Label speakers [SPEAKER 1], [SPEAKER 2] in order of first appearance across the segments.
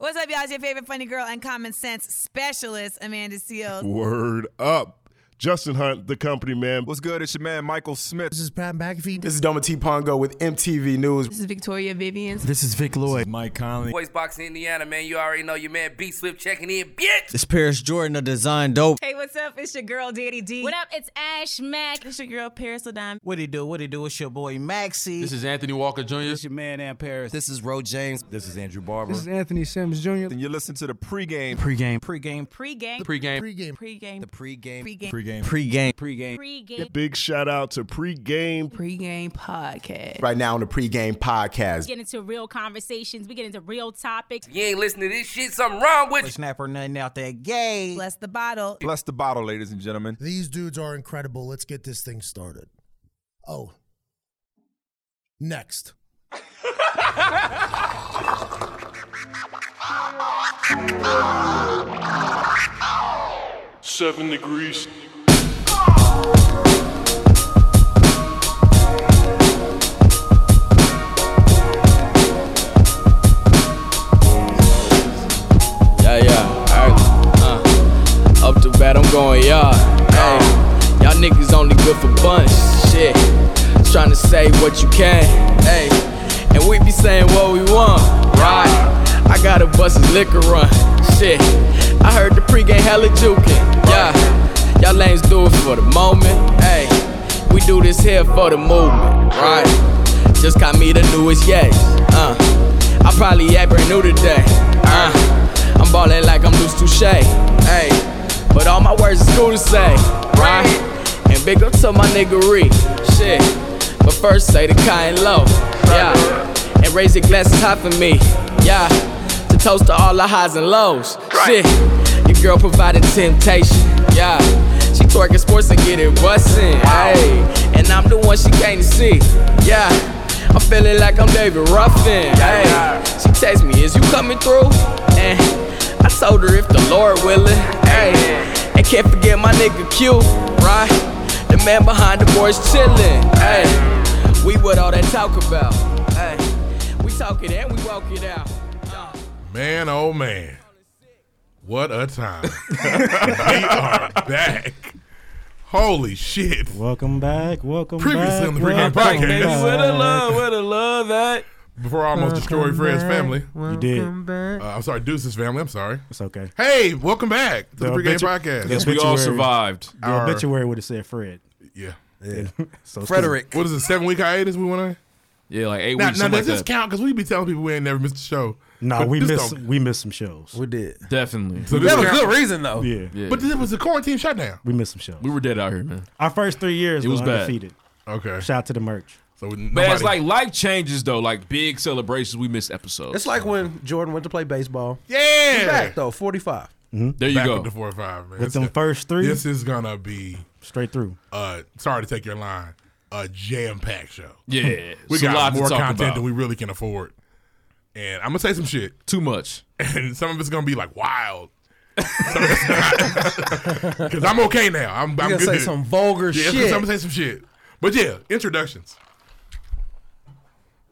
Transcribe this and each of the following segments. [SPEAKER 1] What's up, y'all? It's your favorite funny girl and common sense specialist, Amanda Seals.
[SPEAKER 2] Word up. Justin Hunt, the company man.
[SPEAKER 3] What's good? It's your man Michael Smith.
[SPEAKER 4] This is Pat McAfee.
[SPEAKER 5] This is Doma T. Pongo with MTV News.
[SPEAKER 1] This is Victoria Vivian.
[SPEAKER 4] This is Vic Lloyd.
[SPEAKER 3] Mike Conley.
[SPEAKER 6] Voice Box in Indiana, man. You already know your man B Swift checking in, bitch.
[SPEAKER 7] This Paris Jordan of Design Dope.
[SPEAKER 1] Hey, what's up? It's your girl, Daddy D.
[SPEAKER 8] What up? It's Ash Mack.
[SPEAKER 1] It's your girl, Paris Ladon.
[SPEAKER 4] What do you do? What do you do? It's your boy Maxie.
[SPEAKER 9] This is Anthony Walker Jr.
[SPEAKER 4] This your man Ann Paris.
[SPEAKER 7] This is Ro James.
[SPEAKER 3] This is Andrew Barber.
[SPEAKER 10] This is Anthony Sims Jr.
[SPEAKER 3] And you listen to the pregame.
[SPEAKER 4] pregame.
[SPEAKER 1] Pregame. Pregame.
[SPEAKER 9] Pre-game.
[SPEAKER 4] Pregame.
[SPEAKER 1] Pregame.
[SPEAKER 7] The pregame.
[SPEAKER 1] Pregame.
[SPEAKER 3] Pregame.
[SPEAKER 7] Pregame.
[SPEAKER 4] Pregame.
[SPEAKER 8] Pre-game.
[SPEAKER 2] Big shout out to pregame.
[SPEAKER 1] Pregame podcast.
[SPEAKER 5] Right now on the pregame podcast.
[SPEAKER 8] Get into real conversations. We get into real topics.
[SPEAKER 6] If you ain't listening to this shit, something wrong with you.
[SPEAKER 4] Snap or nothing out there. Gay.
[SPEAKER 1] Bless the bottle.
[SPEAKER 3] Bless the bottle, ladies and gentlemen.
[SPEAKER 11] These dudes are incredible. Let's get this thing started. Oh. Next.
[SPEAKER 12] Seven degrees.
[SPEAKER 13] Yeah, yeah, alright. Uh, up to bat, I'm going yard. Hey, y'all niggas only good for bunch. Shit, tryna say what you can. Hey, and we be saying what we want. Right, I got a bus's liquor run. Shit, I heard the pregame hella jukin'. Yeah, y'all lanes do it for the moment. Hey, we do this here for the movement. Right, just caught me the newest yes. Uh, I probably act brand new today. Uh. I'm ballin' like I'm loose touche. Hey, but all my words is cool to say, right? And big up to my niggery, shit. But first say the kind low, yeah. And raise your glasses high for me, yeah. To toast to all the highs and lows, shit. Your girl providing temptation, yeah. She twerking sports and getting bustin', hey. And I'm the one she came to see, yeah. I'm feeling like I'm David Ruffin, hey. She text me, is you coming through? And I told her if the Lord willing, hey. And can't forget my nigga Q, right? The man behind the boys chillin', hey. We what all that talk about, hey. We talk it and we walk it out.
[SPEAKER 9] Man, oh man. What a time. we are back. Holy shit.
[SPEAKER 4] Welcome back. Welcome
[SPEAKER 9] Previously
[SPEAKER 4] back.
[SPEAKER 9] on the pregame
[SPEAKER 4] welcome
[SPEAKER 9] podcast.
[SPEAKER 4] back.
[SPEAKER 9] What
[SPEAKER 6] What a love, Oh, what a love that.
[SPEAKER 9] Before I almost destroyed Fred's family.
[SPEAKER 4] You did.
[SPEAKER 9] Uh, I'm sorry, Deuce's family. I'm sorry.
[SPEAKER 4] It's okay.
[SPEAKER 9] Hey, welcome back to the,
[SPEAKER 4] The
[SPEAKER 9] pregame
[SPEAKER 4] obituary-
[SPEAKER 9] podcast.
[SPEAKER 3] Yes, we all
[SPEAKER 4] Obituary.
[SPEAKER 3] survived.
[SPEAKER 4] The
[SPEAKER 9] Our-
[SPEAKER 4] obituary would have said Fred.
[SPEAKER 9] Yeah.
[SPEAKER 4] So it's
[SPEAKER 7] Frederick.
[SPEAKER 9] What is it? Seven week hiatus we went on?
[SPEAKER 3] Yeah, like eight
[SPEAKER 9] Now,
[SPEAKER 3] weeks.
[SPEAKER 9] now
[SPEAKER 3] something
[SPEAKER 9] does
[SPEAKER 3] like
[SPEAKER 9] this
[SPEAKER 3] that.
[SPEAKER 9] count? Because we be telling people we ain't never missed a show.
[SPEAKER 4] cool. No,
[SPEAKER 9] But
[SPEAKER 4] we
[SPEAKER 9] this
[SPEAKER 4] missed
[SPEAKER 9] don't-
[SPEAKER 4] we missed some shows.
[SPEAKER 10] We did.
[SPEAKER 3] Definitely.
[SPEAKER 9] So this
[SPEAKER 5] That was
[SPEAKER 9] count-
[SPEAKER 5] good reason though.
[SPEAKER 4] Yeah,
[SPEAKER 3] Yeah.
[SPEAKER 9] But this was a quarantine shutdown.
[SPEAKER 4] we missed some shows.
[SPEAKER 3] we were dead out here, man.
[SPEAKER 4] Our first three years
[SPEAKER 3] It was
[SPEAKER 4] were
[SPEAKER 3] bad.
[SPEAKER 4] undefeated.
[SPEAKER 9] Okay.
[SPEAKER 4] Shout out to the merch.
[SPEAKER 9] So
[SPEAKER 3] But
[SPEAKER 9] nobody,
[SPEAKER 3] it's like life changes though. Like big celebrations, we miss episodes.
[SPEAKER 10] It's like when Jordan went to play baseball.
[SPEAKER 9] yeah,
[SPEAKER 10] Back though, 45.
[SPEAKER 3] there you
[SPEAKER 9] back
[SPEAKER 3] go.
[SPEAKER 9] with the four or five, man.
[SPEAKER 4] With
[SPEAKER 9] It's
[SPEAKER 4] them
[SPEAKER 9] go-
[SPEAKER 4] first three,
[SPEAKER 9] This is gonna be
[SPEAKER 4] straight through.
[SPEAKER 9] uh sorry to take your line, a jam packed show.
[SPEAKER 3] yeah,
[SPEAKER 9] We
[SPEAKER 3] it's a lot
[SPEAKER 9] got
[SPEAKER 3] to
[SPEAKER 9] more
[SPEAKER 3] talk
[SPEAKER 9] content
[SPEAKER 3] about.
[SPEAKER 9] than we really can afford. And I'm gonna say some shit.
[SPEAKER 3] Too much.
[SPEAKER 9] And some of it's gonna be like wild. Some of it's not. Cause I'm okay now. I'm, I'm
[SPEAKER 10] You
[SPEAKER 9] good.
[SPEAKER 10] gonna say
[SPEAKER 9] to-
[SPEAKER 10] some vulgar
[SPEAKER 9] yeah,
[SPEAKER 10] shit.
[SPEAKER 9] I'm gonna say some shit. But yeah, introductions.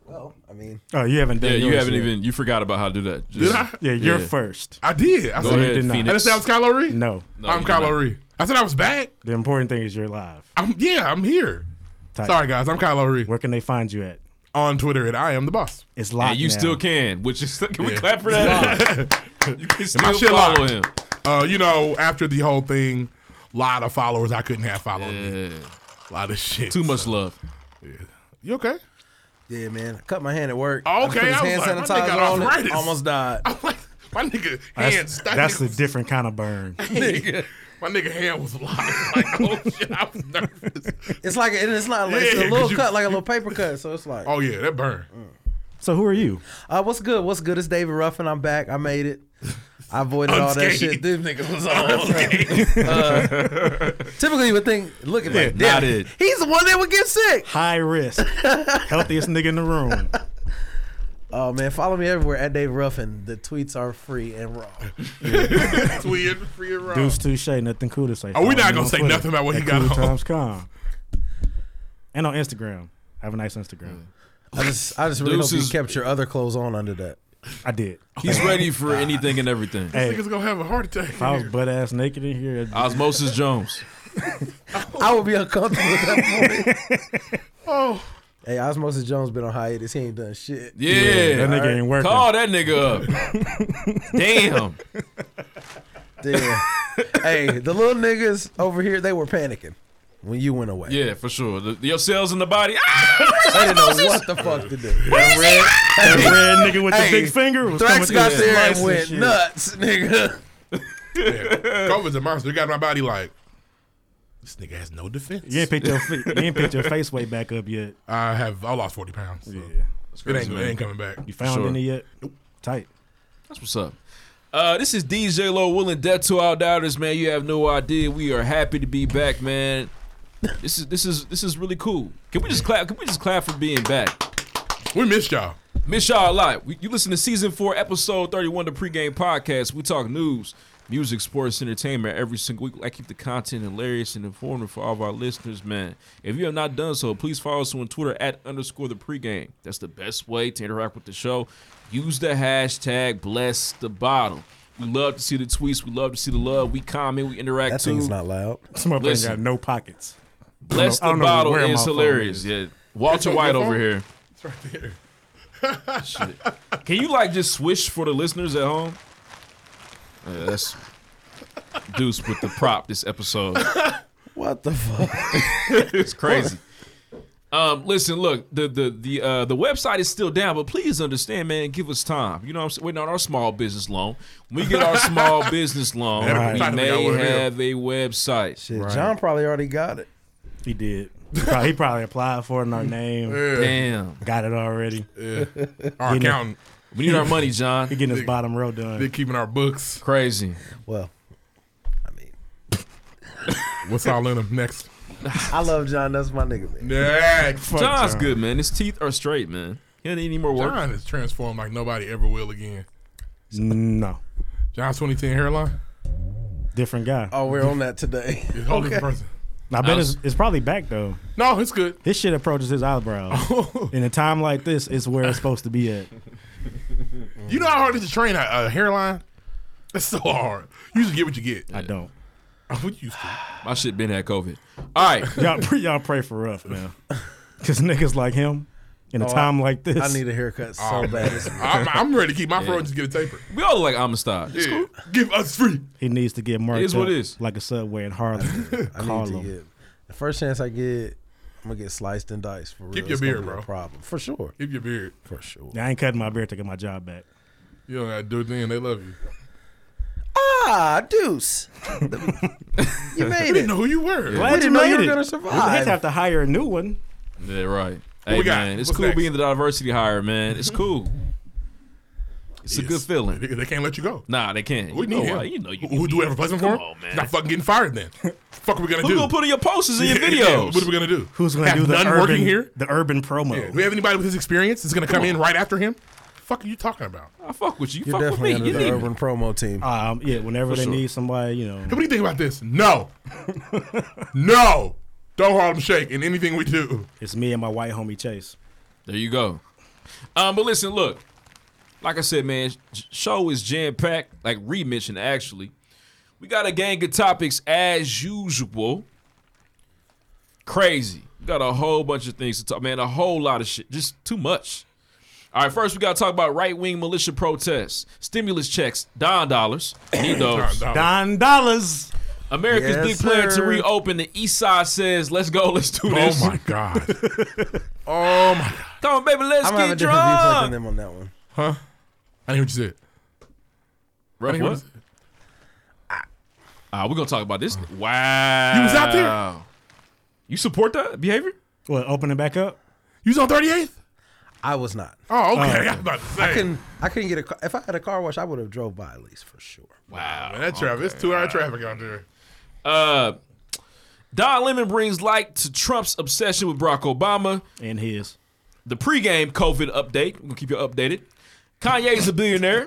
[SPEAKER 10] Well, I mean,
[SPEAKER 4] Oh, you haven't done.
[SPEAKER 3] Yeah, you
[SPEAKER 4] yours
[SPEAKER 3] haven't
[SPEAKER 4] yet.
[SPEAKER 3] even. You forgot about how to do that. Just,
[SPEAKER 9] Did I?
[SPEAKER 4] Yeah, you're
[SPEAKER 3] Yeah.
[SPEAKER 4] first.
[SPEAKER 9] I did. I
[SPEAKER 3] Go
[SPEAKER 9] said,
[SPEAKER 3] ahead,
[SPEAKER 4] did not.
[SPEAKER 3] Phoenix.
[SPEAKER 9] I just said I was Kylo Ree?
[SPEAKER 4] No,
[SPEAKER 3] No,
[SPEAKER 9] I'm
[SPEAKER 3] you
[SPEAKER 9] Kylo
[SPEAKER 3] did not.
[SPEAKER 9] Ree. I said I was back.
[SPEAKER 4] the important thing is you're live.
[SPEAKER 9] I'm yeah, I'm here.
[SPEAKER 4] Tight.
[SPEAKER 9] Sorry guys, I'm Kylo Ree.
[SPEAKER 4] Where can they find you at?
[SPEAKER 9] On Twitter at I am the boss.
[SPEAKER 4] It's
[SPEAKER 3] And
[SPEAKER 4] live.
[SPEAKER 3] you
[SPEAKER 4] now.
[SPEAKER 3] still can, which is can we
[SPEAKER 9] Yeah.
[SPEAKER 3] clap for that? you can still
[SPEAKER 9] shit
[SPEAKER 3] follow
[SPEAKER 9] locked?
[SPEAKER 3] him.
[SPEAKER 9] uh, you know, after the whole thing, lot of followers I couldn't have followed me.
[SPEAKER 3] Yeah.
[SPEAKER 9] A lot of shit.
[SPEAKER 3] Too much love.
[SPEAKER 9] You okay?
[SPEAKER 10] yeah, man. I cut my hand at work.
[SPEAKER 9] Oh,
[SPEAKER 10] I
[SPEAKER 9] okay,
[SPEAKER 10] put
[SPEAKER 9] I was
[SPEAKER 10] hand
[SPEAKER 9] like, my nigga
[SPEAKER 10] sanitizer
[SPEAKER 9] got
[SPEAKER 10] on
[SPEAKER 9] arthritis. Oh.
[SPEAKER 10] it. Almost died.
[SPEAKER 9] I'm like, my nigga hand
[SPEAKER 4] That's,
[SPEAKER 9] stuck.
[SPEAKER 4] that's a
[SPEAKER 9] nigga,
[SPEAKER 4] different kind of burn.
[SPEAKER 9] nigga, My nigga hand was locked. Like, oh shit, I was nervous.
[SPEAKER 10] It's like and it's not like
[SPEAKER 9] Yeah,
[SPEAKER 10] it's a
[SPEAKER 9] 'cause
[SPEAKER 10] little
[SPEAKER 9] you-
[SPEAKER 10] cut, like a little paper cut. So it's like,
[SPEAKER 9] Oh yeah, that burn.
[SPEAKER 4] So who are you?
[SPEAKER 10] uh, what's good? What's good? It's David Ruffin. I'm back. I made it. I avoided all that
[SPEAKER 9] Unscathed.
[SPEAKER 10] shit. These niggas was on. Uh, typically, you would think, look at that.
[SPEAKER 3] not
[SPEAKER 10] Damn,
[SPEAKER 3] it.
[SPEAKER 10] He's the one that would get sick.
[SPEAKER 4] High risk, healthiest nigga in the room.
[SPEAKER 10] Oh man, follow me everywhere at Dave Ruffin. The tweets are free and raw.
[SPEAKER 9] Tweet and free and raw.
[SPEAKER 4] Deuce touche, nothing cool to say.
[SPEAKER 9] Oh, we
[SPEAKER 4] Follow
[SPEAKER 9] not
[SPEAKER 4] me
[SPEAKER 9] gonna
[SPEAKER 4] on
[SPEAKER 9] say
[SPEAKER 4] Twitter
[SPEAKER 9] nothing about what he
[SPEAKER 4] at
[SPEAKER 9] got
[SPEAKER 4] cool
[SPEAKER 9] on.
[SPEAKER 4] Times com. And on Instagram have a nice Instagram.
[SPEAKER 9] I just, I just really hope you kept your other clothes on under that.
[SPEAKER 4] I did.
[SPEAKER 6] He's ready for anything and everything.
[SPEAKER 4] Hey.
[SPEAKER 3] Niggas gonna have a heart attack.
[SPEAKER 4] If I was butt ass naked in here, it'd be-
[SPEAKER 6] Osmosis Jones.
[SPEAKER 9] I would be uncomfortable at that point.
[SPEAKER 3] oh.
[SPEAKER 9] Hey, Osmosis Jones been on hiatus. He ain't done shit.
[SPEAKER 6] Yeah.
[SPEAKER 4] that nigga ain't working.
[SPEAKER 6] Call that nigga up. Damn.
[SPEAKER 9] Damn. hey, the little niggas over here, they were panicking when you went away.
[SPEAKER 6] Yeah, for sure. The, your cells in the body. Ah!
[SPEAKER 9] They didn't know what the fuck to do.
[SPEAKER 6] Where is he?
[SPEAKER 4] that red nigga with
[SPEAKER 9] Hey,
[SPEAKER 4] the big finger was coming
[SPEAKER 9] Thrax
[SPEAKER 4] through
[SPEAKER 9] got
[SPEAKER 4] the
[SPEAKER 9] there
[SPEAKER 4] slice
[SPEAKER 9] and went
[SPEAKER 4] shit.
[SPEAKER 9] nuts, nigga.
[SPEAKER 3] COVID's a monster. It got my body like this nigga has no defense.
[SPEAKER 4] You ain't picked your feet. You ain't picked your face weight back up yet.
[SPEAKER 3] I have. I lost forty pounds. so
[SPEAKER 4] Yeah.
[SPEAKER 3] It ain't,
[SPEAKER 6] crazy,
[SPEAKER 3] it
[SPEAKER 6] man.
[SPEAKER 3] ain't coming back.
[SPEAKER 4] You found
[SPEAKER 6] Sure.
[SPEAKER 4] any yet? Nope. Tight.
[SPEAKER 6] That's what's up. Uh, this is DJ Low willing death to our doubters, man. You have no idea. We are happy to be back, man. This is this is this is really cool. Can we just clap? Can we just clap for being back?
[SPEAKER 3] We missed y'all.
[SPEAKER 6] Miss y'all a lot. We, you listen to season four, episode thirty-one, the pregame podcast. We talk news, music, sports, entertainment every single week. I keep the content hilarious and informative for all of our listeners, man. If you have not done so, please follow us on Twitter at underscore the pregame. That's the best way to interact with the show. Use the hashtag bless the bottle. We love to see the tweets. We love to see the love. We comment. We interact
[SPEAKER 9] That
[SPEAKER 6] too.
[SPEAKER 9] thing's not loud.
[SPEAKER 4] Some of them
[SPEAKER 6] Listen.
[SPEAKER 4] got no pockets.
[SPEAKER 6] bless
[SPEAKER 4] I
[SPEAKER 6] the
[SPEAKER 4] don't know
[SPEAKER 6] bottle
[SPEAKER 4] where my
[SPEAKER 6] is
[SPEAKER 4] phone
[SPEAKER 6] hilarious.
[SPEAKER 4] is.
[SPEAKER 6] Yeah, Walter
[SPEAKER 3] on your
[SPEAKER 6] White
[SPEAKER 3] phone?
[SPEAKER 6] over here.
[SPEAKER 3] It's right there.
[SPEAKER 6] Shit. Can you like just swish for the listeners at home? Uh, that's Deuce with the prop this episode.
[SPEAKER 9] What the fuck?
[SPEAKER 6] It's crazy. Um, listen, look, the the the uh, the website is still down, but please understand, man, give us time. You know what I'm saying? Waiting on our small business loan. When we get our small business loan,
[SPEAKER 3] That'll be
[SPEAKER 6] we
[SPEAKER 3] fine. We got
[SPEAKER 6] may
[SPEAKER 3] one here.
[SPEAKER 6] have a website.
[SPEAKER 9] Shit, John probably already got it.
[SPEAKER 4] He did. He probably, he probably applied for it in our name.
[SPEAKER 6] Damn.
[SPEAKER 4] Got it already.
[SPEAKER 3] Our
[SPEAKER 4] You know.
[SPEAKER 3] accountant.
[SPEAKER 6] We need our money, John.
[SPEAKER 4] He getting his bottom row done.
[SPEAKER 3] They keeping our books.
[SPEAKER 6] Crazy.
[SPEAKER 9] Well, I mean,
[SPEAKER 3] What's all in them next?
[SPEAKER 9] I love John. That's my nigga, man.
[SPEAKER 3] Next.
[SPEAKER 4] Fuck
[SPEAKER 6] John's
[SPEAKER 4] John.
[SPEAKER 6] good, man. His teeth are straight, man. He doesn't need any more work.
[SPEAKER 3] John is transformed like nobody ever will again.
[SPEAKER 4] No.
[SPEAKER 3] John's 2010 hairline.
[SPEAKER 4] Different guy.
[SPEAKER 9] Oh, we're on that today.
[SPEAKER 3] His whole different person.
[SPEAKER 4] I bet
[SPEAKER 6] I was-
[SPEAKER 4] it's, it's probably back though.
[SPEAKER 3] No, it's good.
[SPEAKER 4] This shit approaches his eyebrows. In a time like this, it's where it's supposed to be at.
[SPEAKER 3] You know how hard it is to train a, a hairline? That's so hard. You just get what you get.
[SPEAKER 4] I don't.
[SPEAKER 3] We used to.
[SPEAKER 6] My shit been had COVID. All right.
[SPEAKER 4] Y'all, pray- y'all pray for rough, man. Because niggas like him, in a time like this,
[SPEAKER 9] I need a haircut so bad.
[SPEAKER 3] I'm, I'm ready to keep my fro and just get a taper.
[SPEAKER 6] We all look like Amistad.
[SPEAKER 3] Yeah. Give us free.
[SPEAKER 4] he needs to get marked
[SPEAKER 6] It is what
[SPEAKER 4] up
[SPEAKER 6] it is.
[SPEAKER 4] like a subway in Harlem.
[SPEAKER 9] I need to
[SPEAKER 4] Harlem.
[SPEAKER 9] get the first chance I get. I'm gonna get sliced and diced for real.
[SPEAKER 3] Keep your
[SPEAKER 9] It's gonna
[SPEAKER 3] beard,
[SPEAKER 9] be a
[SPEAKER 3] bro.
[SPEAKER 9] Problem for sure.
[SPEAKER 3] Keep your beard.
[SPEAKER 9] For sure.
[SPEAKER 4] I ain't cutting my beard to get my job back.
[SPEAKER 3] You don't gotta do it then. They love you.
[SPEAKER 9] Ah, Deuce, you
[SPEAKER 3] We
[SPEAKER 9] made
[SPEAKER 3] didn't
[SPEAKER 9] it.
[SPEAKER 3] know who you were.
[SPEAKER 4] Glad
[SPEAKER 9] didn't know you were gonna survive.
[SPEAKER 4] We hate to have to hire a new one.
[SPEAKER 6] Yeah, right. Hey,
[SPEAKER 3] we got?
[SPEAKER 6] man, it's
[SPEAKER 3] What's
[SPEAKER 6] cool
[SPEAKER 3] next?
[SPEAKER 6] being the diversity hire, man. It's cool. It's a
[SPEAKER 3] Yes.
[SPEAKER 6] good feeling.
[SPEAKER 3] They, they can't let you go.
[SPEAKER 6] Nah, they can't.
[SPEAKER 3] We
[SPEAKER 6] you
[SPEAKER 3] need
[SPEAKER 6] know
[SPEAKER 3] him.
[SPEAKER 6] why. You know you.
[SPEAKER 3] Who, who do we have a placement for him?
[SPEAKER 6] Come on, man.
[SPEAKER 3] Not fucking getting fired then. fuck are we gonna
[SPEAKER 6] Who
[SPEAKER 3] do?
[SPEAKER 6] gonna put in your posters and your
[SPEAKER 3] Yeah, yeah,
[SPEAKER 6] videos?
[SPEAKER 3] What are we gonna do?
[SPEAKER 4] Who's going to
[SPEAKER 3] Have
[SPEAKER 4] do the
[SPEAKER 3] none
[SPEAKER 4] urban,
[SPEAKER 3] working here?
[SPEAKER 4] The urban promo.
[SPEAKER 3] Yeah. Do we have anybody with his experience that's gonna come in right after him? Fuck are you talking about?
[SPEAKER 6] I fuck with you. You
[SPEAKER 9] You're
[SPEAKER 6] fuck with
[SPEAKER 9] definitely
[SPEAKER 6] me.
[SPEAKER 9] under
[SPEAKER 6] You
[SPEAKER 9] the
[SPEAKER 6] need
[SPEAKER 9] urban promo team.
[SPEAKER 4] Um, yeah, whenever they
[SPEAKER 6] sure.
[SPEAKER 4] need somebody, you know.
[SPEAKER 3] What do you think about this? No, no, don't Harlem shake in anything we do.
[SPEAKER 4] It's me and my white homie Chase.
[SPEAKER 6] There you go. Um, but listen, look, like I said, man, sh- show is jam packed, like remission actually. We got a gang of topics as usual. Crazy. We got a whole bunch of things to talk, man. A whole lot of shit. Just too much. All right, first we gotta talk about right wing militia protests, stimulus checks, Don dollars. Need those.
[SPEAKER 3] Nah, nah.
[SPEAKER 4] Don Dollars.
[SPEAKER 6] America's
[SPEAKER 9] Yes,
[SPEAKER 6] big plan to
[SPEAKER 9] sir.
[SPEAKER 6] reopen. The East Side says, "Let's go, let's do
[SPEAKER 3] Oh
[SPEAKER 6] this."
[SPEAKER 3] my god. oh my.
[SPEAKER 6] Come on, baby, let's
[SPEAKER 9] I'm gonna have a
[SPEAKER 6] get
[SPEAKER 9] different viewpoint than
[SPEAKER 6] drunk.
[SPEAKER 9] them on that one.
[SPEAKER 3] I didn't hear what you said. I
[SPEAKER 6] Ruff,
[SPEAKER 3] didn't hear
[SPEAKER 6] what?
[SPEAKER 3] you said.
[SPEAKER 6] Ah, we're gonna talk about this. Wow.
[SPEAKER 3] You was out
[SPEAKER 6] Uh,
[SPEAKER 3] there?
[SPEAKER 6] You support that behavior?
[SPEAKER 4] What, open it back up?
[SPEAKER 3] You was on 38th?
[SPEAKER 9] I was not.
[SPEAKER 3] Oh,
[SPEAKER 6] uh,
[SPEAKER 3] okay. I was about to say.
[SPEAKER 9] I couldn't. I couldn't get a. Car. If I had a car wash, I would have drove by at least for sure.
[SPEAKER 6] Wow.
[SPEAKER 3] Man, that traffic. It's two hour traffic out there.
[SPEAKER 6] Uh Don Lemon brings light to Trump's obsession with Barack Obama.
[SPEAKER 4] And his.
[SPEAKER 6] The pregame COVID update. We're gonna keep you updated. Kanye's a billionaire.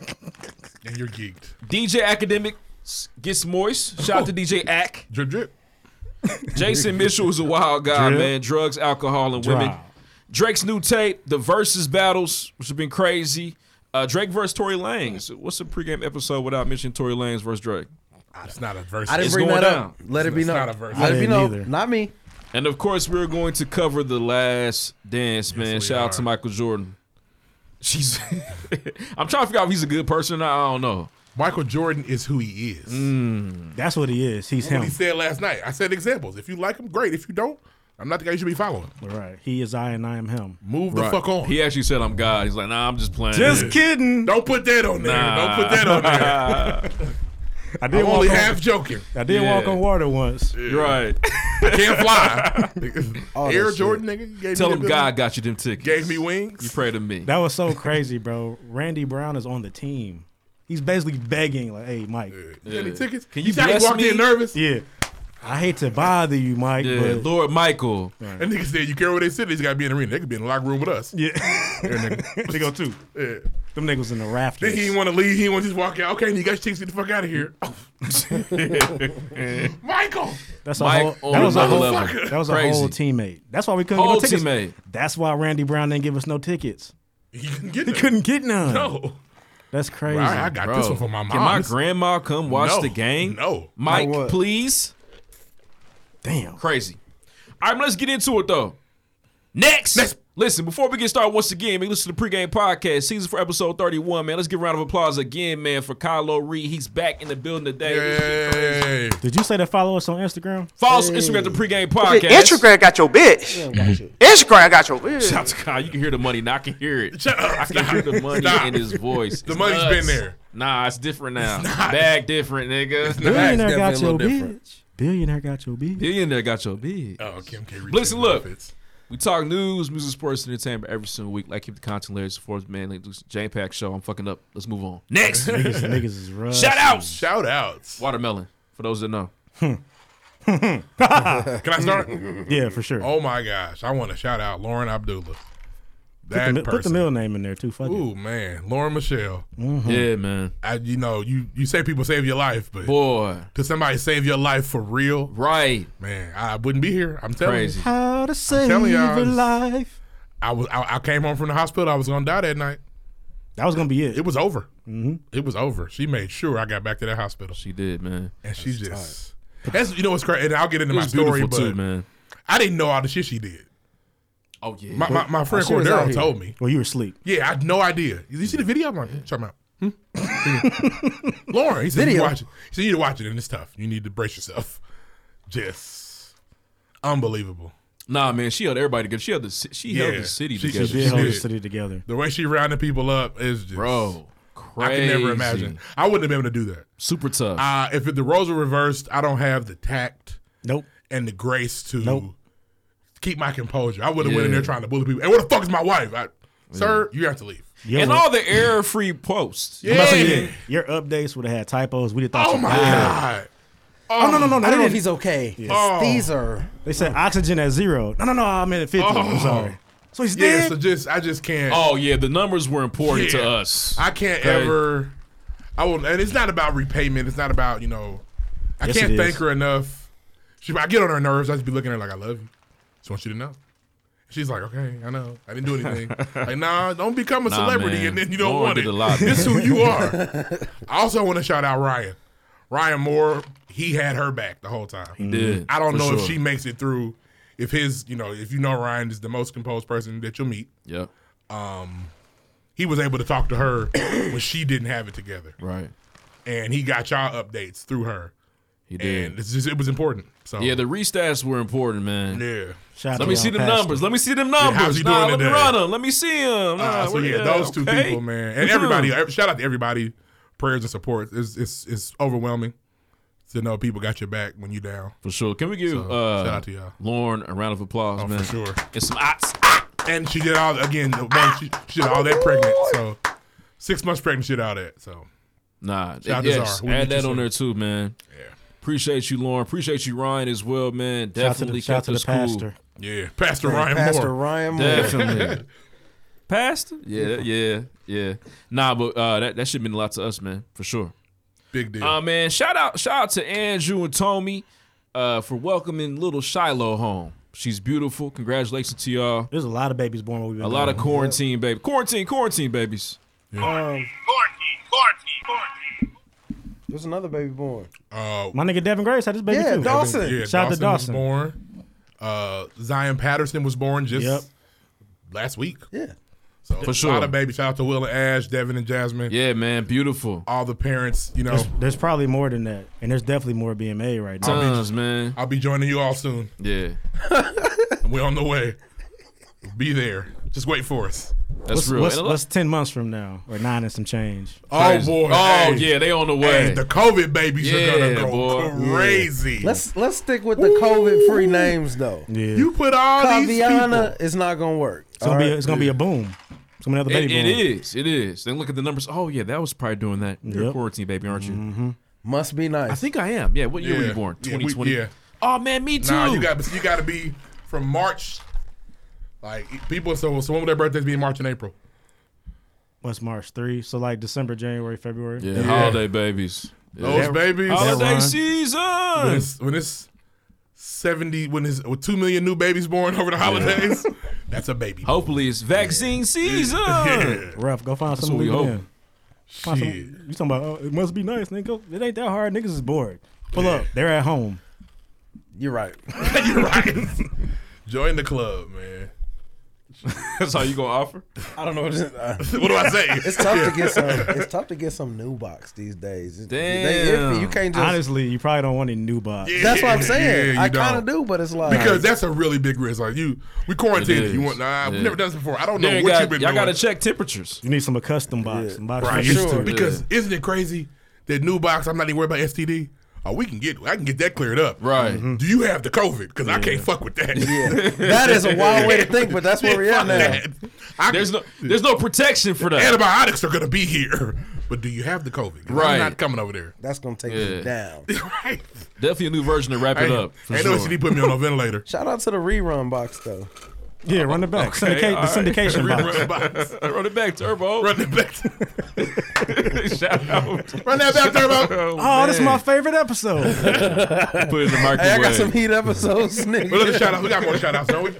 [SPEAKER 3] And you're geeked.
[SPEAKER 6] DJ Academic s- gets moist. Shout out to DJ Ack.
[SPEAKER 3] Drip, drip.
[SPEAKER 6] Jason Mitchell is a wild guy,
[SPEAKER 4] Drip.
[SPEAKER 6] man. Drugs, alcohol, and women.
[SPEAKER 4] Drive.
[SPEAKER 3] Drake's new tape, the versus battles, which have been crazy. Uh, Drake versus Tory Lanez. What's a pregame episode without mentioning Tory Lanez versus Drake?
[SPEAKER 9] Ah, It's not a verse.
[SPEAKER 13] I didn't
[SPEAKER 3] It's
[SPEAKER 13] bring
[SPEAKER 3] going
[SPEAKER 13] that
[SPEAKER 3] down.
[SPEAKER 13] up. Let it be
[SPEAKER 9] It's
[SPEAKER 13] known.
[SPEAKER 9] not a verse.
[SPEAKER 13] Let
[SPEAKER 9] I
[SPEAKER 13] it be
[SPEAKER 9] didn't
[SPEAKER 13] known.
[SPEAKER 9] either.
[SPEAKER 13] Not me.
[SPEAKER 3] And of course, we're going to cover the last dance, man. Shout out to Michael Jordan. She's. I'm trying to figure out if he's a good person or not. I don't know.
[SPEAKER 9] Michael Jordan is who he is.
[SPEAKER 13] Mm.
[SPEAKER 4] That's what he is. He's
[SPEAKER 9] That's what
[SPEAKER 4] him.
[SPEAKER 9] he said last night. I said examples. If you like him, great. If you don't, I'm not the guy you should be following.
[SPEAKER 4] Right. He is I and I am him.
[SPEAKER 9] Move the
[SPEAKER 3] Right.
[SPEAKER 9] fuck on.
[SPEAKER 3] He actually said, I'm God. He's like, nah, I'm just playing.
[SPEAKER 4] Just kidding.
[SPEAKER 9] Don't put that on there.
[SPEAKER 3] Nah.
[SPEAKER 9] Don't put that on there.
[SPEAKER 4] I
[SPEAKER 9] I'm only
[SPEAKER 4] on-
[SPEAKER 9] half joking.
[SPEAKER 4] I did walk
[SPEAKER 3] Yeah.
[SPEAKER 4] on water once.
[SPEAKER 3] You're right.
[SPEAKER 9] I can't fly.
[SPEAKER 4] All that
[SPEAKER 9] Air
[SPEAKER 4] shit.
[SPEAKER 9] Jordan, nigga, gave
[SPEAKER 3] Tell
[SPEAKER 9] me
[SPEAKER 3] him
[SPEAKER 9] the
[SPEAKER 3] God got you them tickets.
[SPEAKER 9] Gave me wings.
[SPEAKER 3] You pray to me.
[SPEAKER 4] That was so crazy, bro. Randy Brown is on the team. He's basically begging, like, "Hey, Mike,
[SPEAKER 9] You got any tickets?
[SPEAKER 3] Can
[SPEAKER 9] You
[SPEAKER 3] you
[SPEAKER 9] thought he
[SPEAKER 3] bless
[SPEAKER 9] walked
[SPEAKER 3] me?
[SPEAKER 9] in nervous?
[SPEAKER 4] yeah, I hate to bother you, Mike,
[SPEAKER 3] Yeah,
[SPEAKER 4] but
[SPEAKER 3] Lord Michael.
[SPEAKER 9] And nigga said, you care where they sit? He's got to be in the arena. They could be in the locker room with us.
[SPEAKER 4] yeah,
[SPEAKER 9] Here, nigga.
[SPEAKER 4] they go too.
[SPEAKER 9] Yeah.
[SPEAKER 4] Them niggas in the
[SPEAKER 9] Then
[SPEAKER 4] rafters.
[SPEAKER 9] he didn't want to leave. He want to just walk out. Okay, you guys chicks get the fuck out of here. Michael.
[SPEAKER 4] That's a
[SPEAKER 3] Mike
[SPEAKER 4] whole.
[SPEAKER 3] on
[SPEAKER 4] That was a
[SPEAKER 3] another
[SPEAKER 4] whole.
[SPEAKER 3] level.
[SPEAKER 4] That was a
[SPEAKER 3] Crazy.
[SPEAKER 4] whole teammate. That's why we couldn't
[SPEAKER 3] Whole
[SPEAKER 4] get no tickets.
[SPEAKER 3] teammate.
[SPEAKER 4] That's why Randy Brown didn't give us no tickets.
[SPEAKER 9] He couldn't get
[SPEAKER 4] He
[SPEAKER 9] there.
[SPEAKER 4] couldn't get none.
[SPEAKER 9] No.
[SPEAKER 4] That's crazy.
[SPEAKER 9] All right, I got this
[SPEAKER 3] Bro,
[SPEAKER 9] one from my mom.
[SPEAKER 3] Can my
[SPEAKER 9] This-
[SPEAKER 3] grandma come watch
[SPEAKER 9] No.
[SPEAKER 3] the game?
[SPEAKER 9] No.
[SPEAKER 3] Mike,
[SPEAKER 4] Like what?
[SPEAKER 3] please.
[SPEAKER 4] Damn.
[SPEAKER 3] Crazy. All right, let's get into it though. Next. Listen, before we get started, once again, man, listen to the pregame podcast, season for episode 31, man. Let's give a round of applause again, man, for Kylo Reed. He's back in the building today. This shit crazy.
[SPEAKER 9] Hey.
[SPEAKER 4] Did you say to follow us on Instagram?
[SPEAKER 3] Follow us on Instagram, the pregame podcast.
[SPEAKER 12] Instagram got your bitch. Instagram got your bitch.
[SPEAKER 3] Shout out to Kyle. You can hear the money. Now I can hear it.
[SPEAKER 9] Shut up.
[SPEAKER 3] I can hear the money
[SPEAKER 9] Stop.
[SPEAKER 3] in his voice. The
[SPEAKER 9] money's been there.
[SPEAKER 3] Nah, it's different now. Bag different, nigga.
[SPEAKER 4] Billionaire got
[SPEAKER 13] definitely a
[SPEAKER 4] your
[SPEAKER 13] little
[SPEAKER 4] bitch.
[SPEAKER 13] different.
[SPEAKER 4] Billionaire got your bitch.
[SPEAKER 3] Billionaire got your bid.
[SPEAKER 9] Oh, Kim K. reached
[SPEAKER 3] Listen,
[SPEAKER 9] in the
[SPEAKER 3] look.
[SPEAKER 9] outfits.
[SPEAKER 3] We talk news, music, sports, and entertainment every single week. Like keep the content layers for man. Like this J Pack show. I'm fucking up. Let's move on. Next,
[SPEAKER 4] Niggas, niggas is rough.
[SPEAKER 3] shout outs.
[SPEAKER 9] Shout outs.
[SPEAKER 3] Watermelon. For those that know,
[SPEAKER 9] Can I
[SPEAKER 3] Mm-hmm.
[SPEAKER 9] start?
[SPEAKER 4] Yeah, for sure.
[SPEAKER 9] oh my gosh. I want to shout out Lauren Abdullah.
[SPEAKER 4] put, the,
[SPEAKER 9] That
[SPEAKER 4] mi- put the
[SPEAKER 9] person.
[SPEAKER 4] middle name in there too. Fuck it.
[SPEAKER 9] Ooh, man. Lauren Michelle.
[SPEAKER 3] yeah, man,
[SPEAKER 9] I, you know, you, you say people save your life, but
[SPEAKER 3] boy,
[SPEAKER 9] to somebody save your life for real,
[SPEAKER 3] right,
[SPEAKER 9] man, I wouldn't be here. I'm telling
[SPEAKER 3] crazy.
[SPEAKER 9] you.
[SPEAKER 4] How to save
[SPEAKER 9] telling y'all,
[SPEAKER 4] a
[SPEAKER 9] it's-
[SPEAKER 4] life.
[SPEAKER 9] I was I, I came home from the hospital. I was gonna die that night.
[SPEAKER 4] That was gonna be it.
[SPEAKER 9] It was over. It was over. She made sure I got back to that hospital,
[SPEAKER 3] She did, man.
[SPEAKER 9] and she just. That's you know what's crazy, and I'll get into
[SPEAKER 3] It
[SPEAKER 9] my
[SPEAKER 3] was
[SPEAKER 9] story,
[SPEAKER 3] beautiful
[SPEAKER 9] but
[SPEAKER 3] too, man.
[SPEAKER 9] I didn't know all the shit she did.
[SPEAKER 3] Oh yeah,
[SPEAKER 9] My my, my friend
[SPEAKER 13] she was out
[SPEAKER 9] Cordero
[SPEAKER 13] here.
[SPEAKER 9] told me.
[SPEAKER 4] Well, you were asleep.
[SPEAKER 9] Yeah, I had no idea. You see the video? I'm like, what you talking about. Hmm? Lauren, he said, you
[SPEAKER 13] Video?
[SPEAKER 9] watch it. He said, you need to watch it, and it's tough. You need to brace yourself. Just unbelievable.
[SPEAKER 3] nah, man. She held everybody together. She held the ci- she held
[SPEAKER 9] Yeah,
[SPEAKER 3] the city
[SPEAKER 9] she- she
[SPEAKER 3] together,
[SPEAKER 4] She did hold the
[SPEAKER 9] did.
[SPEAKER 4] city together.
[SPEAKER 9] The way she rounded people up is just.
[SPEAKER 3] bro.
[SPEAKER 9] I
[SPEAKER 3] Crazy.
[SPEAKER 9] could never imagine. I wouldn't have been able to do that.
[SPEAKER 3] Super tough.
[SPEAKER 9] Uh, if the roles were reversed, I don't have the tact
[SPEAKER 4] Nope.
[SPEAKER 9] and the grace to
[SPEAKER 4] Nope.
[SPEAKER 9] keep my composure. I would have went in
[SPEAKER 3] Yeah.
[SPEAKER 9] there trying to bully people. And where the fuck is my wife? I, Sir, you have to leave.
[SPEAKER 4] Your,
[SPEAKER 3] and all the error-free posts.
[SPEAKER 4] I'm about to say,
[SPEAKER 9] Yeah.
[SPEAKER 4] your- your updates would have had typos. We'd have thought.
[SPEAKER 9] Oh
[SPEAKER 4] you
[SPEAKER 9] my
[SPEAKER 4] died.
[SPEAKER 9] god. Oh,
[SPEAKER 4] No, no, no, no.
[SPEAKER 13] I
[SPEAKER 4] they
[SPEAKER 13] don't know if
[SPEAKER 4] didn't-
[SPEAKER 13] he's okay.
[SPEAKER 9] Oh.
[SPEAKER 13] These are.
[SPEAKER 4] They said oxygen at zero. No, no, no. I'm at fifty. I'm
[SPEAKER 9] Oh.
[SPEAKER 4] sorry. So he's
[SPEAKER 9] Yeah,
[SPEAKER 4] dead.
[SPEAKER 9] so just I just can't.
[SPEAKER 3] Oh yeah, the numbers were important to
[SPEAKER 9] Yeah.
[SPEAKER 3] us.
[SPEAKER 9] I can't
[SPEAKER 3] Okay.
[SPEAKER 9] ever. I will, and it's not about repayment. It's not about you know. I
[SPEAKER 4] Yes,
[SPEAKER 9] can't
[SPEAKER 4] it
[SPEAKER 9] thank
[SPEAKER 4] is.
[SPEAKER 9] her enough. She, I get on her nerves. I just be looking at her like I love you. Just want you to know. She's like, okay, I know. I didn't do anything. like, nah, don't become a
[SPEAKER 3] Nah,
[SPEAKER 9] celebrity
[SPEAKER 3] man.
[SPEAKER 9] and then you don't
[SPEAKER 3] Lauren
[SPEAKER 9] want
[SPEAKER 3] did
[SPEAKER 9] it.
[SPEAKER 3] a lot,
[SPEAKER 9] this is who you are. I also want to shout out Ryan. Ryan Moore. He had her back the whole time. He
[SPEAKER 3] did,
[SPEAKER 9] I don't
[SPEAKER 3] for
[SPEAKER 9] know if
[SPEAKER 3] sure.
[SPEAKER 9] she makes it through. If his, you know, if you know Ryan is the most composed person that you'll meet Um,
[SPEAKER 3] yeah,
[SPEAKER 9] he was able to talk to her when she didn't have it together,
[SPEAKER 3] right.
[SPEAKER 9] and he got y'all updates through her,
[SPEAKER 3] He did.
[SPEAKER 9] and it's just it was important. So
[SPEAKER 3] yeah, the restats were important, man.
[SPEAKER 9] yeah.
[SPEAKER 4] Shout out
[SPEAKER 3] Let
[SPEAKER 4] to
[SPEAKER 3] me
[SPEAKER 4] y'all
[SPEAKER 3] see them
[SPEAKER 4] pastor.
[SPEAKER 3] numbers. Let me see them numbers.
[SPEAKER 9] how's he
[SPEAKER 3] nah,
[SPEAKER 9] doing
[SPEAKER 3] let me
[SPEAKER 9] today?
[SPEAKER 3] run them. Let me see them. Nah,
[SPEAKER 9] Uh, so yeah, those two
[SPEAKER 3] Ah, okay.
[SPEAKER 9] people, man,
[SPEAKER 3] Look
[SPEAKER 9] and
[SPEAKER 3] at
[SPEAKER 9] everybody.
[SPEAKER 3] them.
[SPEAKER 9] ev- Shout out to everybody. Prayers and support. It's it's it's overwhelming to know people got your back when you down.
[SPEAKER 3] For sure. Can we give
[SPEAKER 9] So,
[SPEAKER 3] uh,
[SPEAKER 9] shout out to y'all.
[SPEAKER 3] Lauren a round of applause,
[SPEAKER 9] Oh,
[SPEAKER 3] man?
[SPEAKER 9] for sure.
[SPEAKER 3] And some ots. Ah!
[SPEAKER 9] And she did all again. the one- She, she did all that pregnant. So six months pregnant. She did all that. So
[SPEAKER 3] Nah,
[SPEAKER 9] out to
[SPEAKER 3] yes,
[SPEAKER 9] Zara. We'll
[SPEAKER 3] add
[SPEAKER 9] get you
[SPEAKER 3] that on
[SPEAKER 9] soon.
[SPEAKER 3] there too, man.
[SPEAKER 9] yeah,
[SPEAKER 3] Appreciate you, Lauren. Appreciate you, Ryan, as well, man.
[SPEAKER 4] Shout out to
[SPEAKER 3] Definitely
[SPEAKER 4] the, shout
[SPEAKER 3] kept
[SPEAKER 4] out to the
[SPEAKER 3] us cool.
[SPEAKER 4] pastor.
[SPEAKER 9] yeah. Pastor Ryan
[SPEAKER 13] Pastor
[SPEAKER 9] Moore.
[SPEAKER 13] Ryan Moore.
[SPEAKER 3] Definitely. Pastor? Yeah, yeah, yeah. Nah, but uh, that, that should mean a lot to us, man, for sure.
[SPEAKER 9] Big deal.
[SPEAKER 3] Uh, man, shout out, shout out to Andrew and Tommy uh, for welcoming little Shiloh home. She's beautiful. Congratulations to y'all.
[SPEAKER 4] There's a lot of babies born. We've been
[SPEAKER 3] A lot
[SPEAKER 4] doing.
[SPEAKER 3] of quarantine, baby. Quarantine, quarantine, babies.
[SPEAKER 4] Um,
[SPEAKER 13] There's another baby born.
[SPEAKER 9] Uh,
[SPEAKER 4] My nigga Devin Grace had his baby
[SPEAKER 13] Yeah,
[SPEAKER 4] too.
[SPEAKER 13] Dawson.
[SPEAKER 9] Yeah,
[SPEAKER 4] Shout out to
[SPEAKER 9] was
[SPEAKER 4] Dawson.
[SPEAKER 9] born. Uh, Zion Patterson was born just last week.
[SPEAKER 13] Yeah.
[SPEAKER 9] So
[SPEAKER 3] For
[SPEAKER 9] a
[SPEAKER 3] sure.
[SPEAKER 9] lot of babies. Shout out to Will and Ash, Devin and Jasmine.
[SPEAKER 3] Yeah, man, beautiful.
[SPEAKER 9] All the parents, you know.
[SPEAKER 4] There's, there's probably more than that, and there's definitely more being made right now.
[SPEAKER 3] Tons, man.
[SPEAKER 9] I'll be joining you all soon.
[SPEAKER 3] Yeah.
[SPEAKER 9] We're on the way. Be there. Just wait for us.
[SPEAKER 4] what's, What's, what's ten months from now, or nine and some change?
[SPEAKER 9] Oh boy!
[SPEAKER 3] Oh, yeah, they on the way.
[SPEAKER 9] Hey, the COVID babies are gonna
[SPEAKER 3] Yeah,
[SPEAKER 9] go
[SPEAKER 3] boy.
[SPEAKER 9] crazy.
[SPEAKER 13] Let's let's stick with the COVID free names though.
[SPEAKER 4] Yeah.
[SPEAKER 9] You put all these people.
[SPEAKER 13] Kaviana is not gonna work.
[SPEAKER 4] It's
[SPEAKER 13] Uh,
[SPEAKER 4] gonna
[SPEAKER 13] all
[SPEAKER 4] be
[SPEAKER 13] right?
[SPEAKER 4] it's gonna be a boom. It's gonna be another
[SPEAKER 3] It,
[SPEAKER 4] baby
[SPEAKER 3] it
[SPEAKER 4] boom.
[SPEAKER 3] is. It is. Then look at the numbers. Oh yeah, that was probably doing that. You're a
[SPEAKER 4] Yep.
[SPEAKER 3] quarantine baby, aren't you?
[SPEAKER 13] Must be nice.
[SPEAKER 3] I think I am. Yeah. What year were you born?
[SPEAKER 9] Yeah, we-
[SPEAKER 3] 2020.
[SPEAKER 9] yeah.
[SPEAKER 3] Oh man, me
[SPEAKER 9] Nah,
[SPEAKER 3] too.
[SPEAKER 9] you got you got to be from March. Like people, so so when would their birthdays be in March and April?
[SPEAKER 4] What's March three? So like December, January, February.
[SPEAKER 3] Yeah, holiday babies.
[SPEAKER 9] Those
[SPEAKER 3] Yeah.
[SPEAKER 9] babies.
[SPEAKER 3] Holiday
[SPEAKER 4] Ryan.
[SPEAKER 3] season.
[SPEAKER 9] When it's, when it's seventy, when it's with two million new babies born over the holidays, that's a baby.
[SPEAKER 3] Hopefully it's vaccine season.
[SPEAKER 9] Yeah.
[SPEAKER 4] Rough. Go find
[SPEAKER 3] That's
[SPEAKER 4] something.
[SPEAKER 3] what we
[SPEAKER 4] to leave
[SPEAKER 3] hope.
[SPEAKER 4] in. Find some- you talking about? Oh, it must be nice, nigga. It ain't that hard. Niggas is bored. Pull up. They're at home.
[SPEAKER 13] You're right.
[SPEAKER 9] You're right. Join the club, man.
[SPEAKER 3] That's all you gonna offer?
[SPEAKER 13] I don't know. What,
[SPEAKER 9] What do I say?
[SPEAKER 13] It's tough to get some. It's tough to get some new box these days. It- they
[SPEAKER 3] Damn.
[SPEAKER 13] iffy. You can't just.
[SPEAKER 4] Honestly, you probably don't want any new box.
[SPEAKER 13] that's what I'm
[SPEAKER 9] Yeah,
[SPEAKER 13] saying.
[SPEAKER 9] you
[SPEAKER 13] I kind of
[SPEAKER 9] don't.
[SPEAKER 13] do, but it's like
[SPEAKER 9] Because that's a really big risk. Like you, we
[SPEAKER 3] It
[SPEAKER 9] quarantined.
[SPEAKER 3] is.
[SPEAKER 9] You want? Nah,
[SPEAKER 3] Yeah.
[SPEAKER 9] we've never done this before. I don't know
[SPEAKER 3] Then
[SPEAKER 9] what
[SPEAKER 3] you got,
[SPEAKER 9] you've been
[SPEAKER 3] y'all
[SPEAKER 9] doing.
[SPEAKER 3] gotta check temperatures.
[SPEAKER 4] You need some custom box. Some box
[SPEAKER 9] Right,
[SPEAKER 4] for
[SPEAKER 9] it's-
[SPEAKER 4] sure.
[SPEAKER 9] Because isn't it crazy that new box? I'm not even worried about STD. Oh, we can get. I can get that cleared up. Mm-hmm.
[SPEAKER 3] Right.
[SPEAKER 9] Do you have the COVID? Because I can't fuck with that. Yeah,
[SPEAKER 13] that is a wild way to think, but that's where we are now.
[SPEAKER 9] I,
[SPEAKER 3] There's no there's no protection for that.
[SPEAKER 9] antibiotics are gonna be here, but do you have the COVID? 'Cause
[SPEAKER 3] Right.
[SPEAKER 9] I'm not coming over there.
[SPEAKER 13] That's gonna take
[SPEAKER 3] Yeah.
[SPEAKER 13] you down.
[SPEAKER 9] right.
[SPEAKER 3] Definitely a new version to wrap it
[SPEAKER 9] Ain't-
[SPEAKER 3] up. For
[SPEAKER 9] ain't
[SPEAKER 3] sure.
[SPEAKER 9] no STD put me on a ventilator.
[SPEAKER 13] Shout out to the rerun box though.
[SPEAKER 4] Yeah, run it back. Syndicate,
[SPEAKER 3] all right.
[SPEAKER 4] the syndication
[SPEAKER 9] Run,
[SPEAKER 4] box.
[SPEAKER 9] run, box.
[SPEAKER 3] Run it back, Turbo.
[SPEAKER 9] run it back.
[SPEAKER 3] Shout out.
[SPEAKER 9] Run that back, Turbo.
[SPEAKER 4] Oh, this is my favorite episode.
[SPEAKER 3] Put it in the microwave.
[SPEAKER 13] Hey, I got some heat episodes, nigga.
[SPEAKER 9] Well, look at shout outs. We got more shout outs, don't we?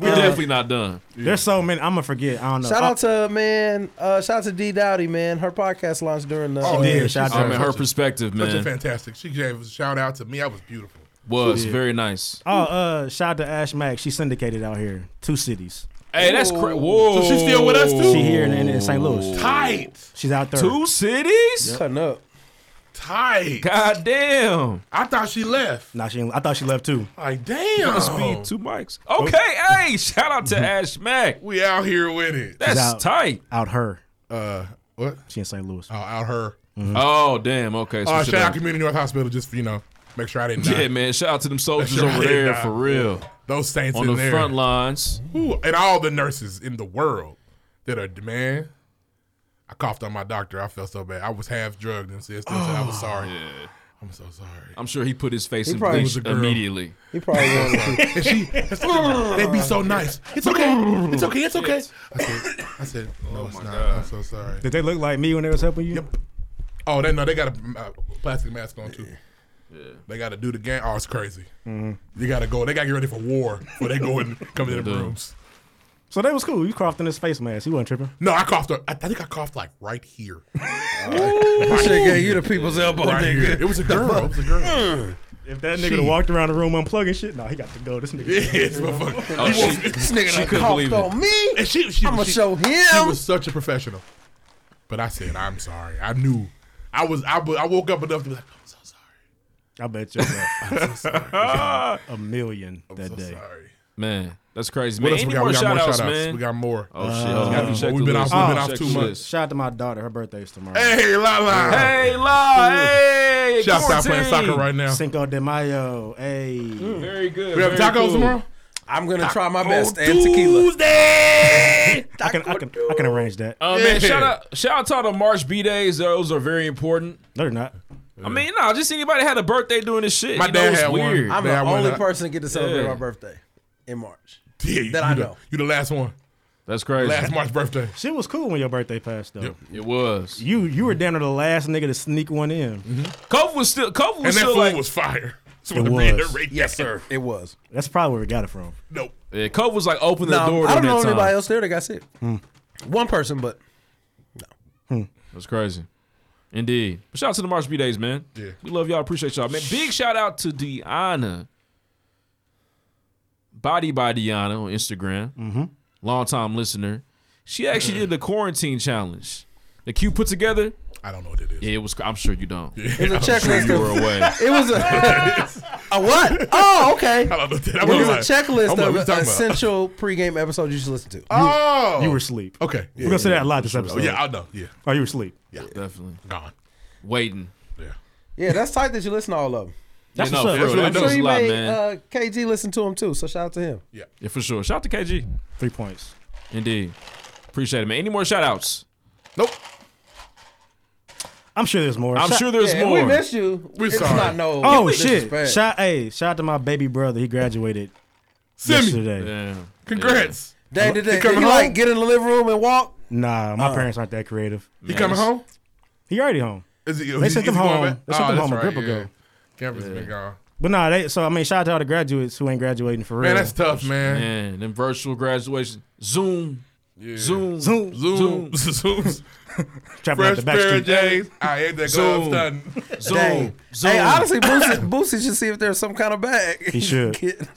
[SPEAKER 3] We're definitely not done.
[SPEAKER 4] There's so many. I'm gonna forget. I don't know. Oh,
[SPEAKER 13] Shout out to man, uh, shout out to D Dowdy, man. Her podcast launched during the
[SPEAKER 9] Oh,
[SPEAKER 4] did.
[SPEAKER 9] yeah,
[SPEAKER 4] Shout
[SPEAKER 9] she's
[SPEAKER 4] out
[SPEAKER 3] I'm
[SPEAKER 4] to
[SPEAKER 3] in her perspective,
[SPEAKER 9] Such a
[SPEAKER 3] man.
[SPEAKER 9] fantastic. She gave a shout out to me. That was beautiful.
[SPEAKER 3] Was very nice.
[SPEAKER 4] Oh, uh, shout out to Ash Mack. She syndicated out here, two cities.
[SPEAKER 3] Hey, that's crazy. Whoa.
[SPEAKER 9] So she's still with
[SPEAKER 3] Oh.
[SPEAKER 9] us, too?
[SPEAKER 4] She here in, in St. Louis.
[SPEAKER 9] Tight,
[SPEAKER 4] She's out there.
[SPEAKER 3] Two cities?
[SPEAKER 13] cutting up.
[SPEAKER 9] tight.
[SPEAKER 3] God damn.
[SPEAKER 9] I thought she left.
[SPEAKER 4] Nah, she. ain't- I thought she left too.
[SPEAKER 9] Like damn.
[SPEAKER 3] Speed, two mics. Okay,
[SPEAKER 13] Oh.
[SPEAKER 3] hey, shout out to Ash Mack.
[SPEAKER 9] We out here with it.
[SPEAKER 3] That's
[SPEAKER 4] out.
[SPEAKER 3] tight.
[SPEAKER 4] Out her.
[SPEAKER 9] Uh, what?
[SPEAKER 4] She in St. Louis.
[SPEAKER 9] Oh, out her.
[SPEAKER 3] Oh, damn. Okay. So
[SPEAKER 9] Uh,
[SPEAKER 3] shit
[SPEAKER 9] shout out
[SPEAKER 3] out.
[SPEAKER 9] Community North Hospital just for you know make sure I didn't. die.
[SPEAKER 3] yeah, man. Shout out to them soldiers
[SPEAKER 9] That's
[SPEAKER 3] over
[SPEAKER 9] right,
[SPEAKER 3] there
[SPEAKER 9] nah.
[SPEAKER 3] for real.
[SPEAKER 9] Those saints
[SPEAKER 3] On
[SPEAKER 9] in
[SPEAKER 3] the
[SPEAKER 9] there.
[SPEAKER 3] front lines.
[SPEAKER 9] Ooh, and all the nurses in the world that are man. I coughed on my doctor. I felt so bad. I was half drugged and said, "I
[SPEAKER 3] Oh,
[SPEAKER 9] was sorry. I'm so sorry."
[SPEAKER 3] I'm sure he put his face in
[SPEAKER 13] probably
[SPEAKER 3] bleach
[SPEAKER 13] was
[SPEAKER 9] a girl.
[SPEAKER 3] immediately.
[SPEAKER 13] He probably wanted to
[SPEAKER 9] And she, they'd be so nice. It's okay. It's okay. It's okay. I said, I said,
[SPEAKER 3] Oh,
[SPEAKER 9] no, it's not. I'm so sorry.
[SPEAKER 4] Did they look like me when they was helping you? Yep.
[SPEAKER 9] Oh, they no, they got a uh, plastic mask on too. They got to do the game. Oh, it's crazy. They got to go. They got to get ready for war before they go and come in the rooms.
[SPEAKER 4] So they was cool. You coughed in his face mask. He wasn't tripping.
[SPEAKER 9] No, I coughed. I, I think I coughed like right here.
[SPEAKER 13] gave you the people's elbow,
[SPEAKER 9] Oh, Right here. It was a girl. It was a girl.
[SPEAKER 4] If that nigga walked around the room unplugging shit, nah, he got to go. This nigga.
[SPEAKER 9] yes, motherfucker.
[SPEAKER 3] Oh,
[SPEAKER 9] He
[SPEAKER 3] she,
[SPEAKER 9] walked-
[SPEAKER 13] This nigga
[SPEAKER 3] she
[SPEAKER 13] done
[SPEAKER 3] couldn't believe it.
[SPEAKER 13] coughed on me.
[SPEAKER 9] and she, she,
[SPEAKER 13] I'ma
[SPEAKER 9] she-
[SPEAKER 13] show
[SPEAKER 9] She
[SPEAKER 13] him.
[SPEAKER 9] was such a professional. But I said, I'm sorry. I knew. I was. I, w- I woke up enough to be like, I'm so sorry.
[SPEAKER 4] I bet you got
[SPEAKER 9] I'm so sorry.
[SPEAKER 4] a million that
[SPEAKER 9] I'm so
[SPEAKER 4] day.
[SPEAKER 9] sorry.
[SPEAKER 3] Man, that's crazy.
[SPEAKER 9] What
[SPEAKER 3] Man,
[SPEAKER 9] else
[SPEAKER 3] any
[SPEAKER 9] we got?
[SPEAKER 3] more
[SPEAKER 9] We got
[SPEAKER 3] shout
[SPEAKER 9] more
[SPEAKER 3] outs,
[SPEAKER 9] shout outs.
[SPEAKER 3] man?
[SPEAKER 9] We got more.
[SPEAKER 3] Oh, shit. I gotta check
[SPEAKER 9] we've
[SPEAKER 3] the
[SPEAKER 9] been
[SPEAKER 3] list.
[SPEAKER 9] off- we've been
[SPEAKER 3] Oh,
[SPEAKER 9] off
[SPEAKER 3] check
[SPEAKER 9] too
[SPEAKER 3] the
[SPEAKER 9] much.
[SPEAKER 3] list.
[SPEAKER 4] Shout out to my daughter. Her birthday's tomorrow.
[SPEAKER 9] Hey, la la.
[SPEAKER 3] Hey, La. Hey,
[SPEAKER 9] Shout out playing
[SPEAKER 3] quarantine.
[SPEAKER 9] soccer right now.
[SPEAKER 4] Cinco de Mayo. Hey.
[SPEAKER 3] Very good.
[SPEAKER 9] We have
[SPEAKER 3] very
[SPEAKER 9] tacos
[SPEAKER 3] cool.
[SPEAKER 9] tomorrow.
[SPEAKER 13] I'm gonna try my best
[SPEAKER 9] Oh,
[SPEAKER 13] and tequila.
[SPEAKER 9] Tuesday.
[SPEAKER 4] I can I can I can arrange that.
[SPEAKER 3] Uh,
[SPEAKER 9] Yeah.
[SPEAKER 3] man, shout out, shout out to all the March B days. Those are very important.
[SPEAKER 4] No, they're not.
[SPEAKER 3] I mean, no, just anybody had a birthday doing this shit.
[SPEAKER 9] My
[SPEAKER 3] you
[SPEAKER 9] dad
[SPEAKER 3] know, it's
[SPEAKER 9] had one.
[SPEAKER 3] weird.
[SPEAKER 13] I'm
[SPEAKER 9] Man, I
[SPEAKER 13] the
[SPEAKER 9] went
[SPEAKER 13] only
[SPEAKER 9] out.
[SPEAKER 13] person to get to celebrate
[SPEAKER 3] Yeah.
[SPEAKER 13] my birthday in March.
[SPEAKER 9] Yeah, you,
[SPEAKER 13] That I
[SPEAKER 9] the-
[SPEAKER 13] know.
[SPEAKER 9] You the last one.
[SPEAKER 3] That's crazy.
[SPEAKER 9] Last March birthday.
[SPEAKER 4] Shit was cool when your birthday passed though.
[SPEAKER 3] It was.
[SPEAKER 4] You you were down to the last nigga to sneak one in.
[SPEAKER 3] Kof was still. Kof was
[SPEAKER 9] And that
[SPEAKER 3] still
[SPEAKER 9] food
[SPEAKER 3] like.
[SPEAKER 9] was fire. Just wanna reiterate
[SPEAKER 13] Yes,
[SPEAKER 9] that.
[SPEAKER 13] sir. It was.
[SPEAKER 4] That's probably where we got it from.
[SPEAKER 9] Nope.
[SPEAKER 3] Yeah, Cove was like opening the
[SPEAKER 13] No,
[SPEAKER 3] door.
[SPEAKER 13] Um, I don't
[SPEAKER 3] during
[SPEAKER 13] know
[SPEAKER 3] that time.
[SPEAKER 13] anybody else there that got sick.
[SPEAKER 3] Hmm.
[SPEAKER 13] One person, but
[SPEAKER 3] That's crazy. Indeed. But shout out to the March B Days, man.
[SPEAKER 9] Yeah.
[SPEAKER 3] We love y'all. Appreciate y'all, man. Big shout out to Deanna. Body by Deanna on Instagram. Mm-hmm. Long time listener. She actually did the quarantine challenge. The Q put together.
[SPEAKER 9] I don't know what it is.
[SPEAKER 3] Yeah, it was. I'm sure you don't.
[SPEAKER 13] it was a
[SPEAKER 3] I'm sure
[SPEAKER 13] checklist.
[SPEAKER 3] you
[SPEAKER 13] of-
[SPEAKER 3] were away.
[SPEAKER 13] It was a a what? Oh, okay.
[SPEAKER 9] I'm
[SPEAKER 13] It was a
[SPEAKER 9] like-
[SPEAKER 13] checklist
[SPEAKER 9] I'm like, what you
[SPEAKER 13] of
[SPEAKER 9] talking about?
[SPEAKER 13] essential pregame episodes you should listen to.
[SPEAKER 9] Oh,
[SPEAKER 4] You were asleep.
[SPEAKER 9] Okay.
[SPEAKER 4] We're going to say that a lot this
[SPEAKER 9] Oh,
[SPEAKER 4] episode.
[SPEAKER 9] yeah, I know. Yeah.
[SPEAKER 4] Oh, you were asleep.
[SPEAKER 9] Yeah.
[SPEAKER 3] Definitely.
[SPEAKER 9] Gone.
[SPEAKER 3] Waiting.
[SPEAKER 13] Yeah, that's tight that you listen to all of them.
[SPEAKER 3] That's Yeah, what's no, up, for bro. real,
[SPEAKER 13] I'm
[SPEAKER 3] that
[SPEAKER 13] sure
[SPEAKER 3] does
[SPEAKER 13] you
[SPEAKER 3] a lot,
[SPEAKER 13] made
[SPEAKER 3] man.
[SPEAKER 13] uh, KG listen to him too, so shout out to him.
[SPEAKER 9] Yeah.
[SPEAKER 3] Yeah, for sure. Shout out to KG.
[SPEAKER 4] Three points.
[SPEAKER 3] Indeed. Appreciate it, man. Any more shout outs?
[SPEAKER 4] I'm sure there's more.
[SPEAKER 3] I'm
[SPEAKER 4] Shout-
[SPEAKER 3] sure there's
[SPEAKER 13] Yeah, and we more. missed you. We're It's sorry. not no
[SPEAKER 4] Oh shit!
[SPEAKER 13] disrespect.
[SPEAKER 4] Shout, hey, shout out to my baby brother. He graduated
[SPEAKER 9] Simi.
[SPEAKER 4] yesterday.
[SPEAKER 9] Congrats.
[SPEAKER 13] Day to
[SPEAKER 4] He
[SPEAKER 13] day. Did
[SPEAKER 4] coming
[SPEAKER 13] he
[SPEAKER 4] home?
[SPEAKER 13] like get in the living room and walk?
[SPEAKER 4] Nah, my
[SPEAKER 9] Uh.
[SPEAKER 13] Oh.
[SPEAKER 4] parents aren't that creative.
[SPEAKER 9] He coming home?
[SPEAKER 4] He already home.
[SPEAKER 9] Is oh, he,
[SPEAKER 4] they
[SPEAKER 9] is
[SPEAKER 4] sent
[SPEAKER 9] he-
[SPEAKER 4] him
[SPEAKER 9] is he going
[SPEAKER 4] home.
[SPEAKER 9] back?
[SPEAKER 4] They sent
[SPEAKER 9] Oh,
[SPEAKER 4] him
[SPEAKER 9] that's
[SPEAKER 4] home a
[SPEAKER 9] right,
[SPEAKER 4] grip
[SPEAKER 9] yeah.
[SPEAKER 4] ago.
[SPEAKER 9] Cameron's been gone.
[SPEAKER 4] But nah, they, so I mean, shout out to all the graduates who ain't graduating for real.
[SPEAKER 9] Man, that's tough, man.
[SPEAKER 3] Man, them virtual graduations. Zoom.
[SPEAKER 9] Yeah.
[SPEAKER 3] Zoom.
[SPEAKER 4] Zoom.
[SPEAKER 9] Zoom. Zoom.
[SPEAKER 4] Trapping out
[SPEAKER 9] Fresh
[SPEAKER 4] the back
[SPEAKER 9] pair
[SPEAKER 4] street.
[SPEAKER 9] of J's. I had that gloves
[SPEAKER 3] Zoom.
[SPEAKER 9] done.
[SPEAKER 13] Dang. Hey, honestly, Boosie, Boosie should see if there's some kind of bag.
[SPEAKER 3] He should.
[SPEAKER 13] Kid.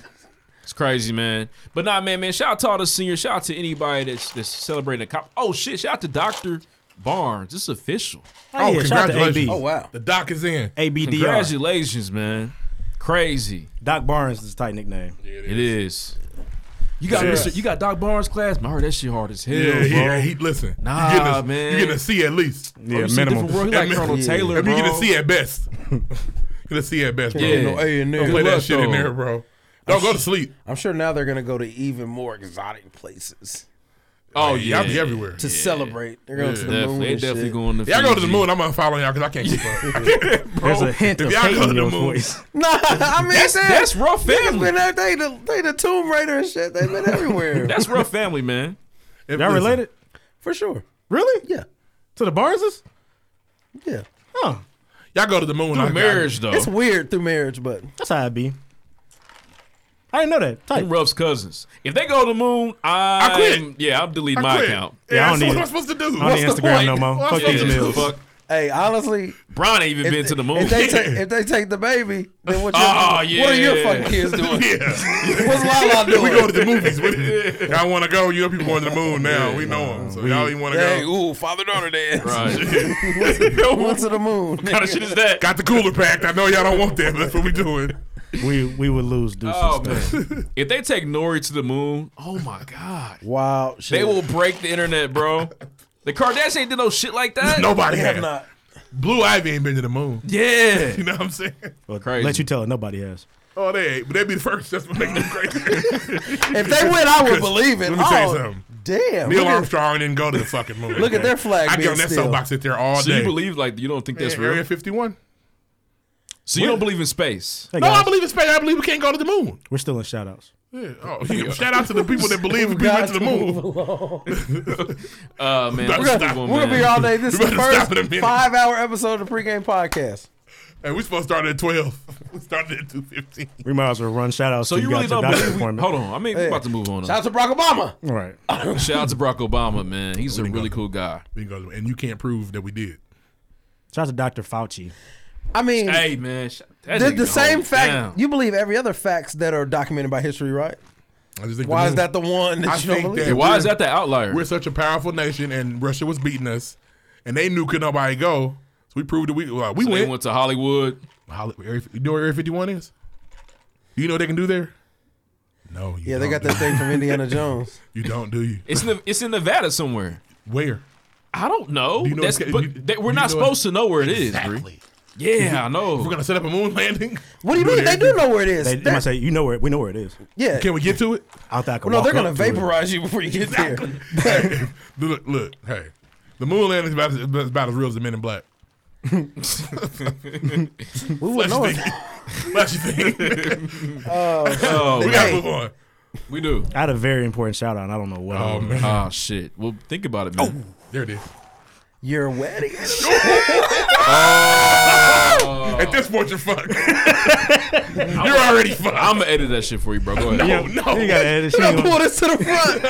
[SPEAKER 3] It's crazy, man. But nah, man, man. Shout out to all the seniors. Shout out to anybody that's that's celebrating a cop. Oh shit! Shout out to Doctor Barnes. This is official.
[SPEAKER 4] Oh, yeah, shout out to AB.
[SPEAKER 9] Oh, wow. The doc is in.
[SPEAKER 4] ABDR.
[SPEAKER 3] Congratulations, man. Crazy.
[SPEAKER 4] Doc Barnes is his tight nickname.
[SPEAKER 3] It is. You got
[SPEAKER 9] Yes.
[SPEAKER 3] Mr. You got Doc Barnes class. Man, I heard that shit hard as hell.
[SPEAKER 9] Yeah,
[SPEAKER 3] bro.
[SPEAKER 9] yeah. He listen.
[SPEAKER 3] Nah,
[SPEAKER 9] you getting a,
[SPEAKER 3] man.
[SPEAKER 9] You getting a C at least.
[SPEAKER 3] Yeah, you see minimum. different world. He like
[SPEAKER 9] At
[SPEAKER 3] Colonel
[SPEAKER 9] least-
[SPEAKER 3] Taylor,
[SPEAKER 9] I mean, you get
[SPEAKER 3] bro.
[SPEAKER 9] a C at best. get a C at best, bro.
[SPEAKER 3] Yeah.
[SPEAKER 9] Don't
[SPEAKER 3] No A in there.
[SPEAKER 9] Don't play
[SPEAKER 3] Good
[SPEAKER 9] that
[SPEAKER 3] luck,
[SPEAKER 9] shit in
[SPEAKER 3] though.
[SPEAKER 9] there, bro. Don't go to
[SPEAKER 13] su-
[SPEAKER 9] sleep.
[SPEAKER 13] I'm sure now they're gonna go to even more exotic places.
[SPEAKER 3] Oh
[SPEAKER 9] Yeah, I'll be everywhere.
[SPEAKER 13] to celebrate. They're going to the
[SPEAKER 3] Definitely.
[SPEAKER 13] moon.
[SPEAKER 3] They
[SPEAKER 13] and
[SPEAKER 3] definitely
[SPEAKER 13] shit.
[SPEAKER 3] going to
[SPEAKER 9] Y'all go to the
[SPEAKER 3] Fiji.
[SPEAKER 9] moon. I'm unfollowing y'all because I can't keep up.
[SPEAKER 4] There's a hint
[SPEAKER 9] if
[SPEAKER 4] of
[SPEAKER 9] y'all
[SPEAKER 4] hate
[SPEAKER 9] go
[SPEAKER 4] in
[SPEAKER 9] to the
[SPEAKER 4] your
[SPEAKER 9] moon,
[SPEAKER 4] voice.
[SPEAKER 13] Nah, I mean
[SPEAKER 3] That's-
[SPEAKER 13] damn,
[SPEAKER 3] that's rough
[SPEAKER 13] niggas
[SPEAKER 3] family.
[SPEAKER 13] Been there, they, the, they the Tomb Raider and shit. They've been everywhere
[SPEAKER 3] That's real family, man.
[SPEAKER 9] If-
[SPEAKER 4] Y'all
[SPEAKER 9] listen,
[SPEAKER 4] related?
[SPEAKER 13] for sure.
[SPEAKER 4] Really?
[SPEAKER 13] Yeah,
[SPEAKER 4] To the Barneses?
[SPEAKER 13] yeah.
[SPEAKER 4] Huh.
[SPEAKER 9] Y'all go to the moon. I got-
[SPEAKER 3] marriage though.
[SPEAKER 13] It's weird through marriage, but
[SPEAKER 4] That's how it be. I didn't know that. Tight.
[SPEAKER 3] Them Ruff's cousins. If they go to the moon, I'm,
[SPEAKER 9] I quit.
[SPEAKER 3] Yeah, I'm delete
[SPEAKER 9] I
[SPEAKER 3] my
[SPEAKER 9] quit.
[SPEAKER 3] account.
[SPEAKER 9] Yeah,
[SPEAKER 4] Yeah, I
[SPEAKER 9] that's
[SPEAKER 4] don't
[SPEAKER 9] what
[SPEAKER 4] need
[SPEAKER 9] I'm supposed to do.
[SPEAKER 4] I don't need
[SPEAKER 9] What's the
[SPEAKER 4] Instagram
[SPEAKER 9] point?
[SPEAKER 4] no more.
[SPEAKER 9] What's
[SPEAKER 4] Fuck
[SPEAKER 9] the
[SPEAKER 4] these
[SPEAKER 3] Yeah,
[SPEAKER 9] point?
[SPEAKER 4] meals.
[SPEAKER 3] fuck.
[SPEAKER 13] hey, honestly,
[SPEAKER 3] Brian ain't even
[SPEAKER 13] if,
[SPEAKER 3] been to the moon.
[SPEAKER 13] If they, take, if they take the baby, then what? Your,
[SPEAKER 3] Oh,
[SPEAKER 13] What are your
[SPEAKER 3] yeah.
[SPEAKER 13] fucking kids doing?
[SPEAKER 9] Yeah.
[SPEAKER 13] What's Lala doing?
[SPEAKER 9] we go to the movies with it. Y'all want to go? You know people going to the moon now. We know them. So y'all even want to
[SPEAKER 13] Hey,
[SPEAKER 9] go.
[SPEAKER 13] ooh, father daughter dance.
[SPEAKER 3] right.
[SPEAKER 13] Went to the moon.
[SPEAKER 3] What kind of shit is that?
[SPEAKER 9] Got the cooler packed. I know y'all don't want that, but that's what we doing.
[SPEAKER 4] We we would lose deuces.
[SPEAKER 3] Oh man! if they take Nori to the moon, oh my god,
[SPEAKER 13] Wow, shit.
[SPEAKER 3] they will break the internet, bro. The Kardashians ain't did no shit like that.
[SPEAKER 9] Nobody
[SPEAKER 13] have
[SPEAKER 9] have.
[SPEAKER 13] not.
[SPEAKER 9] Blue Ivy ain't been to the moon.
[SPEAKER 3] Yeah.
[SPEAKER 9] You know what I'm saying?
[SPEAKER 4] Well,
[SPEAKER 3] Crazy.
[SPEAKER 4] Let you tell it. Nobody has.
[SPEAKER 9] Oh, they ain't. But they be the first. That's what makes them crazy.
[SPEAKER 13] If they win, I would believe it.
[SPEAKER 9] Let me tell you
[SPEAKER 13] Oh,
[SPEAKER 9] something.
[SPEAKER 13] Damn.
[SPEAKER 9] Neil
[SPEAKER 13] Look at-
[SPEAKER 9] Armstrong didn't go to the fucking moon.
[SPEAKER 13] Look at their flag
[SPEAKER 9] I
[SPEAKER 13] being
[SPEAKER 9] get on that
[SPEAKER 13] still.
[SPEAKER 9] soapbox sit there all
[SPEAKER 3] So
[SPEAKER 9] day.
[SPEAKER 3] you believe like you don't think that's
[SPEAKER 9] Man, Area
[SPEAKER 3] real?
[SPEAKER 9] 51.
[SPEAKER 3] So you don't believe in space?
[SPEAKER 4] Hey,
[SPEAKER 9] No, Oh, I
[SPEAKER 4] guys,
[SPEAKER 9] believe in space. I believe we can't go to the moon.
[SPEAKER 4] we're still in shout outs.
[SPEAKER 9] Yeah. Oh, yeah. Shout out to the people that believe we went to the moon.
[SPEAKER 3] Uh man,
[SPEAKER 9] We're
[SPEAKER 3] let's
[SPEAKER 9] gonna-
[SPEAKER 3] move on,
[SPEAKER 13] We're gonna
[SPEAKER 3] man.
[SPEAKER 13] be all day. This is
[SPEAKER 9] We
[SPEAKER 13] the
[SPEAKER 9] better stop
[SPEAKER 13] first
[SPEAKER 9] in a minute.
[SPEAKER 13] five-hour episode of the pregame podcast.
[SPEAKER 9] And we supposed to start at 12. We started at 2.15.
[SPEAKER 4] We might as well run shout outs.
[SPEAKER 3] So you really don't believe? We, hold on, I mean, we're
[SPEAKER 13] Hey.
[SPEAKER 3] about to move on.
[SPEAKER 13] Shout out to Barack Obama.
[SPEAKER 4] All right.
[SPEAKER 3] Shout out to Barack Obama, man. He's a really cool guy.
[SPEAKER 9] We can go to the moon. And you can't prove that we did.
[SPEAKER 4] Shout out to Dr. Fauci.
[SPEAKER 13] I mean,
[SPEAKER 3] Hey man, sh- that
[SPEAKER 13] the,
[SPEAKER 3] nigga
[SPEAKER 13] the same
[SPEAKER 3] hold
[SPEAKER 13] fact.
[SPEAKER 3] down.
[SPEAKER 13] You believe every other facts that are documented by history, right?
[SPEAKER 9] I just think
[SPEAKER 13] Why
[SPEAKER 9] the
[SPEAKER 13] is
[SPEAKER 9] moon-
[SPEAKER 13] that the one that
[SPEAKER 9] I
[SPEAKER 13] you don't
[SPEAKER 9] think
[SPEAKER 13] believe?
[SPEAKER 9] that-
[SPEAKER 3] Why is that the outlier?
[SPEAKER 9] We're such a powerful nation, and Russia was beating us, and they knew could nobody go. So we proved that we well, we
[SPEAKER 3] So they
[SPEAKER 9] went.
[SPEAKER 3] went to Hollywood.
[SPEAKER 9] Holly- Area- You know where Area 51 is? Do you know what they can do there? No. You
[SPEAKER 13] yeah, they
[SPEAKER 9] don't,
[SPEAKER 13] got
[SPEAKER 9] do
[SPEAKER 13] that
[SPEAKER 9] you?
[SPEAKER 13] thing from Indiana Jones.
[SPEAKER 9] You don't, do you?
[SPEAKER 3] It's in the, it's in Nevada somewhere.
[SPEAKER 9] Where?
[SPEAKER 3] I don't know.
[SPEAKER 9] Do you know
[SPEAKER 3] That's,
[SPEAKER 9] it's-
[SPEAKER 3] but
[SPEAKER 9] you-
[SPEAKER 3] that-
[SPEAKER 9] you
[SPEAKER 3] we're not
[SPEAKER 9] know
[SPEAKER 3] supposed to know where it is. Bree.
[SPEAKER 9] Exactly.
[SPEAKER 3] Yeah, I
[SPEAKER 9] If we're
[SPEAKER 3] know.
[SPEAKER 9] gonna set up a moon landing.
[SPEAKER 13] What do you mean? They do know where it is.
[SPEAKER 4] They, they
[SPEAKER 13] That-
[SPEAKER 4] might say, you know where we know where it is.
[SPEAKER 13] yeah.
[SPEAKER 9] Can we get to it?
[SPEAKER 4] I thought I could
[SPEAKER 13] Well, no,
[SPEAKER 4] walk
[SPEAKER 13] they're gonna
[SPEAKER 4] up to it.
[SPEAKER 13] vaporize you before you get there.
[SPEAKER 9] Hey, look, look, hey, the moon landing is about, as- is about as real as the Men in Black.
[SPEAKER 13] We wouldn't know.
[SPEAKER 9] Flashy
[SPEAKER 13] it.
[SPEAKER 9] thing. Flashy thing.
[SPEAKER 3] Oh,
[SPEAKER 9] we gotta
[SPEAKER 13] Hey.
[SPEAKER 9] move on.
[SPEAKER 3] we do.
[SPEAKER 4] I had a very important shout out. and I don't know what.
[SPEAKER 9] Oh man,
[SPEAKER 3] Ah, shit. Well, think about
[SPEAKER 9] Oh.
[SPEAKER 3] it, man.
[SPEAKER 9] there it is.
[SPEAKER 13] Your wedding.
[SPEAKER 9] At this point, you're fucked. You're already fucked.
[SPEAKER 3] I'm gonna edit that shit for you, bro. Go ahead.
[SPEAKER 9] No, no. You gotta edit. She No, ain't gonna- pull this to the front.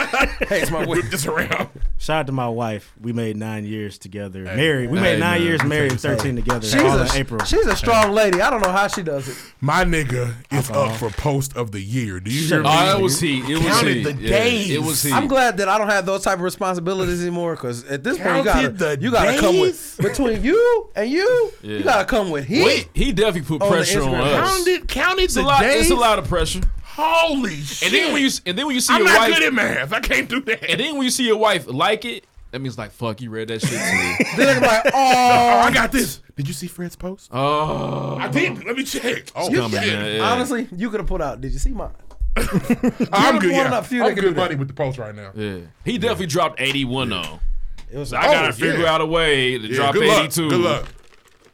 [SPEAKER 9] hey, it's my
[SPEAKER 4] whip.
[SPEAKER 9] this around.
[SPEAKER 4] Shout out to my wife. We made nine years together.
[SPEAKER 9] Hey.
[SPEAKER 4] married. We
[SPEAKER 9] Hey,
[SPEAKER 4] made nine
[SPEAKER 9] man.
[SPEAKER 4] years
[SPEAKER 9] I'm
[SPEAKER 4] married and
[SPEAKER 9] telling you
[SPEAKER 4] 13
[SPEAKER 9] something.
[SPEAKER 4] together.
[SPEAKER 9] She's
[SPEAKER 4] all
[SPEAKER 9] a-
[SPEAKER 4] in April.
[SPEAKER 13] She's a strong lady. I don't know how she does it.
[SPEAKER 9] My nigga is up for post of the year. Do you hear
[SPEAKER 13] Shut
[SPEAKER 9] me?
[SPEAKER 13] up. Oh,
[SPEAKER 3] it was he. It was
[SPEAKER 9] Counted
[SPEAKER 3] he.
[SPEAKER 9] the
[SPEAKER 3] Yeah,
[SPEAKER 9] days.
[SPEAKER 3] it was he.
[SPEAKER 13] I'm glad that I don't have those type of responsibilities anymore. Because at this point, you
[SPEAKER 9] Counted
[SPEAKER 13] gotta
[SPEAKER 9] the
[SPEAKER 13] you gotta come
[SPEAKER 9] days?
[SPEAKER 13] with between you and you.
[SPEAKER 3] Yeah.
[SPEAKER 13] You gotta come with heat.
[SPEAKER 3] Wait, he definitely put
[SPEAKER 13] On the
[SPEAKER 3] pressure on
[SPEAKER 13] Instagram.
[SPEAKER 3] us.
[SPEAKER 9] Counted, counted
[SPEAKER 3] It's
[SPEAKER 9] the
[SPEAKER 3] a lot.
[SPEAKER 9] days.
[SPEAKER 3] It's a lot of pressure.
[SPEAKER 9] Holy shit!
[SPEAKER 3] And then when you and then when you see
[SPEAKER 9] I'm
[SPEAKER 3] your
[SPEAKER 9] not
[SPEAKER 3] wife,
[SPEAKER 9] good at math. I can't do that.
[SPEAKER 3] And then when you see your wife like it, that means like fuck, you read that shit to me.
[SPEAKER 13] Then I'm like, oh, I
[SPEAKER 9] got this. Did you see Fred's post?
[SPEAKER 3] Oh,
[SPEAKER 9] I did. Let me check. Oh,
[SPEAKER 13] You-
[SPEAKER 9] shit.
[SPEAKER 13] Honestly, you could have put out. Did you see mine?
[SPEAKER 9] I'm good.
[SPEAKER 13] one
[SPEAKER 9] Yeah.
[SPEAKER 13] up, few that
[SPEAKER 9] I'm
[SPEAKER 13] can do
[SPEAKER 9] good
[SPEAKER 13] that.
[SPEAKER 9] buddy with the post right now.
[SPEAKER 3] Yeah, he definitely dropped eighty one though.
[SPEAKER 13] It was oh,
[SPEAKER 3] So I gotta figure out a way to
[SPEAKER 9] Yeah,
[SPEAKER 3] drop Ah.
[SPEAKER 9] good luck.
[SPEAKER 3] eighty two.
[SPEAKER 9] Good luck.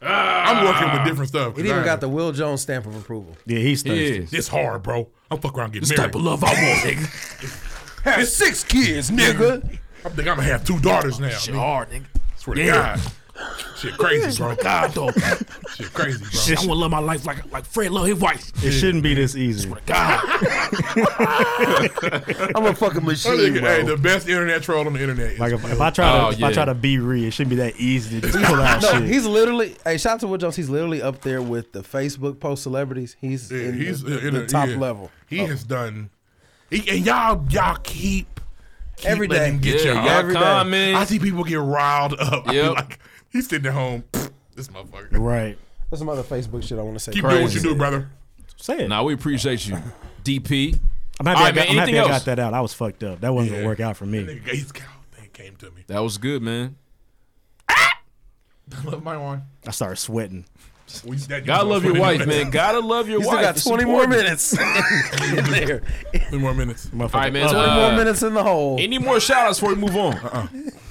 [SPEAKER 9] I'm working with different stuff.
[SPEAKER 13] It even got the Will Jones stamp of approval.
[SPEAKER 4] Yeah, he's
[SPEAKER 3] thirsty.
[SPEAKER 9] This hard, bro. I'm fuck around getting
[SPEAKER 13] This
[SPEAKER 9] married.
[SPEAKER 13] type of love I want,
[SPEAKER 9] nigga. have six kids, nigga. I think I'm gonna have two daughters now. Shit hard, nigga. Swear to
[SPEAKER 14] Yeah.
[SPEAKER 9] God. Shit crazy, bro. God, though. Shit crazy, bro.
[SPEAKER 14] Shit, I want to love my life like like Fred love his wife.
[SPEAKER 4] It shouldn't be this easy.
[SPEAKER 13] I'm a fucking
[SPEAKER 9] That nigga, Hey, the best internet troll on the internet. Is
[SPEAKER 4] Like if, if I try to
[SPEAKER 9] Oh,
[SPEAKER 4] if
[SPEAKER 9] yeah.
[SPEAKER 4] I try to be re, it shouldn't be that easy to just pull out
[SPEAKER 13] no,
[SPEAKER 4] shit.
[SPEAKER 13] he's literally. Hey, shout out to Will Jones. He's literally up there with the Facebook post celebrities. He's in
[SPEAKER 9] he's uh,
[SPEAKER 13] the,
[SPEAKER 9] in
[SPEAKER 13] the
[SPEAKER 9] a-
[SPEAKER 13] top
[SPEAKER 9] yeah.
[SPEAKER 13] level.
[SPEAKER 9] He has done. He, and y'all, y'all keep, keep
[SPEAKER 13] Every
[SPEAKER 9] letting
[SPEAKER 13] day.
[SPEAKER 9] him get
[SPEAKER 13] Yeah,
[SPEAKER 9] y'all.
[SPEAKER 13] y'all Every day. comment.
[SPEAKER 9] I see people get riled up. I be
[SPEAKER 13] Yep.
[SPEAKER 9] like, he's sitting at home. "Pfft, This motherfucker.
[SPEAKER 4] Right.
[SPEAKER 13] There's some other Facebook shit I want to say.
[SPEAKER 9] Keep doing what you do, brother.
[SPEAKER 4] Say it.
[SPEAKER 3] Nah, we appreciate you, DP.
[SPEAKER 4] I'm happy,
[SPEAKER 3] All
[SPEAKER 4] I,
[SPEAKER 3] right,
[SPEAKER 4] got,
[SPEAKER 3] man.
[SPEAKER 4] I'm happy
[SPEAKER 3] Anything
[SPEAKER 4] I
[SPEAKER 3] else?
[SPEAKER 4] got that out. I was fucked up. That wasn't gonna work out for me.
[SPEAKER 9] Nigga, he's God, thing came to me.
[SPEAKER 3] That was good, man.
[SPEAKER 9] I love my wine.
[SPEAKER 4] I started sweating.
[SPEAKER 9] We- that-
[SPEAKER 3] Gotta love your
[SPEAKER 9] 20
[SPEAKER 3] wife,
[SPEAKER 9] minutes.
[SPEAKER 3] man. Gotta love your
[SPEAKER 13] You
[SPEAKER 3] wife.
[SPEAKER 13] still got
[SPEAKER 3] It's
[SPEAKER 13] 20 more
[SPEAKER 3] important.
[SPEAKER 13] minutes in there.
[SPEAKER 9] 20 more minutes.
[SPEAKER 4] All
[SPEAKER 3] right, man.
[SPEAKER 13] 20
[SPEAKER 3] uh,
[SPEAKER 13] more minutes in the hole.
[SPEAKER 3] Any more shout outs before we move on? Uh-uh.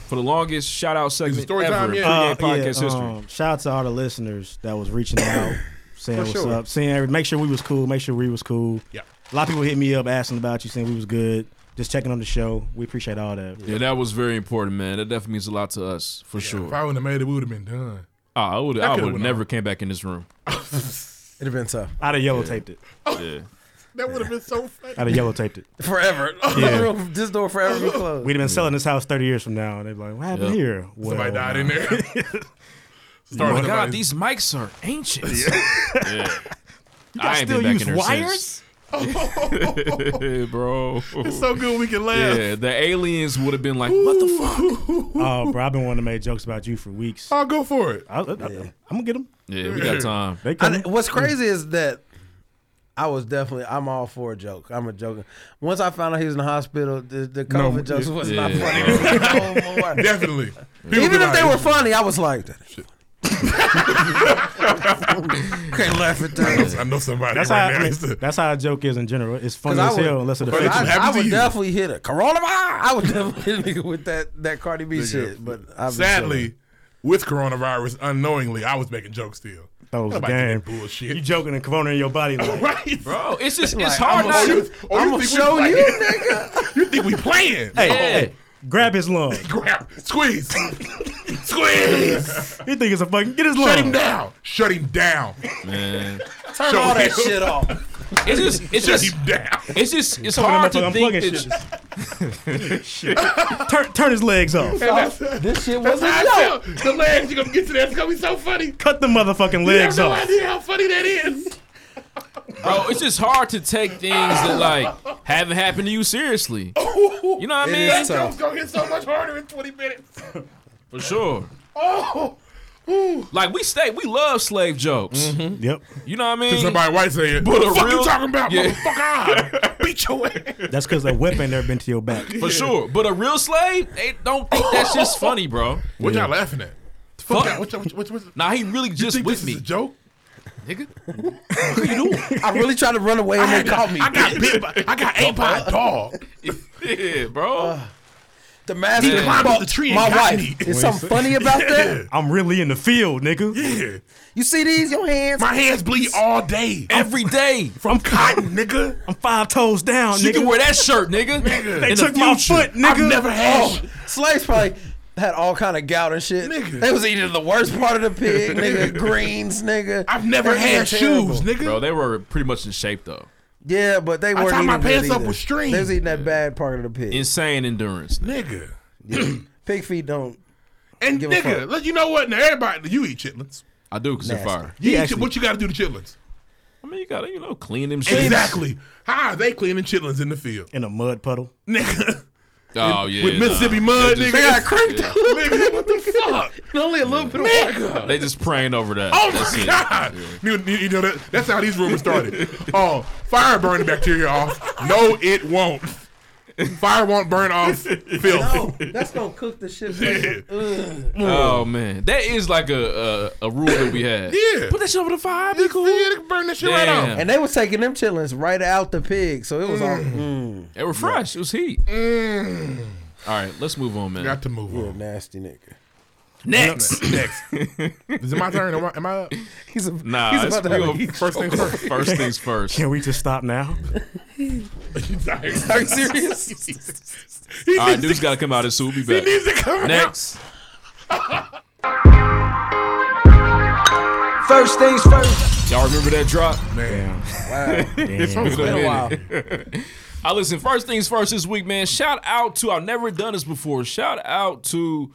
[SPEAKER 3] For the longest shout out segment
[SPEAKER 9] story
[SPEAKER 3] ever
[SPEAKER 9] time
[SPEAKER 3] in
[SPEAKER 9] yet?
[SPEAKER 3] Pregame
[SPEAKER 4] Uh,
[SPEAKER 3] podcast
[SPEAKER 4] yeah,
[SPEAKER 3] history.
[SPEAKER 4] um, shout out to all the listeners that was reaching out, saying
[SPEAKER 9] For
[SPEAKER 4] what's
[SPEAKER 9] sure.
[SPEAKER 4] up, saying every- make sure we was cool, make sure we was cool.
[SPEAKER 9] Yeah.
[SPEAKER 4] A lot of people hit me up asking about you, saying we was good, just checking on the show. We appreciate all that.
[SPEAKER 3] yeah, that was very important, man. That definitely means a lot to us, for
[SPEAKER 9] If
[SPEAKER 3] sure.
[SPEAKER 9] I wouldn't have made it, we would have been done.
[SPEAKER 3] Ah, I would
[SPEAKER 9] I
[SPEAKER 3] I
[SPEAKER 9] could've
[SPEAKER 3] would
[SPEAKER 9] went
[SPEAKER 3] never came back in this room.
[SPEAKER 13] It'd have been tough.
[SPEAKER 4] I'd have yellow taped it.
[SPEAKER 3] Yeah.
[SPEAKER 9] That would have been so funny.
[SPEAKER 4] I'd have yellow taped it.
[SPEAKER 13] Forever.
[SPEAKER 4] Yeah.
[SPEAKER 13] Room- this door forever be closed.
[SPEAKER 4] We'd have been selling this house 30 years from now, and they'd be like, what happened
[SPEAKER 3] Yep.
[SPEAKER 4] here?
[SPEAKER 9] Somebody died in there.
[SPEAKER 3] Oh
[SPEAKER 9] Started
[SPEAKER 3] my
[SPEAKER 9] somebody-
[SPEAKER 3] god, these mics are ancient. Yeah.
[SPEAKER 9] You
[SPEAKER 3] I
[SPEAKER 9] guys
[SPEAKER 3] ain't
[SPEAKER 9] still
[SPEAKER 3] been back
[SPEAKER 9] use
[SPEAKER 3] in there
[SPEAKER 9] wires?
[SPEAKER 3] since. Bro.
[SPEAKER 9] It's so good we can laugh.
[SPEAKER 3] Yeah, the aliens would have been like, what the fuck?
[SPEAKER 4] Oh, bro, I've been wanting to make jokes about you for weeks.
[SPEAKER 9] I'll go for it.
[SPEAKER 4] I, I, I, am gonna get them.
[SPEAKER 3] Yeah, we got time.
[SPEAKER 4] They
[SPEAKER 13] I
[SPEAKER 4] coming.
[SPEAKER 13] di- what's crazy is that I was definitely I'm all for a joke. I'm a joker. Once I found out he was in the hospital, the, the
[SPEAKER 9] No,
[SPEAKER 13] COVID jokes
[SPEAKER 9] yeah.
[SPEAKER 13] was
[SPEAKER 9] Yeah.
[SPEAKER 13] not funny. No more.
[SPEAKER 9] Definitely. People
[SPEAKER 13] Even
[SPEAKER 9] be
[SPEAKER 13] if they
[SPEAKER 9] like-
[SPEAKER 13] were funny, I was like, that shit. Can't laugh at
[SPEAKER 9] I
[SPEAKER 13] that.
[SPEAKER 9] know, I know somebody
[SPEAKER 4] That's
[SPEAKER 9] right
[SPEAKER 4] how,
[SPEAKER 9] now.
[SPEAKER 4] I mean,
[SPEAKER 9] It's the-
[SPEAKER 4] that's how a joke is in general. It's funny
[SPEAKER 13] 'Cause I
[SPEAKER 4] as
[SPEAKER 13] would-
[SPEAKER 4] hell unless it
[SPEAKER 13] Cause
[SPEAKER 4] affects
[SPEAKER 13] I,
[SPEAKER 4] you.
[SPEAKER 13] I
[SPEAKER 9] happened to
[SPEAKER 13] would
[SPEAKER 9] you.
[SPEAKER 13] definitely hit a coronavirus. I would definitely hit a nigga with that that Cardi B
[SPEAKER 9] Nigga,
[SPEAKER 13] shit. But I've been
[SPEAKER 9] sadly, with coronavirus, unknowingly, I was making jokes still.
[SPEAKER 4] That was Oh, a
[SPEAKER 9] Nobody did
[SPEAKER 4] game.
[SPEAKER 9] that bullshit.
[SPEAKER 4] You joking and corona in your body. Like,
[SPEAKER 9] right,
[SPEAKER 3] Bro, it's just
[SPEAKER 4] Like,
[SPEAKER 3] it's hard
[SPEAKER 4] I'ma
[SPEAKER 3] not
[SPEAKER 4] shoot-
[SPEAKER 3] to.
[SPEAKER 9] Oh,
[SPEAKER 13] I'ma
[SPEAKER 9] you think we
[SPEAKER 13] show
[SPEAKER 9] playing?
[SPEAKER 13] you, nigga.
[SPEAKER 9] you think we playing?
[SPEAKER 4] hey, hey, grab his lung.
[SPEAKER 9] Grab, squeeze, squeeze.
[SPEAKER 4] He think it's a fucking get his lung.
[SPEAKER 9] Shut him down. Shut him down.
[SPEAKER 3] Man.
[SPEAKER 13] Turn
[SPEAKER 9] Show
[SPEAKER 13] all that
[SPEAKER 9] him.
[SPEAKER 13] shit off.
[SPEAKER 3] It's just it's
[SPEAKER 9] Shut
[SPEAKER 3] just
[SPEAKER 9] him down.
[SPEAKER 3] it's just it's
[SPEAKER 4] Talking
[SPEAKER 3] hard to
[SPEAKER 4] about
[SPEAKER 3] think
[SPEAKER 4] unplugging
[SPEAKER 3] that you-
[SPEAKER 4] turn, turn his legs off.
[SPEAKER 13] This shit
[SPEAKER 9] That's
[SPEAKER 13] was a
[SPEAKER 9] how I
[SPEAKER 13] joke.
[SPEAKER 9] feel. The legs, you're gonna get to that. It's gonna be so funny.
[SPEAKER 4] Cut the motherfucking
[SPEAKER 9] You have
[SPEAKER 4] legs
[SPEAKER 9] no
[SPEAKER 4] off.
[SPEAKER 9] idea how funny that is.
[SPEAKER 3] Bro, it's just hard to take things that like haven't happened to you seriously. You know what I
[SPEAKER 13] It
[SPEAKER 3] mean?
[SPEAKER 13] is
[SPEAKER 9] That joke's gonna get so much harder in 20 minutes.
[SPEAKER 3] For sure.
[SPEAKER 9] Oh, ooh.
[SPEAKER 3] Like we stay, we love slave jokes.
[SPEAKER 9] Mm-hmm.
[SPEAKER 4] Yep,
[SPEAKER 3] You know what I
[SPEAKER 9] Did
[SPEAKER 3] mean?
[SPEAKER 9] somebody white say it?
[SPEAKER 3] But
[SPEAKER 9] What
[SPEAKER 3] a
[SPEAKER 9] the fuck
[SPEAKER 3] real-
[SPEAKER 9] you talking about,
[SPEAKER 3] Yeah.
[SPEAKER 9] motherfucker? Beat your ass.
[SPEAKER 4] that's because that whip ain't never been to your back.
[SPEAKER 3] For sure. But a real slave, they don't think that's just funny, bro.
[SPEAKER 9] What
[SPEAKER 4] Yeah.
[SPEAKER 9] y'all laughing at?
[SPEAKER 3] Fuck.
[SPEAKER 9] Fuck. y'all- What y'all, what, y'all- what, y'all-
[SPEAKER 3] Nah, he really
[SPEAKER 9] you
[SPEAKER 3] just
[SPEAKER 9] think
[SPEAKER 3] with
[SPEAKER 9] this is
[SPEAKER 3] me.
[SPEAKER 9] a joke?
[SPEAKER 3] Nigga.
[SPEAKER 13] I really tried to run away and they caught me.
[SPEAKER 9] I got bit by, I got ate by a dog.
[SPEAKER 3] Yeah, bro.
[SPEAKER 13] The master
[SPEAKER 9] He climbed up the tree and
[SPEAKER 13] my
[SPEAKER 9] got
[SPEAKER 13] wife.
[SPEAKER 9] me.
[SPEAKER 13] Is something funny about that?
[SPEAKER 4] I'm really in the field, nigga.
[SPEAKER 9] Yeah.
[SPEAKER 13] You see these? Your hands?
[SPEAKER 9] My hands bleed all day
[SPEAKER 3] Every day.
[SPEAKER 9] from cotton, nigga.
[SPEAKER 4] I'm five toes down,
[SPEAKER 3] You
[SPEAKER 4] nigga.
[SPEAKER 3] can wear that shirt, nigga.
[SPEAKER 9] Nigga.
[SPEAKER 4] they
[SPEAKER 3] In the
[SPEAKER 4] took my
[SPEAKER 3] future.
[SPEAKER 4] foot, nigga.
[SPEAKER 9] I've never had.
[SPEAKER 13] Oh, slaves probably. had all kind of gout and shit. Nigga. They was eating the worst part of the pig, nigga. Greens, nigga.
[SPEAKER 9] I've never
[SPEAKER 13] They
[SPEAKER 9] had
[SPEAKER 13] was terrible.
[SPEAKER 9] shoes, nigga.
[SPEAKER 3] Bro, they were pretty much in shape though.
[SPEAKER 13] Yeah, but they
[SPEAKER 9] I
[SPEAKER 13] weren't
[SPEAKER 9] tied
[SPEAKER 13] eating
[SPEAKER 9] my pants
[SPEAKER 13] good
[SPEAKER 9] up
[SPEAKER 13] either.
[SPEAKER 9] with string.
[SPEAKER 13] They was eating that bad part of the pig.
[SPEAKER 3] Insane endurance.
[SPEAKER 9] Nigga.
[SPEAKER 13] Pig feet don't.
[SPEAKER 9] And
[SPEAKER 13] give a
[SPEAKER 9] nigga,
[SPEAKER 13] fuck.
[SPEAKER 9] look, you know what? Now everybody, you eat chitlins.
[SPEAKER 3] I do because they're
[SPEAKER 9] Nasty.
[SPEAKER 3] fire.
[SPEAKER 9] You eat chi- what you got to do to chitlins?
[SPEAKER 3] I mean, you gotta you know clean them. shits.
[SPEAKER 9] Exactly. How are they cleaning chitlins in the field?
[SPEAKER 4] In a mud puddle.
[SPEAKER 9] Nigga.
[SPEAKER 3] Oh
[SPEAKER 9] With-
[SPEAKER 3] yeah.
[SPEAKER 9] With
[SPEAKER 3] nah.
[SPEAKER 9] Mississippi mud,
[SPEAKER 3] They
[SPEAKER 9] nigga.
[SPEAKER 3] just-
[SPEAKER 9] out. Nigga, what the fuck?
[SPEAKER 13] Only a little bit of
[SPEAKER 3] yeah. They just praying over that.
[SPEAKER 9] Oh
[SPEAKER 3] That's
[SPEAKER 9] my
[SPEAKER 3] it.
[SPEAKER 9] god! You, you- you know that that's how these rumors started. Oh, fire burn the bacteria off. No, it won't. Fire won't burn off filth.
[SPEAKER 13] No, that's gonna cook the shit. Ugh.
[SPEAKER 3] Oh man, that is like a a, a rule that we had.
[SPEAKER 9] Yeah.
[SPEAKER 3] Put that shit over the fire. Be cool.
[SPEAKER 9] burn that
[SPEAKER 3] shit right Damn. off.
[SPEAKER 13] And they was taking them chillins right out the pig, so it was all. Mm.
[SPEAKER 3] They were fresh. It was heat. All right, let's move on, man.
[SPEAKER 9] Got to move
[SPEAKER 13] You're a
[SPEAKER 9] on.
[SPEAKER 13] nasty nigga.
[SPEAKER 3] Next.
[SPEAKER 9] Next. Is it my turn? Am I, am I up?
[SPEAKER 13] He's a,
[SPEAKER 3] Nah,
[SPEAKER 13] he's
[SPEAKER 3] it's
[SPEAKER 13] about to have
[SPEAKER 3] real-
[SPEAKER 13] a heat
[SPEAKER 9] First things
[SPEAKER 13] stroke.
[SPEAKER 9] first.
[SPEAKER 3] First things first.
[SPEAKER 4] Can we just stop now?
[SPEAKER 9] Are
[SPEAKER 13] Are you serious?
[SPEAKER 3] All right, dude's got to come out of suit. Be back.
[SPEAKER 9] needs to come out.
[SPEAKER 3] Next.
[SPEAKER 12] First things first.
[SPEAKER 3] Y'all remember that drop?
[SPEAKER 9] Man.
[SPEAKER 13] Wow.
[SPEAKER 3] It's
[SPEAKER 9] Damn.
[SPEAKER 3] been a
[SPEAKER 13] Wow.
[SPEAKER 3] minute. I listen. First things first. This week, man. Shout out to I've never done this before. Shout out to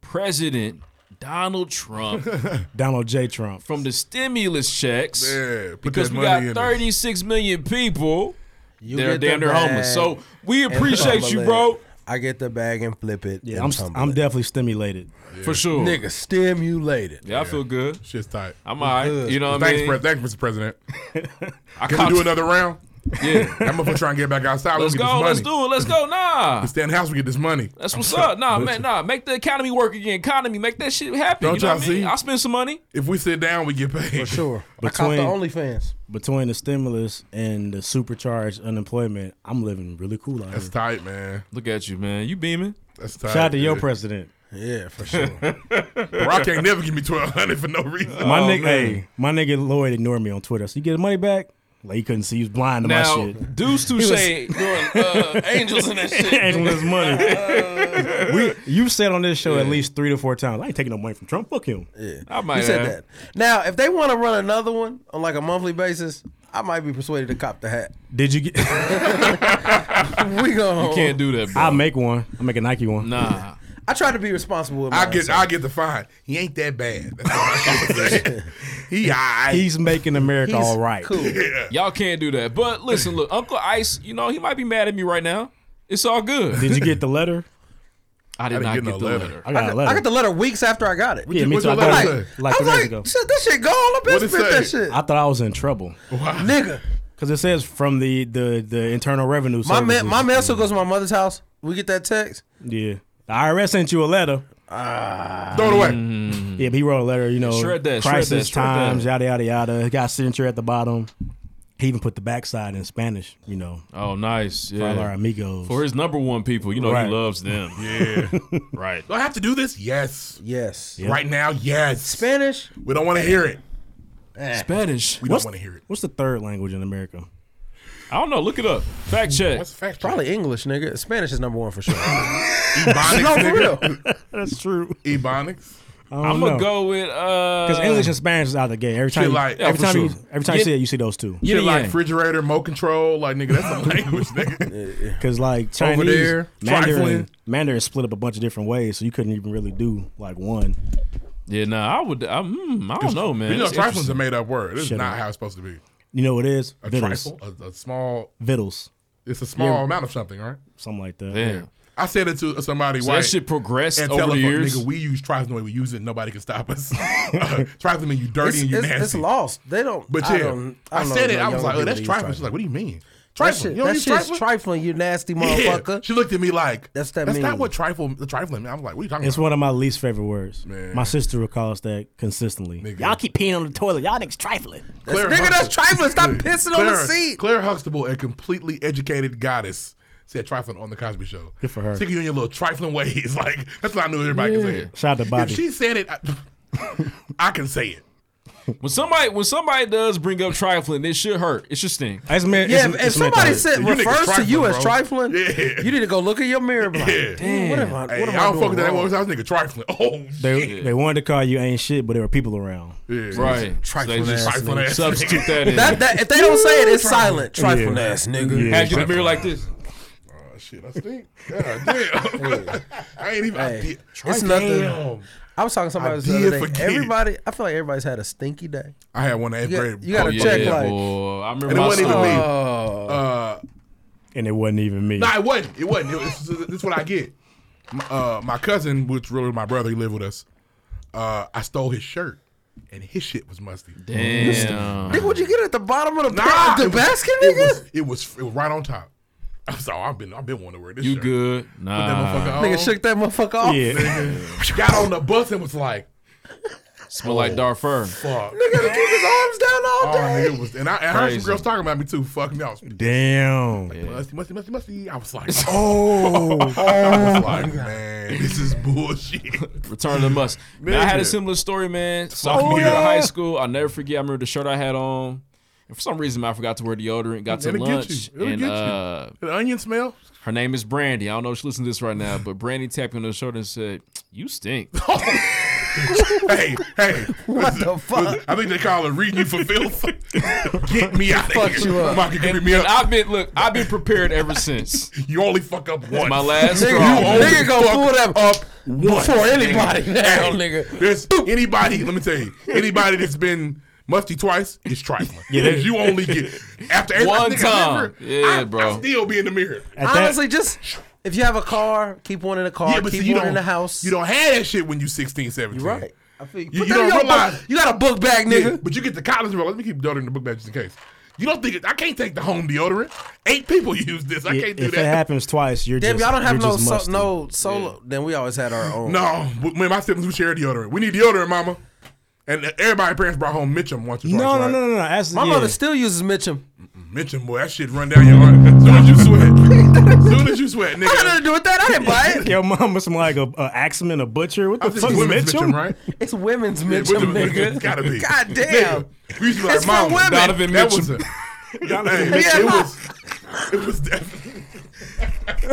[SPEAKER 3] President Donald Trump
[SPEAKER 4] Donald J. Trump.
[SPEAKER 3] from the stimulus checks
[SPEAKER 9] Yeah, put
[SPEAKER 3] because
[SPEAKER 9] that
[SPEAKER 3] we
[SPEAKER 9] money
[SPEAKER 3] got
[SPEAKER 9] in
[SPEAKER 3] 36 million people.
[SPEAKER 13] You
[SPEAKER 3] they're
[SPEAKER 13] get the
[SPEAKER 3] damn near homeless.
[SPEAKER 13] bag
[SPEAKER 3] So we
[SPEAKER 13] and
[SPEAKER 3] appreciate
[SPEAKER 13] fumble
[SPEAKER 3] you,
[SPEAKER 13] it.
[SPEAKER 3] bro.
[SPEAKER 13] I get the bag and flip it.
[SPEAKER 4] Yeah,
[SPEAKER 13] and
[SPEAKER 4] I'm
[SPEAKER 13] fumble
[SPEAKER 4] I'm
[SPEAKER 13] it.
[SPEAKER 4] definitely stimulated.
[SPEAKER 3] For sure.
[SPEAKER 13] Nigga, stimulated.
[SPEAKER 3] Yeah, I feel good.
[SPEAKER 9] Shit's tight.
[SPEAKER 3] I'm all right.
[SPEAKER 9] Good.
[SPEAKER 3] You know what I
[SPEAKER 9] thanks,
[SPEAKER 3] mean?
[SPEAKER 9] Pre- thanks, Mr. President.
[SPEAKER 3] I
[SPEAKER 9] Can
[SPEAKER 3] caught
[SPEAKER 9] we do
[SPEAKER 3] you.
[SPEAKER 9] another round?
[SPEAKER 3] Yeah.
[SPEAKER 9] That motherfucker trying to get back outside.
[SPEAKER 3] Let's
[SPEAKER 9] we get
[SPEAKER 3] go. Let's
[SPEAKER 9] This money.
[SPEAKER 3] do it. Let's go. Nah.
[SPEAKER 9] We stay in the house. We get this money.
[SPEAKER 3] That's what's up. Nah, man. Nah. Make the economy work again. Economy. Make that shit happen.
[SPEAKER 9] Don't
[SPEAKER 3] you know
[SPEAKER 9] y'all
[SPEAKER 3] what I mean?
[SPEAKER 9] see?
[SPEAKER 3] I'll spend some money.
[SPEAKER 9] If we sit down, we get
[SPEAKER 13] For
[SPEAKER 9] paid.
[SPEAKER 13] sure. I
[SPEAKER 4] Between-
[SPEAKER 13] caught the OnlyFans.
[SPEAKER 4] Between the stimulus and the supercharged unemployment, I'm living really cool out
[SPEAKER 9] That's
[SPEAKER 4] here.
[SPEAKER 9] tight, man.
[SPEAKER 3] Look at you, man. You beaming.
[SPEAKER 9] That's tight.
[SPEAKER 4] Shout out to your
[SPEAKER 9] dude.
[SPEAKER 4] president.
[SPEAKER 13] Yeah, for sure.
[SPEAKER 9] Bro, I can't never give me twelve hundred for no reason.
[SPEAKER 4] My nigga,
[SPEAKER 3] Oh, man.
[SPEAKER 4] hey, my nigga Lloyd ignored me on Twitter. So you get his money back? Like he couldn't see, he was blind to
[SPEAKER 3] Now,
[SPEAKER 4] my shit.
[SPEAKER 3] Deuce Touche doing uh, angels and that shit. Uh.
[SPEAKER 4] And with his money, we you said on this show at least three to four times. I ain't taking no money from Trump. Fuck him.
[SPEAKER 13] Yeah.
[SPEAKER 3] I might
[SPEAKER 13] you said
[SPEAKER 3] have.
[SPEAKER 13] that. Now, if they want to run another one on like a monthly basis, I might be persuaded to cop the hat.
[SPEAKER 4] Did you get?
[SPEAKER 13] We go.
[SPEAKER 3] You can't do that, bro.
[SPEAKER 4] I'll make one. I'll make a Nike one.
[SPEAKER 3] nah.
[SPEAKER 13] I try to be responsible with my
[SPEAKER 9] I get, I get the fine. He ain't that bad. That's all I gotta say. he, I,
[SPEAKER 4] He's making America all right.
[SPEAKER 13] Cool.
[SPEAKER 3] Y'all can't do that. But listen, look, Uncle Ice, you know, he might be mad at me right now. It's all good.
[SPEAKER 4] Did you get the letter?
[SPEAKER 3] I did
[SPEAKER 9] didn't
[SPEAKER 3] not
[SPEAKER 9] get
[SPEAKER 3] get,
[SPEAKER 9] no
[SPEAKER 3] the
[SPEAKER 9] letter.
[SPEAKER 3] letter.
[SPEAKER 4] I
[SPEAKER 13] I
[SPEAKER 4] got a
[SPEAKER 13] got,
[SPEAKER 4] letter.
[SPEAKER 13] I got the letter weeks after I got it.
[SPEAKER 4] yeah, me
[SPEAKER 9] What's
[SPEAKER 4] too. I
[SPEAKER 9] the
[SPEAKER 4] got
[SPEAKER 9] letter
[SPEAKER 4] it
[SPEAKER 9] say?
[SPEAKER 4] like
[SPEAKER 13] I
[SPEAKER 4] two
[SPEAKER 13] was
[SPEAKER 4] days
[SPEAKER 13] like,
[SPEAKER 4] ago.
[SPEAKER 13] shit, this shit gone. I've
[SPEAKER 9] What'd
[SPEAKER 13] been
[SPEAKER 9] it
[SPEAKER 13] spent that
[SPEAKER 9] say?
[SPEAKER 13] shit.
[SPEAKER 4] I thought I was in trouble
[SPEAKER 13] Nigga,
[SPEAKER 4] because it says from the the the Internal Revenue
[SPEAKER 13] my
[SPEAKER 4] Service.
[SPEAKER 13] man, my man still goes to my mother's house. We get that text.
[SPEAKER 4] Yeah, the IRS sent you a letter.
[SPEAKER 9] throw it away.
[SPEAKER 4] Yeah, but he wrote a letter, you know,
[SPEAKER 3] Shred that, shred
[SPEAKER 4] crisis
[SPEAKER 3] that, shred
[SPEAKER 4] times,
[SPEAKER 3] that.
[SPEAKER 4] yada, yada, yada. It got signature at the bottom. He even put the backside in Spanish, you know,
[SPEAKER 3] Oh, nice.
[SPEAKER 4] for all our
[SPEAKER 3] Yeah.
[SPEAKER 4] amigos.
[SPEAKER 3] For his number one people, you know,
[SPEAKER 4] Right.
[SPEAKER 3] he loves them.
[SPEAKER 9] Yeah.
[SPEAKER 3] Right.
[SPEAKER 9] Do I have to do this? Yes.
[SPEAKER 13] Yes.
[SPEAKER 9] Right now, yes.
[SPEAKER 13] Spanish.
[SPEAKER 9] We don't want to hear it.
[SPEAKER 3] Spanish.
[SPEAKER 9] We
[SPEAKER 4] What's-
[SPEAKER 9] don't want to hear it.
[SPEAKER 4] What's the third language in America?
[SPEAKER 3] I don't know. Look it up. Fact check.
[SPEAKER 9] What's the fact?
[SPEAKER 13] Probably English, nigga. Spanish is number one for sure.
[SPEAKER 9] Ebonics.
[SPEAKER 13] no, for real.
[SPEAKER 9] nigga.
[SPEAKER 4] That's true.
[SPEAKER 9] Ebonics.
[SPEAKER 3] I'm
[SPEAKER 4] Oh.
[SPEAKER 3] gonna go with uh
[SPEAKER 4] Because English and Spanish is out of the gate. Every time, you,
[SPEAKER 9] like- yeah,
[SPEAKER 4] every,
[SPEAKER 3] for
[SPEAKER 4] time you,
[SPEAKER 3] sure.
[SPEAKER 4] every time
[SPEAKER 3] Yeah.
[SPEAKER 4] you see it, you see those two.
[SPEAKER 3] Yin
[SPEAKER 9] Shit
[SPEAKER 3] and
[SPEAKER 9] like
[SPEAKER 3] yang.
[SPEAKER 9] refrigerator, remote control. Like, nigga, that's a language, nigga.
[SPEAKER 4] Because, like, Chinese,
[SPEAKER 9] there,
[SPEAKER 4] Mandarin,
[SPEAKER 9] trifling.
[SPEAKER 4] Mandarin is split up a bunch of different ways, so you couldn't even really do, like, one.
[SPEAKER 3] Yeah, nah, I would. I, mm, I don't know, man.
[SPEAKER 9] You know,
[SPEAKER 3] That's
[SPEAKER 9] trifle's a
[SPEAKER 3] interesting.
[SPEAKER 9] made up word. This is
[SPEAKER 4] Shut
[SPEAKER 9] not
[SPEAKER 4] up.
[SPEAKER 9] how it's supposed to be.
[SPEAKER 4] You know what it is?
[SPEAKER 9] A
[SPEAKER 4] Vittles.
[SPEAKER 9] trifle, a, a small,
[SPEAKER 4] Vittles.
[SPEAKER 9] it's a small amount of something, right?
[SPEAKER 4] Something like that.
[SPEAKER 3] Damn.
[SPEAKER 9] I said it to somebody
[SPEAKER 3] So
[SPEAKER 9] white.
[SPEAKER 3] that shit progressed
[SPEAKER 9] and
[SPEAKER 3] over
[SPEAKER 9] tell
[SPEAKER 3] the
[SPEAKER 9] them,
[SPEAKER 3] years.
[SPEAKER 9] nigga, we use trifling the way we use it. Nobody can stop us. trifling mean you dirty
[SPEAKER 13] It's,
[SPEAKER 9] and you
[SPEAKER 13] it's,
[SPEAKER 9] nasty.
[SPEAKER 13] it's lost. They don't.
[SPEAKER 9] But
[SPEAKER 13] I,
[SPEAKER 9] yeah,
[SPEAKER 13] don't,
[SPEAKER 9] I,
[SPEAKER 13] don't know
[SPEAKER 9] said it.
[SPEAKER 13] no
[SPEAKER 9] I was
[SPEAKER 13] young
[SPEAKER 9] like, oh,
[SPEAKER 13] people
[SPEAKER 9] that's
[SPEAKER 13] that use
[SPEAKER 9] trifling. She's like, what do you mean?
[SPEAKER 13] That
[SPEAKER 9] Trifling.
[SPEAKER 13] shit,
[SPEAKER 9] you don't
[SPEAKER 13] that
[SPEAKER 9] use
[SPEAKER 13] shit's
[SPEAKER 9] trifling?
[SPEAKER 13] trifling, you nasty
[SPEAKER 9] Yeah.
[SPEAKER 13] motherfucker.
[SPEAKER 9] She looked at me like,
[SPEAKER 13] That's that
[SPEAKER 9] That's not
[SPEAKER 13] mean.
[SPEAKER 9] what trifle, the trifling mean. I'm like, what are you talking
[SPEAKER 4] It's
[SPEAKER 9] about?
[SPEAKER 4] one of my least favorite words.
[SPEAKER 9] Man.
[SPEAKER 4] My sister would call us that consistently. Y'all keep peeing on the toilet. Y'all niggas trifling.
[SPEAKER 9] Claire
[SPEAKER 13] Nigga,
[SPEAKER 9] Huxtable-
[SPEAKER 13] that's trifling. Stop
[SPEAKER 9] Dude,
[SPEAKER 13] pissing on the
[SPEAKER 9] Claire-
[SPEAKER 13] seat.
[SPEAKER 9] Claire Huxtable, a completely educated goddess, said trifling on the Cosby Show. Good
[SPEAKER 4] for her.
[SPEAKER 9] Sick of you in your little trifling ways. Like that's what I knew everybody could say. it.
[SPEAKER 4] Shout out to Bobby.
[SPEAKER 9] If she said it, I, I can say it.
[SPEAKER 3] when somebody when somebody does bring up trifling, it should hurt. It should sting.
[SPEAKER 4] It's meant,
[SPEAKER 13] Yeah, if, if somebody said,
[SPEAKER 3] You niggas
[SPEAKER 13] refers to you as
[SPEAKER 3] bro.
[SPEAKER 13] trifling, you need to go look at your mirror. and be Like,
[SPEAKER 9] Yeah.
[SPEAKER 13] Damn, what am I? What
[SPEAKER 9] Hey,
[SPEAKER 13] am I,
[SPEAKER 9] I don't
[SPEAKER 13] doing
[SPEAKER 9] fuck with that.
[SPEAKER 13] wrong?
[SPEAKER 9] That was that nigga trifling. Oh,
[SPEAKER 4] They, they wanted to call you ain't shit, but there were people around.
[SPEAKER 9] Yeah.
[SPEAKER 3] Right. So
[SPEAKER 13] Trifling
[SPEAKER 3] they just
[SPEAKER 13] ass
[SPEAKER 3] trifling
[SPEAKER 13] nigga.
[SPEAKER 3] ass substitute that in.
[SPEAKER 13] That- that- if they don't say it, it's
[SPEAKER 9] Trifling.
[SPEAKER 13] silent. Trifling ass nigga.
[SPEAKER 3] Had you in the mirror like this.
[SPEAKER 9] Oh, shit, I stink. God damn. I ain't even. I did.
[SPEAKER 13] It's nothing.
[SPEAKER 9] Damn.
[SPEAKER 13] I was talking to somebody
[SPEAKER 9] I
[SPEAKER 13] the other
[SPEAKER 9] did
[SPEAKER 13] day.
[SPEAKER 9] forget.
[SPEAKER 13] Everybody, I feel like everybody's had a stinky day.
[SPEAKER 9] I had one in eighth
[SPEAKER 13] You got-
[SPEAKER 9] grade.
[SPEAKER 13] You got
[SPEAKER 9] Oh,
[SPEAKER 13] to
[SPEAKER 9] yeah,
[SPEAKER 13] check like.
[SPEAKER 3] boy. I remember
[SPEAKER 9] And it
[SPEAKER 3] my
[SPEAKER 9] wasn't even
[SPEAKER 3] story.
[SPEAKER 9] me.
[SPEAKER 13] Oh.
[SPEAKER 9] Uh,
[SPEAKER 4] And it wasn't even me.
[SPEAKER 9] No, it wasn't. It wasn't. It was, this is what I get. My, uh, my cousin, which really my brother, he lived with us. Uh, I stole his shirt, and his shit was musty.
[SPEAKER 3] Damn.
[SPEAKER 13] Nigga, what'd you get at the bottom of the,
[SPEAKER 9] Nah,
[SPEAKER 13] the
[SPEAKER 9] it was-
[SPEAKER 13] basket,
[SPEAKER 9] it
[SPEAKER 13] nigga?
[SPEAKER 9] was, it was it was right on top. I'm sorry, oh, I've been I've been wanting to wear this.
[SPEAKER 3] You
[SPEAKER 9] shirt.
[SPEAKER 3] good? Nah.
[SPEAKER 13] nigga shook that motherfucker off.
[SPEAKER 4] Yeah.
[SPEAKER 9] Nigga, got on the bus and was like,
[SPEAKER 3] Smell like dark fur.
[SPEAKER 9] "Fuck."
[SPEAKER 13] Nigga, to keep his arms down all
[SPEAKER 9] Oh,
[SPEAKER 13] day.
[SPEAKER 9] nigga, it was, and I, I heard some
[SPEAKER 3] Crazy.
[SPEAKER 9] girls talking about me too. Fuck me, I was
[SPEAKER 4] Damn.
[SPEAKER 9] musty, musty, musty, musty. I was like,
[SPEAKER 4] Oh.
[SPEAKER 9] I was like, man, this is bullshit.
[SPEAKER 3] Return to the must. Man, I had a
[SPEAKER 9] Nigga.
[SPEAKER 3] similar story, man. Sophomore year of high school, I'll never forget. I remember the shirt I had on. And for some reason, I forgot to wear deodorant. Got to
[SPEAKER 9] It'll get
[SPEAKER 3] lunch.
[SPEAKER 9] you. It'll
[SPEAKER 3] and
[SPEAKER 9] get you.
[SPEAKER 3] uh,
[SPEAKER 9] The onion smell.
[SPEAKER 3] her name is Brandy. I don't know if she listens to this right now, but Brandy tapped me on the shoulder and said, You stink.
[SPEAKER 9] hey, hey.
[SPEAKER 13] What the fuck?
[SPEAKER 9] I think they call it reading you for filth. Get me out of
[SPEAKER 13] Fuck
[SPEAKER 9] here.
[SPEAKER 13] you up.
[SPEAKER 9] Mike, get me
[SPEAKER 3] And
[SPEAKER 9] up.
[SPEAKER 3] I've been, look, I've been prepared ever since.
[SPEAKER 9] You only fuck up once.
[SPEAKER 3] my last
[SPEAKER 9] You
[SPEAKER 3] straw.
[SPEAKER 9] only
[SPEAKER 13] Nigga go
[SPEAKER 9] fuck
[SPEAKER 13] pull that
[SPEAKER 9] up once.
[SPEAKER 13] before anybody
[SPEAKER 9] Hey,
[SPEAKER 13] now, nigga.
[SPEAKER 9] There's anybody, let me tell you, anybody that's been musty twice is trifling.
[SPEAKER 4] Yeah,
[SPEAKER 9] Because
[SPEAKER 4] they-
[SPEAKER 9] you only get after every
[SPEAKER 3] One
[SPEAKER 9] nigga,
[SPEAKER 3] time.
[SPEAKER 9] I remember,
[SPEAKER 3] Yeah,
[SPEAKER 9] I- I
[SPEAKER 3] bro.
[SPEAKER 9] still be in the mirror.
[SPEAKER 4] At that-
[SPEAKER 13] Honestly, just if you have a car, keep one in the car,
[SPEAKER 9] yeah, but
[SPEAKER 13] keep
[SPEAKER 9] see, you
[SPEAKER 13] one
[SPEAKER 9] don't
[SPEAKER 13] in the house.
[SPEAKER 9] You don't have that shit when you 16, 17.
[SPEAKER 13] You're right. I feel you.
[SPEAKER 9] You-
[SPEAKER 13] Put
[SPEAKER 9] you
[SPEAKER 13] that
[SPEAKER 9] don't
[SPEAKER 13] in your book-
[SPEAKER 9] realize-
[SPEAKER 13] you got a book bag, nigga.
[SPEAKER 9] Yeah, but you get the college and let me keep deodorant in the book bag just in case. You don't think it, I can't take the home deodorant? Eight people use this. I
[SPEAKER 4] Yeah,
[SPEAKER 9] can't do
[SPEAKER 4] if it
[SPEAKER 9] that.
[SPEAKER 4] happens twice, you're
[SPEAKER 13] Damn,
[SPEAKER 4] just
[SPEAKER 13] y'all don't have
[SPEAKER 4] you're
[SPEAKER 13] no
[SPEAKER 4] just
[SPEAKER 13] so,
[SPEAKER 4] musty.
[SPEAKER 13] no solo. Then we always had our own.
[SPEAKER 9] No, but me and my siblings we share deodorant. We need deodorant, mama. And everybody parents brought home Mitchum once or twice.
[SPEAKER 4] No, no,
[SPEAKER 9] right?
[SPEAKER 4] no, no, no. That's,
[SPEAKER 13] my
[SPEAKER 4] yeah.
[SPEAKER 13] mother still uses Mitchum.
[SPEAKER 9] Mitchum boy, that shit run down your arm. As soon as you sweat, as soon as you sweat,
[SPEAKER 13] I had nothing
[SPEAKER 9] nigga.
[SPEAKER 13] to do with that. I didn't buy it.
[SPEAKER 4] Your mom was some like a, a axeman, a butcher. What
[SPEAKER 9] I
[SPEAKER 4] the
[SPEAKER 9] think
[SPEAKER 4] fuck is
[SPEAKER 9] women's
[SPEAKER 4] Mitchum?
[SPEAKER 9] right?
[SPEAKER 13] It's women's
[SPEAKER 9] Yeah,
[SPEAKER 13] Mitchum,
[SPEAKER 9] women's
[SPEAKER 13] nigga.
[SPEAKER 9] It's gotta be.
[SPEAKER 13] God damn.
[SPEAKER 9] Nigga, we used to be like,
[SPEAKER 13] It's for
[SPEAKER 9] mama,
[SPEAKER 13] women.
[SPEAKER 3] Donovan
[SPEAKER 9] that
[SPEAKER 3] Mitchum.
[SPEAKER 9] Was a, Hey,
[SPEAKER 13] Mitchum.
[SPEAKER 9] It
[SPEAKER 13] Yeah,
[SPEAKER 9] was. It was definitely.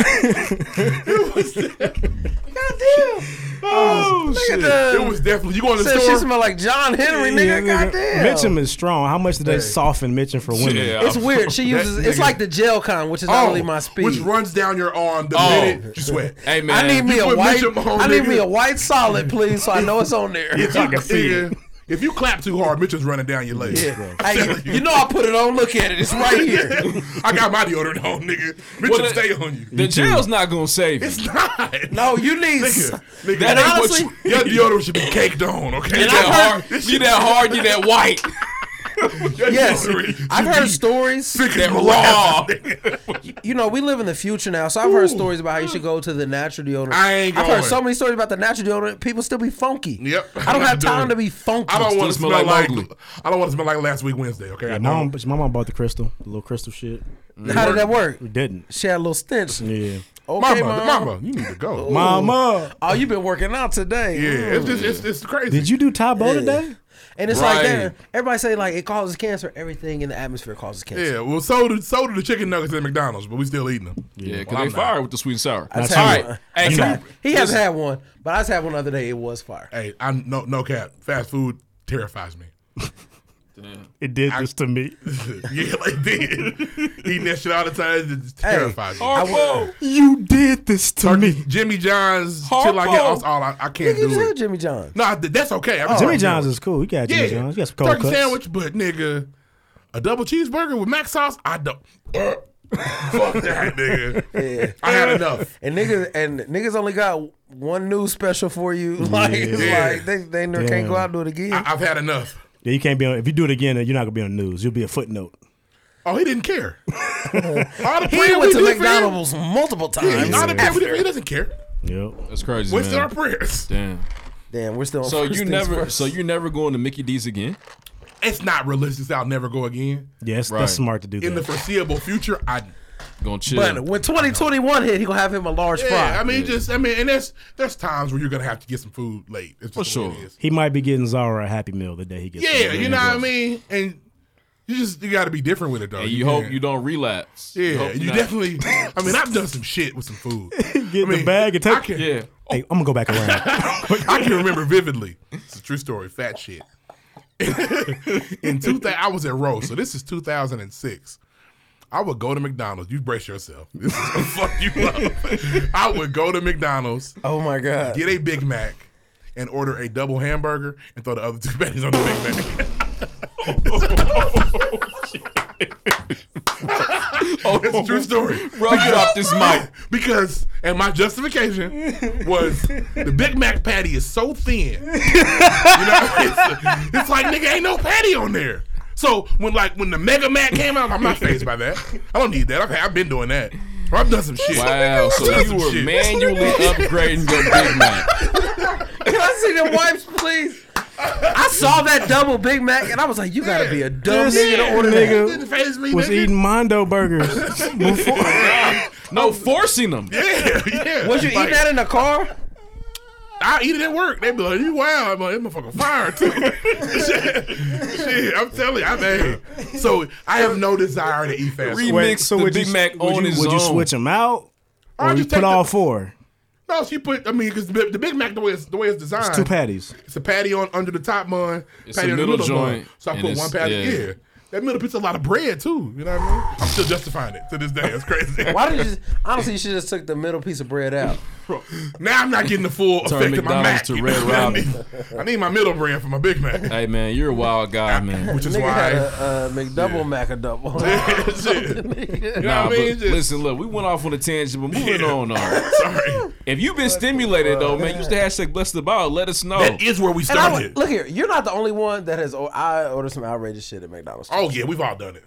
[SPEAKER 13] God damn.
[SPEAKER 9] Oh,
[SPEAKER 13] Nigga
[SPEAKER 9] shit.
[SPEAKER 13] done-
[SPEAKER 9] It was definitely. You going to the
[SPEAKER 13] Said she
[SPEAKER 9] store?
[SPEAKER 13] smell like John Henry, nigga. God damn.
[SPEAKER 4] Mitchum is strong. How much did they soften Mitchum for women?
[SPEAKER 3] Yeah.
[SPEAKER 13] It's weird. She uses.
[SPEAKER 9] That
[SPEAKER 13] It's
[SPEAKER 9] nigga-
[SPEAKER 13] like the gel con, which is not really my speed.
[SPEAKER 9] Oh, Which runs down your arm the
[SPEAKER 3] Oh.
[SPEAKER 9] minute you sweat.
[SPEAKER 3] Hey, man.
[SPEAKER 13] I need me
[SPEAKER 9] You
[SPEAKER 13] a
[SPEAKER 9] put
[SPEAKER 13] white.
[SPEAKER 9] Mitchum on,
[SPEAKER 13] I need
[SPEAKER 9] nigga.
[SPEAKER 13] me a white solid, please, so I know it's on there.
[SPEAKER 9] If you, nigga, if you clap too hard, Mitchell's running down your legs.
[SPEAKER 13] Hey, you know I put it on. Look at it. It's right here.
[SPEAKER 9] I got my deodorant on, nigga. Mitchell
[SPEAKER 3] Well,
[SPEAKER 9] stay on you.
[SPEAKER 3] The jail's not going to save you.
[SPEAKER 9] it's not.
[SPEAKER 13] No, you need. s-
[SPEAKER 9] Nigga, nigga,
[SPEAKER 3] That ain't what
[SPEAKER 13] honestly-
[SPEAKER 9] your deodorant should be caked on, okay?
[SPEAKER 3] Get that hard. Get that hard. Get that white.
[SPEAKER 13] Yes, I've heard stories.
[SPEAKER 9] Sick
[SPEAKER 3] That
[SPEAKER 9] as
[SPEAKER 3] raw.
[SPEAKER 9] raw. nigga.
[SPEAKER 13] You know, we live in the future now, so I've heard stories about how you should go to the natural deodorant.
[SPEAKER 9] I ain't
[SPEAKER 13] I've heard
[SPEAKER 9] going.
[SPEAKER 13] so many stories about the natural deodorant. People still be funky.
[SPEAKER 9] Yep.
[SPEAKER 13] I don't have time
[SPEAKER 9] Doing-
[SPEAKER 13] to be funky.
[SPEAKER 9] I don't want to
[SPEAKER 3] smell
[SPEAKER 9] smell
[SPEAKER 3] like
[SPEAKER 9] like,
[SPEAKER 3] Mowgli.
[SPEAKER 9] I don't want to smell like last week Wednesday, okay?
[SPEAKER 4] Yeah,
[SPEAKER 9] I
[SPEAKER 4] my, mom,
[SPEAKER 9] don't.
[SPEAKER 4] but my mom bought the crystal, the little crystal shit.
[SPEAKER 13] How did that work?
[SPEAKER 4] We didn't.
[SPEAKER 13] She had a little stench.
[SPEAKER 4] Yeah.
[SPEAKER 13] Okay,
[SPEAKER 9] Mama,
[SPEAKER 13] Mom.
[SPEAKER 9] mama, you need to go.
[SPEAKER 4] Um, Mama,
[SPEAKER 13] Oh, you've been working out today.
[SPEAKER 9] Yeah, it's just it's, it's crazy.
[SPEAKER 4] uh, did you do Tabo today?
[SPEAKER 13] And it's like
[SPEAKER 3] Right.
[SPEAKER 13] that. Everybody say like it causes cancer. Everything in the atmosphere causes cancer.
[SPEAKER 9] Yeah, well, so do so do the chicken nuggets at McDonald's, but we still eating them.
[SPEAKER 3] Yeah, because
[SPEAKER 9] Well, I'm
[SPEAKER 3] they
[SPEAKER 9] not.
[SPEAKER 3] fired with the sweet and sour.
[SPEAKER 13] I
[SPEAKER 3] All
[SPEAKER 13] tell you
[SPEAKER 3] right.
[SPEAKER 13] what.
[SPEAKER 3] Hey,
[SPEAKER 13] I
[SPEAKER 3] can
[SPEAKER 13] tell-
[SPEAKER 3] we-
[SPEAKER 13] He hasn't
[SPEAKER 3] listen,
[SPEAKER 13] had one, but I just had one the other day. It was fire.
[SPEAKER 9] Hey, I no no cap. Fast food terrifies me.
[SPEAKER 4] It did this to me.
[SPEAKER 9] yeah, like did eating that shit all the time. It just
[SPEAKER 13] Hey.
[SPEAKER 9] terrifies me.
[SPEAKER 3] Harpo.
[SPEAKER 4] You did this to me.
[SPEAKER 9] Jimmy John's shit like that. That's all I, I can't
[SPEAKER 13] Nigga, you just
[SPEAKER 9] do
[SPEAKER 13] had
[SPEAKER 9] it.
[SPEAKER 13] Jimmy John.
[SPEAKER 9] No, I- that's okay. I
[SPEAKER 13] Oh,
[SPEAKER 9] mean,
[SPEAKER 4] Oh, Jimmy John's is cool. We got Jimmy
[SPEAKER 9] yeah,
[SPEAKER 4] John's. You got some cold
[SPEAKER 9] turkey
[SPEAKER 4] cuts.
[SPEAKER 9] sandwich, but nigga, a double cheeseburger with mac sauce. I don't. Uh, Fuck that, nigga. I had enough.
[SPEAKER 13] And niggas and niggas only got one news special for you. Like, it's
[SPEAKER 9] Yeah.
[SPEAKER 13] like they they never can't go out and do it again.
[SPEAKER 9] I, I've had enough.
[SPEAKER 4] Yeah, you can't be on. If you do it again, then you're not gonna be on the news. You'll be a footnote.
[SPEAKER 9] Oh, he didn't care. all the
[SPEAKER 13] he
[SPEAKER 9] prayer we
[SPEAKER 13] went to
[SPEAKER 9] do for him-
[SPEAKER 13] McDonald's multiple
[SPEAKER 9] Yeah,
[SPEAKER 13] times.
[SPEAKER 9] all the prayer we do for him, he doesn't care.
[SPEAKER 4] Yep.
[SPEAKER 3] That's crazy,
[SPEAKER 9] What's our
[SPEAKER 3] man.
[SPEAKER 9] prayers?
[SPEAKER 3] Damn.
[SPEAKER 13] Damn, we're still on
[SPEAKER 3] So
[SPEAKER 13] first
[SPEAKER 3] you
[SPEAKER 13] things
[SPEAKER 3] never,
[SPEAKER 13] first.
[SPEAKER 3] so you never going to Mickey D's again?
[SPEAKER 9] It's not realistic. I'll never go again.
[SPEAKER 4] Yes,
[SPEAKER 3] Right.
[SPEAKER 4] that's smart to do
[SPEAKER 9] In the
[SPEAKER 4] that.
[SPEAKER 9] foreseeable future, I
[SPEAKER 3] Gonna chill.
[SPEAKER 13] But when 2021 hit, he gonna have him a large fry.
[SPEAKER 9] Yeah, I mean, just I mean, and there's there's times where you're gonna have to get some food late. It's just the way it is.
[SPEAKER 4] He might be getting Zara a Happy Meal the day he gets.
[SPEAKER 9] Yeah,
[SPEAKER 4] there.
[SPEAKER 9] you know what I mean. And you just you got to be different with it though.
[SPEAKER 3] And you, hope you don't relapse.
[SPEAKER 9] Yeah,
[SPEAKER 3] hope
[SPEAKER 9] you
[SPEAKER 3] not.
[SPEAKER 9] definitely. I mean, I've done some shit with some food.
[SPEAKER 4] Get in the bag and
[SPEAKER 9] I
[SPEAKER 4] take.
[SPEAKER 9] can,
[SPEAKER 3] yeah.
[SPEAKER 4] Hey, I'm gonna go back around.
[SPEAKER 9] I can remember vividly. It's a true story. Fat shit. in two thousand, I was at Rose, so this is two thousand and six. I would go to McDonald's. You brace yourself. This is gonna fuck you up. I would go to McDonald's.
[SPEAKER 13] Oh my god.
[SPEAKER 9] Get a Big Mac and order a double hamburger and throw the other two patties on the Big Mac. oh, it's a true story.
[SPEAKER 3] Bro, get off this mic.
[SPEAKER 9] Because, and my justification was the Big Mac patty is so thin. You know, it's, it's like nigga ain't no patty on there. So when like when the Mega Mac came out, I'm not phased by that. I don't need that. I've, I've been doing that. Or I've done some shit.
[SPEAKER 3] Wow, so
[SPEAKER 9] I've done
[SPEAKER 3] you
[SPEAKER 9] some
[SPEAKER 3] were
[SPEAKER 9] shit.
[SPEAKER 3] manually upgrading your Big Mac.
[SPEAKER 13] Can I see the wipes, please? I saw that double Big Mac and I was like, you gotta be a dumb
[SPEAKER 4] This
[SPEAKER 13] nigga to order
[SPEAKER 4] nigga
[SPEAKER 13] that.
[SPEAKER 9] Phase me,
[SPEAKER 4] was
[SPEAKER 9] nigga.
[SPEAKER 4] eating Mondo burgers before.
[SPEAKER 3] No, forcing them.
[SPEAKER 9] Yeah, yeah.
[SPEAKER 13] Was you eating that in the car?
[SPEAKER 9] I eat it at work. They be like, "You wow!" I'm like, "That motherfucker fire too." shit, shit, I'm telling you, I mean, so I have no desire to eat fast. food.
[SPEAKER 4] Wait, so would you, would you, Would you switch them out,
[SPEAKER 9] Or
[SPEAKER 4] or you
[SPEAKER 9] just
[SPEAKER 4] put
[SPEAKER 9] take
[SPEAKER 4] all
[SPEAKER 9] the-
[SPEAKER 4] four?
[SPEAKER 9] No, she put. I mean, because the, the Big Mac the way it's the way it's designed,
[SPEAKER 4] It's two patties.
[SPEAKER 9] It's a patty on under the top bun,
[SPEAKER 3] It's
[SPEAKER 9] patty
[SPEAKER 3] a
[SPEAKER 9] on the
[SPEAKER 3] middle
[SPEAKER 9] middle bun.
[SPEAKER 3] joint,
[SPEAKER 9] So I
[SPEAKER 3] and
[SPEAKER 9] put
[SPEAKER 3] it's-
[SPEAKER 9] one patty.
[SPEAKER 3] yeah.
[SPEAKER 9] Yeah. that middle piece a lot of bread too. You know what I mean? I'm still justifying it to this day. It's crazy.
[SPEAKER 13] Why did you just, honestly you should just took the middle piece of bread out.
[SPEAKER 9] Now I'm not getting the full
[SPEAKER 3] Turn
[SPEAKER 9] effect of my
[SPEAKER 3] McDonald's
[SPEAKER 9] Mac.
[SPEAKER 3] to
[SPEAKER 9] you know
[SPEAKER 3] Red
[SPEAKER 9] what I
[SPEAKER 3] Robin.
[SPEAKER 9] need? I need my middle bread for my Big Mac.
[SPEAKER 3] Hey man, you're a wild guy, man.
[SPEAKER 9] Which is
[SPEAKER 13] nigga
[SPEAKER 9] why
[SPEAKER 13] had a uh, McDouble Mac a double.
[SPEAKER 9] You know
[SPEAKER 3] Nah,
[SPEAKER 9] what I mean?
[SPEAKER 3] but
[SPEAKER 9] Just-
[SPEAKER 3] listen, look, we went off on a tangent, but moving
[SPEAKER 9] Yeah.
[SPEAKER 3] on. All right.
[SPEAKER 9] Sorry.
[SPEAKER 3] If you've been stimulated though, man, use the hashtag blessed about. Let us know.
[SPEAKER 9] That is where we
[SPEAKER 13] And I,
[SPEAKER 9] started.
[SPEAKER 13] look here, you're not the only one that has. I ordered some outrageous shit at McDonald's.
[SPEAKER 9] Oh yeah, we've all done it.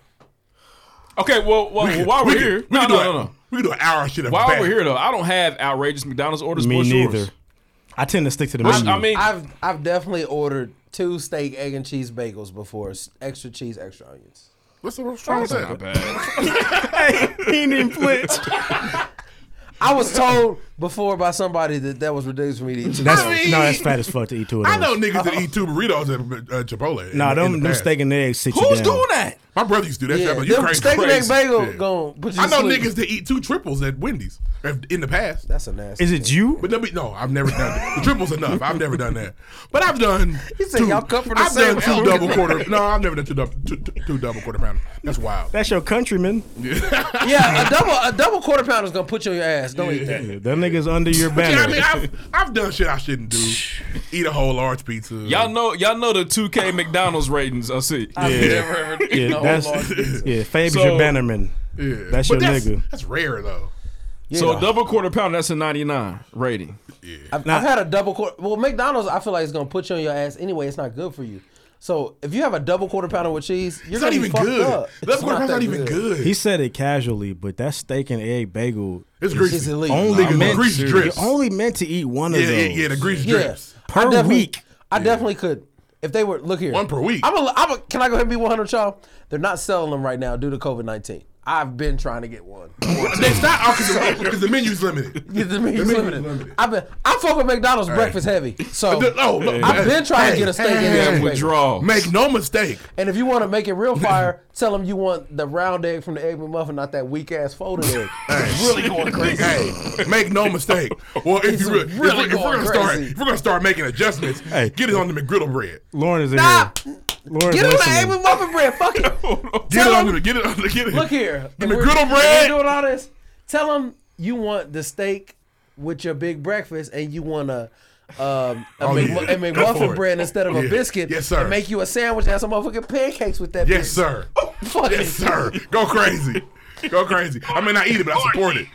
[SPEAKER 3] Okay, well, well
[SPEAKER 9] We-
[SPEAKER 3] while
[SPEAKER 9] we
[SPEAKER 3] we're
[SPEAKER 9] can-
[SPEAKER 3] here,
[SPEAKER 9] we
[SPEAKER 3] no, no,
[SPEAKER 9] can do
[SPEAKER 3] no,
[SPEAKER 9] it.
[SPEAKER 3] no.
[SPEAKER 9] We can do an hour shit.
[SPEAKER 3] While we're here though, I don't have outrageous McDonald's orders.
[SPEAKER 4] Me
[SPEAKER 3] What's yours?
[SPEAKER 4] neither. I tend to stick to the
[SPEAKER 3] Which-
[SPEAKER 4] menu.
[SPEAKER 3] I mean-
[SPEAKER 13] I've I've definitely ordered two steak, egg, and cheese bagels before. S- Extra cheese, extra onions.
[SPEAKER 9] What's the what's wrong with
[SPEAKER 3] Not
[SPEAKER 9] that?
[SPEAKER 3] bad.
[SPEAKER 4] he ain't even flinch.
[SPEAKER 13] I was told before by somebody that that was ridiculous for me to eat. two
[SPEAKER 4] That's
[SPEAKER 13] of those.
[SPEAKER 9] mean-
[SPEAKER 4] no, that's fat as fuck to eat two of those.
[SPEAKER 9] I know niggas that eat two burritos at uh, Chipotle. in-
[SPEAKER 4] Nah,
[SPEAKER 9] in
[SPEAKER 4] them,
[SPEAKER 9] the
[SPEAKER 4] them
[SPEAKER 9] past.
[SPEAKER 4] steak and eggs sit you
[SPEAKER 3] Who's
[SPEAKER 4] down.
[SPEAKER 3] doing that?
[SPEAKER 9] My brother used to do that.
[SPEAKER 13] Yeah,
[SPEAKER 9] shit, but you
[SPEAKER 13] them
[SPEAKER 9] crazy.
[SPEAKER 13] steak and egg
[SPEAKER 9] Crazy.
[SPEAKER 13] bagel
[SPEAKER 9] Yeah.
[SPEAKER 13] gone. But you
[SPEAKER 9] I know
[SPEAKER 13] sleep.
[SPEAKER 9] niggas that eat two triples at Wendy's if- in the past.
[SPEAKER 13] That's a nasty.
[SPEAKER 4] Is it you?
[SPEAKER 9] But let me, no, I've never done that. The triple's enough. I've never done that. But I've done.
[SPEAKER 13] He said
[SPEAKER 9] two,
[SPEAKER 13] y'all come from the
[SPEAKER 9] I've
[SPEAKER 13] same
[SPEAKER 9] done two
[SPEAKER 13] house.
[SPEAKER 9] double quarter. No, I've never done two double two, two, two double quarter pounder. That's wild.
[SPEAKER 4] That's your countryman.
[SPEAKER 13] yeah, a double a double quarter pounder is gonna put you on your ass. Don't eat that.
[SPEAKER 4] Yeah, them niggas under your
[SPEAKER 9] Yeah, I
[SPEAKER 4] banner.
[SPEAKER 9] mean, I've, I've done shit I shouldn't do. Eat a whole large pizza.
[SPEAKER 3] Y'all know, y'all know the 2K McDonald's ratings. I see.
[SPEAKER 4] yeah, that's yeah. Fabe's
[SPEAKER 3] So-
[SPEAKER 4] your bannerman.
[SPEAKER 9] Yeah.
[SPEAKER 4] That's
[SPEAKER 9] But
[SPEAKER 4] your nigga.
[SPEAKER 9] That's rare though.
[SPEAKER 3] So a double quarter pounder, that's a 99 rating.
[SPEAKER 13] I've, I've had a double quarter. Well, McDonald's, I feel like it's gonna put you on your ass anyway. It's not good for you. So if you have a double quarter pounder with cheese,
[SPEAKER 9] It's
[SPEAKER 13] you're gonna
[SPEAKER 9] not
[SPEAKER 13] be
[SPEAKER 9] even
[SPEAKER 13] fucked
[SPEAKER 9] good.
[SPEAKER 13] up.
[SPEAKER 9] Double
[SPEAKER 13] It's
[SPEAKER 9] quarter pounder's
[SPEAKER 13] that
[SPEAKER 9] not even good.
[SPEAKER 4] He said it casually, but that steak and egg bagel
[SPEAKER 9] It's
[SPEAKER 13] It's
[SPEAKER 9] greasy.
[SPEAKER 13] elite.
[SPEAKER 4] only
[SPEAKER 9] Niggas, the
[SPEAKER 4] meant
[SPEAKER 9] grease drips.
[SPEAKER 4] you're only meant to eat one of
[SPEAKER 9] yeah,
[SPEAKER 4] those.
[SPEAKER 9] yeah, yeah, the grease
[SPEAKER 13] Yeah,
[SPEAKER 9] drips.
[SPEAKER 13] I
[SPEAKER 4] Per
[SPEAKER 13] definitely-
[SPEAKER 4] week.
[SPEAKER 13] I definitely could. If they were, look here,
[SPEAKER 9] One per week.
[SPEAKER 13] I'm a, I'm a, can I go ahead and be 100, y'all? They're not selling them right now due to COVID 19. I've been trying to get one.
[SPEAKER 9] It's not alcohol because the menu's limited.
[SPEAKER 13] Get the menu's
[SPEAKER 9] menu's
[SPEAKER 13] limited.
[SPEAKER 9] limited.
[SPEAKER 13] I've been. I fuck with McDonald's breakfast heavy. So
[SPEAKER 9] The- oh, look,
[SPEAKER 13] I've been trying to get a steak in there.
[SPEAKER 3] Yeah,
[SPEAKER 13] Hey,
[SPEAKER 3] withdrawal.
[SPEAKER 9] Make no mistake.
[SPEAKER 13] And if you want to make it real fire, tell them you want the round egg from the egg McMuffin, not that weak ass folded egg.
[SPEAKER 9] Hey. Really going crazy. Hey, make no mistake. Well, if you really,
[SPEAKER 13] really
[SPEAKER 9] if, we- if we're
[SPEAKER 13] going
[SPEAKER 9] gonna start,
[SPEAKER 13] crazy.
[SPEAKER 9] if we're gonna start making adjustments,
[SPEAKER 4] Hey.
[SPEAKER 9] get it on the McGriddle bread.
[SPEAKER 4] Lauren is in
[SPEAKER 13] Stop.
[SPEAKER 4] here. Lauren
[SPEAKER 13] Get it on the egg
[SPEAKER 4] listening.
[SPEAKER 13] McMuffin bread. Fuck it.
[SPEAKER 9] Get
[SPEAKER 13] Tell
[SPEAKER 9] it on
[SPEAKER 13] 'em-
[SPEAKER 9] the get it on the get it.
[SPEAKER 13] Look here.
[SPEAKER 9] the
[SPEAKER 13] if we're-
[SPEAKER 9] McGriddle
[SPEAKER 13] if we're
[SPEAKER 9] bread.
[SPEAKER 13] doing all this. Tell them you want the steak with your big breakfast, and you want a. Um, a,
[SPEAKER 9] Oh,
[SPEAKER 13] McMu-
[SPEAKER 9] yeah.
[SPEAKER 13] a
[SPEAKER 9] Go for
[SPEAKER 13] McMuffin
[SPEAKER 9] it.
[SPEAKER 13] bread instead of a
[SPEAKER 9] Yeah.
[SPEAKER 13] biscuit.
[SPEAKER 9] Yes, sir.
[SPEAKER 13] And make you a sandwich and have some motherfucking pancakes with that.
[SPEAKER 9] Yes,
[SPEAKER 13] bitch.
[SPEAKER 9] sir.
[SPEAKER 13] Fuck
[SPEAKER 9] Yes,
[SPEAKER 13] it.
[SPEAKER 9] sir. Go crazy. Go crazy. I may not eat it, but I support it.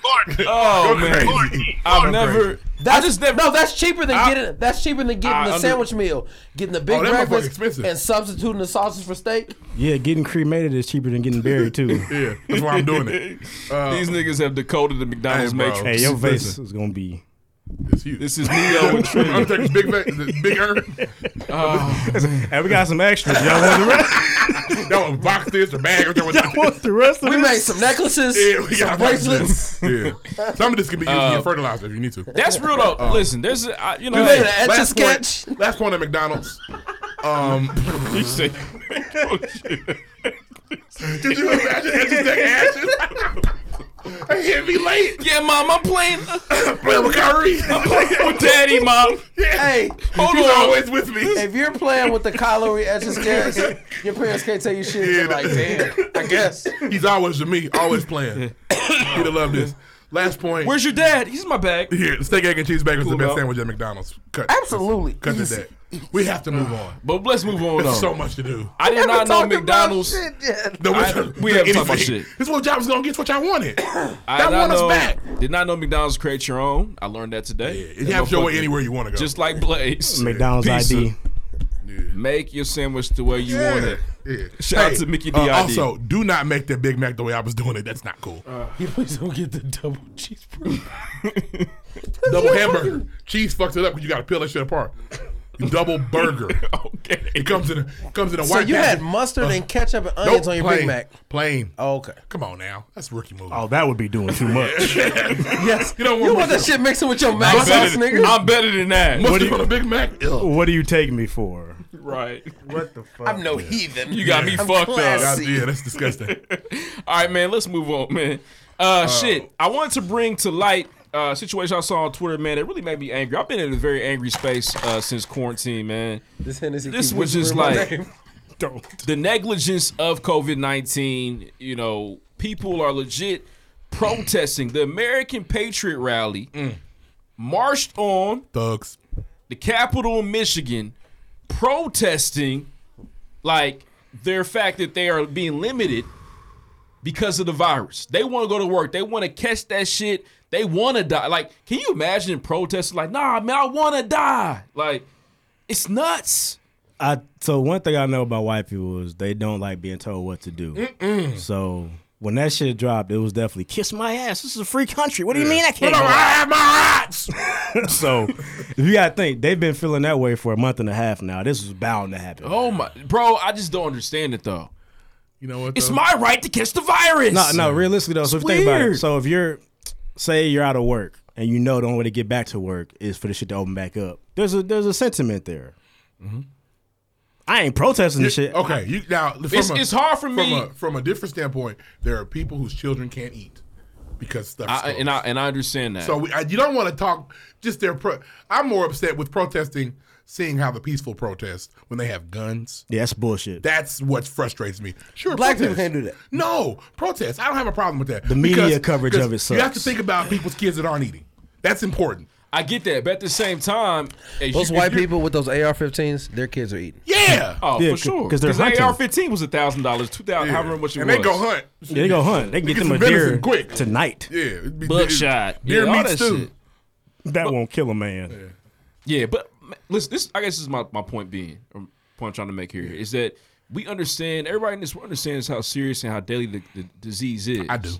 [SPEAKER 3] Oh
[SPEAKER 9] Go
[SPEAKER 3] man,
[SPEAKER 9] crazy.
[SPEAKER 3] I've
[SPEAKER 9] Go
[SPEAKER 3] never.
[SPEAKER 9] crazy.
[SPEAKER 3] I just never.
[SPEAKER 13] No, that's cheaper than
[SPEAKER 3] I-
[SPEAKER 13] getting. That's cheaper than getting
[SPEAKER 3] I
[SPEAKER 13] the
[SPEAKER 3] under-
[SPEAKER 13] sandwich meal, getting the big
[SPEAKER 9] Oh, that motherfucker
[SPEAKER 13] breakfast,
[SPEAKER 9] expensive.
[SPEAKER 13] and substituting the sausage for steak.
[SPEAKER 4] Yeah, getting cremated is cheaper than getting buried too.
[SPEAKER 9] Yeah, that's why I'm doing it.
[SPEAKER 3] These niggas have decoded the McDonald's
[SPEAKER 9] Oh. Hey, bro.
[SPEAKER 3] matrix.
[SPEAKER 4] hey, your face
[SPEAKER 9] Listen.
[SPEAKER 4] is gonna be.
[SPEAKER 9] It's huge.
[SPEAKER 3] This is Neo and Trinity.
[SPEAKER 9] Undertaker's big, va- big earn.
[SPEAKER 4] Hey, we got some extras. Y'all want the rest?
[SPEAKER 9] that was box this, the bag. That was,
[SPEAKER 4] the rest
[SPEAKER 13] We made some necklaces,
[SPEAKER 9] Yeah, we
[SPEAKER 13] some
[SPEAKER 9] got bracelets.
[SPEAKER 13] bracelets.
[SPEAKER 9] Yeah, some of this can be used
[SPEAKER 3] Uh,
[SPEAKER 9] in your fertilizer if you need to.
[SPEAKER 3] That's real though. Listen, there's a- I- you know,
[SPEAKER 9] dude,
[SPEAKER 3] hey,
[SPEAKER 9] last
[SPEAKER 3] last
[SPEAKER 9] point- last point at McDonald's. Um,
[SPEAKER 3] You say-
[SPEAKER 9] Could you imagine Edge's deck ashes? I can't be late.
[SPEAKER 3] Yeah, mom, I'm playing.
[SPEAKER 9] playing with Kyrie.
[SPEAKER 3] I'm playing with Daddy, mom.
[SPEAKER 13] Hey,
[SPEAKER 3] Hold
[SPEAKER 9] He's
[SPEAKER 3] on.
[SPEAKER 9] always with me.
[SPEAKER 13] If you're playing with the calorie etches carrots, your parents can't tell you shit. They're like, damn, I guess.
[SPEAKER 9] He's always with me, always playing. He'd have loved this. Last point.
[SPEAKER 3] Where's your dad? He's in my bag.
[SPEAKER 9] Here, the steak, egg, and cheeseburger is the
[SPEAKER 3] Cool,
[SPEAKER 9] best
[SPEAKER 3] bro.
[SPEAKER 9] sandwich at McDonald's. Cut.
[SPEAKER 13] Absolutely.
[SPEAKER 9] Cut to that. We have to move on.
[SPEAKER 3] But let's move on.
[SPEAKER 9] There's
[SPEAKER 3] though.
[SPEAKER 9] so much to do.
[SPEAKER 3] I did not know McDonald's.
[SPEAKER 9] No, we,
[SPEAKER 3] I- we haven't talked about shit.
[SPEAKER 9] This is what y'all was gonna get. What y'all wanted.
[SPEAKER 3] I
[SPEAKER 9] that
[SPEAKER 3] did not
[SPEAKER 9] won us
[SPEAKER 3] know-
[SPEAKER 9] back.
[SPEAKER 3] Did not know McDonald's create your own. I learned that today.
[SPEAKER 9] you
[SPEAKER 3] That
[SPEAKER 9] have your way
[SPEAKER 3] motherfucker-
[SPEAKER 9] anywhere you wanna go.
[SPEAKER 3] Just like Blaze.
[SPEAKER 4] McDonald's ID.
[SPEAKER 3] Make your sandwich the way you
[SPEAKER 9] Yeah,
[SPEAKER 3] want it.
[SPEAKER 9] yeah.
[SPEAKER 3] Shout out
[SPEAKER 9] Hey,
[SPEAKER 3] to Mickey
[SPEAKER 9] uh,
[SPEAKER 3] D.
[SPEAKER 9] also, do not make that Big Mac the way I was doing it. That's not cool.
[SPEAKER 13] You please don't get the double cheeseburger.
[SPEAKER 9] Double hamburger. Cheese fucks it up because you got to peel that shit apart. Double burger. okay. It comes in a comes in a
[SPEAKER 13] So
[SPEAKER 9] white.
[SPEAKER 13] you had
[SPEAKER 9] package.
[SPEAKER 13] mustard
[SPEAKER 9] Uh,
[SPEAKER 13] and ketchup and
[SPEAKER 9] nope,
[SPEAKER 13] onions on your
[SPEAKER 9] plain,
[SPEAKER 13] Big Mac.
[SPEAKER 9] Plain.
[SPEAKER 13] Oh, okay.
[SPEAKER 9] Come on now, that's rookie move.
[SPEAKER 4] Oh, that would be doing too much.
[SPEAKER 13] Yes.
[SPEAKER 9] You don't
[SPEAKER 13] You want that
[SPEAKER 9] mustard.
[SPEAKER 13] shit mixing with your
[SPEAKER 9] I'm
[SPEAKER 13] mac
[SPEAKER 9] better
[SPEAKER 13] sauce,
[SPEAKER 9] than-
[SPEAKER 13] nigga?
[SPEAKER 3] I'm better than that.
[SPEAKER 4] What do
[SPEAKER 9] Mustard
[SPEAKER 4] you-
[SPEAKER 9] on a Big Mac. Ugh.
[SPEAKER 4] what do you take me for?
[SPEAKER 3] Right.
[SPEAKER 4] What the fuck?
[SPEAKER 13] I'm no heathen.
[SPEAKER 3] You got me
[SPEAKER 13] I'm
[SPEAKER 3] fucked
[SPEAKER 13] classy.
[SPEAKER 3] up.
[SPEAKER 9] Yeah, that's disgusting.
[SPEAKER 3] All right, man. Let's move on, man. Uh, shit. I wanted to bring to light uh, a situation I saw on Twitter, man. It really made me angry. I've been in a very angry space uh, since quarantine, man.
[SPEAKER 13] This Hennessy
[SPEAKER 3] This
[SPEAKER 13] keep
[SPEAKER 3] was just
[SPEAKER 13] whispering my
[SPEAKER 3] like-
[SPEAKER 13] name.
[SPEAKER 3] the negligence of COVID 19, you know, people are legit protesting. The American Patriot Rally
[SPEAKER 4] Mm.
[SPEAKER 3] marched on
[SPEAKER 9] Thugs.
[SPEAKER 3] the capital of Michigan protesting, like, their fact that they are being limited because of the virus. They want to go to work. They want to catch that shit. They want to die. Like, can you imagine protesting? Like, nah, man, I want to die. Like, it's nuts.
[SPEAKER 4] I so one thing I know about white people is they don't like being told what to do. So when that shit dropped, it was definitely kiss my ass. This is a free country. What do you mean I can't?
[SPEAKER 9] Well, I
[SPEAKER 4] Go
[SPEAKER 9] have my rights.
[SPEAKER 4] out? so if you gotta think they've been feeling that way for a month and a half now. This was bound to happen.
[SPEAKER 3] Oh my, bro! I just don't understand it though.
[SPEAKER 9] You know what?
[SPEAKER 3] It's
[SPEAKER 9] though?
[SPEAKER 3] my right to catch the virus.
[SPEAKER 4] No, no, realistically though, so if
[SPEAKER 3] It's
[SPEAKER 4] you think about it,
[SPEAKER 3] weird.
[SPEAKER 4] so if you're say you're out of work and you know the only way to get back to work is for the shit to open back up. There's a there's a sentiment there.
[SPEAKER 3] Mm-hmm.
[SPEAKER 4] I ain't protesting this shit.
[SPEAKER 9] Okay, you now. From
[SPEAKER 3] It's-
[SPEAKER 9] a,
[SPEAKER 3] it's hard for
[SPEAKER 9] from
[SPEAKER 3] me-
[SPEAKER 9] A, from a different standpoint, there are people whose children can't eat because stuff.
[SPEAKER 3] I, and I and I understand that.
[SPEAKER 9] So we, I, you don't want to talk just their. Pro- I'm more upset with protesting, seeing how the peaceful protest when they have guns.
[SPEAKER 4] Yeah, that's bullshit.
[SPEAKER 9] That's what frustrates me. Sure,
[SPEAKER 13] Black
[SPEAKER 9] protest.
[SPEAKER 13] people can't do that.
[SPEAKER 9] No protest. I don't have a problem with that.
[SPEAKER 4] The media coverage of
[SPEAKER 9] because
[SPEAKER 4] it
[SPEAKER 9] You have to
[SPEAKER 4] sucks.
[SPEAKER 9] think about people's kids that aren't eating. That's important.
[SPEAKER 3] I get that, but at the same time, as
[SPEAKER 13] Those
[SPEAKER 3] you-
[SPEAKER 13] white
[SPEAKER 3] if you're-
[SPEAKER 13] people with those AR-15s, their kids are eating.
[SPEAKER 9] Yeah.
[SPEAKER 3] Oh,
[SPEAKER 4] Yeah,
[SPEAKER 3] for
[SPEAKER 4] c-
[SPEAKER 3] sure.
[SPEAKER 4] 'cause they're
[SPEAKER 3] Because
[SPEAKER 4] hunting.
[SPEAKER 3] AR-15 was a thousand dollars, two thousand, however much it
[SPEAKER 9] and
[SPEAKER 3] was.
[SPEAKER 9] they go hunt.
[SPEAKER 4] Yeah, they go hunt. They can get,
[SPEAKER 9] Get
[SPEAKER 4] them a
[SPEAKER 9] some venison
[SPEAKER 4] deer
[SPEAKER 9] quick.
[SPEAKER 4] tonight.
[SPEAKER 9] Yeah, it'd be-
[SPEAKER 3] Buckshot.
[SPEAKER 9] Deer
[SPEAKER 3] yeah, all
[SPEAKER 9] meats
[SPEAKER 3] that
[SPEAKER 9] too.
[SPEAKER 3] shit.
[SPEAKER 4] That won't kill a man.
[SPEAKER 3] Yeah, but ma- listen, this I guess this is my, my point being, or point I'm trying to make here, is that we understand everybody in this world understands how serious and how deadly the, the disease is.
[SPEAKER 9] I do.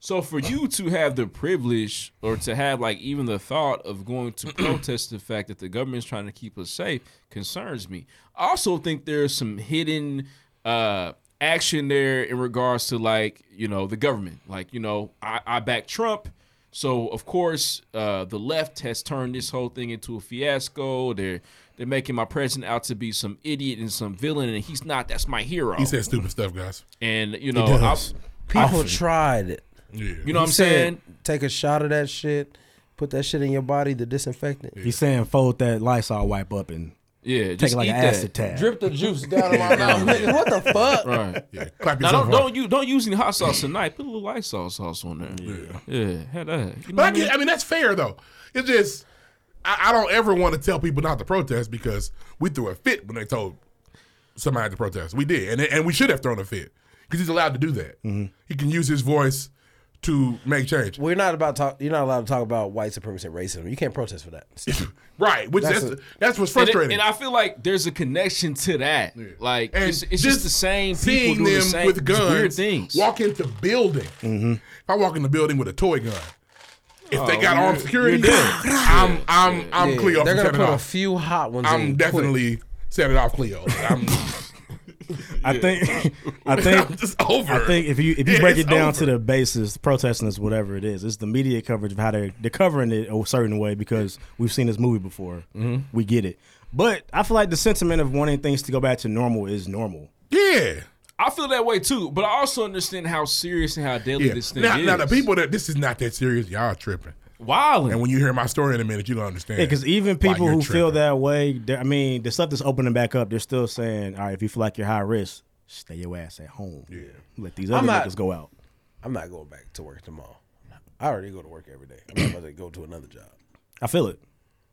[SPEAKER 3] So for you to have the privilege or to have like even the thought of going to protest the fact that the government's trying to keep us safe concerns me. I also think there's some hidden uh action there in regards to like, you know, the government. Like, you know, I, I back Trump. So of course, uh, the left has turned this whole thing into a fiasco. They're they're making my president out to be some idiot and some villain, and he's not. That's my hero.
[SPEAKER 9] He said stupid stuff, guys.
[SPEAKER 3] and you know, I,
[SPEAKER 13] does. People tried it.
[SPEAKER 9] Yeah.
[SPEAKER 3] you know what I'm
[SPEAKER 13] He
[SPEAKER 3] saying?
[SPEAKER 13] said, Take a shot of that shit. Put that shit in your body to disinfect it.
[SPEAKER 4] He's saying fold that Lysol wipe up and
[SPEAKER 3] Yeah,
[SPEAKER 4] take
[SPEAKER 3] just
[SPEAKER 4] it like
[SPEAKER 3] eat
[SPEAKER 4] an
[SPEAKER 3] that.
[SPEAKER 4] acid tab.
[SPEAKER 13] Drip the juice down my mouth. nigga. What the fuck?
[SPEAKER 3] Right.
[SPEAKER 9] Yeah, clap
[SPEAKER 3] Now
[SPEAKER 9] yourself.
[SPEAKER 3] don't
[SPEAKER 9] hard.
[SPEAKER 3] don't you don't use any hot sauce tonight. Put a little light sauce sauce on there. Yeah, yeah, have that. You know
[SPEAKER 9] But I
[SPEAKER 3] what I mean?
[SPEAKER 9] get, I mean, that's fair though. It's just I, I don't ever want to tell people not to protest because we threw a fit when they told somebody to protest. We did, and and we should have thrown a fit because he's allowed to do that.
[SPEAKER 13] Mm-hmm.
[SPEAKER 9] He can use his voice to make change.
[SPEAKER 13] We're not about to talk. You're not allowed to talk about white supremacy and racism. You can't protest for that.
[SPEAKER 9] Right, which
[SPEAKER 13] That's
[SPEAKER 9] that's that's,
[SPEAKER 13] a-
[SPEAKER 9] what's
[SPEAKER 3] And it-
[SPEAKER 9] frustrating.
[SPEAKER 3] And, I feel like there's a connection to that. Like
[SPEAKER 9] And
[SPEAKER 3] it's, it's just the same people
[SPEAKER 9] seeing
[SPEAKER 3] doing
[SPEAKER 9] them
[SPEAKER 3] the same
[SPEAKER 9] with guns
[SPEAKER 3] weird things.
[SPEAKER 9] walk into building.
[SPEAKER 13] Mm-hmm.
[SPEAKER 9] If I walk in the building with a toy gun, if
[SPEAKER 3] Oh,
[SPEAKER 9] they got armed security, I'm I'm I'm
[SPEAKER 13] Yeah,
[SPEAKER 9] Cleo. from
[SPEAKER 13] They're gonna
[SPEAKER 9] turning
[SPEAKER 13] put a
[SPEAKER 9] off.
[SPEAKER 13] few hot ones.
[SPEAKER 9] I'm
[SPEAKER 13] in quick.
[SPEAKER 9] definitely set it off Cleo. I'm,
[SPEAKER 4] I think, I think,
[SPEAKER 9] It's over.
[SPEAKER 4] I think if you if you
[SPEAKER 9] Yeah,
[SPEAKER 4] break it
[SPEAKER 9] it's
[SPEAKER 4] down
[SPEAKER 9] over.
[SPEAKER 4] to the basis, protesting is whatever it is. It's the media coverage of how they're they're covering it a certain way because we've seen this movie before.
[SPEAKER 9] Mm-hmm.
[SPEAKER 15] Mhm.
[SPEAKER 4] We get it. But I feel like the sentiment of wanting things to go back to normal is normal.
[SPEAKER 9] Yeah.
[SPEAKER 3] I feel that way too, but I also understand how serious and how deadly
[SPEAKER 9] Yeah.
[SPEAKER 3] this thing
[SPEAKER 9] Now,
[SPEAKER 3] is.
[SPEAKER 9] now the people that this is not that serious, y'all tripping.
[SPEAKER 3] Wow.
[SPEAKER 9] And when you hear my story in a minute, you don't understand.
[SPEAKER 4] Yeah, because even
[SPEAKER 9] why
[SPEAKER 4] people
[SPEAKER 9] you're
[SPEAKER 4] who
[SPEAKER 9] tripping.
[SPEAKER 4] feel that way, they're- I mean, the stuff that's opening back up, they're still saying, "All right, if you feel like you're high risk, stay your ass at home. Yeah, let these other
[SPEAKER 13] I'm not-
[SPEAKER 4] niggas go out."
[SPEAKER 13] I'm not going back to work tomorrow. I already go to work every day. I'm not about to go to another job.
[SPEAKER 4] I feel it.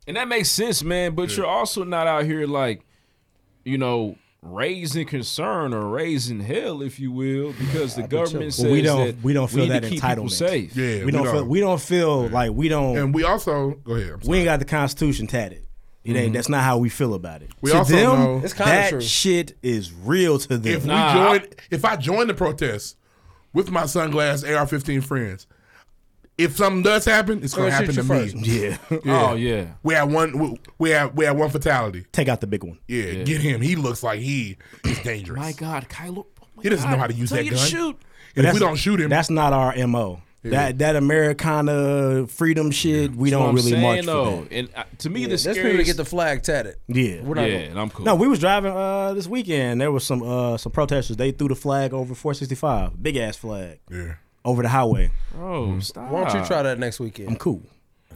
[SPEAKER 3] And that makes sense, man. But you're also not out here like, you know, raising concern or raising hell, if you will, because the government says
[SPEAKER 4] Well, we don't
[SPEAKER 3] that
[SPEAKER 4] we don't feel
[SPEAKER 3] need
[SPEAKER 4] that
[SPEAKER 3] to keep people
[SPEAKER 4] entitlement.
[SPEAKER 3] safe.
[SPEAKER 4] we, don't, feel we don't feel like we don't.
[SPEAKER 9] And we also go ahead.
[SPEAKER 4] we ain't got the Constitution tatted. It ain't.
[SPEAKER 9] Mhm.
[SPEAKER 4] That's not how we feel about it.
[SPEAKER 9] We
[SPEAKER 4] to
[SPEAKER 9] also
[SPEAKER 4] them,
[SPEAKER 9] know- It's kinda
[SPEAKER 4] that
[SPEAKER 9] true.
[SPEAKER 4] shit is real to them.
[SPEAKER 9] If we join, if I join the protest with my sunglass AR-15 friends, if something does happen, it's gonna
[SPEAKER 4] They're
[SPEAKER 9] happen
[SPEAKER 4] gonna
[SPEAKER 9] to me.
[SPEAKER 4] shoot you first. Yeah. Oh, yeah.
[SPEAKER 9] We had one. We, we had we had one fatality.
[SPEAKER 4] Take out the big one.
[SPEAKER 9] Yeah,
[SPEAKER 4] Yeah.
[SPEAKER 9] get him. He looks like he is dangerous.
[SPEAKER 3] My God, Kylo.
[SPEAKER 9] he doesn't know how to use that gun. And if we
[SPEAKER 4] That's-
[SPEAKER 9] don't shoot him,
[SPEAKER 4] that's not our mo.
[SPEAKER 9] Yeah.
[SPEAKER 4] That that Americana freedom shit, we
[SPEAKER 3] That's what
[SPEAKER 4] don't
[SPEAKER 3] I'm
[SPEAKER 4] really
[SPEAKER 3] saying,
[SPEAKER 4] march
[SPEAKER 3] though.
[SPEAKER 4] for that.
[SPEAKER 3] And uh, to me,
[SPEAKER 13] Yeah,
[SPEAKER 3] the
[SPEAKER 13] that's people
[SPEAKER 3] scariest
[SPEAKER 13] to get the flag tatted.
[SPEAKER 4] Yeah,
[SPEAKER 13] We're not
[SPEAKER 3] Yeah,
[SPEAKER 13] going.
[SPEAKER 3] and I'm cool.
[SPEAKER 4] No, we was driving uh, this weekend. There was some uh, some protesters. They threw the flag over 465, big ass flag.
[SPEAKER 9] Yeah.
[SPEAKER 4] Over the highway.
[SPEAKER 3] Oh, stop.
[SPEAKER 13] Why don't you try that next weekend?
[SPEAKER 4] I'm cool.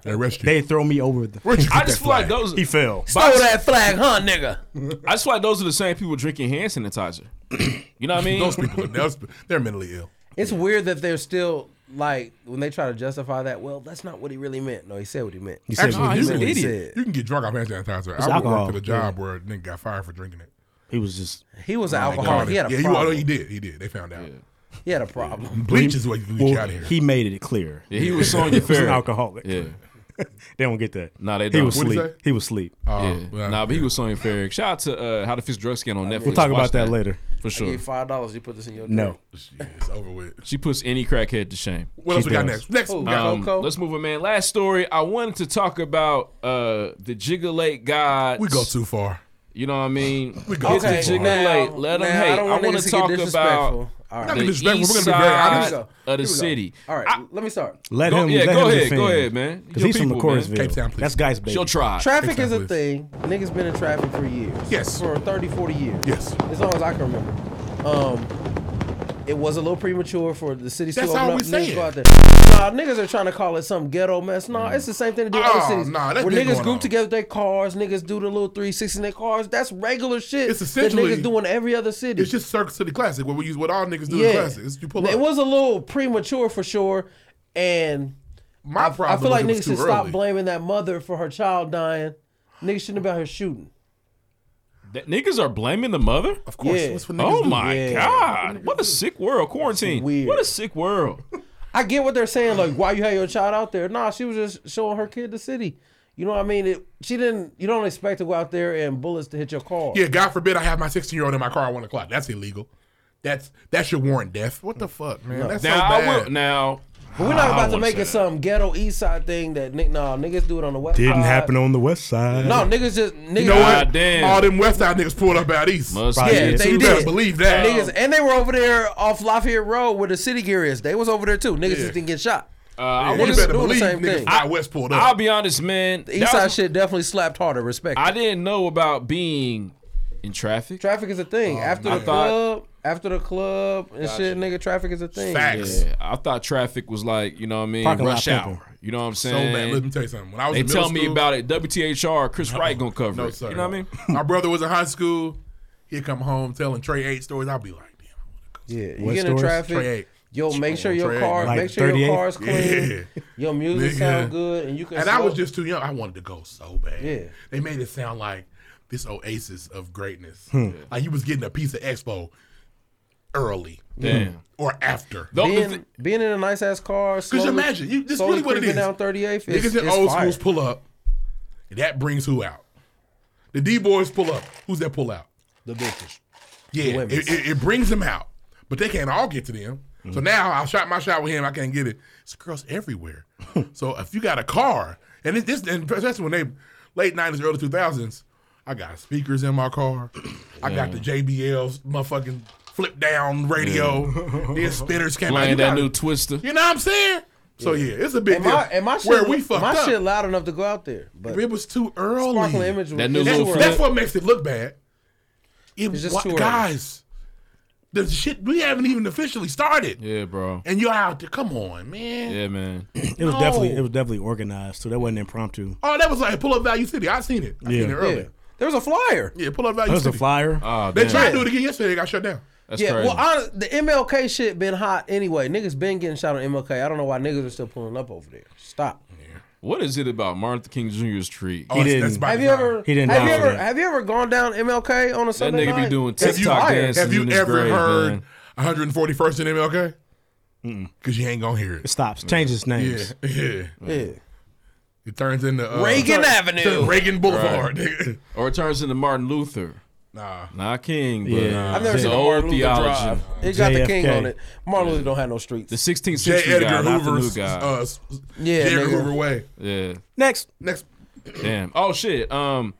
[SPEAKER 9] They arrest you.
[SPEAKER 4] They throw me over the.
[SPEAKER 3] I just feel like those.
[SPEAKER 4] He fell.
[SPEAKER 13] Stole that flag, huh, nigga?
[SPEAKER 3] I just feel like those are the same people drinking hand sanitizer. You know what I mean?
[SPEAKER 9] Those people, they're, they're mentally ill.
[SPEAKER 13] It's weird that they're still like when they try to justify that. Well, that's not what he really meant. No, he said what he meant.
[SPEAKER 9] He said
[SPEAKER 13] Actually,
[SPEAKER 9] what he
[SPEAKER 13] he's
[SPEAKER 9] meant.
[SPEAKER 13] an
[SPEAKER 9] He
[SPEAKER 13] idiot.
[SPEAKER 9] You can get drunk off hand sanitizer.
[SPEAKER 13] It's
[SPEAKER 9] I
[SPEAKER 13] alcohol,
[SPEAKER 9] worked at a job
[SPEAKER 13] yeah.
[SPEAKER 9] where a nigga got fired for drinking it.
[SPEAKER 4] He was just.
[SPEAKER 13] He was an
[SPEAKER 9] They caught
[SPEAKER 13] alcoholic. He
[SPEAKER 9] him.
[SPEAKER 13] had a
[SPEAKER 9] yeah,
[SPEAKER 13] problem.
[SPEAKER 9] He, oh, he did. He did. They found out.
[SPEAKER 13] He had a problem.
[SPEAKER 9] Bleach is what you get
[SPEAKER 4] Well,
[SPEAKER 9] you out of here.
[SPEAKER 4] He made it clear.
[SPEAKER 3] Yeah, he was Sonya
[SPEAKER 4] He was an
[SPEAKER 3] Ferry.
[SPEAKER 4] alcoholic.
[SPEAKER 3] Yeah.
[SPEAKER 4] they don't get that.
[SPEAKER 3] Nah, they
[SPEAKER 4] He
[SPEAKER 3] don't. Oh,
[SPEAKER 4] was
[SPEAKER 3] What'd he
[SPEAKER 4] sleep.
[SPEAKER 3] say?
[SPEAKER 4] He was sleep.
[SPEAKER 3] yeah. nah, but he was Sonya Ferrick. Shout out to uh, How to Fix Drug Scan on Netflix.
[SPEAKER 4] We'll talk
[SPEAKER 3] Watch
[SPEAKER 4] about that later.
[SPEAKER 3] For
[SPEAKER 13] I give
[SPEAKER 3] sure.
[SPEAKER 13] you five dollars. You put this in your
[SPEAKER 4] No.
[SPEAKER 13] drink.
[SPEAKER 9] It's over with.
[SPEAKER 3] She puts any crackhead to shame.
[SPEAKER 9] What else we got next? Next, we got
[SPEAKER 3] Um, let's move on, man. Last story. I wanted to talk about uh, the Jiggalate God.
[SPEAKER 9] We go too far.
[SPEAKER 3] You know what I mean?
[SPEAKER 9] We
[SPEAKER 13] go
[SPEAKER 3] Get
[SPEAKER 13] too
[SPEAKER 3] the
[SPEAKER 13] far. Now-
[SPEAKER 3] Jiggalate. Let them
[SPEAKER 13] now, I
[SPEAKER 3] hate.
[SPEAKER 13] don't
[SPEAKER 3] I
[SPEAKER 13] want
[SPEAKER 3] want
[SPEAKER 13] niggas
[SPEAKER 3] to
[SPEAKER 13] to get
[SPEAKER 3] talk
[SPEAKER 13] disrespectful.
[SPEAKER 3] about
[SPEAKER 13] All right.
[SPEAKER 3] the
[SPEAKER 13] Not
[SPEAKER 3] east
[SPEAKER 13] disrespectful. We're gonna be very
[SPEAKER 3] side
[SPEAKER 9] honest.
[SPEAKER 3] of the
[SPEAKER 13] Here we go.
[SPEAKER 3] city.
[SPEAKER 13] All right, let me start.
[SPEAKER 4] Let
[SPEAKER 3] Go-
[SPEAKER 4] him.
[SPEAKER 3] yeah,
[SPEAKER 4] let
[SPEAKER 3] go
[SPEAKER 4] him
[SPEAKER 3] ahead,
[SPEAKER 4] defend.
[SPEAKER 3] go ahead, man.
[SPEAKER 4] Because
[SPEAKER 3] Your
[SPEAKER 4] he's from
[SPEAKER 3] people, man.
[SPEAKER 4] LaCoursville.
[SPEAKER 3] Cape Town, please.
[SPEAKER 4] That's guys, baby.
[SPEAKER 3] Your tribe.
[SPEAKER 13] Traffic is a thing. Niggas been in traffic for years. Yes. For 30, 40 years.
[SPEAKER 9] Yes.
[SPEAKER 13] As long as I can remember. Um, it was a little premature for the city
[SPEAKER 9] That's
[SPEAKER 13] to open
[SPEAKER 9] all
[SPEAKER 13] up.
[SPEAKER 9] we
[SPEAKER 13] niggas
[SPEAKER 9] saying.
[SPEAKER 13] go out there. Nah, niggas are trying to call it some ghetto mess. Nah, it's the same thing to do in other
[SPEAKER 9] Oh,
[SPEAKER 13] cities.
[SPEAKER 9] nah, that's
[SPEAKER 13] Where
[SPEAKER 9] been
[SPEAKER 13] niggas
[SPEAKER 9] going
[SPEAKER 13] group
[SPEAKER 9] on.
[SPEAKER 13] together their cars, niggas do the little 360 in their cars. That's regular shit.
[SPEAKER 9] It's
[SPEAKER 13] That
[SPEAKER 9] essentially-
[SPEAKER 13] niggas doing every other city.
[SPEAKER 9] It's just Circuit City Classic, what we use, what all niggas do in classic. It's- You pull
[SPEAKER 13] It
[SPEAKER 9] up.
[SPEAKER 13] was a little premature for sure, and
[SPEAKER 9] My
[SPEAKER 13] I, I
[SPEAKER 9] problem
[SPEAKER 13] feel
[SPEAKER 9] was
[SPEAKER 13] like
[SPEAKER 9] it was
[SPEAKER 13] niggas should
[SPEAKER 9] too
[SPEAKER 13] stop
[SPEAKER 9] early.
[SPEAKER 13] blaming that mother for her child dying. Niggas shouldn't have been out here shooting.
[SPEAKER 3] That niggas are blaming the mother? Of
[SPEAKER 13] course. Yeah. That's what niggas
[SPEAKER 3] Oh
[SPEAKER 13] do.
[SPEAKER 3] my
[SPEAKER 13] Yeah.
[SPEAKER 3] God. What a sick world. Quarantine. What a sick world.
[SPEAKER 13] I get what they're saying, like why you had your child out there. Nah, she was just showing her kid the city. You know what I mean? It, she didn't. You don't expect to go out there and bullets to hit your car.
[SPEAKER 9] Yeah, God forbid I have my 16 year old in my car at 1 o'clock. That's illegal. That's that should warrant death. What the fuck, man?
[SPEAKER 13] No.
[SPEAKER 9] That's
[SPEAKER 13] Now,
[SPEAKER 9] so
[SPEAKER 13] I
[SPEAKER 9] bad.
[SPEAKER 13] will-
[SPEAKER 3] now,
[SPEAKER 13] But we're not
[SPEAKER 9] I
[SPEAKER 13] about to
[SPEAKER 9] wouldn't
[SPEAKER 13] make
[SPEAKER 9] say
[SPEAKER 13] it some ghetto east side thing that ni- nah niggas do it on the west.
[SPEAKER 4] Didn't
[SPEAKER 13] side.
[SPEAKER 4] happen on the west side.
[SPEAKER 13] Uh, No niggas just niggas.
[SPEAKER 9] You know what?
[SPEAKER 3] damn.
[SPEAKER 9] All them West Side niggas pulled up out east.
[SPEAKER 3] Must
[SPEAKER 13] Yeah, they
[SPEAKER 9] you
[SPEAKER 13] did.
[SPEAKER 9] better believe that.
[SPEAKER 13] Niggas, and they were over there off Lafayette Road where the city gear is. They was over there too. Niggas
[SPEAKER 9] Yeah.
[SPEAKER 13] just didn't get shot.
[SPEAKER 3] Uh, I
[SPEAKER 13] Niggas
[SPEAKER 3] wouldn't-
[SPEAKER 13] is doing the same
[SPEAKER 9] niggas
[SPEAKER 13] thing.
[SPEAKER 9] I, West pulled up.
[SPEAKER 3] I'll be honest, man.
[SPEAKER 13] The east
[SPEAKER 3] That
[SPEAKER 13] side
[SPEAKER 3] was-
[SPEAKER 13] shit definitely slapped harder. Respect.
[SPEAKER 3] I didn't know about being in traffic.
[SPEAKER 13] Traffic is a thing.
[SPEAKER 9] Oh,
[SPEAKER 13] after
[SPEAKER 3] man.
[SPEAKER 13] the
[SPEAKER 3] I thought-
[SPEAKER 13] club, after the club and shit, nigga, traffic is a thing.
[SPEAKER 3] Yeah, I thought traffic was like, you know what I mean,
[SPEAKER 13] Parking lot
[SPEAKER 3] rush hour.
[SPEAKER 13] pimping.
[SPEAKER 3] You know what I'm
[SPEAKER 9] So
[SPEAKER 3] saying?
[SPEAKER 9] bad. Let me tell you something. When I was
[SPEAKER 3] they
[SPEAKER 9] in
[SPEAKER 3] tell
[SPEAKER 9] middle
[SPEAKER 3] me
[SPEAKER 9] school-
[SPEAKER 3] about it. WTHR, Chris Wright gonna cover
[SPEAKER 9] No,
[SPEAKER 3] it.
[SPEAKER 9] sir.
[SPEAKER 3] You know what I mean?
[SPEAKER 9] My brother was in high school. He'd come home telling Trey eight stories. I'd be like,
[SPEAKER 13] Yeah, you
[SPEAKER 9] What
[SPEAKER 13] get in
[SPEAKER 9] stores?
[SPEAKER 13] traffic.
[SPEAKER 9] Trey eight.
[SPEAKER 13] Yo, make sure
[SPEAKER 9] Trey
[SPEAKER 13] your
[SPEAKER 9] eight.
[SPEAKER 13] car,
[SPEAKER 9] Like
[SPEAKER 13] make sure your
[SPEAKER 9] 38?
[SPEAKER 13] car's clean.
[SPEAKER 9] Yeah.
[SPEAKER 13] Your music
[SPEAKER 9] Nigga.
[SPEAKER 13] sound good, and you can.
[SPEAKER 9] And I was
[SPEAKER 13] smoke.
[SPEAKER 9] just too young. I wanted to go so bad.
[SPEAKER 13] Yeah.
[SPEAKER 9] They made it sound like this oasis of greatness.
[SPEAKER 4] Hmm.
[SPEAKER 9] Like you was getting a piece of expo early.
[SPEAKER 3] Damn.
[SPEAKER 9] Or after.
[SPEAKER 13] being, being in a nice ass car.
[SPEAKER 9] Because
[SPEAKER 13] Slowly,
[SPEAKER 9] imagine, you, this
[SPEAKER 13] slowly
[SPEAKER 9] really what it
[SPEAKER 13] creeping
[SPEAKER 9] is.
[SPEAKER 13] Down 38th.
[SPEAKER 9] Niggas
[SPEAKER 13] It's,
[SPEAKER 9] in
[SPEAKER 13] it's
[SPEAKER 9] old
[SPEAKER 13] fire.
[SPEAKER 9] schools pull up. and that brings who out? The D boys pull up. Who's that pull out?
[SPEAKER 13] The bitches. The
[SPEAKER 9] Yeah, it,
[SPEAKER 13] women's. Mm-hmm.
[SPEAKER 9] it, it brings them out, but they can't all get to them. So now I shot my shot with him. I can't get it. It's girls everywhere. so if you got a car, and it, this, and especially when they late nineties, early two thousands, I got speakers in my car. I got the JBLs, motherfucking flip down radio.
[SPEAKER 3] Yeah.
[SPEAKER 9] Then spinners came out.
[SPEAKER 3] Playing
[SPEAKER 9] You
[SPEAKER 3] that
[SPEAKER 9] gotta-
[SPEAKER 3] new Twister.
[SPEAKER 9] You know what I'm saying? So yeah, it's a big
[SPEAKER 13] and
[SPEAKER 9] deal.
[SPEAKER 13] My, and my shit,
[SPEAKER 9] Where we fucked
[SPEAKER 13] my
[SPEAKER 9] up.
[SPEAKER 13] shit loud enough to go out there. But
[SPEAKER 9] it was too early.
[SPEAKER 13] Sparkling image was
[SPEAKER 3] That new
[SPEAKER 13] it's
[SPEAKER 3] little
[SPEAKER 13] too
[SPEAKER 3] flip.
[SPEAKER 13] early.
[SPEAKER 9] That's what makes it look bad. It,
[SPEAKER 13] It's just
[SPEAKER 9] wa-
[SPEAKER 13] too early.
[SPEAKER 9] guys, the shit we haven't even officially started,
[SPEAKER 3] Yeah, bro.
[SPEAKER 9] and you're out there. Come on, man.
[SPEAKER 3] Yeah, man.
[SPEAKER 4] It was
[SPEAKER 9] No.
[SPEAKER 4] definitely it was definitely organized too. That wasn't impromptu.
[SPEAKER 9] Oh, that was like pull up Value City. I seen it. I
[SPEAKER 4] Yeah.
[SPEAKER 9] seen it earlier.
[SPEAKER 4] Yeah.
[SPEAKER 13] There was a flyer.
[SPEAKER 9] Yeah, pull up Value
[SPEAKER 4] That was a
[SPEAKER 9] City.
[SPEAKER 4] flyer.
[SPEAKER 9] They tried to do it again yesterday. They got shut down.
[SPEAKER 13] yeah, well, I, the MLK shit been hot anyway. Niggas been getting shot on MLK. I don't know why niggas are still pulling up over there. Stop.
[SPEAKER 3] What is it about Martin Luther King Jr.'s treat?
[SPEAKER 9] Oh, He that's- didn't. that's about
[SPEAKER 13] Have you ever?
[SPEAKER 3] He didn't
[SPEAKER 13] Have you
[SPEAKER 3] die for
[SPEAKER 13] ever?
[SPEAKER 3] that.
[SPEAKER 13] Have you ever gone down MLK on a
[SPEAKER 3] That
[SPEAKER 13] Sunday
[SPEAKER 3] nigga
[SPEAKER 13] night?
[SPEAKER 3] be doing
[SPEAKER 13] That's
[SPEAKER 3] TikTok
[SPEAKER 13] fire.
[SPEAKER 3] dances.
[SPEAKER 9] Have you
[SPEAKER 3] in his
[SPEAKER 9] ever
[SPEAKER 3] grave,
[SPEAKER 9] heard
[SPEAKER 3] man.
[SPEAKER 9] 141st in MLK? Because you ain't gonna hear it.
[SPEAKER 4] It stops. Changes its names.
[SPEAKER 9] Yeah, yeah,
[SPEAKER 13] yeah.
[SPEAKER 9] It turns into uh,
[SPEAKER 13] Reagan
[SPEAKER 9] turn-
[SPEAKER 13] Avenue.
[SPEAKER 9] to Reagan Boulevard.
[SPEAKER 3] Right. or it turns into Martin Luther.
[SPEAKER 9] Nah.
[SPEAKER 3] Nah, King. But
[SPEAKER 4] Yeah.
[SPEAKER 13] I've never
[SPEAKER 3] it's
[SPEAKER 13] seen
[SPEAKER 3] an
[SPEAKER 13] a
[SPEAKER 3] old
[SPEAKER 13] Martin Luther
[SPEAKER 3] theology.
[SPEAKER 13] drive. It got the king
[SPEAKER 4] JFK.
[SPEAKER 13] on it. Martin Luther don't have no streets.
[SPEAKER 3] The 16th
[SPEAKER 9] J.
[SPEAKER 3] century guy,
[SPEAKER 9] Edgar
[SPEAKER 3] not the new
[SPEAKER 9] Hoover's.
[SPEAKER 3] guy.
[SPEAKER 9] Uh, s- J.
[SPEAKER 13] Yeah,
[SPEAKER 9] Edgar
[SPEAKER 13] nigga.
[SPEAKER 9] Hoover way.
[SPEAKER 3] yeah.
[SPEAKER 4] Next.
[SPEAKER 9] Next.
[SPEAKER 3] Damn. Oh shit. Um,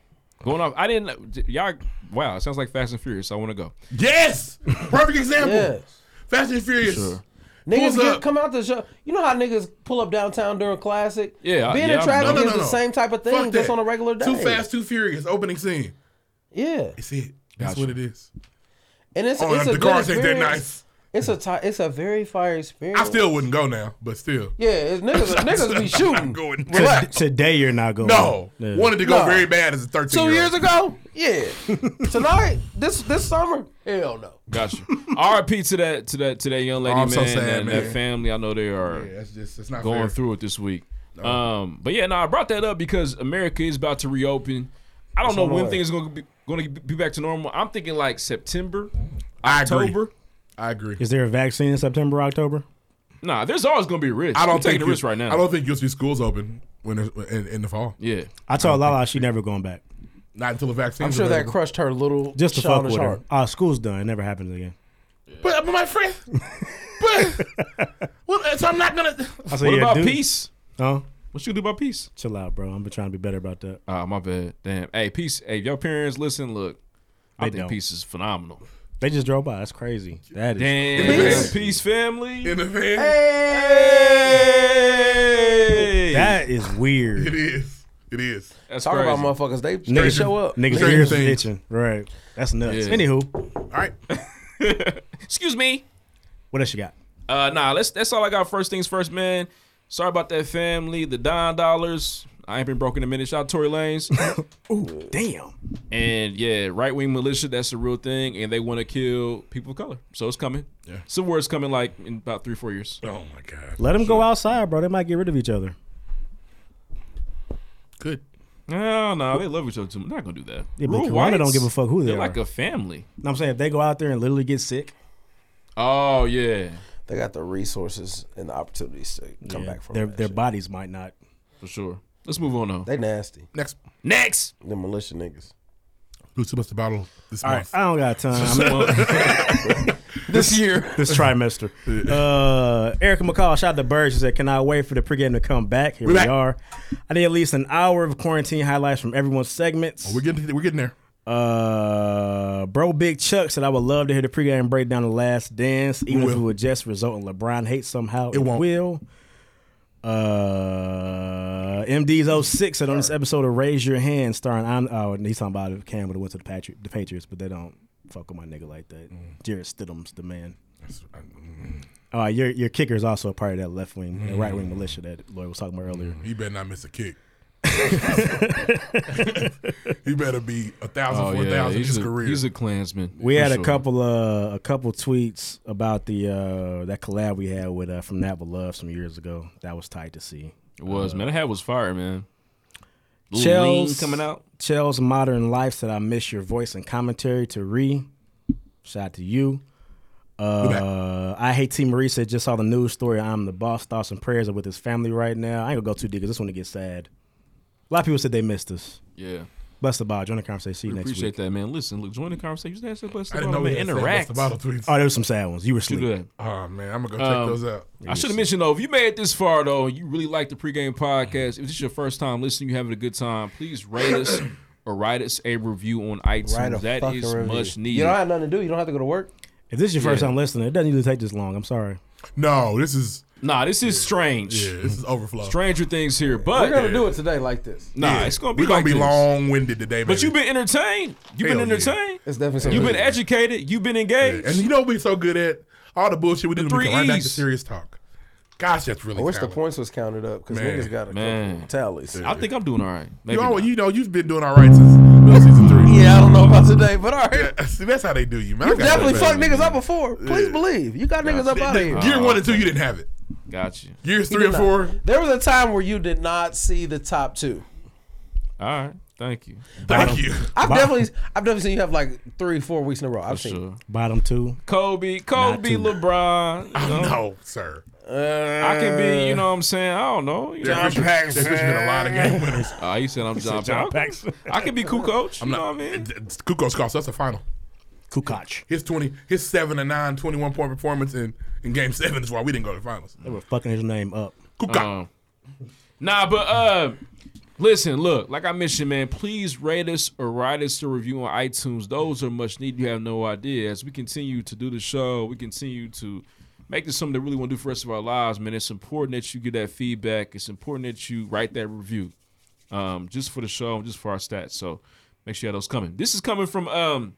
[SPEAKER 3] going off. I didn't. Y'all. Wow. It sounds like Fast and Furious. I want to go.
[SPEAKER 9] Yes. Perfect example.
[SPEAKER 13] Yes.
[SPEAKER 9] Fast and Furious.
[SPEAKER 3] Sure.
[SPEAKER 13] Niggas
[SPEAKER 9] Pulls
[SPEAKER 13] get,
[SPEAKER 3] uh,
[SPEAKER 9] up.
[SPEAKER 13] come out the show. You know how niggas pull up downtown during classic.
[SPEAKER 3] Yeah, I-
[SPEAKER 13] being
[SPEAKER 3] yeah,
[SPEAKER 13] in
[SPEAKER 3] I
[SPEAKER 13] traffic
[SPEAKER 3] know.
[SPEAKER 13] is
[SPEAKER 3] No, no,
[SPEAKER 13] the
[SPEAKER 3] no.
[SPEAKER 13] same type of thing
[SPEAKER 9] Fuck
[SPEAKER 13] that's
[SPEAKER 9] that.
[SPEAKER 13] on a regular day.
[SPEAKER 9] Too Fast, Too Furious. Opening scene.
[SPEAKER 13] Yeah,
[SPEAKER 9] It's it. That's
[SPEAKER 3] Gotcha.
[SPEAKER 9] what it is.
[SPEAKER 13] and it's,
[SPEAKER 9] Oh,
[SPEAKER 13] it's
[SPEAKER 9] the
[SPEAKER 13] a good
[SPEAKER 9] cars ain't that
[SPEAKER 13] experience.
[SPEAKER 9] nice.
[SPEAKER 13] It's a ti it's a very fire experience.
[SPEAKER 9] I still wouldn't go now, but still.
[SPEAKER 13] Yeah, it's niggas niggas be
[SPEAKER 9] I'm
[SPEAKER 13] shooting.
[SPEAKER 9] going.
[SPEAKER 4] To- today you're not going.
[SPEAKER 9] No.
[SPEAKER 4] Yeah.
[SPEAKER 9] Wanted to go
[SPEAKER 13] No.
[SPEAKER 9] very bad as a 13
[SPEAKER 13] Two
[SPEAKER 9] year
[SPEAKER 13] years
[SPEAKER 9] old.
[SPEAKER 13] ago, yeah. Tonight, this this summer, hell no.
[SPEAKER 3] Gotcha. R.I.P. to that to that to that young lady,
[SPEAKER 9] Oh, I'm
[SPEAKER 3] man,
[SPEAKER 9] so sad,
[SPEAKER 3] and
[SPEAKER 9] man.
[SPEAKER 3] that family. I know they are
[SPEAKER 9] Yeah, that's just, it's not
[SPEAKER 3] going
[SPEAKER 9] fair.
[SPEAKER 3] through it this week. Um, but yeah, no, I brought that up because America is about to reopen. I don't know
[SPEAKER 13] on the
[SPEAKER 3] when
[SPEAKER 13] way.
[SPEAKER 3] things are going to be going to be back to normal. I'm thinking like September,
[SPEAKER 9] I agree.
[SPEAKER 3] October.
[SPEAKER 9] I agree.
[SPEAKER 4] Is there a vaccine in September, October?
[SPEAKER 3] Nah, there's always going to be a risk.
[SPEAKER 9] I
[SPEAKER 3] You
[SPEAKER 9] don't
[SPEAKER 3] taking
[SPEAKER 9] think
[SPEAKER 3] the
[SPEAKER 9] you-
[SPEAKER 3] risk right now.
[SPEAKER 9] I don't think you'll see schools open when there's- in, in the fall.
[SPEAKER 3] yeah.
[SPEAKER 4] I told Lala she never going back.
[SPEAKER 9] Not until the vaccine.
[SPEAKER 13] I'm sure that crushed her little
[SPEAKER 4] Just to fuck
[SPEAKER 13] childish
[SPEAKER 4] with her.
[SPEAKER 13] heart.
[SPEAKER 4] Ah, school's done. It never happens again.
[SPEAKER 9] But, but my friend, but well, so I'm not gonna.
[SPEAKER 4] I said,
[SPEAKER 3] What
[SPEAKER 4] yeah,
[SPEAKER 3] about
[SPEAKER 4] dude.
[SPEAKER 3] peace?
[SPEAKER 4] Huh?
[SPEAKER 3] What you gonna do about peace?
[SPEAKER 4] Chill out, bro. I'm been trying to be better about that.
[SPEAKER 3] Ah, my bad. Damn. Hey, peace. Hey, your parents, listen. Look, I
[SPEAKER 4] They
[SPEAKER 3] think
[SPEAKER 4] don't.
[SPEAKER 3] peace is phenomenal.
[SPEAKER 4] They just drove by. That's crazy. That is.
[SPEAKER 3] Damn.
[SPEAKER 9] Peace.
[SPEAKER 3] Peace, family.
[SPEAKER 9] In the van,
[SPEAKER 3] Hey.
[SPEAKER 4] That is
[SPEAKER 9] it
[SPEAKER 4] weird.
[SPEAKER 9] is. It is.
[SPEAKER 3] That's
[SPEAKER 13] Talk
[SPEAKER 3] crazy.
[SPEAKER 13] about motherfuckers, they they
[SPEAKER 4] Niggas
[SPEAKER 13] show up.
[SPEAKER 4] Niggas
[SPEAKER 9] Stranger
[SPEAKER 4] ears
[SPEAKER 9] Things.
[SPEAKER 4] itching. Right. That's nuts.
[SPEAKER 3] Yeah.
[SPEAKER 4] Anywho,
[SPEAKER 9] All right.
[SPEAKER 3] Excuse me.
[SPEAKER 4] what else you got?
[SPEAKER 3] Uh, nah, that's that's all I got. First things first, man. Sorry about that family. The Don Dollars. I ain't been broken in a minute. Shout out Tory Lanes.
[SPEAKER 4] Ooh, damn.
[SPEAKER 3] and yeah, right wing militia. That's a real thing, and they want to kill people of color. So it's coming. Yeah. Civil war is coming like in about three four years.
[SPEAKER 9] Oh my god.
[SPEAKER 4] Let them go outside, bro. They might get rid of each other.
[SPEAKER 9] Good.
[SPEAKER 3] No, no, they love each other too much. Not gonna do that.
[SPEAKER 4] Yeah, but
[SPEAKER 3] Real
[SPEAKER 4] Corona
[SPEAKER 3] whites,
[SPEAKER 4] don't give a fuck who they
[SPEAKER 3] they're
[SPEAKER 4] are.
[SPEAKER 3] like a family.
[SPEAKER 4] I'm saying if they go out there and literally get sick,
[SPEAKER 3] Oh yeah,
[SPEAKER 13] They got the resources and the opportunities to come
[SPEAKER 4] yeah,
[SPEAKER 13] back from
[SPEAKER 4] their
[SPEAKER 13] that
[SPEAKER 4] their
[SPEAKER 13] shit.
[SPEAKER 4] bodies might not.
[SPEAKER 3] for sure. Let's move on though.
[SPEAKER 13] They nasty.
[SPEAKER 9] Next,
[SPEAKER 3] Next.
[SPEAKER 13] The militia niggas.
[SPEAKER 9] who's supposed to battle this
[SPEAKER 4] All right,
[SPEAKER 9] month?
[SPEAKER 4] I don't got time. I mean, this year, this trimester. Uh, Erica McCall shot the bird. She said, "Can I wait for the pregame to come back?" Here we
[SPEAKER 9] back.
[SPEAKER 4] are. I need at least an hour of quarantine highlights from everyone's segments.
[SPEAKER 9] We're getting. We're getting there.
[SPEAKER 4] Uh, bro, Big Chuck said, "I would love to hear the pregame breakdown of Last Dance, even if it
[SPEAKER 9] will.
[SPEAKER 4] would just result in LeBron hate somehow. It,
[SPEAKER 9] won't.
[SPEAKER 4] will." Uh, MD's 06 said on this episode of Raise Your Hand, starring I'm. Oh, and he's talking about if Cam would have went to the, Patri- the Patriots, but they don't fuck with my nigga like that.
[SPEAKER 9] Mm.
[SPEAKER 4] Jared Stidham's the man. All right, your your kicker is also a part of that left wing,
[SPEAKER 9] Mm.
[SPEAKER 4] that right wing militia that Lloyd was talking about earlier.
[SPEAKER 9] He better not miss a kick. he better be a thousand,
[SPEAKER 3] Oh
[SPEAKER 9] four
[SPEAKER 3] yeah,
[SPEAKER 9] thousand.
[SPEAKER 3] he's
[SPEAKER 9] His
[SPEAKER 3] a,
[SPEAKER 9] career.
[SPEAKER 3] he's a Klansman.
[SPEAKER 4] We
[SPEAKER 3] for
[SPEAKER 4] had a
[SPEAKER 3] sure.
[SPEAKER 4] couple uh, a couple tweets about the uh, that collab we had with uh, from Napa Love some years ago. That was tight to see.
[SPEAKER 3] It was man. That hat was fire, man. Little lean
[SPEAKER 4] Chell's
[SPEAKER 3] coming out.
[SPEAKER 4] Chell's Modern Life said, "I miss your voice and commentary." To re, shout out to you. Uh, I hate T. Marie said, "Just saw the news story. I'm the boss. Thoughts and prayers are with his family right now. I ain't gonna go too deep because this one to get sad. A lot of people said they missed us.
[SPEAKER 3] Yeah.
[SPEAKER 4] Bless the ball. Join the conversation. See you
[SPEAKER 3] We
[SPEAKER 4] next
[SPEAKER 3] appreciate
[SPEAKER 4] week.
[SPEAKER 3] that, man. Listen, look, join the conversation. You just ask us
[SPEAKER 9] I didn't know
[SPEAKER 3] about,
[SPEAKER 9] we
[SPEAKER 3] man.
[SPEAKER 9] had said bust
[SPEAKER 3] Interact.
[SPEAKER 9] the bottle tweets.
[SPEAKER 4] Oh, there was some sad ones. You were
[SPEAKER 3] You
[SPEAKER 4] sleeping.
[SPEAKER 3] good.
[SPEAKER 9] Oh man, I'm gonna go check
[SPEAKER 3] Um,
[SPEAKER 9] those out.
[SPEAKER 3] I should have mentioned though, if you made it this far though, and you really like the pregame podcast. If this is your first time listening, you having a good time, please rate us or write us a review on iTunes.
[SPEAKER 13] Write a
[SPEAKER 3] that
[SPEAKER 13] fucking
[SPEAKER 3] is
[SPEAKER 13] review.
[SPEAKER 3] much needed.
[SPEAKER 13] You don't have nothing to do. You don't have to go to work.
[SPEAKER 4] If this is your first
[SPEAKER 3] Yeah.
[SPEAKER 4] time listening, it doesn't usually take this long. I'm sorry.
[SPEAKER 9] No, this is
[SPEAKER 3] Nah, this is strange.
[SPEAKER 9] Yeah, this is overflow.
[SPEAKER 3] Stranger things here, but
[SPEAKER 13] We're gonna do it today like this.
[SPEAKER 3] Nah, it's gonna be
[SPEAKER 9] We're gonna
[SPEAKER 3] like
[SPEAKER 9] be
[SPEAKER 3] this.
[SPEAKER 9] long winded today, baby.
[SPEAKER 3] But you've been entertained. You've
[SPEAKER 9] Hell
[SPEAKER 3] been
[SPEAKER 9] yeah.
[SPEAKER 3] entertained.
[SPEAKER 13] It's definitely
[SPEAKER 3] You've been educated. You've been engaged.
[SPEAKER 9] And you know what we so good at? All the bullshit we do, we
[SPEAKER 3] three
[SPEAKER 9] come right back to
[SPEAKER 3] E's.
[SPEAKER 9] serious talk. Gosh, that's really
[SPEAKER 13] I wish Oh, the
[SPEAKER 9] talented.
[SPEAKER 13] points was counted up because
[SPEAKER 9] Man,
[SPEAKER 13] niggas got a
[SPEAKER 3] man.
[SPEAKER 13] couple tallies.
[SPEAKER 3] I think I'm doing all right. Maybe
[SPEAKER 9] You, always,
[SPEAKER 3] not.
[SPEAKER 9] you know, you've been doing all right since middle season three.
[SPEAKER 13] Yeah, I don't know about today, but all right.
[SPEAKER 9] Yeah, see, that's how they do you, man.
[SPEAKER 13] You
[SPEAKER 9] I got
[SPEAKER 13] definitely
[SPEAKER 9] that,
[SPEAKER 13] fucked
[SPEAKER 9] man.
[SPEAKER 13] niggas up before. Please believe. You got niggas up
[SPEAKER 9] The-
[SPEAKER 13] out
[SPEAKER 9] the-
[SPEAKER 13] of here.
[SPEAKER 9] Year one and two, you didn't have it.
[SPEAKER 3] Got you.
[SPEAKER 9] Years
[SPEAKER 13] You
[SPEAKER 9] three
[SPEAKER 13] did
[SPEAKER 9] and
[SPEAKER 13] not.
[SPEAKER 9] four,
[SPEAKER 13] There was a time where you did not see the top two.
[SPEAKER 3] All right. Thank you.
[SPEAKER 9] Thank you.
[SPEAKER 13] I've
[SPEAKER 4] Bye.
[SPEAKER 13] definitely, I've definitely seen you have like three, four weeks in a row. I've seen.
[SPEAKER 3] Sure.
[SPEAKER 4] Bottom two.
[SPEAKER 3] Kobe, Kobe,
[SPEAKER 4] too.
[SPEAKER 3] LeBron. you know.
[SPEAKER 9] no, sir.
[SPEAKER 3] I can be, you know what I'm saying? I don't know. You know what I'm saying?
[SPEAKER 9] There's been a lot of game winners.
[SPEAKER 3] Oh, you said I'm John,
[SPEAKER 4] John
[SPEAKER 3] Paxson. I could be Kukoc.
[SPEAKER 9] I'm
[SPEAKER 3] you
[SPEAKER 9] not.
[SPEAKER 3] know what I mean?
[SPEAKER 9] Kukoc cost us a final.
[SPEAKER 4] Kukoc.
[SPEAKER 9] His twenty, his seven and nine, 21 point performance in, in game seven is why we didn't go to the finals.
[SPEAKER 4] They were fucking his name up.
[SPEAKER 3] Um,
[SPEAKER 9] Kukoc.
[SPEAKER 3] Nah, but uh, listen, look, like I mentioned, man, please rate us or write us a review on iTunes. Those are much needed. You have no idea. As we continue to do the show, we continue to make this something that we really want to do for the rest of our lives, man. It's important that you get that feedback. It's important that you write that review, um, just for the show and just for our stats. So make sure you have those coming. This is coming from um.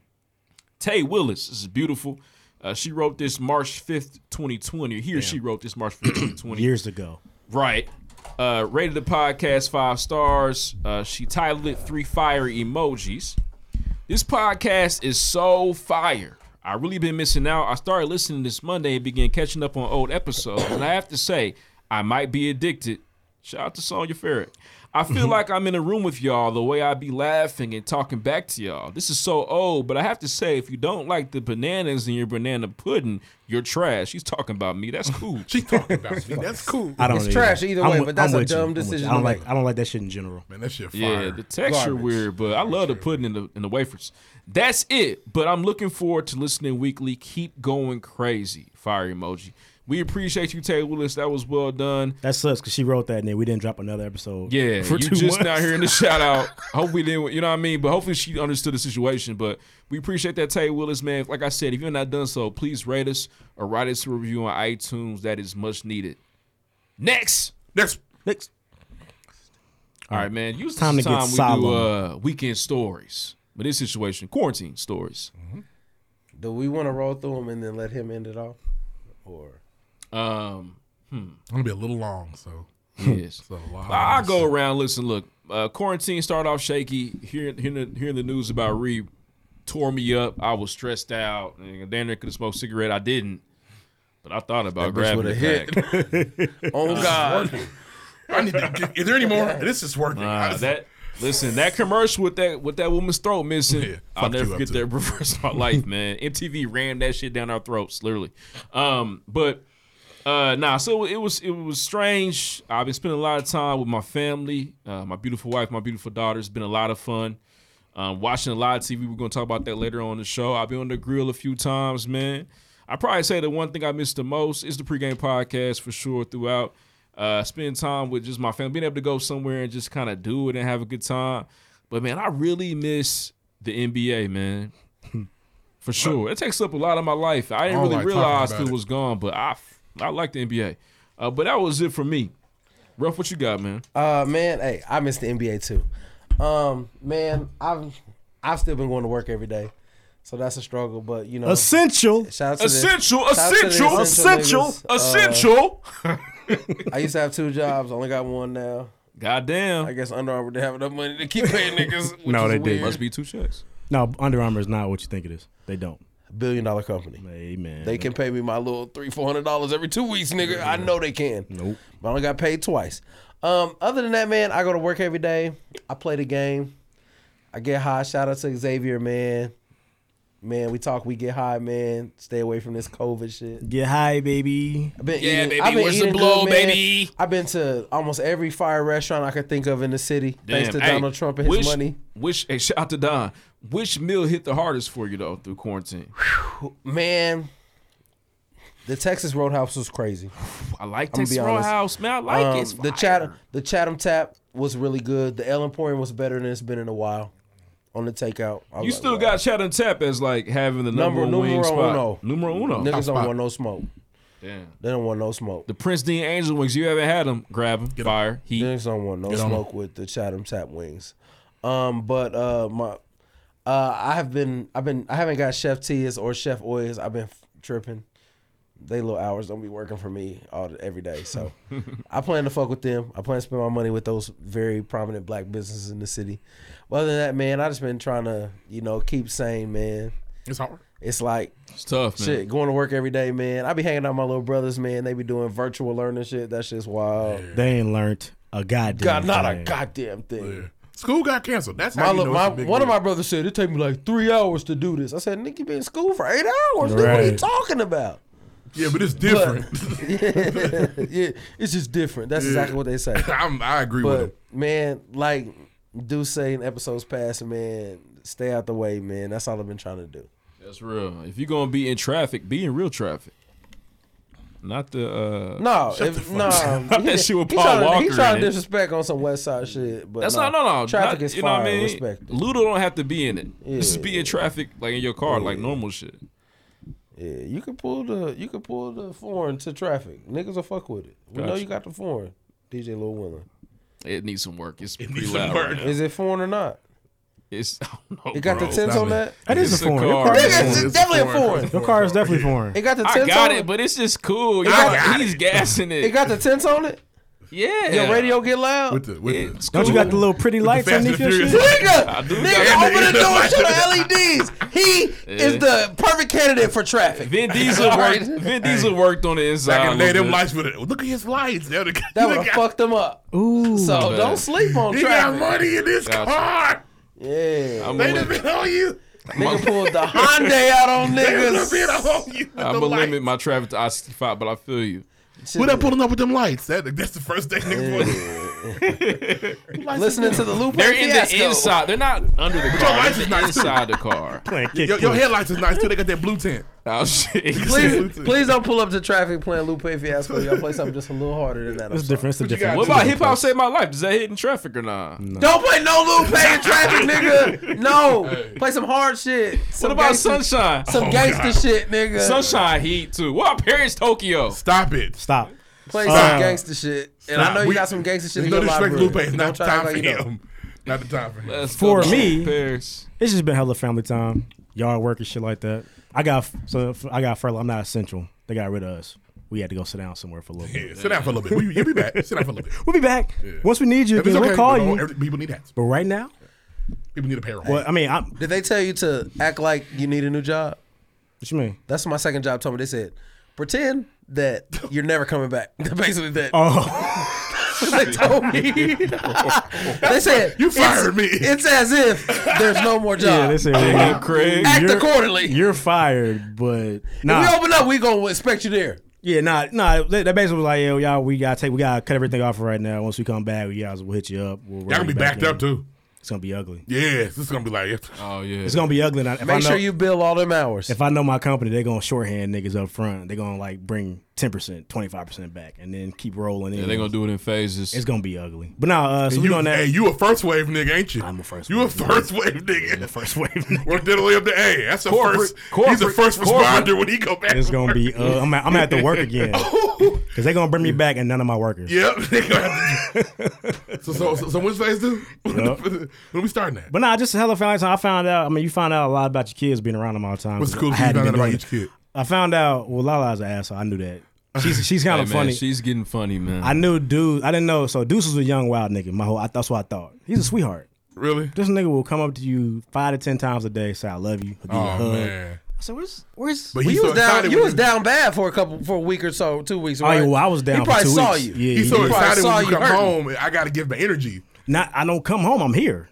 [SPEAKER 3] Tay Willis. This is beautiful. Uh, she wrote this March 5th, 2020. He or she wrote this March 5th, 2020.
[SPEAKER 4] Years ago.
[SPEAKER 3] Right. Uh, rated the podcast five stars. Uh, she titled it Three Fire Emojis. This podcast is so fire. I really been missing out. I started listening this Monday and began catching up on old episodes. And I have to say, I might be addicted. Shout out to Sonya Ferret. I feel like I'm in a room with y'all the way I be laughing and talking back to y'all. This is so old, but I have to say, if you don't like the bananas in your banana pudding, you're trash. She's talking about me. That's cool.
[SPEAKER 9] She talking about me. That's cool.
[SPEAKER 4] I don't
[SPEAKER 13] It's
[SPEAKER 4] either.
[SPEAKER 13] trash either
[SPEAKER 4] I'm
[SPEAKER 13] way,
[SPEAKER 4] with-
[SPEAKER 13] but that's
[SPEAKER 4] I'm
[SPEAKER 13] a
[SPEAKER 4] with you.
[SPEAKER 13] dumb
[SPEAKER 4] I'm with you.
[SPEAKER 13] decision
[SPEAKER 4] I
[SPEAKER 13] to
[SPEAKER 4] don't
[SPEAKER 13] make.
[SPEAKER 4] like I don't like that shit in general.
[SPEAKER 9] Man, that shit fire.
[SPEAKER 3] Yeah, the texture
[SPEAKER 13] Garbage.
[SPEAKER 3] weird, but I love the pudding in the in the wafers. That's it. But I'm looking forward to listening weekly. Keep going crazy. Fire emoji. We appreciate you, Tay Willis. That was well done.
[SPEAKER 4] That sucks because she wrote that and then we didn't drop another episode.
[SPEAKER 3] Yeah,
[SPEAKER 4] for
[SPEAKER 3] you
[SPEAKER 4] two
[SPEAKER 3] just
[SPEAKER 4] months.
[SPEAKER 3] now hearing the shout out. Hope we didn't, you know what I mean. But hopefully she understood the situation. But we appreciate that, Tay Willis, man. Like I said, if you're not done so, please rate us or write us a review on iTunes. That is much needed. Next,
[SPEAKER 9] Next,
[SPEAKER 4] Next.
[SPEAKER 3] all right, man. Use
[SPEAKER 4] Time
[SPEAKER 3] this
[SPEAKER 4] to get
[SPEAKER 3] time we do
[SPEAKER 4] solemn.
[SPEAKER 3] uh, weekend stories. But this situation, quarantine stories.
[SPEAKER 13] Mm-hmm. Do we want to roll through them and then let him end it off, or
[SPEAKER 3] Um,
[SPEAKER 9] I'm gonna be a little long, so
[SPEAKER 3] yes.
[SPEAKER 9] so a lot.
[SPEAKER 3] I I go around. Listen, look. Uh, quarantine started off shaky. Hearing hearing the, hearing the news about Reeb tore me up. I was stressed out. And damn near could have smoked a cigarette. I didn't, but I thought about grabbing
[SPEAKER 13] would've
[SPEAKER 3] it
[SPEAKER 13] hit.
[SPEAKER 3] back.
[SPEAKER 13] oh god,
[SPEAKER 9] I need to. Is there any more? This is working.
[SPEAKER 3] Uh, that listen, that commercial with that with that woman's throat missing.
[SPEAKER 9] Yeah,
[SPEAKER 3] I'll
[SPEAKER 9] fucked
[SPEAKER 3] never
[SPEAKER 9] you up
[SPEAKER 3] forget
[SPEAKER 9] too.
[SPEAKER 3] that reverse my life, man. MTV rammed that shit down our throats, literally. Um, but uh, nah, so it was it was strange. I've been spending a lot of time with my family, uh, my beautiful wife, my beautiful daughter. It's been a lot of fun. Um, watching a lot of TV. We're gonna talk about that later on in the show. I've been on the grill a few times, man. I probably say the one thing I miss the most is the pregame podcast for sure. Throughout, uh, spending time with just my family, being able to go somewhere and just kind of do it and have a good time. But man, I really miss the NBA, man. For sure, it takes up a lot of my life. I didn't
[SPEAKER 9] I don't
[SPEAKER 3] really
[SPEAKER 9] like talking
[SPEAKER 3] realize
[SPEAKER 9] about
[SPEAKER 3] it
[SPEAKER 9] it.
[SPEAKER 3] was gone, but I I like the NBA. Uh, but that was it for me. Ruff, what you got, man?
[SPEAKER 13] uh, man, hey, I miss the NBA too. Um, man, I've I've still been going to work every day, so that's a struggle. But you know,
[SPEAKER 4] Essential.
[SPEAKER 13] shout out to the-
[SPEAKER 3] Essential,
[SPEAKER 13] shout out to the
[SPEAKER 3] essential,
[SPEAKER 13] essential,
[SPEAKER 3] essential,
[SPEAKER 13] niggas. Uh,
[SPEAKER 3] essential.
[SPEAKER 13] I used to have two jobs, I only got one now. I
[SPEAKER 3] Goddamn,
[SPEAKER 13] guess Under Armour didn't have enough money to keep paying niggas. which
[SPEAKER 4] No,
[SPEAKER 13] is
[SPEAKER 4] they didn't.
[SPEAKER 13] weird.
[SPEAKER 3] must be two checks.
[SPEAKER 4] No, Under Armour is not what you think it is. They don't.
[SPEAKER 13] Billion dollar company.
[SPEAKER 4] Amen.
[SPEAKER 13] They can pay me my little three, four hundred dollars every two weeks, nigga. I know they can.
[SPEAKER 4] Nope.
[SPEAKER 13] But I only got paid twice. Um, other than that, man, I go to work every day. I play the game. I get high. Shout out to Xavier, man. Man, we talk, we get high, man. Stay away from this COVID shit.
[SPEAKER 4] Get high, baby.
[SPEAKER 13] I've been
[SPEAKER 3] Yeah,
[SPEAKER 13] eating,
[SPEAKER 3] baby,
[SPEAKER 13] I've been
[SPEAKER 3] where's the
[SPEAKER 13] eating
[SPEAKER 3] blow,
[SPEAKER 13] good, man.
[SPEAKER 3] baby?
[SPEAKER 13] I've been to almost every fire restaurant I could think of in the city, thanks to
[SPEAKER 3] Damn. Hey,
[SPEAKER 13] Donald Trump and his
[SPEAKER 3] which,
[SPEAKER 13] money.
[SPEAKER 3] Which hey, shout out to Don. Which meal hit the hardest for you though through quarantine?
[SPEAKER 13] Man, the Texas Roadhouse was crazy.
[SPEAKER 3] I like
[SPEAKER 13] I'ma be
[SPEAKER 3] Texas
[SPEAKER 13] honest.
[SPEAKER 3] Roadhouse, man. I like
[SPEAKER 13] Um,
[SPEAKER 3] it. It's
[SPEAKER 13] the
[SPEAKER 3] fire.
[SPEAKER 13] Chatham the Chatham Tap was really good. The El Emporium was better than it's been in a while. on the takeout. I
[SPEAKER 3] You
[SPEAKER 13] was like,
[SPEAKER 3] still got Chat and Tap as like having the number,
[SPEAKER 13] number
[SPEAKER 3] one wing
[SPEAKER 13] numero
[SPEAKER 3] spot.
[SPEAKER 13] uno.
[SPEAKER 3] Numero uno.
[SPEAKER 13] Niggas don't want no smoke.
[SPEAKER 3] Damn.
[SPEAKER 13] They don't want no smoke.
[SPEAKER 3] The Prince Dean Angel wings. You haven't had them. Grab them. Fire. Heat.
[SPEAKER 13] Niggas don't want no
[SPEAKER 3] Get on 'em.
[SPEAKER 13] smoke with the Chatham Tap Wings. Um, but uh, my uh, I have been I've been I haven't got Chef T's or Chef Oys. I've been f- tripping. They little hours don't be working for me all every day. So I plan to fuck with them. I plan to spend my money with those very prominent black businesses in the city. But other than that, man, I just been trying to you know keep sane, man.
[SPEAKER 9] It's hard.
[SPEAKER 13] It's like
[SPEAKER 3] it's tough, man.
[SPEAKER 13] Shit, going to work every day, man. I be hanging out with my little brothers, man. They be doing virtual learning shit. That shit's wild.
[SPEAKER 4] They ain't learned a goddamn.
[SPEAKER 13] God, not a
[SPEAKER 4] thing.
[SPEAKER 13] goddamn thing.
[SPEAKER 9] School got canceled. That's
[SPEAKER 13] My,
[SPEAKER 9] how you
[SPEAKER 13] li-
[SPEAKER 9] know
[SPEAKER 13] my,
[SPEAKER 9] it's a big
[SPEAKER 13] one of
[SPEAKER 9] deal.
[SPEAKER 13] my brothers said it take me like three hours to do this. I said, "Nigga, you been in school for eight hours. Nigga, what are you
[SPEAKER 9] Right.
[SPEAKER 13] talking about?"
[SPEAKER 9] Yeah, but it's different.
[SPEAKER 13] yeah, yeah, it's just different. That's
[SPEAKER 9] Yeah.
[SPEAKER 13] exactly what they say.
[SPEAKER 9] I'm, I agree
[SPEAKER 13] but
[SPEAKER 9] with him.
[SPEAKER 13] man, like do say in episodes past, man, stay out the way, man. That's all I've been trying to do.
[SPEAKER 3] That's real. If you're gonna be in traffic, be in real traffic. Not the uh
[SPEAKER 13] No,
[SPEAKER 3] Shut the
[SPEAKER 13] if,
[SPEAKER 3] fuck
[SPEAKER 13] no,
[SPEAKER 3] up. Not that shit with
[SPEAKER 13] he
[SPEAKER 3] Paul
[SPEAKER 13] tryna-
[SPEAKER 3] Walker.
[SPEAKER 13] He trying
[SPEAKER 3] in
[SPEAKER 13] to
[SPEAKER 3] it.
[SPEAKER 13] disrespect on some West Side shit, but
[SPEAKER 3] That's not no no.
[SPEAKER 13] Traffic
[SPEAKER 3] not,
[SPEAKER 13] is
[SPEAKER 3] you
[SPEAKER 13] fire.
[SPEAKER 3] know what I mean?
[SPEAKER 13] Respect.
[SPEAKER 3] Ludo don't have to be in it. Just be in traffic like in your car, like normal shit.
[SPEAKER 13] Yeah, you can pull the you can pull the foreign to traffic. Niggas will fuck with it. We know
[SPEAKER 3] Gotcha.
[SPEAKER 13] you got the foreign. DJ Lil Willin.
[SPEAKER 3] It needs some work. It's pretty
[SPEAKER 13] needs some
[SPEAKER 3] loud.
[SPEAKER 13] work.
[SPEAKER 3] Right now.
[SPEAKER 13] Is it foreign or not?
[SPEAKER 3] It's I don't know,
[SPEAKER 13] It got the
[SPEAKER 3] bro.
[SPEAKER 13] tents
[SPEAKER 3] Stop
[SPEAKER 13] on
[SPEAKER 3] it.
[SPEAKER 13] that? That is
[SPEAKER 3] It's
[SPEAKER 13] a foreign.
[SPEAKER 3] car.
[SPEAKER 13] Your car is Nigga, foreign. it's It's definitely a foreign. foreign.
[SPEAKER 4] Your car is definitely foreign.
[SPEAKER 13] It got the
[SPEAKER 3] I
[SPEAKER 13] tents
[SPEAKER 3] got
[SPEAKER 13] on
[SPEAKER 3] it, but it's just cool.
[SPEAKER 13] It
[SPEAKER 3] You
[SPEAKER 13] got-
[SPEAKER 3] got, he's gassing it.
[SPEAKER 13] It got the tents on it.
[SPEAKER 3] yeah.
[SPEAKER 13] Your radio get loud.
[SPEAKER 9] With the, with the,
[SPEAKER 4] Don't you got the little pretty lights
[SPEAKER 9] Fast and
[SPEAKER 4] underneath your
[SPEAKER 9] Furious.
[SPEAKER 4] shit?
[SPEAKER 13] Nigga,
[SPEAKER 3] do
[SPEAKER 13] nigga,
[SPEAKER 9] got it.
[SPEAKER 13] open the door, shut the LEDs. He is the perfect candidate for traffic.
[SPEAKER 3] Vin Diesel worked. Vin Diesel worked on the inside.
[SPEAKER 9] Back in the
[SPEAKER 3] a
[SPEAKER 9] day,
[SPEAKER 3] little
[SPEAKER 9] them
[SPEAKER 3] bit.
[SPEAKER 9] lights would have. Look at his lights. That would
[SPEAKER 13] That would have fucked him up.
[SPEAKER 4] Ooh.
[SPEAKER 13] So
[SPEAKER 3] Man.
[SPEAKER 13] don't sleep on
[SPEAKER 9] He
[SPEAKER 13] traffic.
[SPEAKER 9] got money in this
[SPEAKER 3] Gotcha.
[SPEAKER 9] car.
[SPEAKER 13] Yeah.
[SPEAKER 3] I'm gonna
[SPEAKER 9] They done
[SPEAKER 3] limit,
[SPEAKER 9] been on you.
[SPEAKER 13] Nigga pulled the Hyundai out on
[SPEAKER 9] They done
[SPEAKER 13] niggas.
[SPEAKER 9] been on you. with
[SPEAKER 3] I'm
[SPEAKER 9] the
[SPEAKER 3] gonna
[SPEAKER 9] lights.
[SPEAKER 3] limit my traffic to I 65, but I feel you.
[SPEAKER 9] What up pulling up with them lights? That, that's the first thing niggas want.
[SPEAKER 13] Listening to the Lupe
[SPEAKER 3] They're in the
[SPEAKER 13] Fiasco.
[SPEAKER 3] inside. They're not under the
[SPEAKER 9] Your
[SPEAKER 3] car.
[SPEAKER 9] lights
[SPEAKER 3] They're
[SPEAKER 9] is
[SPEAKER 3] in the
[SPEAKER 9] nice too.
[SPEAKER 3] inside the car.
[SPEAKER 4] Playing kick.
[SPEAKER 9] Your, your
[SPEAKER 4] flip.
[SPEAKER 9] headlights is nice too. They got that blue tint.
[SPEAKER 3] Oh shit.
[SPEAKER 13] Please, please don't pull up to traffic playing Lupe Fiasco. Y'all play something just a little harder than that. I'm
[SPEAKER 4] It's
[SPEAKER 13] sorry.
[SPEAKER 4] different. It's a
[SPEAKER 9] you
[SPEAKER 4] different.
[SPEAKER 9] got?
[SPEAKER 3] What about hip hop saved my life? Does that hit in traffic or not?
[SPEAKER 13] Don't play no Lupe in traffic, nigga. No, play some hard shit. Some
[SPEAKER 3] What about
[SPEAKER 13] gangsta-
[SPEAKER 3] Sunshine? Oh,
[SPEAKER 13] Some gangster shit, nigga.
[SPEAKER 3] Sunshine Heat too. What about Paris Tokyo?
[SPEAKER 9] Stop it.
[SPEAKER 4] Stop.
[SPEAKER 13] Play
[SPEAKER 9] Stop.
[SPEAKER 13] some gangster shit. And I
[SPEAKER 9] Stop.
[SPEAKER 13] know you
[SPEAKER 9] We-
[SPEAKER 13] got some gangster shit in
[SPEAKER 9] No
[SPEAKER 13] your
[SPEAKER 9] disrespect,
[SPEAKER 13] library.
[SPEAKER 9] to Lupe. It's not
[SPEAKER 13] Don't
[SPEAKER 9] the
[SPEAKER 13] try to
[SPEAKER 9] time for
[SPEAKER 13] act like you know.
[SPEAKER 9] him. Not the time for him.
[SPEAKER 3] Let's
[SPEAKER 4] For
[SPEAKER 3] go to
[SPEAKER 4] me-
[SPEAKER 3] Paris.
[SPEAKER 4] It's just been hella family time, yard work and shit like that. I got so I got furlough. I'm not essential. They got rid of us. We had to go sit down somewhere for a little bit.
[SPEAKER 9] Yeah, sit down for a little bit. We- You'll be back. Sit down for a little bit.
[SPEAKER 4] We'll be back once we need you.
[SPEAKER 9] If it's
[SPEAKER 4] Again,
[SPEAKER 9] okay,
[SPEAKER 4] we'll call
[SPEAKER 9] you know,
[SPEAKER 4] you.
[SPEAKER 9] every- people need hats.
[SPEAKER 4] but right now,
[SPEAKER 9] People need a pair of hats.
[SPEAKER 4] well, I mean, I'm,
[SPEAKER 13] Did they tell you to act like you need a new job?
[SPEAKER 4] what you mean?
[SPEAKER 13] That's what my second job told me. They said, pretend that you're never coming back. Basically, that
[SPEAKER 4] Oh,
[SPEAKER 13] they told me. they said,
[SPEAKER 9] You
[SPEAKER 13] "It's-
[SPEAKER 9] fired me."
[SPEAKER 13] It's as if there's no more job.
[SPEAKER 4] yeah, they said
[SPEAKER 3] Nigga, Craig.
[SPEAKER 13] Act
[SPEAKER 4] you're-
[SPEAKER 13] accordingly.
[SPEAKER 4] You're fired, but nah,
[SPEAKER 13] We open up, we gonna expect you there.
[SPEAKER 4] yeah, nah, nah. They, they basically was like, yo, y'all, we gotta take, we gotta cut everything off for right now. Once we come back, we guys will hit you up. We'll
[SPEAKER 9] Y'all gonna be backed up too.
[SPEAKER 4] It's gonna be ugly.
[SPEAKER 9] Yeah, this is gonna be like
[SPEAKER 3] Oh yeah.
[SPEAKER 4] It's gonna be ugly. And I, if I know,
[SPEAKER 13] Make sure you bill all them hours.
[SPEAKER 4] if I know my company, they're gonna shorthand niggas up front. They're gonna like bring ten percent, twenty five percent back, and then keep rolling in.
[SPEAKER 3] yeah, they're gonna do it in phases.
[SPEAKER 4] It's gonna be ugly. But nah, uh, so we
[SPEAKER 9] you,
[SPEAKER 4] on that.
[SPEAKER 9] hey, you a first wave nigga, ain't you?
[SPEAKER 4] I'm a first
[SPEAKER 9] You
[SPEAKER 4] wave
[SPEAKER 9] a
[SPEAKER 4] nigga.
[SPEAKER 9] first wave nigga.
[SPEAKER 4] the first wave.
[SPEAKER 9] Worked all the way up to A. That's a
[SPEAKER 3] Corporate-
[SPEAKER 9] first. he's a
[SPEAKER 3] corporate-
[SPEAKER 9] first responder
[SPEAKER 3] corporate.
[SPEAKER 9] when he go back.
[SPEAKER 4] It's
[SPEAKER 9] to
[SPEAKER 4] gonna
[SPEAKER 9] work.
[SPEAKER 4] be. Uh, I'm. At, I'm at the work again because they're gonna bring me back and none of my workers.
[SPEAKER 9] Yep. they gonna have to- so, so, so, so which phase do?
[SPEAKER 4] Yup.
[SPEAKER 9] when we starting that?
[SPEAKER 4] But nah, just a hella family time. I found out. I mean, you find out a lot about your kids being around them all the time.
[SPEAKER 9] What's the coolest
[SPEAKER 4] I
[SPEAKER 9] thing you
[SPEAKER 4] hadn't
[SPEAKER 9] found out
[SPEAKER 4] been
[SPEAKER 9] about
[SPEAKER 4] doing
[SPEAKER 9] each
[SPEAKER 4] it.
[SPEAKER 9] kid?
[SPEAKER 4] I found out. Well, Lala's an asshole. I knew that. She's she's kind
[SPEAKER 3] Hey,
[SPEAKER 4] of
[SPEAKER 3] man,
[SPEAKER 4] funny.
[SPEAKER 3] She's getting funny, man.
[SPEAKER 4] I knew dude. I didn't know. So Deuce was a young wild nigga. My whole. I, that's what I thought. He's a sweetheart.
[SPEAKER 9] Really?
[SPEAKER 4] This nigga will come up to you five to ten times a day, say I love you. He'll give you a
[SPEAKER 9] Oh
[SPEAKER 4] hug.
[SPEAKER 9] man.
[SPEAKER 4] So Uh, where's where's?
[SPEAKER 9] But
[SPEAKER 13] Well,
[SPEAKER 9] he's
[SPEAKER 13] you
[SPEAKER 9] so
[SPEAKER 13] was down.
[SPEAKER 9] excited
[SPEAKER 13] You
[SPEAKER 9] when
[SPEAKER 13] was down bad for a couple for a week or so, two weeks.
[SPEAKER 4] Oh,
[SPEAKER 13] Right?
[SPEAKER 4] yeah, well, I was down
[SPEAKER 13] He
[SPEAKER 4] for
[SPEAKER 13] probably
[SPEAKER 4] two
[SPEAKER 13] saw
[SPEAKER 4] weeks.
[SPEAKER 13] you.
[SPEAKER 4] Yeah,
[SPEAKER 9] He's
[SPEAKER 4] he
[SPEAKER 9] so
[SPEAKER 4] did.
[SPEAKER 13] probably
[SPEAKER 9] excited
[SPEAKER 13] saw
[SPEAKER 9] when you
[SPEAKER 13] you
[SPEAKER 9] come
[SPEAKER 13] hurting.
[SPEAKER 9] home. I gotta give him energy.
[SPEAKER 4] Not. I don't come home. I'm here.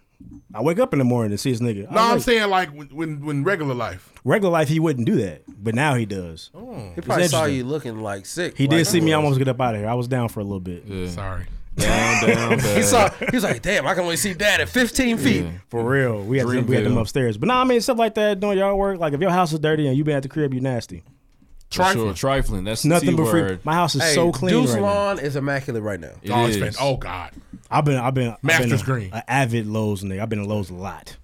[SPEAKER 4] I wake up in the morning and see this nigga. I'm
[SPEAKER 9] No, I'm
[SPEAKER 4] like,
[SPEAKER 9] saying like when, when when regular life. Oh,
[SPEAKER 4] regular life he wouldn't do that, but now he does.
[SPEAKER 13] He probably saw
[SPEAKER 4] interesting.
[SPEAKER 13] you looking like sick.
[SPEAKER 4] He
[SPEAKER 13] like
[SPEAKER 4] did see me
[SPEAKER 13] was.
[SPEAKER 4] almost get up out of here. I was down for a little bit.
[SPEAKER 3] Yeah.
[SPEAKER 9] Sorry.
[SPEAKER 3] Down, down,
[SPEAKER 13] He
[SPEAKER 3] down.
[SPEAKER 13] saw. He was like, "Damn, I can only see dad at 15 feet."
[SPEAKER 4] For real, we had them, we had them
[SPEAKER 3] Dreamville.
[SPEAKER 4] upstairs. But nah, I mean stuff like that doing yard work. Like if your house is dirty and you been at the crib, you nasty.
[SPEAKER 3] For
[SPEAKER 9] Trifling.
[SPEAKER 3] Sure, trifling. That's
[SPEAKER 4] It's nothing
[SPEAKER 3] the
[SPEAKER 4] but
[SPEAKER 3] T
[SPEAKER 4] free.
[SPEAKER 3] word.
[SPEAKER 4] My house is
[SPEAKER 13] Hey,
[SPEAKER 4] so clean
[SPEAKER 13] Deuce
[SPEAKER 4] right now.
[SPEAKER 13] Lawn is immaculate right now.
[SPEAKER 3] It
[SPEAKER 9] Oh, it's
[SPEAKER 3] is.
[SPEAKER 9] been- oh God.
[SPEAKER 4] I've been I've been I've been
[SPEAKER 9] Master's
[SPEAKER 4] a,
[SPEAKER 9] green.
[SPEAKER 4] a avid Lowe's nigga. I've been to Lowe's a lot.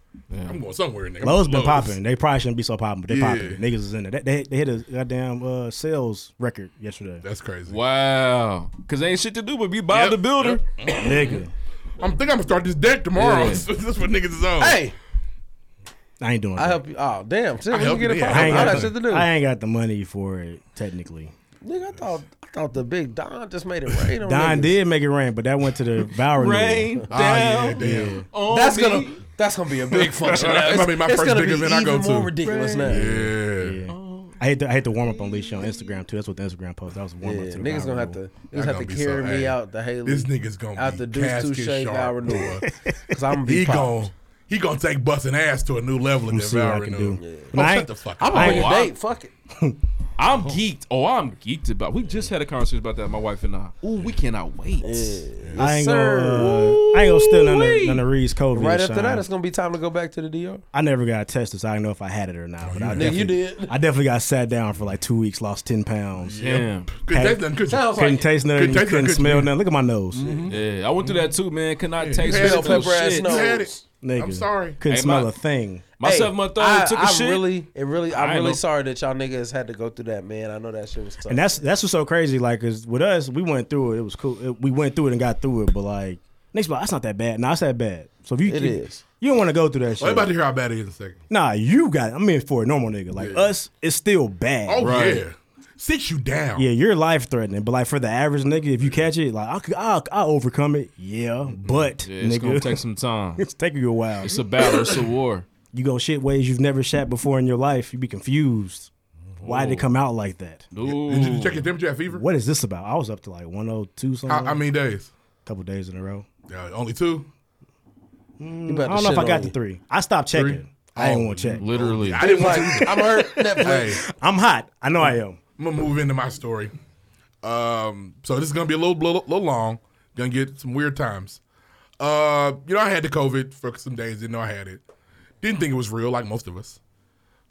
[SPEAKER 9] I'm going somewhere in there.
[SPEAKER 4] Lowe's been
[SPEAKER 9] Lowe's.
[SPEAKER 4] popping. They probably shouldn't be so popular, but they
[SPEAKER 9] Yeah.
[SPEAKER 4] popping. Niggas is in there. They, they, they hit a goddamn uh, sales record yesterday.
[SPEAKER 9] That's crazy.
[SPEAKER 3] Wow. Cause ain't shit to do but be by the builder.
[SPEAKER 4] Nigga.
[SPEAKER 9] I'm think I'm gonna start this deck tomorrow.
[SPEAKER 3] Yeah.
[SPEAKER 9] That's what niggas is on.
[SPEAKER 13] Hey,
[SPEAKER 4] I ain't doing
[SPEAKER 13] I
[SPEAKER 4] that.
[SPEAKER 13] help you. Oh damn! See,
[SPEAKER 9] I
[SPEAKER 13] when you
[SPEAKER 9] help
[SPEAKER 13] get
[SPEAKER 9] you,
[SPEAKER 13] it
[SPEAKER 9] yeah.
[SPEAKER 13] popping,
[SPEAKER 4] I ain't, got
[SPEAKER 13] all that
[SPEAKER 4] the,
[SPEAKER 13] shit to do.
[SPEAKER 4] I ain't got the money for it, technically.
[SPEAKER 13] Nigga, I thought I thought the big Don just made it rain on
[SPEAKER 4] Don
[SPEAKER 13] niggas.
[SPEAKER 4] did make it rain, but that went to the Bowery.
[SPEAKER 13] Rain
[SPEAKER 4] Nigga.
[SPEAKER 13] Oh, yeah, down damn. on That's me. gonna- that's gonna be a big function. That's gonna be my It's first gonna big be event I go even more to. ridiculous now.
[SPEAKER 9] Yeah.
[SPEAKER 4] I hate the I hate the warm up on Leash on Instagram too. That's what the Instagram post. That was warm up.
[SPEAKER 13] Yeah,
[SPEAKER 4] to the
[SPEAKER 13] niggas
[SPEAKER 4] Bowery
[SPEAKER 13] gonna have
[SPEAKER 4] Rule.
[SPEAKER 13] to niggas have to carry me out the Haley.
[SPEAKER 9] This nigga's gonna
[SPEAKER 13] out
[SPEAKER 9] be
[SPEAKER 13] the Deuce
[SPEAKER 9] casket
[SPEAKER 13] Touche
[SPEAKER 9] sharp,
[SPEAKER 13] Val Renewal.
[SPEAKER 9] boy.
[SPEAKER 13] Cause I'm gonna be
[SPEAKER 9] he
[SPEAKER 13] popped.
[SPEAKER 9] gonna he gonna take busting ass to a new level
[SPEAKER 4] Let
[SPEAKER 9] in
[SPEAKER 4] me
[SPEAKER 9] the
[SPEAKER 4] see what I
[SPEAKER 9] Val
[SPEAKER 4] can
[SPEAKER 9] Renewal.
[SPEAKER 4] do.
[SPEAKER 9] Oh,
[SPEAKER 4] And I
[SPEAKER 9] shut
[SPEAKER 4] ain't-
[SPEAKER 9] the fuck
[SPEAKER 4] I'm
[SPEAKER 9] up.
[SPEAKER 4] on
[SPEAKER 9] Oh,
[SPEAKER 4] your
[SPEAKER 9] I-
[SPEAKER 13] Hey, fuck it.
[SPEAKER 3] I'm geeked. Oh, I'm geeked about. We just had a conversation about that, my wife and I. Ooh, we cannot wait.
[SPEAKER 4] I ain't gonna uh, I ain't gonna steal none of,
[SPEAKER 13] Woo-wee.
[SPEAKER 4] none of Reed's COVID.
[SPEAKER 13] Right after
[SPEAKER 4] Sean.
[SPEAKER 13] that, it's gonna be time to go back to the DR.
[SPEAKER 4] I never got tested, so I don't know if I had it or not. But I
[SPEAKER 13] did.
[SPEAKER 4] definitely,
[SPEAKER 13] You did.
[SPEAKER 4] I definitely got sat down for like two weeks, lost ten pounds.
[SPEAKER 3] Damn.
[SPEAKER 4] Had-
[SPEAKER 3] Couldn't taste nothing, could you?
[SPEAKER 4] Couldn't
[SPEAKER 3] Sounds like it.
[SPEAKER 4] taste nothing.
[SPEAKER 3] Couldn't
[SPEAKER 4] Couldn't,
[SPEAKER 3] taste nothing, could you?
[SPEAKER 4] smell nothing. Look at my nose.
[SPEAKER 3] Yeah, I went through that
[SPEAKER 9] Mm.
[SPEAKER 3] too, man. Could not taste no
[SPEAKER 9] Hell, pepper ass
[SPEAKER 3] shit.
[SPEAKER 9] nose. You had it.
[SPEAKER 4] Nigga.
[SPEAKER 9] I'm sorry.
[SPEAKER 4] Couldn't
[SPEAKER 3] Hey,
[SPEAKER 4] smell
[SPEAKER 3] my-
[SPEAKER 4] a thing.
[SPEAKER 3] My
[SPEAKER 13] Hey,
[SPEAKER 3] seven month old
[SPEAKER 13] I-
[SPEAKER 3] took a
[SPEAKER 13] I
[SPEAKER 3] shit.
[SPEAKER 13] Really, it really,
[SPEAKER 3] I
[SPEAKER 13] I'm
[SPEAKER 3] ain't
[SPEAKER 13] really
[SPEAKER 3] no-
[SPEAKER 13] sorry that y'all niggas had to go through that, man. I know that shit was tough.
[SPEAKER 4] And that's that's what's so crazy. Like, 'cause with us, we went through it. It was cool. It- we went through it and got through it. But like, next month, that's not that bad. No, it's that bad. So if you
[SPEAKER 9] It
[SPEAKER 4] you,
[SPEAKER 9] is.
[SPEAKER 4] you don't want to go through that shit.
[SPEAKER 9] I'm about to hear how bad it is in a second.
[SPEAKER 4] Nah, you got. I mean, for a normal nigga like us, it's still bad.
[SPEAKER 9] Oh yeah, sit you down.
[SPEAKER 4] Yeah, you're life threatening, but like for the average nigga, if you catch it, like I could, I, I overcome it. Yeah, but
[SPEAKER 3] Mm-hmm. Yeah, it's
[SPEAKER 4] nigga,
[SPEAKER 3] gonna take some time.
[SPEAKER 4] it's taking you a while.
[SPEAKER 3] It's a battle. It's a war.
[SPEAKER 4] You go shit ways you've never shat before in your life. You be confused. Why did it come out like that?
[SPEAKER 9] Did you check your temperature at fever?
[SPEAKER 4] What is this about? I was up to like 102 something.
[SPEAKER 9] How, how many days?
[SPEAKER 4] couple days in a row.
[SPEAKER 9] Uh, only two.
[SPEAKER 4] I don't know if I got the three. I stopped checking.
[SPEAKER 9] Three?
[SPEAKER 4] I didn't
[SPEAKER 9] Oh,
[SPEAKER 4] want to check.
[SPEAKER 3] Literally.
[SPEAKER 9] I didn't want to.
[SPEAKER 13] I'm hurt. Netflix.
[SPEAKER 4] I'm hot. I know I am.
[SPEAKER 9] I'm gonna move into my story. Um, so this is gonna be a little, little, little long. Gonna get some weird times. Uh, you know, I had the COVID for some days. Didn't know I had it. Didn't think it was real, like most of us.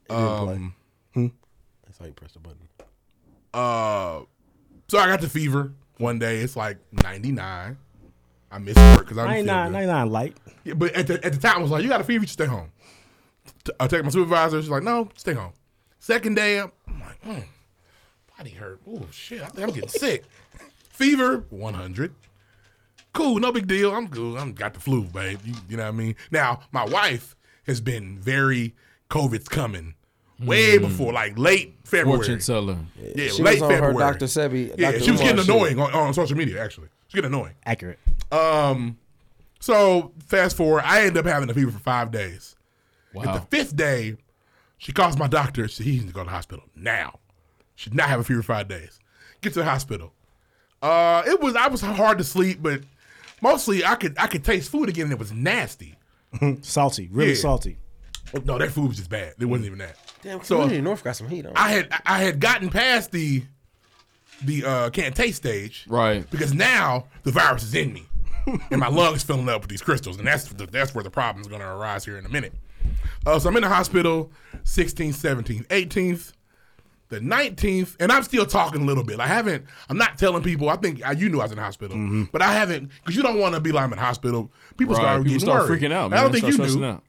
[SPEAKER 9] Um,
[SPEAKER 13] That's how you press the button.
[SPEAKER 9] uh, so I got the fever one day. It's like 99. I missed work because I didn't feel
[SPEAKER 4] 99,
[SPEAKER 9] good.
[SPEAKER 4] 99 light.
[SPEAKER 9] Yeah, but at the, at the time, I was like, you got a fever, you should stay home. T- I take my supervisor, she's like, no, stay home. Second day, I'm I'm like, mm, body hurt. Oh, shit, I think I'm getting sick. Fever, 100. Cool, no big deal. I'm good. I'm got the flu, babe. You, you know what I mean? Now, my wife has been very COVID's coming way before, like late February.
[SPEAKER 3] Hmm. Fortune teller.
[SPEAKER 9] Yeah,
[SPEAKER 13] She
[SPEAKER 9] late
[SPEAKER 13] was on her
[SPEAKER 9] February.
[SPEAKER 13] Dr. Sebi-
[SPEAKER 9] Yeah,
[SPEAKER 13] Dr.
[SPEAKER 9] she was getting
[SPEAKER 13] Umar shit.
[SPEAKER 9] annoying on, on social media. Actually, she's getting annoying.
[SPEAKER 4] Accurate.
[SPEAKER 9] Um, so fast forward, I ended up having a fever for five days. At the fifth day, she calls my doctor. She said, he needs to go to the hospital now. She did not have a fever for five days. Get to the hospital. Uh, it was I was hard to sleep, but mostly I could I could taste food again. and It was nasty.
[SPEAKER 4] salty, really
[SPEAKER 9] Yeah.
[SPEAKER 4] salty.
[SPEAKER 9] No, that food was just bad. It wasn't even that.
[SPEAKER 13] Damn,
[SPEAKER 9] So-
[SPEAKER 13] community North got some heat on.
[SPEAKER 9] I had I had gotten past the the uh, can't taste stage,
[SPEAKER 3] Right.
[SPEAKER 9] Because now the virus is in me, and my lungs filling up with these crystals, and that's the, that's where the problem's going to arise here in a minute. Uh, so I'm in the hospital, 16th, 17th, 18th, the 19th, and I'm still talking a little bit. I haven't. I'm not telling people. I think I, you knew I was in the hospital, but I haven't because you don't want to be like I'm in the hospital. People
[SPEAKER 3] Mm-hmm. Right.
[SPEAKER 9] start
[SPEAKER 3] People
[SPEAKER 9] getting
[SPEAKER 3] start
[SPEAKER 9] worried.
[SPEAKER 3] freaking out.
[SPEAKER 9] I
[SPEAKER 3] Man.
[SPEAKER 9] don't think
[SPEAKER 3] Start
[SPEAKER 9] you
[SPEAKER 3] stressing
[SPEAKER 9] knew.
[SPEAKER 3] out.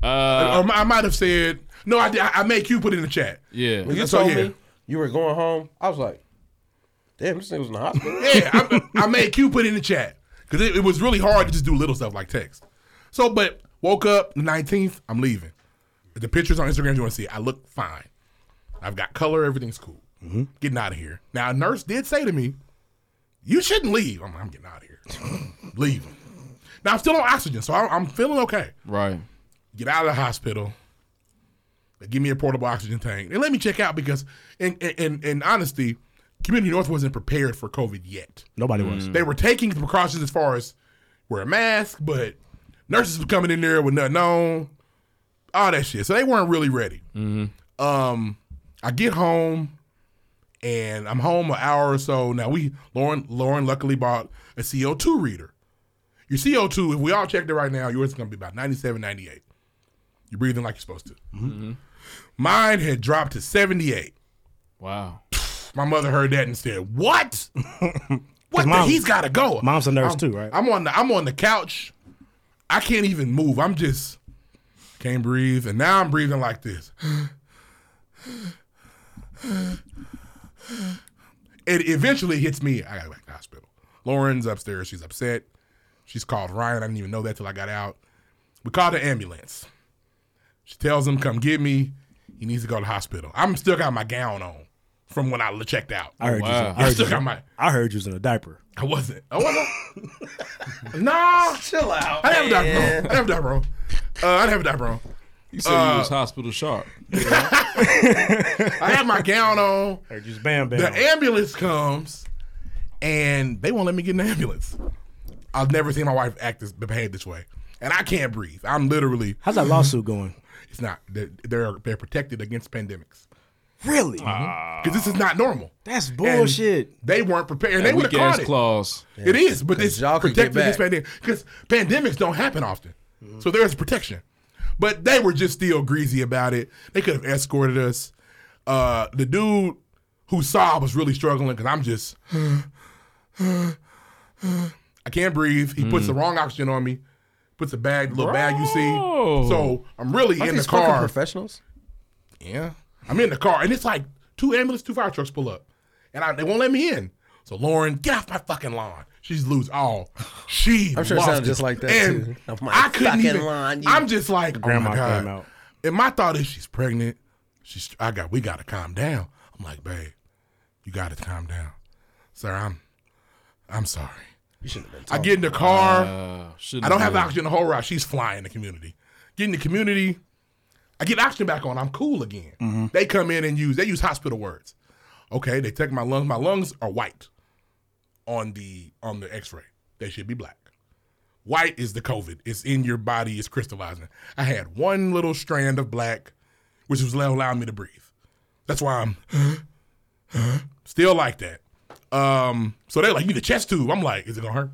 [SPEAKER 3] Uh,
[SPEAKER 9] Or I might have said no. I, did- I I made you put it in the chat.
[SPEAKER 3] yeah.
[SPEAKER 13] When you
[SPEAKER 9] So,
[SPEAKER 13] told
[SPEAKER 9] yeah.
[SPEAKER 13] me you were going home, I was like, damn, this nigga was in the hospital.
[SPEAKER 9] yeah, I, I made Q put it in the chat because it, it was really hard to just do little stuff like text. So, but woke up the 19th, I'm leaving. The pictures on Instagram, you want to see, I look fine. I've got color, everything's cool. Getting out of here. Now, a nurse did say to me, You shouldn't leave. I'm, like, I'm getting out of here. leaving. Now, I'm still on oxygen, so I, I'm feeling okay.
[SPEAKER 3] Right.
[SPEAKER 9] Get out of the hospital. They give me a portable oxygen tank. And let me check out because, in, in, in, in honesty, Community North wasn't prepared for COVID yet.
[SPEAKER 4] Nobody
[SPEAKER 3] Mm.
[SPEAKER 4] was.
[SPEAKER 9] They were taking the precautions as far as wear a mask, but nurses were coming in there with nothing on, all that shit. So they weren't really ready. Um, I get home, and I'm home an hour or so. Now we Lauren Lauren luckily bought a CO2 reader. Your CO2, if we all checked it right now, yours is gonna be about 97, 98. You're breathing like you're supposed to. Mine had dropped to 78.
[SPEAKER 3] Wow.
[SPEAKER 9] My mother heard that and said, "What? what? the-
[SPEAKER 4] mom-
[SPEAKER 9] he's got to go."
[SPEAKER 4] mom's a nurse
[SPEAKER 9] I'm-
[SPEAKER 4] too, right?
[SPEAKER 9] I'm on the I'm on the couch. I can't even move. I'm just Can't breathe. And now I'm breathing like this. It eventually hits me. I gotta go back to the hospital. Lauren's upstairs. She's upset. She's called Ryan. I didn't even know that till I got out. We called the ambulance. She tells him, come get me. He needs to go to the hospital. I'm still got my gown on from when I l- checked out.
[SPEAKER 4] I heard you.
[SPEAKER 9] I,
[SPEAKER 4] I heard,
[SPEAKER 9] still
[SPEAKER 4] you
[SPEAKER 9] got my.
[SPEAKER 4] I heard you was in a diaper.
[SPEAKER 9] I wasn't. I wasn't. no. Chill out. I didn't have a diaper. on. I didn't have a diaper. on. Uh, I didn't have a diaper. on.
[SPEAKER 3] You said you
[SPEAKER 9] Uh,
[SPEAKER 3] was hospital sharp.
[SPEAKER 9] I had my gown on.
[SPEAKER 4] Heard you was bam bam.
[SPEAKER 9] The ambulance comes, and they won't let me get in the ambulance. I've never seen my wife act this behave this way, and I can't breathe. I'm literally.
[SPEAKER 4] How's that lawsuit going?
[SPEAKER 9] It's not. They're they're, they're protected against pandemics.
[SPEAKER 4] Really?
[SPEAKER 3] Uh-huh.
[SPEAKER 9] Because this is not normal.
[SPEAKER 4] That's
[SPEAKER 9] bullshit. they weren't prepared. and
[SPEAKER 3] That
[SPEAKER 9] they would have
[SPEAKER 3] weak-ass
[SPEAKER 9] caught it.
[SPEAKER 3] clause.
[SPEAKER 9] It is, but
[SPEAKER 3] 'Cause
[SPEAKER 9] it's
[SPEAKER 3] y'all could get
[SPEAKER 9] protected against
[SPEAKER 3] back.
[SPEAKER 9] pandemic because pandemics don't happen often, so there is protection. But they were just still greasy about it. They could have escorted us. Uh, the dude who saw I was really struggling because I'm just I can't breathe. He
[SPEAKER 3] Hmm.
[SPEAKER 9] puts the wrong oxygen on me. Puts a bag, little bag you see.
[SPEAKER 3] Oh.
[SPEAKER 9] So I'm really
[SPEAKER 13] Aren't
[SPEAKER 9] in the
[SPEAKER 13] these fucking
[SPEAKER 9] car.
[SPEAKER 13] Professionals.
[SPEAKER 9] Yeah. I'm in the car, and it's like two ambulance, two fire trucks pull up, and I, they won't let me in. So Lauren, get off my fucking lawn. She's lose all. She.
[SPEAKER 13] I'm sure it
[SPEAKER 9] lost
[SPEAKER 13] sounded just like that,
[SPEAKER 9] And
[SPEAKER 13] too. Off my
[SPEAKER 9] I couldn't
[SPEAKER 13] fucking
[SPEAKER 9] even.
[SPEAKER 13] lawn, you-
[SPEAKER 9] I'm just like, oh
[SPEAKER 4] Grandma
[SPEAKER 9] my
[SPEAKER 4] came
[SPEAKER 9] god.
[SPEAKER 4] out.
[SPEAKER 9] And my thought is, she's pregnant. She's. I got. We got to calm down. I'm like, babe, you got to calm down, sir. I'm. I'm sorry.
[SPEAKER 13] You shouldn't have been.
[SPEAKER 9] I get in the car.
[SPEAKER 3] Uh, shouldn't
[SPEAKER 9] I don't have
[SPEAKER 3] have.
[SPEAKER 9] oxygen the whole ride. She's flying in the community. Get in the community. I get oxygen back on. I'm cool again.
[SPEAKER 4] Mm-hmm.
[SPEAKER 9] They come in and use they use hospital words. Okay, they take my lungs. My lungs are white on the on the X-ray. They should be black. White is the COVID. It's in your body. It's crystallizing. I had one little strand of black, which was allowing me to breathe. That's why I'm still like that. Um, so they're like, you need a chest tube. I'm like, is it gonna hurt?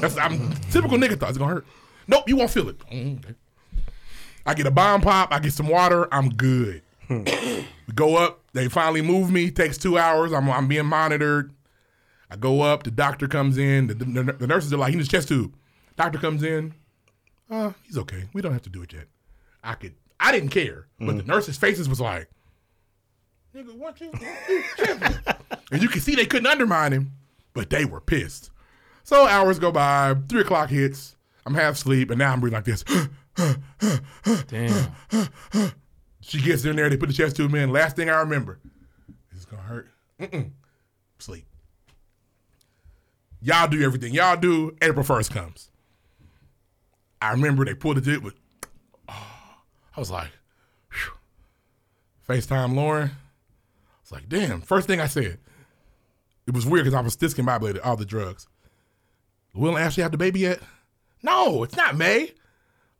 [SPEAKER 9] That's I'm typical nigga thought it's gonna hurt. Nope, you won't feel it. Mm, okay. I get a bomb pop, I get some water, I'm good. we go up, they finally move me, takes two hours, I'm, I'm being monitored. I go up, the doctor comes in, the, the, the nurses are like, he needs a chest tube. Doctor comes in, uh, he's okay, we don't have to do it yet. I could, I didn't care, but the nurses' faces was like, Nigga, what you? and you can see they couldn't undermine him, but they were pissed. So hours go by, three o'clock hits, I'm half asleep, and now I'm breathing like this.
[SPEAKER 3] Damn.
[SPEAKER 9] She gets in there, they put the chest tube in. Last thing I remember, it's gonna hurt. Mm-mm. Sleep. Y'all do everything y'all do. April first comes. I remember they pulled it. It was. oh, I was like, phew. FaceTime Lauren. I was like, damn. First thing I said, it was weird because I was discombobulated all the drugs. Will and Ashley have the baby yet? No, it's not May.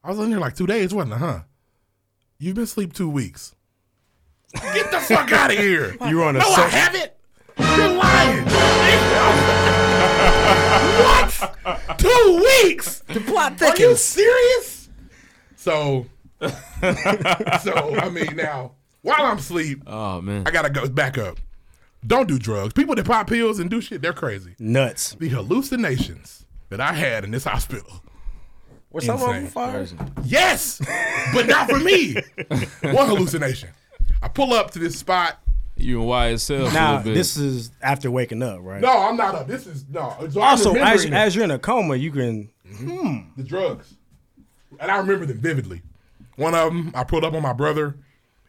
[SPEAKER 9] I was in there like two days, wasn't it, huh? You've been asleep two weeks. Get the fuck out of here.
[SPEAKER 4] You were on a
[SPEAKER 9] No, I
[SPEAKER 4] sex-
[SPEAKER 9] haven't. You're lying. what? Two weeks? The plot thickens. Are you serious? So, so I mean, now while I'm asleep,
[SPEAKER 3] Oh man.
[SPEAKER 9] I gotta go back up. Don't do drugs. People that pop pills and do shit, they're crazy.
[SPEAKER 4] Nuts.
[SPEAKER 9] The hallucinations that I had in this hospital.
[SPEAKER 13] Were some of them
[SPEAKER 9] Insane.
[SPEAKER 13] fires?
[SPEAKER 9] Yes, but not for me. One hallucination. I pull up to this spot.
[SPEAKER 3] You and YSL a
[SPEAKER 4] Now
[SPEAKER 3] little bit.
[SPEAKER 4] this is after waking up, right?
[SPEAKER 9] No, I'm not up. This is no. It's all
[SPEAKER 4] Also, as,
[SPEAKER 9] remembering
[SPEAKER 4] as you're in a coma, you can.
[SPEAKER 9] the drugs, and I remember them vividly. One of them, I pulled up on my brother.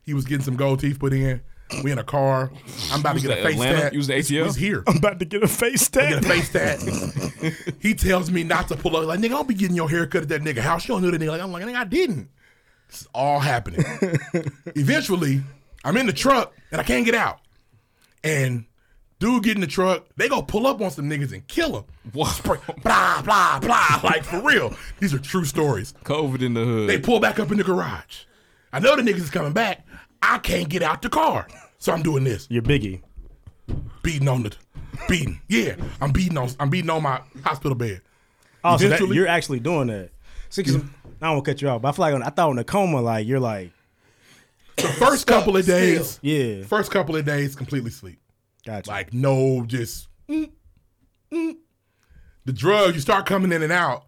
[SPEAKER 9] He was getting some gold teeth put in. We in a car. I'm about to
[SPEAKER 3] You was
[SPEAKER 9] get a
[SPEAKER 3] at
[SPEAKER 9] face
[SPEAKER 3] Atlanta?
[SPEAKER 9] tat.
[SPEAKER 3] You was at
[SPEAKER 9] He's-
[SPEAKER 3] ATL?
[SPEAKER 9] He's here.
[SPEAKER 4] I'm about to get a face
[SPEAKER 9] I
[SPEAKER 4] tag.
[SPEAKER 9] get a face tat. he tells me not to pull up. Like, nigga, I don't be getting your haircut at that nigga house. You don't know that nigga. Like, I'm like, nigga, I didn't. This is all happening. Eventually, I'm in the truck and I can't get out. And dude get in the truck, they go pull up on some niggas and kill him. Spray, blah, blah, blah. Like, for real. These are true stories.
[SPEAKER 3] COVID in the hood.
[SPEAKER 9] They pull back up in the garage. I know the niggas is coming back. I can't get out the car. So I'm doing this
[SPEAKER 4] You're Biggie.
[SPEAKER 9] beating on the beating. Yeah, I'm beating on I'm beating on my hospital bed.
[SPEAKER 4] Oh, so that-
[SPEAKER 9] Eventually-
[SPEAKER 4] you're actually doing that. See, 'cause I don't want to cut you off, but I feel like on, I thought in a coma, like you're like,
[SPEAKER 9] The first couple of days,
[SPEAKER 4] yeah,
[SPEAKER 9] first couple of days, completely sleep.
[SPEAKER 4] Gotcha.
[SPEAKER 9] Like no, just mm, mm. the drug. You start coming in and out.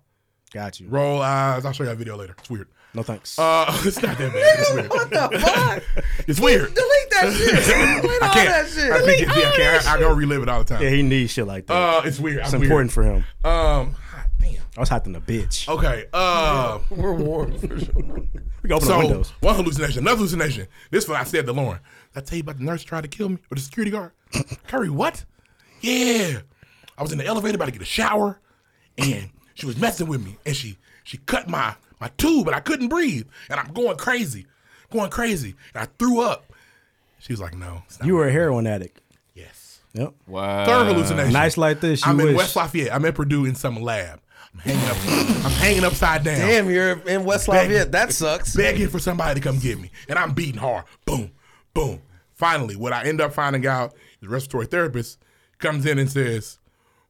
[SPEAKER 4] Got you.
[SPEAKER 9] Roll eyes. I'll show you a video later. It's weird.
[SPEAKER 4] No thanks.
[SPEAKER 9] Uh, it's not that bad. It's weird.
[SPEAKER 4] What
[SPEAKER 9] the fuck? it's weird.
[SPEAKER 12] Delete that shit.
[SPEAKER 9] Delete I can't. I think it's, yeah, I, can't. I, I don't relive it all the time.
[SPEAKER 4] Yeah, he needs shit like that.
[SPEAKER 9] Uh, it's weird.
[SPEAKER 4] It's
[SPEAKER 9] I'm
[SPEAKER 4] important for
[SPEAKER 9] weird.
[SPEAKER 4] him.
[SPEAKER 9] Um,
[SPEAKER 4] I was hot than a bitch.
[SPEAKER 9] Okay. Uh, We're warm for sure.
[SPEAKER 4] We can open
[SPEAKER 9] so,
[SPEAKER 4] the windows.
[SPEAKER 9] One hallucination, another hallucination. This one I said to Lauren. Did I tell you about the nurse tried to kill me or the security guard? Curry, what? Yeah. I was in the elevator about to get a shower, and she was messing with me, and she she cut my my tube, and I couldn't breathe, and I'm going crazy, going crazy, and I threw up. She was like, "No."
[SPEAKER 4] You were a heroin addict.
[SPEAKER 9] Yes.
[SPEAKER 4] Yep.
[SPEAKER 3] Wow.
[SPEAKER 9] Third hallucination.
[SPEAKER 4] Nice like this. You
[SPEAKER 9] I'm in
[SPEAKER 4] wish.
[SPEAKER 9] West Lafayette. I'm at Purdue in some lab. I'm hanging up. I'm hanging upside down.
[SPEAKER 13] Damn, you're in West Lafayette. That sucks.
[SPEAKER 9] Begging for somebody to come get me, and I'm beating hard. Boom, boom. Finally, what I end up finding out is the respiratory therapist comes in and says,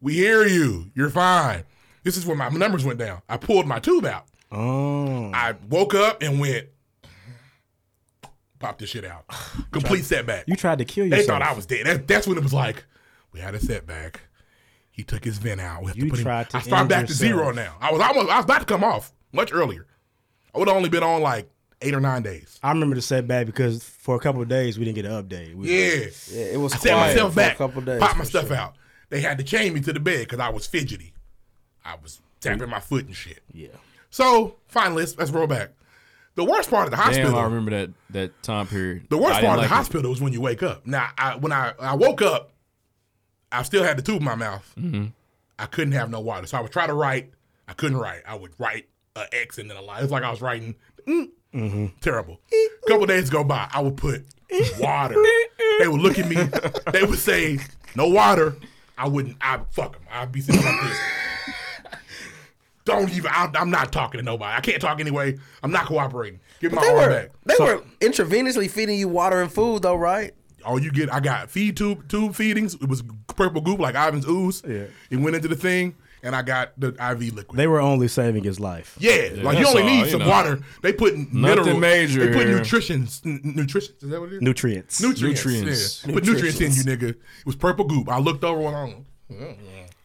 [SPEAKER 9] "We hear you. You're fine." This is when my numbers went down. I pulled my tube out.
[SPEAKER 4] Oh.
[SPEAKER 9] I woke up and went, pop this shit out. Complete setback.
[SPEAKER 4] You tried to kill
[SPEAKER 9] They
[SPEAKER 4] yourself.
[SPEAKER 9] thought I was dead. That, that's when it was like, we had a setback. He took his vent out. We have
[SPEAKER 4] You
[SPEAKER 9] to put him.
[SPEAKER 4] tried to
[SPEAKER 9] I start
[SPEAKER 4] end
[SPEAKER 9] back to zero
[SPEAKER 4] yourself.
[SPEAKER 9] now. I was almost. I was about to come off much earlier. I would have only been on like eight or nine days.
[SPEAKER 4] I remember the setback because for a couple of days we didn't get an update. We-
[SPEAKER 9] Yeah, I set myself back. popped my stuff out. They had to chain me to the bed because I was fidgety. I was tapping my foot and shit.
[SPEAKER 4] Yeah.
[SPEAKER 9] So finally, let's, let's roll back. The worst part of the hospital.
[SPEAKER 3] Damn, I remember that that time period.
[SPEAKER 9] The worst
[SPEAKER 3] I didn't
[SPEAKER 9] part of the
[SPEAKER 3] like it.
[SPEAKER 9] hospital is when you wake up. Now, I, when I, I woke up, I still had the tube in my mouth.
[SPEAKER 3] Mhm.
[SPEAKER 9] I couldn't have no water, so I would try to write. I couldn't write. I would write a X and then a line. It's like I was writing. mm,
[SPEAKER 3] Mm-hmm.
[SPEAKER 9] Terrible. couple days go by. I would put water. they would look at me. They would say no water. I wouldn't. I fuck them. I'd be sitting like this. Don't even. I, I'm not talking to nobody. I can't talk anyway. I'm not cooperating. Give me
[SPEAKER 13] But
[SPEAKER 9] my
[SPEAKER 13] they
[SPEAKER 9] arm
[SPEAKER 13] were
[SPEAKER 9] back.
[SPEAKER 13] they
[SPEAKER 9] So-
[SPEAKER 13] were intravenously feeding you water and food though, right?
[SPEAKER 9] all you get, I got feed tube tube feedings. It was purple goop like Ivan's ooze. Yeah. It went into the thing, and I got the IV liquid.
[SPEAKER 4] They were only saving his life.
[SPEAKER 9] Yeah, like you only need some water. They put minerals.
[SPEAKER 4] major
[SPEAKER 9] They put
[SPEAKER 4] here.
[SPEAKER 9] nutrition. Nutrition. Is that what it is?
[SPEAKER 4] Nutrients.
[SPEAKER 9] Nutrients.
[SPEAKER 4] Nutrients.
[SPEAKER 9] Yeah. Put nutrients in you,
[SPEAKER 4] Nutritions.
[SPEAKER 9] nigga. It was purple goop. I looked over and on. Mm.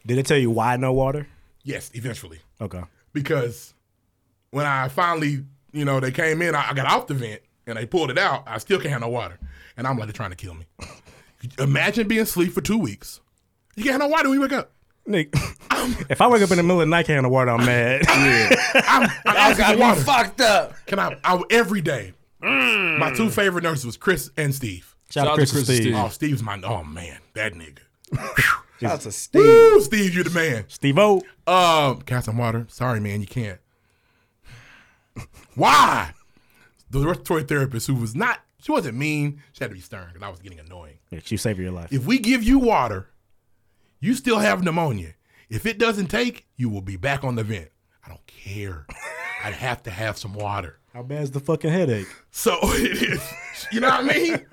[SPEAKER 4] Did they tell you why no water?
[SPEAKER 9] Yes, eventually,
[SPEAKER 4] Okay.
[SPEAKER 9] because when I finally, you know, they came in, I, I got off the vent and they pulled it out. I still can't have no water, and I'm like, they're trying to kill me. Imagine being asleep for two weeks. You can't have no water when you wake up.
[SPEAKER 4] Nick, if I wake up in the middle of the night can't have no water, I'm mad.
[SPEAKER 9] I'm, I'm asking
[SPEAKER 13] got
[SPEAKER 9] for
[SPEAKER 13] me
[SPEAKER 9] water.
[SPEAKER 13] fucked up.
[SPEAKER 9] Can I, I every day? My two favorite nurses was Chris and Steve.
[SPEAKER 4] Shout out to Chris and Steve.
[SPEAKER 9] Oh, Steve's my oh man, that nigga.
[SPEAKER 13] That's a Steve.
[SPEAKER 9] Woo, Steve, you the man.
[SPEAKER 4] Steve O.
[SPEAKER 9] Um, got some water. Sorry, man, you can't. Why? The respiratory therapist who was not she wasn't mean. She had to be stern because I was getting annoying.
[SPEAKER 4] Yeah, you saving your life.
[SPEAKER 9] If we give you water, you still have pneumonia. If it doesn't take, you will be back on the vent. I don't care. I'd have to have some water.
[SPEAKER 4] How bad's the fucking headache?
[SPEAKER 9] So it is. You know what I mean?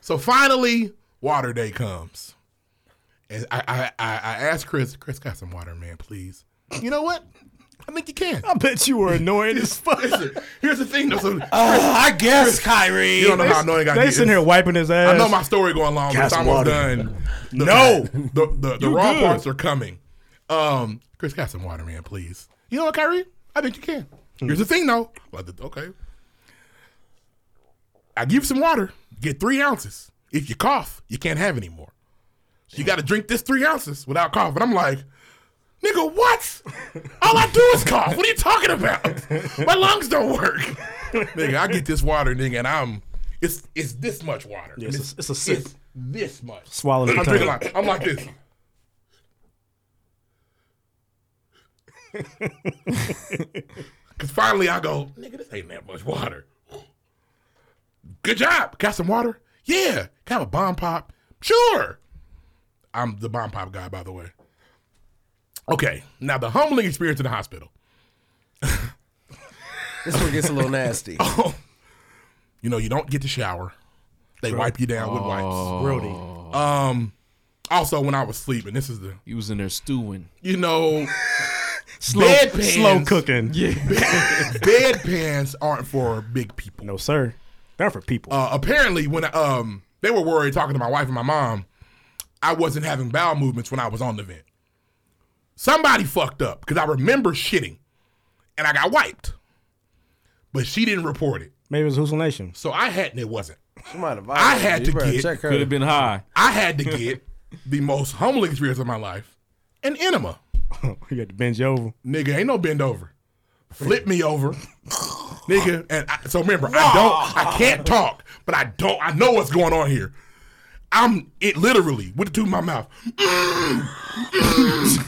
[SPEAKER 9] So finally, water day comes. And I, I, I, I asked Chris, Chris, got some water, man, please. You know what? I think you can.
[SPEAKER 4] I bet you were annoying as fuck.
[SPEAKER 9] Here's the thing, though. So,
[SPEAKER 4] Oh, I guess,
[SPEAKER 9] Kyrie. You don't know how annoying I
[SPEAKER 4] They
[SPEAKER 9] get.
[SPEAKER 4] sitting here wiping his ass.
[SPEAKER 9] I know my story going long, but
[SPEAKER 4] Got
[SPEAKER 9] it's
[SPEAKER 4] some water.
[SPEAKER 9] almost done. The- no, the the, the
[SPEAKER 4] You
[SPEAKER 9] raw
[SPEAKER 4] good.
[SPEAKER 9] parts are coming. Um, Chris, got some water, man, please. You know what, Kyrie? I think you can.
[SPEAKER 4] Hmm.
[SPEAKER 9] Here's the thing, though. Like, okay, I give you some water. Get three ounces. If you cough, you can't have any more. So you got to drink this three ounces without coughing. I'm like, nigga, what? All I do is cough. What are you talking about? My lungs don't work. nigga, I get this water, nigga, and I'm it's it's this much water.
[SPEAKER 4] Yeah, it's a- it's a sip.
[SPEAKER 9] this much.
[SPEAKER 4] Swallow the
[SPEAKER 9] I'm
[SPEAKER 4] tongue.
[SPEAKER 9] drinking like I'm like this. Cause finally I go, nigga, this ain't that much water. Good job. Got some water? Yeah. Can I have a bomb pop? Sure. I'm the bomb pop guy, by the way. Okay. Now the humbling experience in the hospital.
[SPEAKER 13] This one gets a little nasty.
[SPEAKER 9] Oh, You know, you don't get to shower. They
[SPEAKER 13] Bro-
[SPEAKER 9] wipe you down with
[SPEAKER 3] Oh.
[SPEAKER 9] wipes.
[SPEAKER 3] Brody.
[SPEAKER 9] Um also when I was sleeping, this is the
[SPEAKER 3] He was in there stewing.
[SPEAKER 9] you know
[SPEAKER 4] Slow-
[SPEAKER 9] bedpans-
[SPEAKER 4] slow cooking. Yeah.
[SPEAKER 9] Bed, bedpans aren't for big people.
[SPEAKER 4] No, sir. They're for people.
[SPEAKER 9] Uh, apparently, when um they were worried talking to my wife and my mom, I wasn't having bowel movements when I was on the vent. Somebody fucked up because I remember shitting. and I got wiped. But she didn't report it.
[SPEAKER 4] Maybe it was Hoosel Nation.
[SPEAKER 9] So I hadn't. It wasn't.
[SPEAKER 13] She might have.
[SPEAKER 9] I had
[SPEAKER 13] You
[SPEAKER 9] to
[SPEAKER 13] better
[SPEAKER 9] get.
[SPEAKER 13] check her. Could have been
[SPEAKER 3] high.
[SPEAKER 9] I had to get the most humbling experience of my life, an enema.
[SPEAKER 4] you got to bend you over.
[SPEAKER 9] Nigga, ain't no bend over. Flip me over. Nigga, and I, so remember, I don't, I can't talk, but I don't, I know what's going on here. I'm it literally with the tube in my mouth.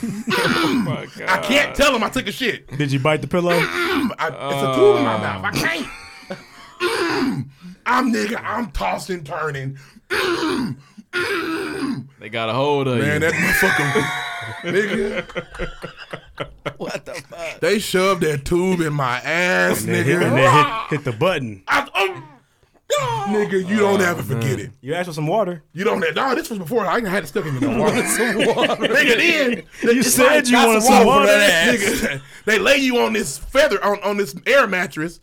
[SPEAKER 9] I can't tell him I took a shit.
[SPEAKER 4] Did you bite the pillow?
[SPEAKER 9] I, it's a tube in my mouth. I can't. I'm nigga. I'm tossing, turning.
[SPEAKER 3] They got a hold of
[SPEAKER 9] Man,
[SPEAKER 3] you.
[SPEAKER 9] that motherfucker, nigga.
[SPEAKER 13] What the fuck?
[SPEAKER 9] They shoved that tube in my ass,
[SPEAKER 4] And then, hit,
[SPEAKER 9] nigga. um,
[SPEAKER 4] and then hit, hit the button.
[SPEAKER 13] Oh.
[SPEAKER 9] Nigga, you don't ever forget it.
[SPEAKER 4] You asked for some water.
[SPEAKER 9] You don't have, no, this was before I had it stuck in the water.
[SPEAKER 4] Some water.
[SPEAKER 9] Nigga, then.
[SPEAKER 4] You
[SPEAKER 9] it's
[SPEAKER 4] said you
[SPEAKER 9] got
[SPEAKER 4] wanted some water.
[SPEAKER 9] for Nigga, they lay you on this feather, on, on this air mattress,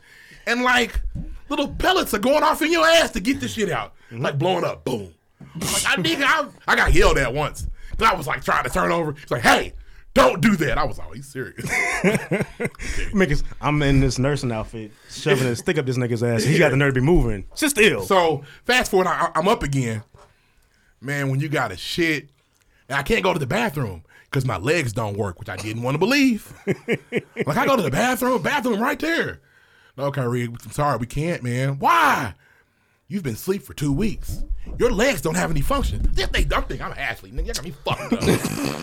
[SPEAKER 9] and like little pellets are going off in your ass to get this shit out.
[SPEAKER 4] Mm-hmm.
[SPEAKER 9] Like blowing up, boom. Like, I, nigga, I, I got yelled at once. Cause I was like trying to turn over. He's like, hey, don't do that. I was like, oh, he's serious.
[SPEAKER 4] Make us- I'm in this nursing outfit, shoving a stick up this nigga's ass. He got the nerve to be moving. Just ill.
[SPEAKER 9] So fast forward, I, I'm up again. Man, when you got a shit, and I can't go to the bathroom because my legs don't work, which I didn't want to believe. like I go to the bathroom, bathroom right there. No, Kyrie, I'm sorry, we can't, man. Why? You've been asleep for two weeks. Your legs don't have any function. This they dumb thing. I'm an athlete, nigga. You got me fucked up.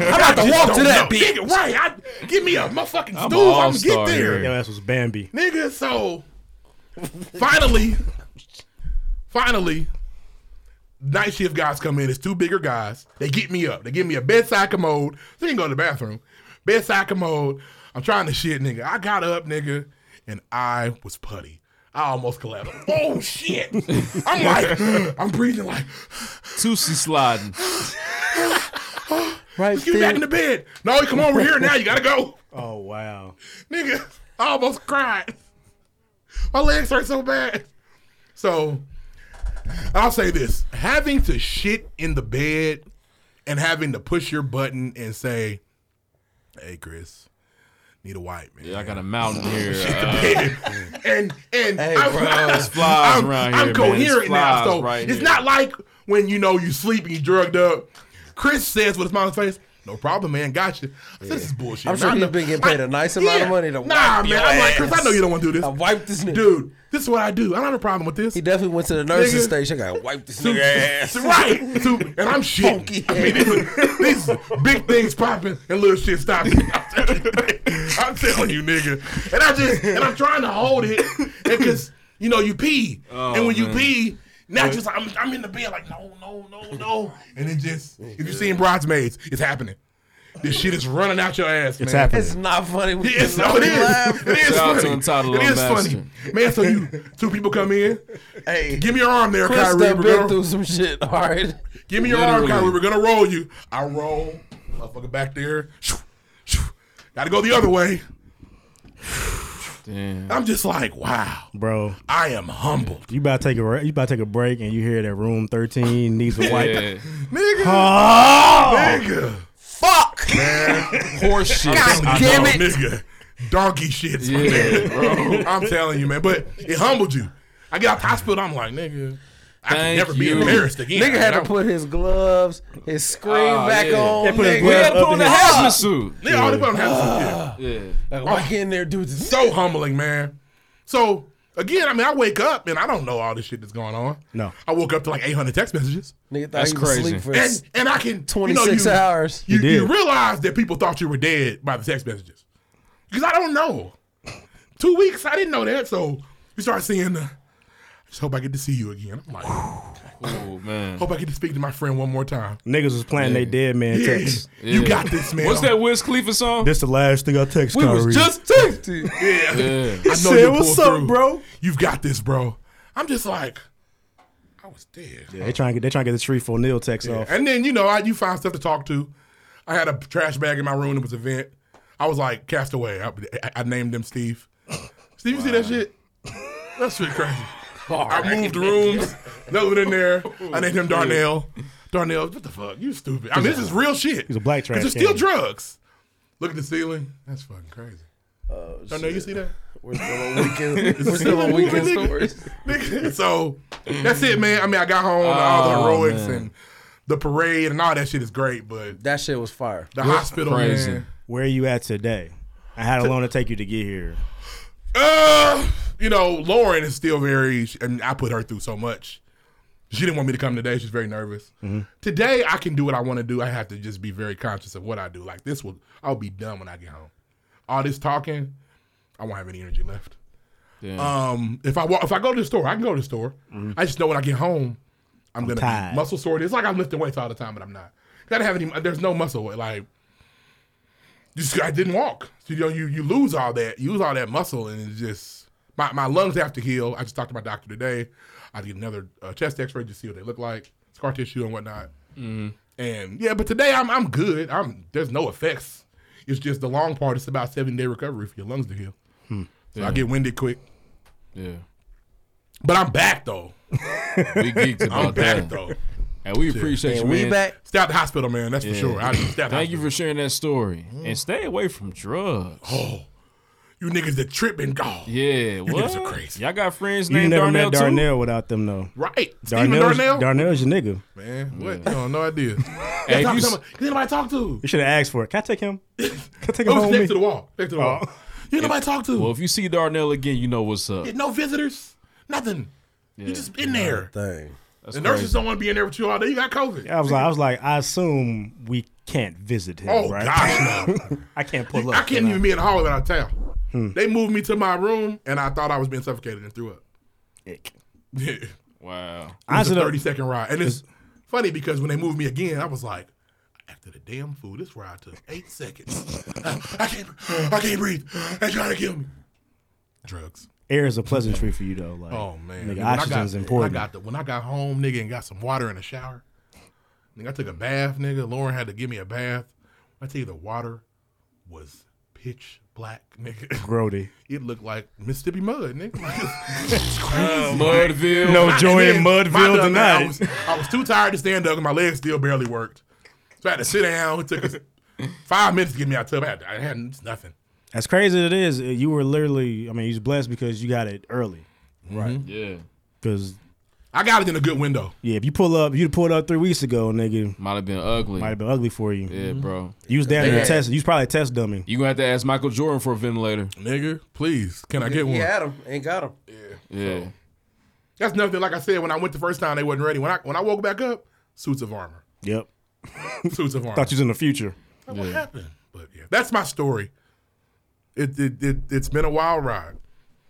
[SPEAKER 9] I'm about to
[SPEAKER 4] Just
[SPEAKER 9] walk to
[SPEAKER 4] don't
[SPEAKER 9] that
[SPEAKER 4] know.
[SPEAKER 9] bitch. Right? I, give me a motherfucking stool. I'm gonna get there.
[SPEAKER 4] Your ass was Bambi.
[SPEAKER 9] Nigga, so finally, finally, night shift guys come in. It's two bigger guys. They get me up. They give me a bedside commode. They didn't go to the bathroom. Bedside commode. I'm trying to shit, nigga. I got up, nigga, and I was putty. I almost collapsed. Oh shit! I'm like, I'm breathing like
[SPEAKER 3] Tootsie sliding.
[SPEAKER 9] right. Just get me back in the bed. No, come over here now. You gotta go.
[SPEAKER 4] Oh wow.
[SPEAKER 9] Nigga, I almost cried. My legs hurt so bad. So, I'll say this having to shit in the bed and having to push your button and say, hey, Chris, need a wipe, man.
[SPEAKER 3] Yeah, I got a mountain here.
[SPEAKER 9] Shit the
[SPEAKER 3] uh,
[SPEAKER 9] bed. and, and
[SPEAKER 3] Hey,
[SPEAKER 9] I'm,
[SPEAKER 3] bro, there's flies
[SPEAKER 9] I'm-
[SPEAKER 3] around
[SPEAKER 9] I'm
[SPEAKER 3] here, man. There's
[SPEAKER 9] coherent now.
[SPEAKER 3] flies
[SPEAKER 9] So,
[SPEAKER 3] right
[SPEAKER 9] it's
[SPEAKER 3] here.
[SPEAKER 9] not like when you know you sleep and you drugged up. Chris says with a smile on his face, no problem, man. Gotcha. I said, this is bullshit.
[SPEAKER 13] I'm
[SPEAKER 9] man.
[SPEAKER 13] sure
[SPEAKER 9] I
[SPEAKER 13] he's
[SPEAKER 9] know-
[SPEAKER 13] been getting paid
[SPEAKER 9] I-
[SPEAKER 13] a nice amount of
[SPEAKER 9] yeah.
[SPEAKER 13] money to
[SPEAKER 9] Nah,
[SPEAKER 13] wipe
[SPEAKER 9] man.
[SPEAKER 13] your
[SPEAKER 9] I'm like, Chris, I know you don't want to do this.
[SPEAKER 13] I wiped this nigga.
[SPEAKER 9] Dude, this is what I do. I don't have a problem with this.
[SPEAKER 13] He definitely went to the nursing
[SPEAKER 9] Nigga.
[SPEAKER 13] station. I got wiped this
[SPEAKER 9] Soup-
[SPEAKER 13] nigga ass.
[SPEAKER 9] Right. Soup- and I'm shitting. I mean, this- these, big things popping and little shit stopping. I'm telling you, I'm telling you, nigga. And I just and I'm trying to hold it because you know you pee,
[SPEAKER 3] Oh,
[SPEAKER 9] and when
[SPEAKER 3] man.
[SPEAKER 9] you pee. Now just I'm, I'm in the bed like no no no no and it just if you've seen bridesmaids it's happening this shit is running out your ass
[SPEAKER 4] It's
[SPEAKER 9] man.
[SPEAKER 4] happening.
[SPEAKER 13] It's not funny. We
[SPEAKER 9] Yes,
[SPEAKER 13] cannot
[SPEAKER 9] no, it
[SPEAKER 13] laugh.
[SPEAKER 9] is. It is
[SPEAKER 3] Shout out to
[SPEAKER 9] funny.
[SPEAKER 3] Untitled
[SPEAKER 9] it
[SPEAKER 3] Little
[SPEAKER 9] is funny, man. So you two people come in. Hey, give me your arm there,
[SPEAKER 13] Chris
[SPEAKER 9] Kyrie.
[SPEAKER 13] done
[SPEAKER 9] We're
[SPEAKER 13] been
[SPEAKER 9] gonna-
[SPEAKER 13] through some shit. All right.
[SPEAKER 9] Give me your
[SPEAKER 13] Literally.
[SPEAKER 9] arm, Kyrie. We're gonna roll you. I roll, motherfucker, back there. Shoo, shoo. Gotta go the other way.
[SPEAKER 3] Damn.
[SPEAKER 9] I'm just like, wow,
[SPEAKER 4] Bro,
[SPEAKER 9] I am humble,
[SPEAKER 4] you about to take a re- you about to take a break, and you hear that room thirteen needs a wipe.
[SPEAKER 3] Yeah.
[SPEAKER 9] nigga.
[SPEAKER 4] Oh!
[SPEAKER 9] Nigga,
[SPEAKER 13] Fuck.
[SPEAKER 3] Horse shit.
[SPEAKER 9] God
[SPEAKER 3] I
[SPEAKER 9] damn
[SPEAKER 3] know.
[SPEAKER 9] it, nigga. Donkey shit,
[SPEAKER 3] Yeah,
[SPEAKER 9] bro. I'm telling you, man. But it humbled you. I get out the hospital. I'm like, nigga, I can
[SPEAKER 3] Thank
[SPEAKER 9] never be
[SPEAKER 3] you.
[SPEAKER 9] embarrassed again.
[SPEAKER 13] Nigga had
[SPEAKER 9] I-
[SPEAKER 13] to put his gloves, his screen
[SPEAKER 3] Oh,
[SPEAKER 13] back
[SPEAKER 3] yeah.
[SPEAKER 13] on.
[SPEAKER 4] They put his
[SPEAKER 13] nigga.
[SPEAKER 3] We
[SPEAKER 4] gloves
[SPEAKER 3] had to
[SPEAKER 4] up
[SPEAKER 3] put on
[SPEAKER 4] in
[SPEAKER 3] the
[SPEAKER 4] his-
[SPEAKER 3] hazmat suit.
[SPEAKER 9] Nigga, all they put on half some
[SPEAKER 3] Yeah.
[SPEAKER 9] shit.
[SPEAKER 13] Like, walk in there, dude. This
[SPEAKER 9] so humbling, man. So again, I mean, I wake up and I don't know all this shit that's going on.
[SPEAKER 4] No.
[SPEAKER 9] I woke up to like 800 text messages,
[SPEAKER 13] nigga thought
[SPEAKER 3] That's
[SPEAKER 13] he was
[SPEAKER 3] crazy.
[SPEAKER 13] asleep for
[SPEAKER 9] and and I can
[SPEAKER 13] 26
[SPEAKER 9] you know, you,
[SPEAKER 13] hours.
[SPEAKER 9] You,
[SPEAKER 4] You
[SPEAKER 9] you
[SPEAKER 4] did.
[SPEAKER 9] realize that people thought you were dead by the text messages because I don't know. Two weeks, I didn't know that, so you start seeing the. I just hope I get to see you again. I'm like,
[SPEAKER 3] Oh man.
[SPEAKER 9] hope I get to speak to my friend one more time.
[SPEAKER 4] Niggas was playing they dead man
[SPEAKER 9] Yeah. Oh.
[SPEAKER 4] text.
[SPEAKER 9] You
[SPEAKER 3] Yeah.
[SPEAKER 9] got this, man.
[SPEAKER 3] What's that Wiz Khalifa song?
[SPEAKER 4] This the last thing I text we Kyrie.
[SPEAKER 13] texting.
[SPEAKER 9] Yeah.
[SPEAKER 3] Yeah.
[SPEAKER 9] I know
[SPEAKER 4] said,
[SPEAKER 9] you
[SPEAKER 4] "What's
[SPEAKER 9] pulled
[SPEAKER 4] up,
[SPEAKER 9] through.
[SPEAKER 4] bro?"
[SPEAKER 9] You've got this, bro. I'm just like, I was dead.
[SPEAKER 4] Yeah, they trying to get they trying to get the three four nil text off.
[SPEAKER 9] And then you know, I, you find stuff to talk to. I had a trash bag in my room. It was a vent. I was like castaway. I, I- I named him Steve. Steve, you see that shit? That shit crazy. I moved rooms. Nothing in there. I named him Darnell. Darnell, what the fuck? You stupid. I mean, this is real shit.
[SPEAKER 4] He's a black trash
[SPEAKER 9] Because there's still
[SPEAKER 4] can.
[SPEAKER 9] drugs. Look at the ceiling. That's fucking crazy.
[SPEAKER 13] Oh,
[SPEAKER 9] Don't know you see that?
[SPEAKER 13] We're still on weekend. we're still on weekend
[SPEAKER 9] Nigga,
[SPEAKER 13] stories.
[SPEAKER 9] nigga. So that's it, man. I mean, I got home and all the
[SPEAKER 13] Oh,
[SPEAKER 9] heroics
[SPEAKER 13] man.
[SPEAKER 9] and the parade and all that shit is great, but
[SPEAKER 13] that shit was fire.
[SPEAKER 9] The
[SPEAKER 4] Where-
[SPEAKER 9] hospital, man.
[SPEAKER 4] Where are you at today? I had a loan to take you to get here.
[SPEAKER 9] Uh, you know, Lauren is still very, and I put her through so much. She didn't want me to come today. She's very nervous.
[SPEAKER 13] Mm-hmm.
[SPEAKER 9] Today, I can do what I want to do. I have to just be very conscious of what I do. Like this will, I'll be done when I get home. All this talking, I won't have any energy left.
[SPEAKER 3] Damn.
[SPEAKER 9] Um, if I walk, if I go to the store, I can go to the store. I just know when I get home, I'm, gonna
[SPEAKER 4] tired.
[SPEAKER 9] be muscle sore. It's like I'm lifting weights all the time, but I'm not. Gotta have any. There's no muscle. weight. Like, you just, I didn't walk. So, you know, you you lose all that. You lose all that muscle, and it's just my my lungs have to heal. I just talked to my doctor today. I did another uh, chest X-ray to see what they look like, scar tissue and whatnot.
[SPEAKER 3] Mhm.
[SPEAKER 9] And yeah, but today I'm I'm good. I'm there's no effects. It's just the long part. It's about seven day recovery for your lungs to heal.
[SPEAKER 3] Hmm.
[SPEAKER 9] So
[SPEAKER 3] Yeah.
[SPEAKER 9] I get winded quick.
[SPEAKER 3] Yeah.
[SPEAKER 9] But I'm back though.
[SPEAKER 3] We geeked
[SPEAKER 9] I'm
[SPEAKER 3] about
[SPEAKER 9] back
[SPEAKER 3] that.
[SPEAKER 9] though.
[SPEAKER 3] And we
[SPEAKER 9] Shit.
[SPEAKER 3] appreciate you, man.
[SPEAKER 9] Stay out the hospital, man. That's for
[SPEAKER 3] Yeah.
[SPEAKER 9] sure. I stay out the
[SPEAKER 3] Thank you for sharing that story. And stay away from drugs.
[SPEAKER 9] Mm. Oh, you niggas that tripping. Oh,
[SPEAKER 3] yeah. What?
[SPEAKER 9] niggas are crazy.
[SPEAKER 3] Y'all got friends
[SPEAKER 4] You
[SPEAKER 3] named
[SPEAKER 4] never
[SPEAKER 3] Darnell
[SPEAKER 4] met Darnell
[SPEAKER 3] too?
[SPEAKER 4] without them though.
[SPEAKER 9] Right. Stephen
[SPEAKER 4] Darnell's,
[SPEAKER 9] Darnell?
[SPEAKER 4] Darnell's your nigga.
[SPEAKER 9] Man, what? You don't know no idea.
[SPEAKER 4] Hey,
[SPEAKER 9] Hey,
[SPEAKER 4] you
[SPEAKER 9] talk
[SPEAKER 4] s-
[SPEAKER 9] to someone. You ain't nobody talk to.
[SPEAKER 4] You should have asked for it. Can I take him? Can I take
[SPEAKER 9] It
[SPEAKER 4] him home
[SPEAKER 9] was
[SPEAKER 4] with me?
[SPEAKER 9] next to the wall. Next to the wall. You ain't nobody talk to.
[SPEAKER 3] Well, if you see Darnell again, you know what's up.
[SPEAKER 9] Yeah, no visitors. Nothing. You just in there.
[SPEAKER 13] Dang.
[SPEAKER 9] the nurses don't want to be in there with you all day. You got COVID.
[SPEAKER 4] I was like, I was like, I assume we can't visit him.
[SPEAKER 9] Oh,
[SPEAKER 4] right?
[SPEAKER 9] gosh,
[SPEAKER 4] I can't pull up.
[SPEAKER 9] I can't
[SPEAKER 4] can
[SPEAKER 9] even be in the hallway without towel.
[SPEAKER 4] Hmm.
[SPEAKER 9] They moved me to my room, and I thought I was being suffocated and threw up. Yeah.
[SPEAKER 3] Wow.
[SPEAKER 9] It was
[SPEAKER 4] Honestly,
[SPEAKER 9] a
[SPEAKER 4] though-
[SPEAKER 9] 30 second ride. And it's funny because when they moved me again, I was like, after the damn food, this ride took eight seconds. I, I can't I can't breathe. They're trying to kill me. Drugs.
[SPEAKER 4] Air is a pleasantry for you though. Like,
[SPEAKER 9] Oh man.
[SPEAKER 4] nigga,
[SPEAKER 9] When I got-
[SPEAKER 4] oxygen's
[SPEAKER 9] when
[SPEAKER 4] important.
[SPEAKER 9] I got the, when I got home, nigga, and got some water in the shower. Nigga, I took a bath, nigga. Lauren had to give me a bath. I tell you the water was pitch black, nigga.
[SPEAKER 4] Grody.
[SPEAKER 9] It looked like Mississippi mud, nigga. Like, it's crazy.
[SPEAKER 3] Um, Mudville.
[SPEAKER 4] No
[SPEAKER 9] And
[SPEAKER 4] joy in
[SPEAKER 9] then my
[SPEAKER 4] Mudville
[SPEAKER 9] dumb ass, I
[SPEAKER 4] tonight.
[SPEAKER 9] was, I was too tired to stand up, and my legs still barely worked. So I had to sit down. It took us five minutes to get me out of the tub. I had, I had it's nothing.
[SPEAKER 4] As crazy as it is, you were literally. I mean, you was blessed because you got it early.
[SPEAKER 9] Mm-hmm.
[SPEAKER 4] Right.
[SPEAKER 3] Yeah.
[SPEAKER 4] Because
[SPEAKER 9] I got it in a good window.
[SPEAKER 4] yeah, if you pull up, you'd pulled up three weeks ago, nigga.
[SPEAKER 3] Might have been ugly.
[SPEAKER 4] Might have been ugly for you.
[SPEAKER 9] Mm-hmm.
[SPEAKER 3] Yeah, bro.
[SPEAKER 4] You was down there
[SPEAKER 3] Yeah.
[SPEAKER 4] test. You was probably a test dummy.
[SPEAKER 3] You gonna have to ask Michael Jordan for a ventilator,
[SPEAKER 9] nigga. Please, can I get
[SPEAKER 13] He
[SPEAKER 9] one?
[SPEAKER 13] had him. Ain't got him.
[SPEAKER 3] Yeah.
[SPEAKER 9] That's nothing. Like I said, when I went the first time, they wasn't ready. When I when I woke back up, suits of armor.
[SPEAKER 4] Yep.
[SPEAKER 9] Suits of armor.
[SPEAKER 4] Thought you was in the future.
[SPEAKER 9] Like, What happened? But yeah, that's my story. It, it it it's been a wild ride.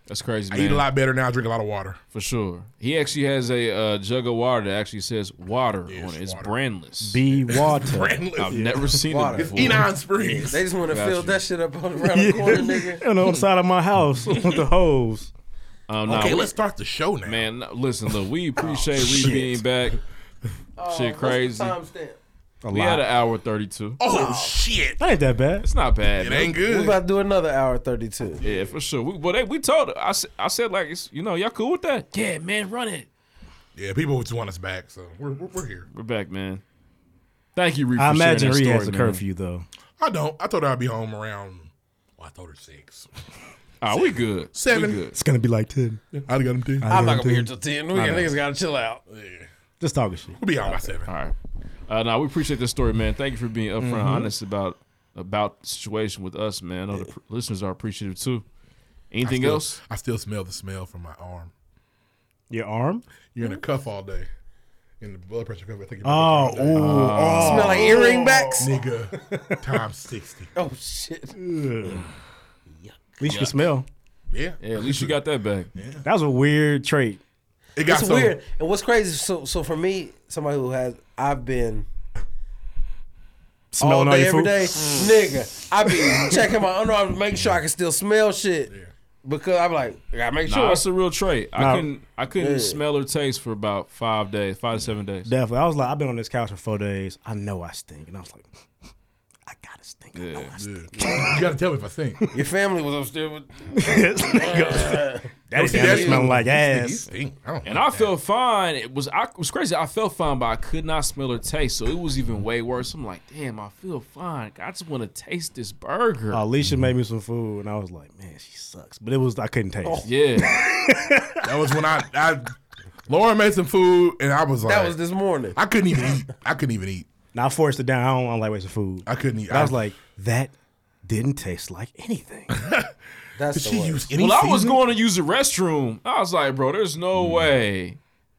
[SPEAKER 3] That's crazy.
[SPEAKER 9] I
[SPEAKER 3] man.
[SPEAKER 9] eat a lot better now. I drink a lot of water.
[SPEAKER 3] for sure. He actually has a uh, jug of water that actually says water on it. It's brandless.
[SPEAKER 4] Be water.
[SPEAKER 9] brandless.
[SPEAKER 3] I've never seen
[SPEAKER 13] Water.
[SPEAKER 3] it
[SPEAKER 13] It's
[SPEAKER 3] before.
[SPEAKER 9] Enon Springs.
[SPEAKER 13] They just want to
[SPEAKER 3] Got
[SPEAKER 13] fill
[SPEAKER 3] you.
[SPEAKER 13] that shit up on around the corner, nigga.
[SPEAKER 4] on the side of my house with the hose.
[SPEAKER 3] Um, nah,
[SPEAKER 9] okay,
[SPEAKER 3] we-
[SPEAKER 9] let's start the show now.
[SPEAKER 3] Man, no- listen, look, we appreciate we
[SPEAKER 9] shit.
[SPEAKER 3] being back.
[SPEAKER 13] Oh,
[SPEAKER 3] shit, crazy.
[SPEAKER 4] A
[SPEAKER 3] we
[SPEAKER 4] lot.
[SPEAKER 3] had an hour thirty-two.
[SPEAKER 9] Oh shit!
[SPEAKER 4] That ain't that bad.
[SPEAKER 3] It's not bad.
[SPEAKER 9] It
[SPEAKER 3] man.
[SPEAKER 9] ain't
[SPEAKER 13] We
[SPEAKER 9] good.
[SPEAKER 13] about to do another hour thirty two.
[SPEAKER 3] Yeah, for sure. We, well, they, we told. I s- I said like, it's, you know, y'all cool with that? Yeah, man, run it.
[SPEAKER 9] Yeah, people just want us back, so we're we're, we're here.
[SPEAKER 3] We're back, man. Thank you, Ree. for
[SPEAKER 4] I imagine
[SPEAKER 3] sharing
[SPEAKER 4] Ree
[SPEAKER 3] that
[SPEAKER 4] has a
[SPEAKER 3] story, man.
[SPEAKER 4] curfew though.
[SPEAKER 9] I don't. I told her I'd be home around. Well, I told her six.
[SPEAKER 3] Ah, we good.
[SPEAKER 9] Seven.
[SPEAKER 3] We good.
[SPEAKER 4] It's gonna be like ten.
[SPEAKER 9] I got him ten.
[SPEAKER 13] I'm not gonna be here till ten. We
[SPEAKER 4] I know.
[SPEAKER 13] niggas gotta chill out.
[SPEAKER 4] Just talking shit.
[SPEAKER 9] We'll be out by seven.
[SPEAKER 3] All right. Uh, now we appreciate this story, man. Thank you for being upfront,
[SPEAKER 4] Mm-hmm.
[SPEAKER 3] and honest about about the situation with us, man. I know the pr- listeners are appreciative too. Anything
[SPEAKER 9] I still-
[SPEAKER 3] else?
[SPEAKER 9] I still smell the smell from my arm.
[SPEAKER 4] Your arm?
[SPEAKER 9] You're in a cuff all day. In the blood pressure cuff. I think
[SPEAKER 4] Oh, ooh, oh.
[SPEAKER 13] Smell like earring backs?
[SPEAKER 9] Nigga. Times 60.
[SPEAKER 13] Oh shit.
[SPEAKER 4] At least you can smell.
[SPEAKER 9] Yeah.
[SPEAKER 3] Yeah. At least you got that back.
[SPEAKER 4] That was a weird trait.
[SPEAKER 9] It
[SPEAKER 13] it's weird. And what's crazy? So, so for me, somebody who has, I've been
[SPEAKER 4] Smelling all
[SPEAKER 13] all day,
[SPEAKER 4] your
[SPEAKER 13] every
[SPEAKER 4] food?
[SPEAKER 13] day, nigga. I be checking my underarms, making sure I can still smell shit. Because I'm like, I gotta make
[SPEAKER 3] Nah,
[SPEAKER 13] sure.
[SPEAKER 3] that's a real trait. I
[SPEAKER 4] Nah.
[SPEAKER 3] couldn't I couldn't
[SPEAKER 13] Yeah.
[SPEAKER 3] smell or taste for about five days, five to seven days.
[SPEAKER 4] Definitely. I was like, I've been on this couch for four days. I know I stink. And I was like,
[SPEAKER 3] Yeah.
[SPEAKER 9] You gotta tell me if I stink.
[SPEAKER 13] Your family was upstairs with.
[SPEAKER 4] That family smell like ass.
[SPEAKER 3] and I felt fine. It was I it was crazy. I felt fine, but I could not smell or taste. So it was even way worse. I'm like, damn, I feel fine. I just want to taste this burger.
[SPEAKER 4] Uh,
[SPEAKER 13] Oh.
[SPEAKER 4] Alicia made me some food, and I was like, man, she sucks. But it was I couldn't taste.
[SPEAKER 13] Oh.
[SPEAKER 3] Yeah.
[SPEAKER 9] that was when I, I Lauren made some food and I was like
[SPEAKER 4] That was
[SPEAKER 13] this morning.
[SPEAKER 9] I couldn't even eat. I couldn't even eat.
[SPEAKER 4] Now I forced it down. I don't, I don't like wasting food.
[SPEAKER 9] I couldn't eat.
[SPEAKER 4] But I was
[SPEAKER 9] I-
[SPEAKER 4] like, that didn't taste like anything.
[SPEAKER 13] That's
[SPEAKER 4] Did the she worst. use any
[SPEAKER 3] Well, I was
[SPEAKER 4] seasoning?
[SPEAKER 3] going to use the restroom. I was like, bro, there's no way.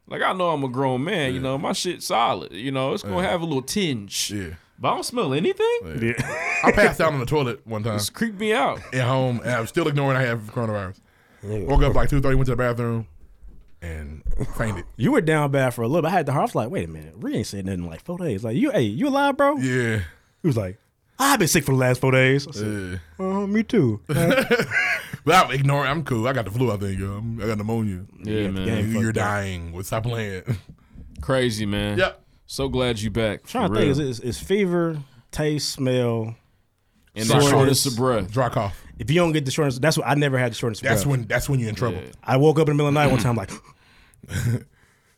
[SPEAKER 3] Like I know I'm a grown man, you know, my shit solid. You know, it's gonna
[SPEAKER 9] Yeah.
[SPEAKER 3] have a little tinge.
[SPEAKER 9] Yeah.
[SPEAKER 3] But I don't smell anything.
[SPEAKER 9] I passed out on the toilet one time.
[SPEAKER 3] Just creeped me out.
[SPEAKER 9] At home, and I was still ignoring I have coronavirus. Woke up like two thirty, went to the bathroom, and fainted.
[SPEAKER 4] You were down bad for a little. bit. I had the heart. I was like, wait a minute, we ain't said nothing in like four days. Like you, hey, you alive, bro?
[SPEAKER 9] Yeah.
[SPEAKER 4] He was like, I've been sick for the last four days. I said, "Uh, me too.
[SPEAKER 9] But I'm ignoring. I'm cool. I got the flu. I think. yo. I'm- I got pneumonia.
[SPEAKER 3] Yeah, man.
[SPEAKER 9] You-
[SPEAKER 3] Yeah, fuck
[SPEAKER 9] You're
[SPEAKER 3] that.
[SPEAKER 9] dying. What's stop playing?
[SPEAKER 3] Crazy, man.
[SPEAKER 9] Yep.
[SPEAKER 3] So glad you back.
[SPEAKER 4] trying
[SPEAKER 3] for
[SPEAKER 4] to think,
[SPEAKER 3] real.
[SPEAKER 4] is, is, is fever, taste, smell,
[SPEAKER 3] And the shortness of breath.
[SPEAKER 9] Dry cough.
[SPEAKER 4] If you don't get the shortness, that's what I never had the shortness. Of
[SPEAKER 9] That's
[SPEAKER 4] breath.
[SPEAKER 9] when. That's when you're in trouble.
[SPEAKER 4] I woke up in the middle of the night one time like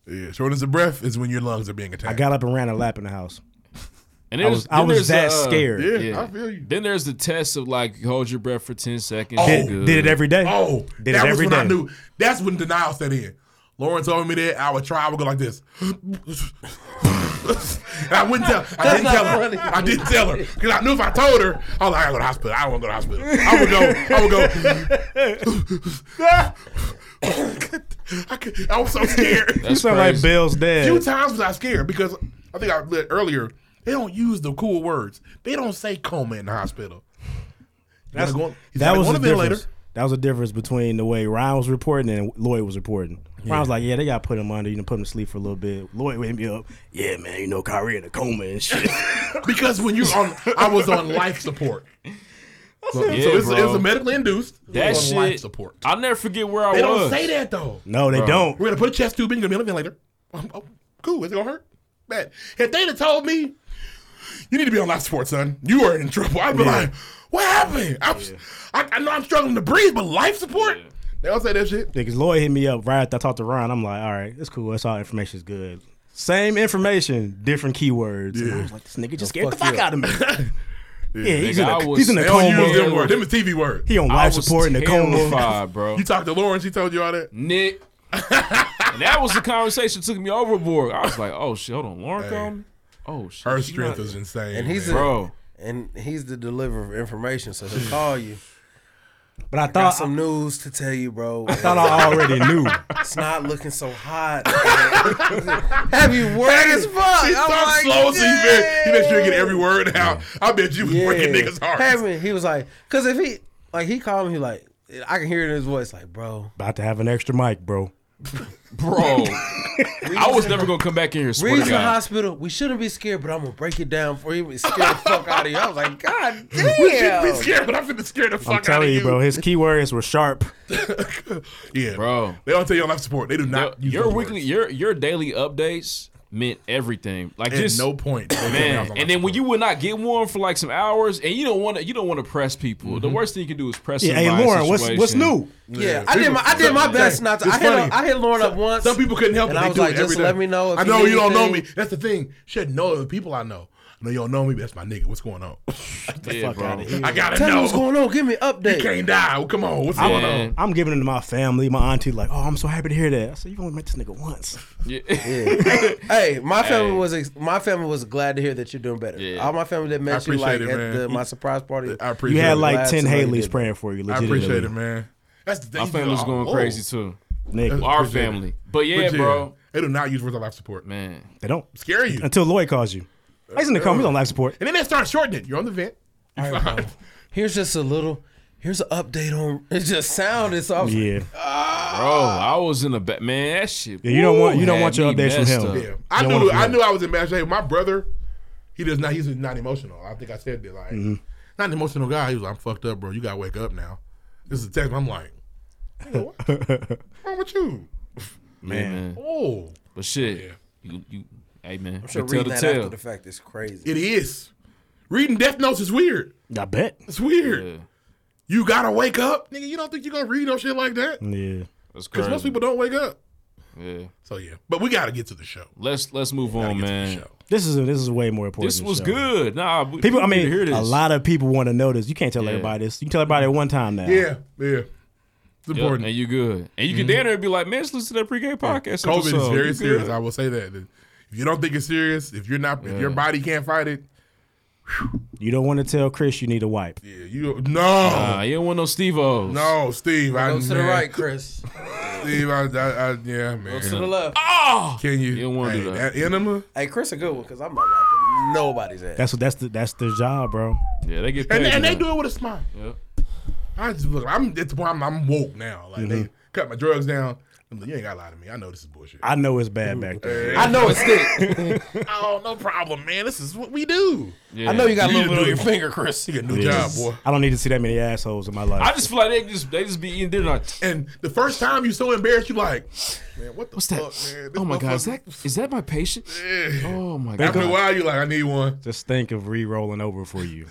[SPEAKER 9] Yeah. Shortness of breath is when your lungs are being
[SPEAKER 4] I
[SPEAKER 9] attacked.
[SPEAKER 4] got up and ran a lap in the house.
[SPEAKER 3] And
[SPEAKER 4] I
[SPEAKER 3] there's-
[SPEAKER 4] was I
[SPEAKER 3] then
[SPEAKER 4] was that
[SPEAKER 3] there's the, uh,
[SPEAKER 4] scared.
[SPEAKER 3] Then there's the test of like hold your breath for ten seconds.
[SPEAKER 9] Oh.
[SPEAKER 3] you're good.
[SPEAKER 4] Did it every day.
[SPEAKER 9] Oh,
[SPEAKER 4] did
[SPEAKER 9] that
[SPEAKER 4] it every
[SPEAKER 9] was
[SPEAKER 4] day.
[SPEAKER 9] when I knew. That's when denial set in. Lauren told me that I would try. I would go like this. And I wouldn't tell. I didn't
[SPEAKER 13] not
[SPEAKER 9] tell her.
[SPEAKER 13] funny.
[SPEAKER 9] I didn't tell her because I knew if I told her, I was like, I gotta go to the hospital. I don't want to go to the hospital. I would go. I would go. I, could, I was so scared.
[SPEAKER 4] You sound like Bill's dad.
[SPEAKER 9] Few times was I scared because I think I read earlier. They don't use the cool words. They don't say coma in the hospital. He's
[SPEAKER 4] That's-
[SPEAKER 9] gotta go- he's
[SPEAKER 4] that
[SPEAKER 9] gotta
[SPEAKER 4] was
[SPEAKER 9] go
[SPEAKER 4] the
[SPEAKER 9] on a ventilator.
[SPEAKER 4] difference. That was the difference between the way Ryan was reporting and Lloyd was reporting. Ryan was like, "Yeah, they got to put him under. You know, put him to sleep for a little bit." Lloyd wake me up. Yeah, man, you know Kyrie in a coma and shit.
[SPEAKER 9] because when you on, I was on life support. So,
[SPEAKER 3] Yeah,
[SPEAKER 9] so it's,
[SPEAKER 3] bro.
[SPEAKER 9] it's a medically induced.
[SPEAKER 3] That
[SPEAKER 9] on
[SPEAKER 3] shit.
[SPEAKER 9] life support.
[SPEAKER 3] I'll never forget where I
[SPEAKER 9] They
[SPEAKER 3] was.
[SPEAKER 9] don't say that though.
[SPEAKER 4] No, they
[SPEAKER 3] Bro.
[SPEAKER 4] don't.
[SPEAKER 9] We're gonna put a chest tube in. You're gonna be on a ventilator. Um, oh, cool. Is it gonna hurt? Bad. If they'd have told me, you need to be on life support, son. You are in trouble. I'd be like, what happened? I'm, I, I know I'm struggling to breathe, but life support. They don't say that shit.
[SPEAKER 4] Because Lloyd hit me up right after I talked to Ryan. I'm like, "All right, it's cool. That's all information's good. Same information, different keywords." And I was like, "This nigga just scared the fuck out of me." Yeah, he's in a-
[SPEAKER 3] I was-
[SPEAKER 4] he's in a
[SPEAKER 9] They don't
[SPEAKER 4] coma.
[SPEAKER 9] use them words. Them is TV words.
[SPEAKER 4] He on
[SPEAKER 3] I
[SPEAKER 4] life
[SPEAKER 3] was
[SPEAKER 4] support in a coma.
[SPEAKER 3] terrified, bro.
[SPEAKER 9] You talked to Lauren. She told you all that.
[SPEAKER 3] Nick. and that was the conversation that took me overboard. I was like, oh shit, hold on, Lauren
[SPEAKER 9] Hey.
[SPEAKER 3] called me? Oh shit.
[SPEAKER 9] Her
[SPEAKER 3] she
[SPEAKER 9] strength
[SPEAKER 3] not-
[SPEAKER 9] is insane.
[SPEAKER 13] And he's
[SPEAKER 9] man.
[SPEAKER 13] a,
[SPEAKER 3] Bro.
[SPEAKER 13] And he's the deliverer of information, so he'll call you.
[SPEAKER 4] But I
[SPEAKER 13] Got
[SPEAKER 4] thought
[SPEAKER 13] some news to tell you, bro.
[SPEAKER 4] I thought I already knew.
[SPEAKER 13] It's not looking so hot. Have you worried as fuck?
[SPEAKER 9] She
[SPEAKER 13] I'm
[SPEAKER 9] talks
[SPEAKER 13] like,
[SPEAKER 9] slow, so you bet, you bet you get
[SPEAKER 13] "Dang."
[SPEAKER 9] every word out. I bet you was breaking niggas' hearts.
[SPEAKER 13] Have him- He was like, because if he like he called me like I can hear it in his voice like, bro,
[SPEAKER 4] About to have an extra mic, bro.
[SPEAKER 3] Bro. I was never gonna come back in here. Swear
[SPEAKER 13] Reed's
[SPEAKER 3] to
[SPEAKER 13] in the
[SPEAKER 3] God.
[SPEAKER 13] hospital. We shouldn't be scared, but I'm gonna break it down for you. and Scare the fuck out of you. I was like, God damn.
[SPEAKER 9] We should be scared, but I'm finna scare the
[SPEAKER 4] I'm
[SPEAKER 9] fuck out of
[SPEAKER 4] telling
[SPEAKER 9] you.
[SPEAKER 4] you, bro. His keywords were sharp.
[SPEAKER 9] Yeah,
[SPEAKER 3] Bro.
[SPEAKER 9] They don't tell you on life support. They do not. use
[SPEAKER 3] Your
[SPEAKER 9] those
[SPEAKER 3] weekly
[SPEAKER 9] words.
[SPEAKER 3] your your daily updates meant everything. Like
[SPEAKER 9] At
[SPEAKER 3] just
[SPEAKER 9] no point. they tell me I
[SPEAKER 3] Man,
[SPEAKER 9] was on life
[SPEAKER 3] and then when you would not get one for like some hours, and you don't want to, you don't want to press people. The worst thing you can do is press.
[SPEAKER 4] Mm-hmm. Yeah, hey
[SPEAKER 3] somebody
[SPEAKER 4] Lauren, what's what's new?
[SPEAKER 13] Yeah, I did my I did my best not to.
[SPEAKER 9] It's
[SPEAKER 13] I hit
[SPEAKER 9] funny.
[SPEAKER 13] I hit Lauren up once.
[SPEAKER 9] Some people couldn't help
[SPEAKER 13] and
[SPEAKER 9] it.
[SPEAKER 13] I
[SPEAKER 9] They
[SPEAKER 13] was
[SPEAKER 9] do
[SPEAKER 13] like,
[SPEAKER 9] it every
[SPEAKER 13] just
[SPEAKER 9] day.
[SPEAKER 13] let me know. If
[SPEAKER 9] I
[SPEAKER 13] you
[SPEAKER 9] know
[SPEAKER 13] need
[SPEAKER 9] you don't know me.
[SPEAKER 13] anything.
[SPEAKER 9] That's the thing. Shit, know the people I know. I know you don't know me, but that's my nigga. What's going on?
[SPEAKER 3] Yeah, bro.
[SPEAKER 9] I gotta
[SPEAKER 13] Tell me
[SPEAKER 9] know.
[SPEAKER 13] what's going on. Give me an
[SPEAKER 9] You
[SPEAKER 13] update.
[SPEAKER 9] can't die. Well, come on. What's
[SPEAKER 4] I'm,
[SPEAKER 9] going on?
[SPEAKER 4] I'm giving it to my family, my auntie. Like, oh, I'm so happy to hear that. I said, you only met this nigga once.
[SPEAKER 13] Hey, my family was ex- my family was glad to hear that you're doing better. All my family that
[SPEAKER 9] I
[SPEAKER 13] met you
[SPEAKER 9] appreciate
[SPEAKER 13] like
[SPEAKER 9] it,
[SPEAKER 13] at
[SPEAKER 9] man.
[SPEAKER 13] the, my surprise party.
[SPEAKER 9] I appreciate
[SPEAKER 4] You had
[SPEAKER 9] it.
[SPEAKER 4] like
[SPEAKER 13] Glad
[SPEAKER 4] ten
[SPEAKER 13] somebody
[SPEAKER 4] Haley's
[SPEAKER 13] did.
[SPEAKER 4] praying for you.
[SPEAKER 9] I
[SPEAKER 4] Legitimately.
[SPEAKER 9] appreciate it, man. That's the thing.
[SPEAKER 3] My family's going
[SPEAKER 9] Whoa.
[SPEAKER 3] crazy too.
[SPEAKER 4] Nigga,
[SPEAKER 3] Our
[SPEAKER 9] Appreciate it.
[SPEAKER 3] family, but yeah, bro,
[SPEAKER 9] They do not use words of life support.
[SPEAKER 3] man.
[SPEAKER 4] they don't
[SPEAKER 9] Scare you.
[SPEAKER 4] until Lloyd calls you. I was in the coma. He's on life support.
[SPEAKER 9] And then they start shortening it. You're on the vent.
[SPEAKER 13] All right, bro. Here's just a little. Here's an update on. It just sounded so. I was like,
[SPEAKER 4] Yeah,
[SPEAKER 3] Bro, I was in a ba- man. That shit.
[SPEAKER 4] Yeah, you don't want- you don't
[SPEAKER 3] had
[SPEAKER 4] want your
[SPEAKER 3] me
[SPEAKER 4] updates from
[SPEAKER 3] messed
[SPEAKER 4] him.
[SPEAKER 3] up.
[SPEAKER 9] Yeah. I
[SPEAKER 4] You don't
[SPEAKER 9] knew
[SPEAKER 4] wanna
[SPEAKER 9] I
[SPEAKER 4] feel
[SPEAKER 9] knew I was in bad shape. My brother, he does not he's not emotional. I think I said that like
[SPEAKER 13] Mm-hmm.
[SPEAKER 9] not an emotional guy. He was like, I'm fucked up, bro. You gotta wake up now. This is a text. I'm like, what's wrong with you?
[SPEAKER 3] man.
[SPEAKER 9] Oh.
[SPEAKER 3] But shit, you, you, hey man,
[SPEAKER 13] I'm sure
[SPEAKER 3] I could tell
[SPEAKER 13] reading
[SPEAKER 3] the
[SPEAKER 13] that
[SPEAKER 3] tale.
[SPEAKER 13] after the fact is crazy.
[SPEAKER 9] It is. Reading death notes is weird.
[SPEAKER 4] I bet.
[SPEAKER 9] It's weird. You gotta wake up, nigga. You don't think you're gonna read no shit like that?
[SPEAKER 4] Yeah.
[SPEAKER 3] That's
[SPEAKER 9] Because
[SPEAKER 3] crazy.
[SPEAKER 9] most people don't wake up.
[SPEAKER 3] yeah.
[SPEAKER 9] So yeah, but we gotta get to the show.
[SPEAKER 3] Let's let's move on, man.
[SPEAKER 4] This is a, this is way more important.
[SPEAKER 3] This
[SPEAKER 4] than
[SPEAKER 3] was
[SPEAKER 4] show.
[SPEAKER 3] good. Nah, we-
[SPEAKER 4] People, I
[SPEAKER 3] we need to
[SPEAKER 4] mean,
[SPEAKER 3] hear this.
[SPEAKER 4] a lot of people want to know this. You can't tell everybody this. You can tell everybody at one time now.
[SPEAKER 9] Yeah, yeah. It's
[SPEAKER 3] Yep,
[SPEAKER 9] important.
[SPEAKER 3] and you good. And you can down there and be like, man, just listen to that pregame podcast.
[SPEAKER 9] COVID is
[SPEAKER 3] episode.
[SPEAKER 9] very
[SPEAKER 3] You
[SPEAKER 9] serious.
[SPEAKER 3] good.
[SPEAKER 9] I will say that. If you don't think it's serious, if you're not, if your body can't fight it,
[SPEAKER 4] You don't want to tell Chris you need a wipe.
[SPEAKER 9] yeah, you no,
[SPEAKER 3] Nah, you don't want no Steve O's.
[SPEAKER 9] no, Steve. I
[SPEAKER 3] Go to the
[SPEAKER 9] man.
[SPEAKER 3] right,
[SPEAKER 13] Chris.
[SPEAKER 9] Steve, I, I, I yeah, man.
[SPEAKER 13] to the left.
[SPEAKER 9] Oh, can you?
[SPEAKER 3] You don't want to
[SPEAKER 9] Hey,
[SPEAKER 3] do
[SPEAKER 9] that
[SPEAKER 3] that.
[SPEAKER 9] enema.
[SPEAKER 13] Hey, Chris, a good one because I'm not wiping nobody's ass.
[SPEAKER 4] That's what that's the that's their job, bro.
[SPEAKER 3] Yeah, they get
[SPEAKER 9] And, and they do it with a smile.
[SPEAKER 3] Yep.
[SPEAKER 9] I just look. I'm at the point. I'm, I'm woke now. Like they cut my drugs down. I'm like, you ain't got to lie to me. I know this is bullshit.
[SPEAKER 4] I know it's bad back there.
[SPEAKER 9] I know it's
[SPEAKER 13] thick.
[SPEAKER 9] oh, no problem, man. This is what we do.
[SPEAKER 3] Yeah.
[SPEAKER 13] I know you got a
[SPEAKER 9] You
[SPEAKER 13] little
[SPEAKER 9] need
[SPEAKER 13] bit on
[SPEAKER 9] to
[SPEAKER 13] your
[SPEAKER 9] do it.
[SPEAKER 13] finger, Chris.
[SPEAKER 9] You get a new
[SPEAKER 4] Yeah.
[SPEAKER 9] job, boy.
[SPEAKER 4] I don't need to see that many assholes in my life.
[SPEAKER 3] I just feel like they just they just be eating dinner like,
[SPEAKER 9] And the first time you so embarrassed, you like, man, what the
[SPEAKER 3] what's that?
[SPEAKER 9] fuck, man? This
[SPEAKER 3] oh my god, is
[SPEAKER 9] motherfucker-
[SPEAKER 3] that is that my patient? Oh my
[SPEAKER 9] After a
[SPEAKER 3] god.
[SPEAKER 9] while, you like, I need one.
[SPEAKER 4] Just think of re-rolling over for you.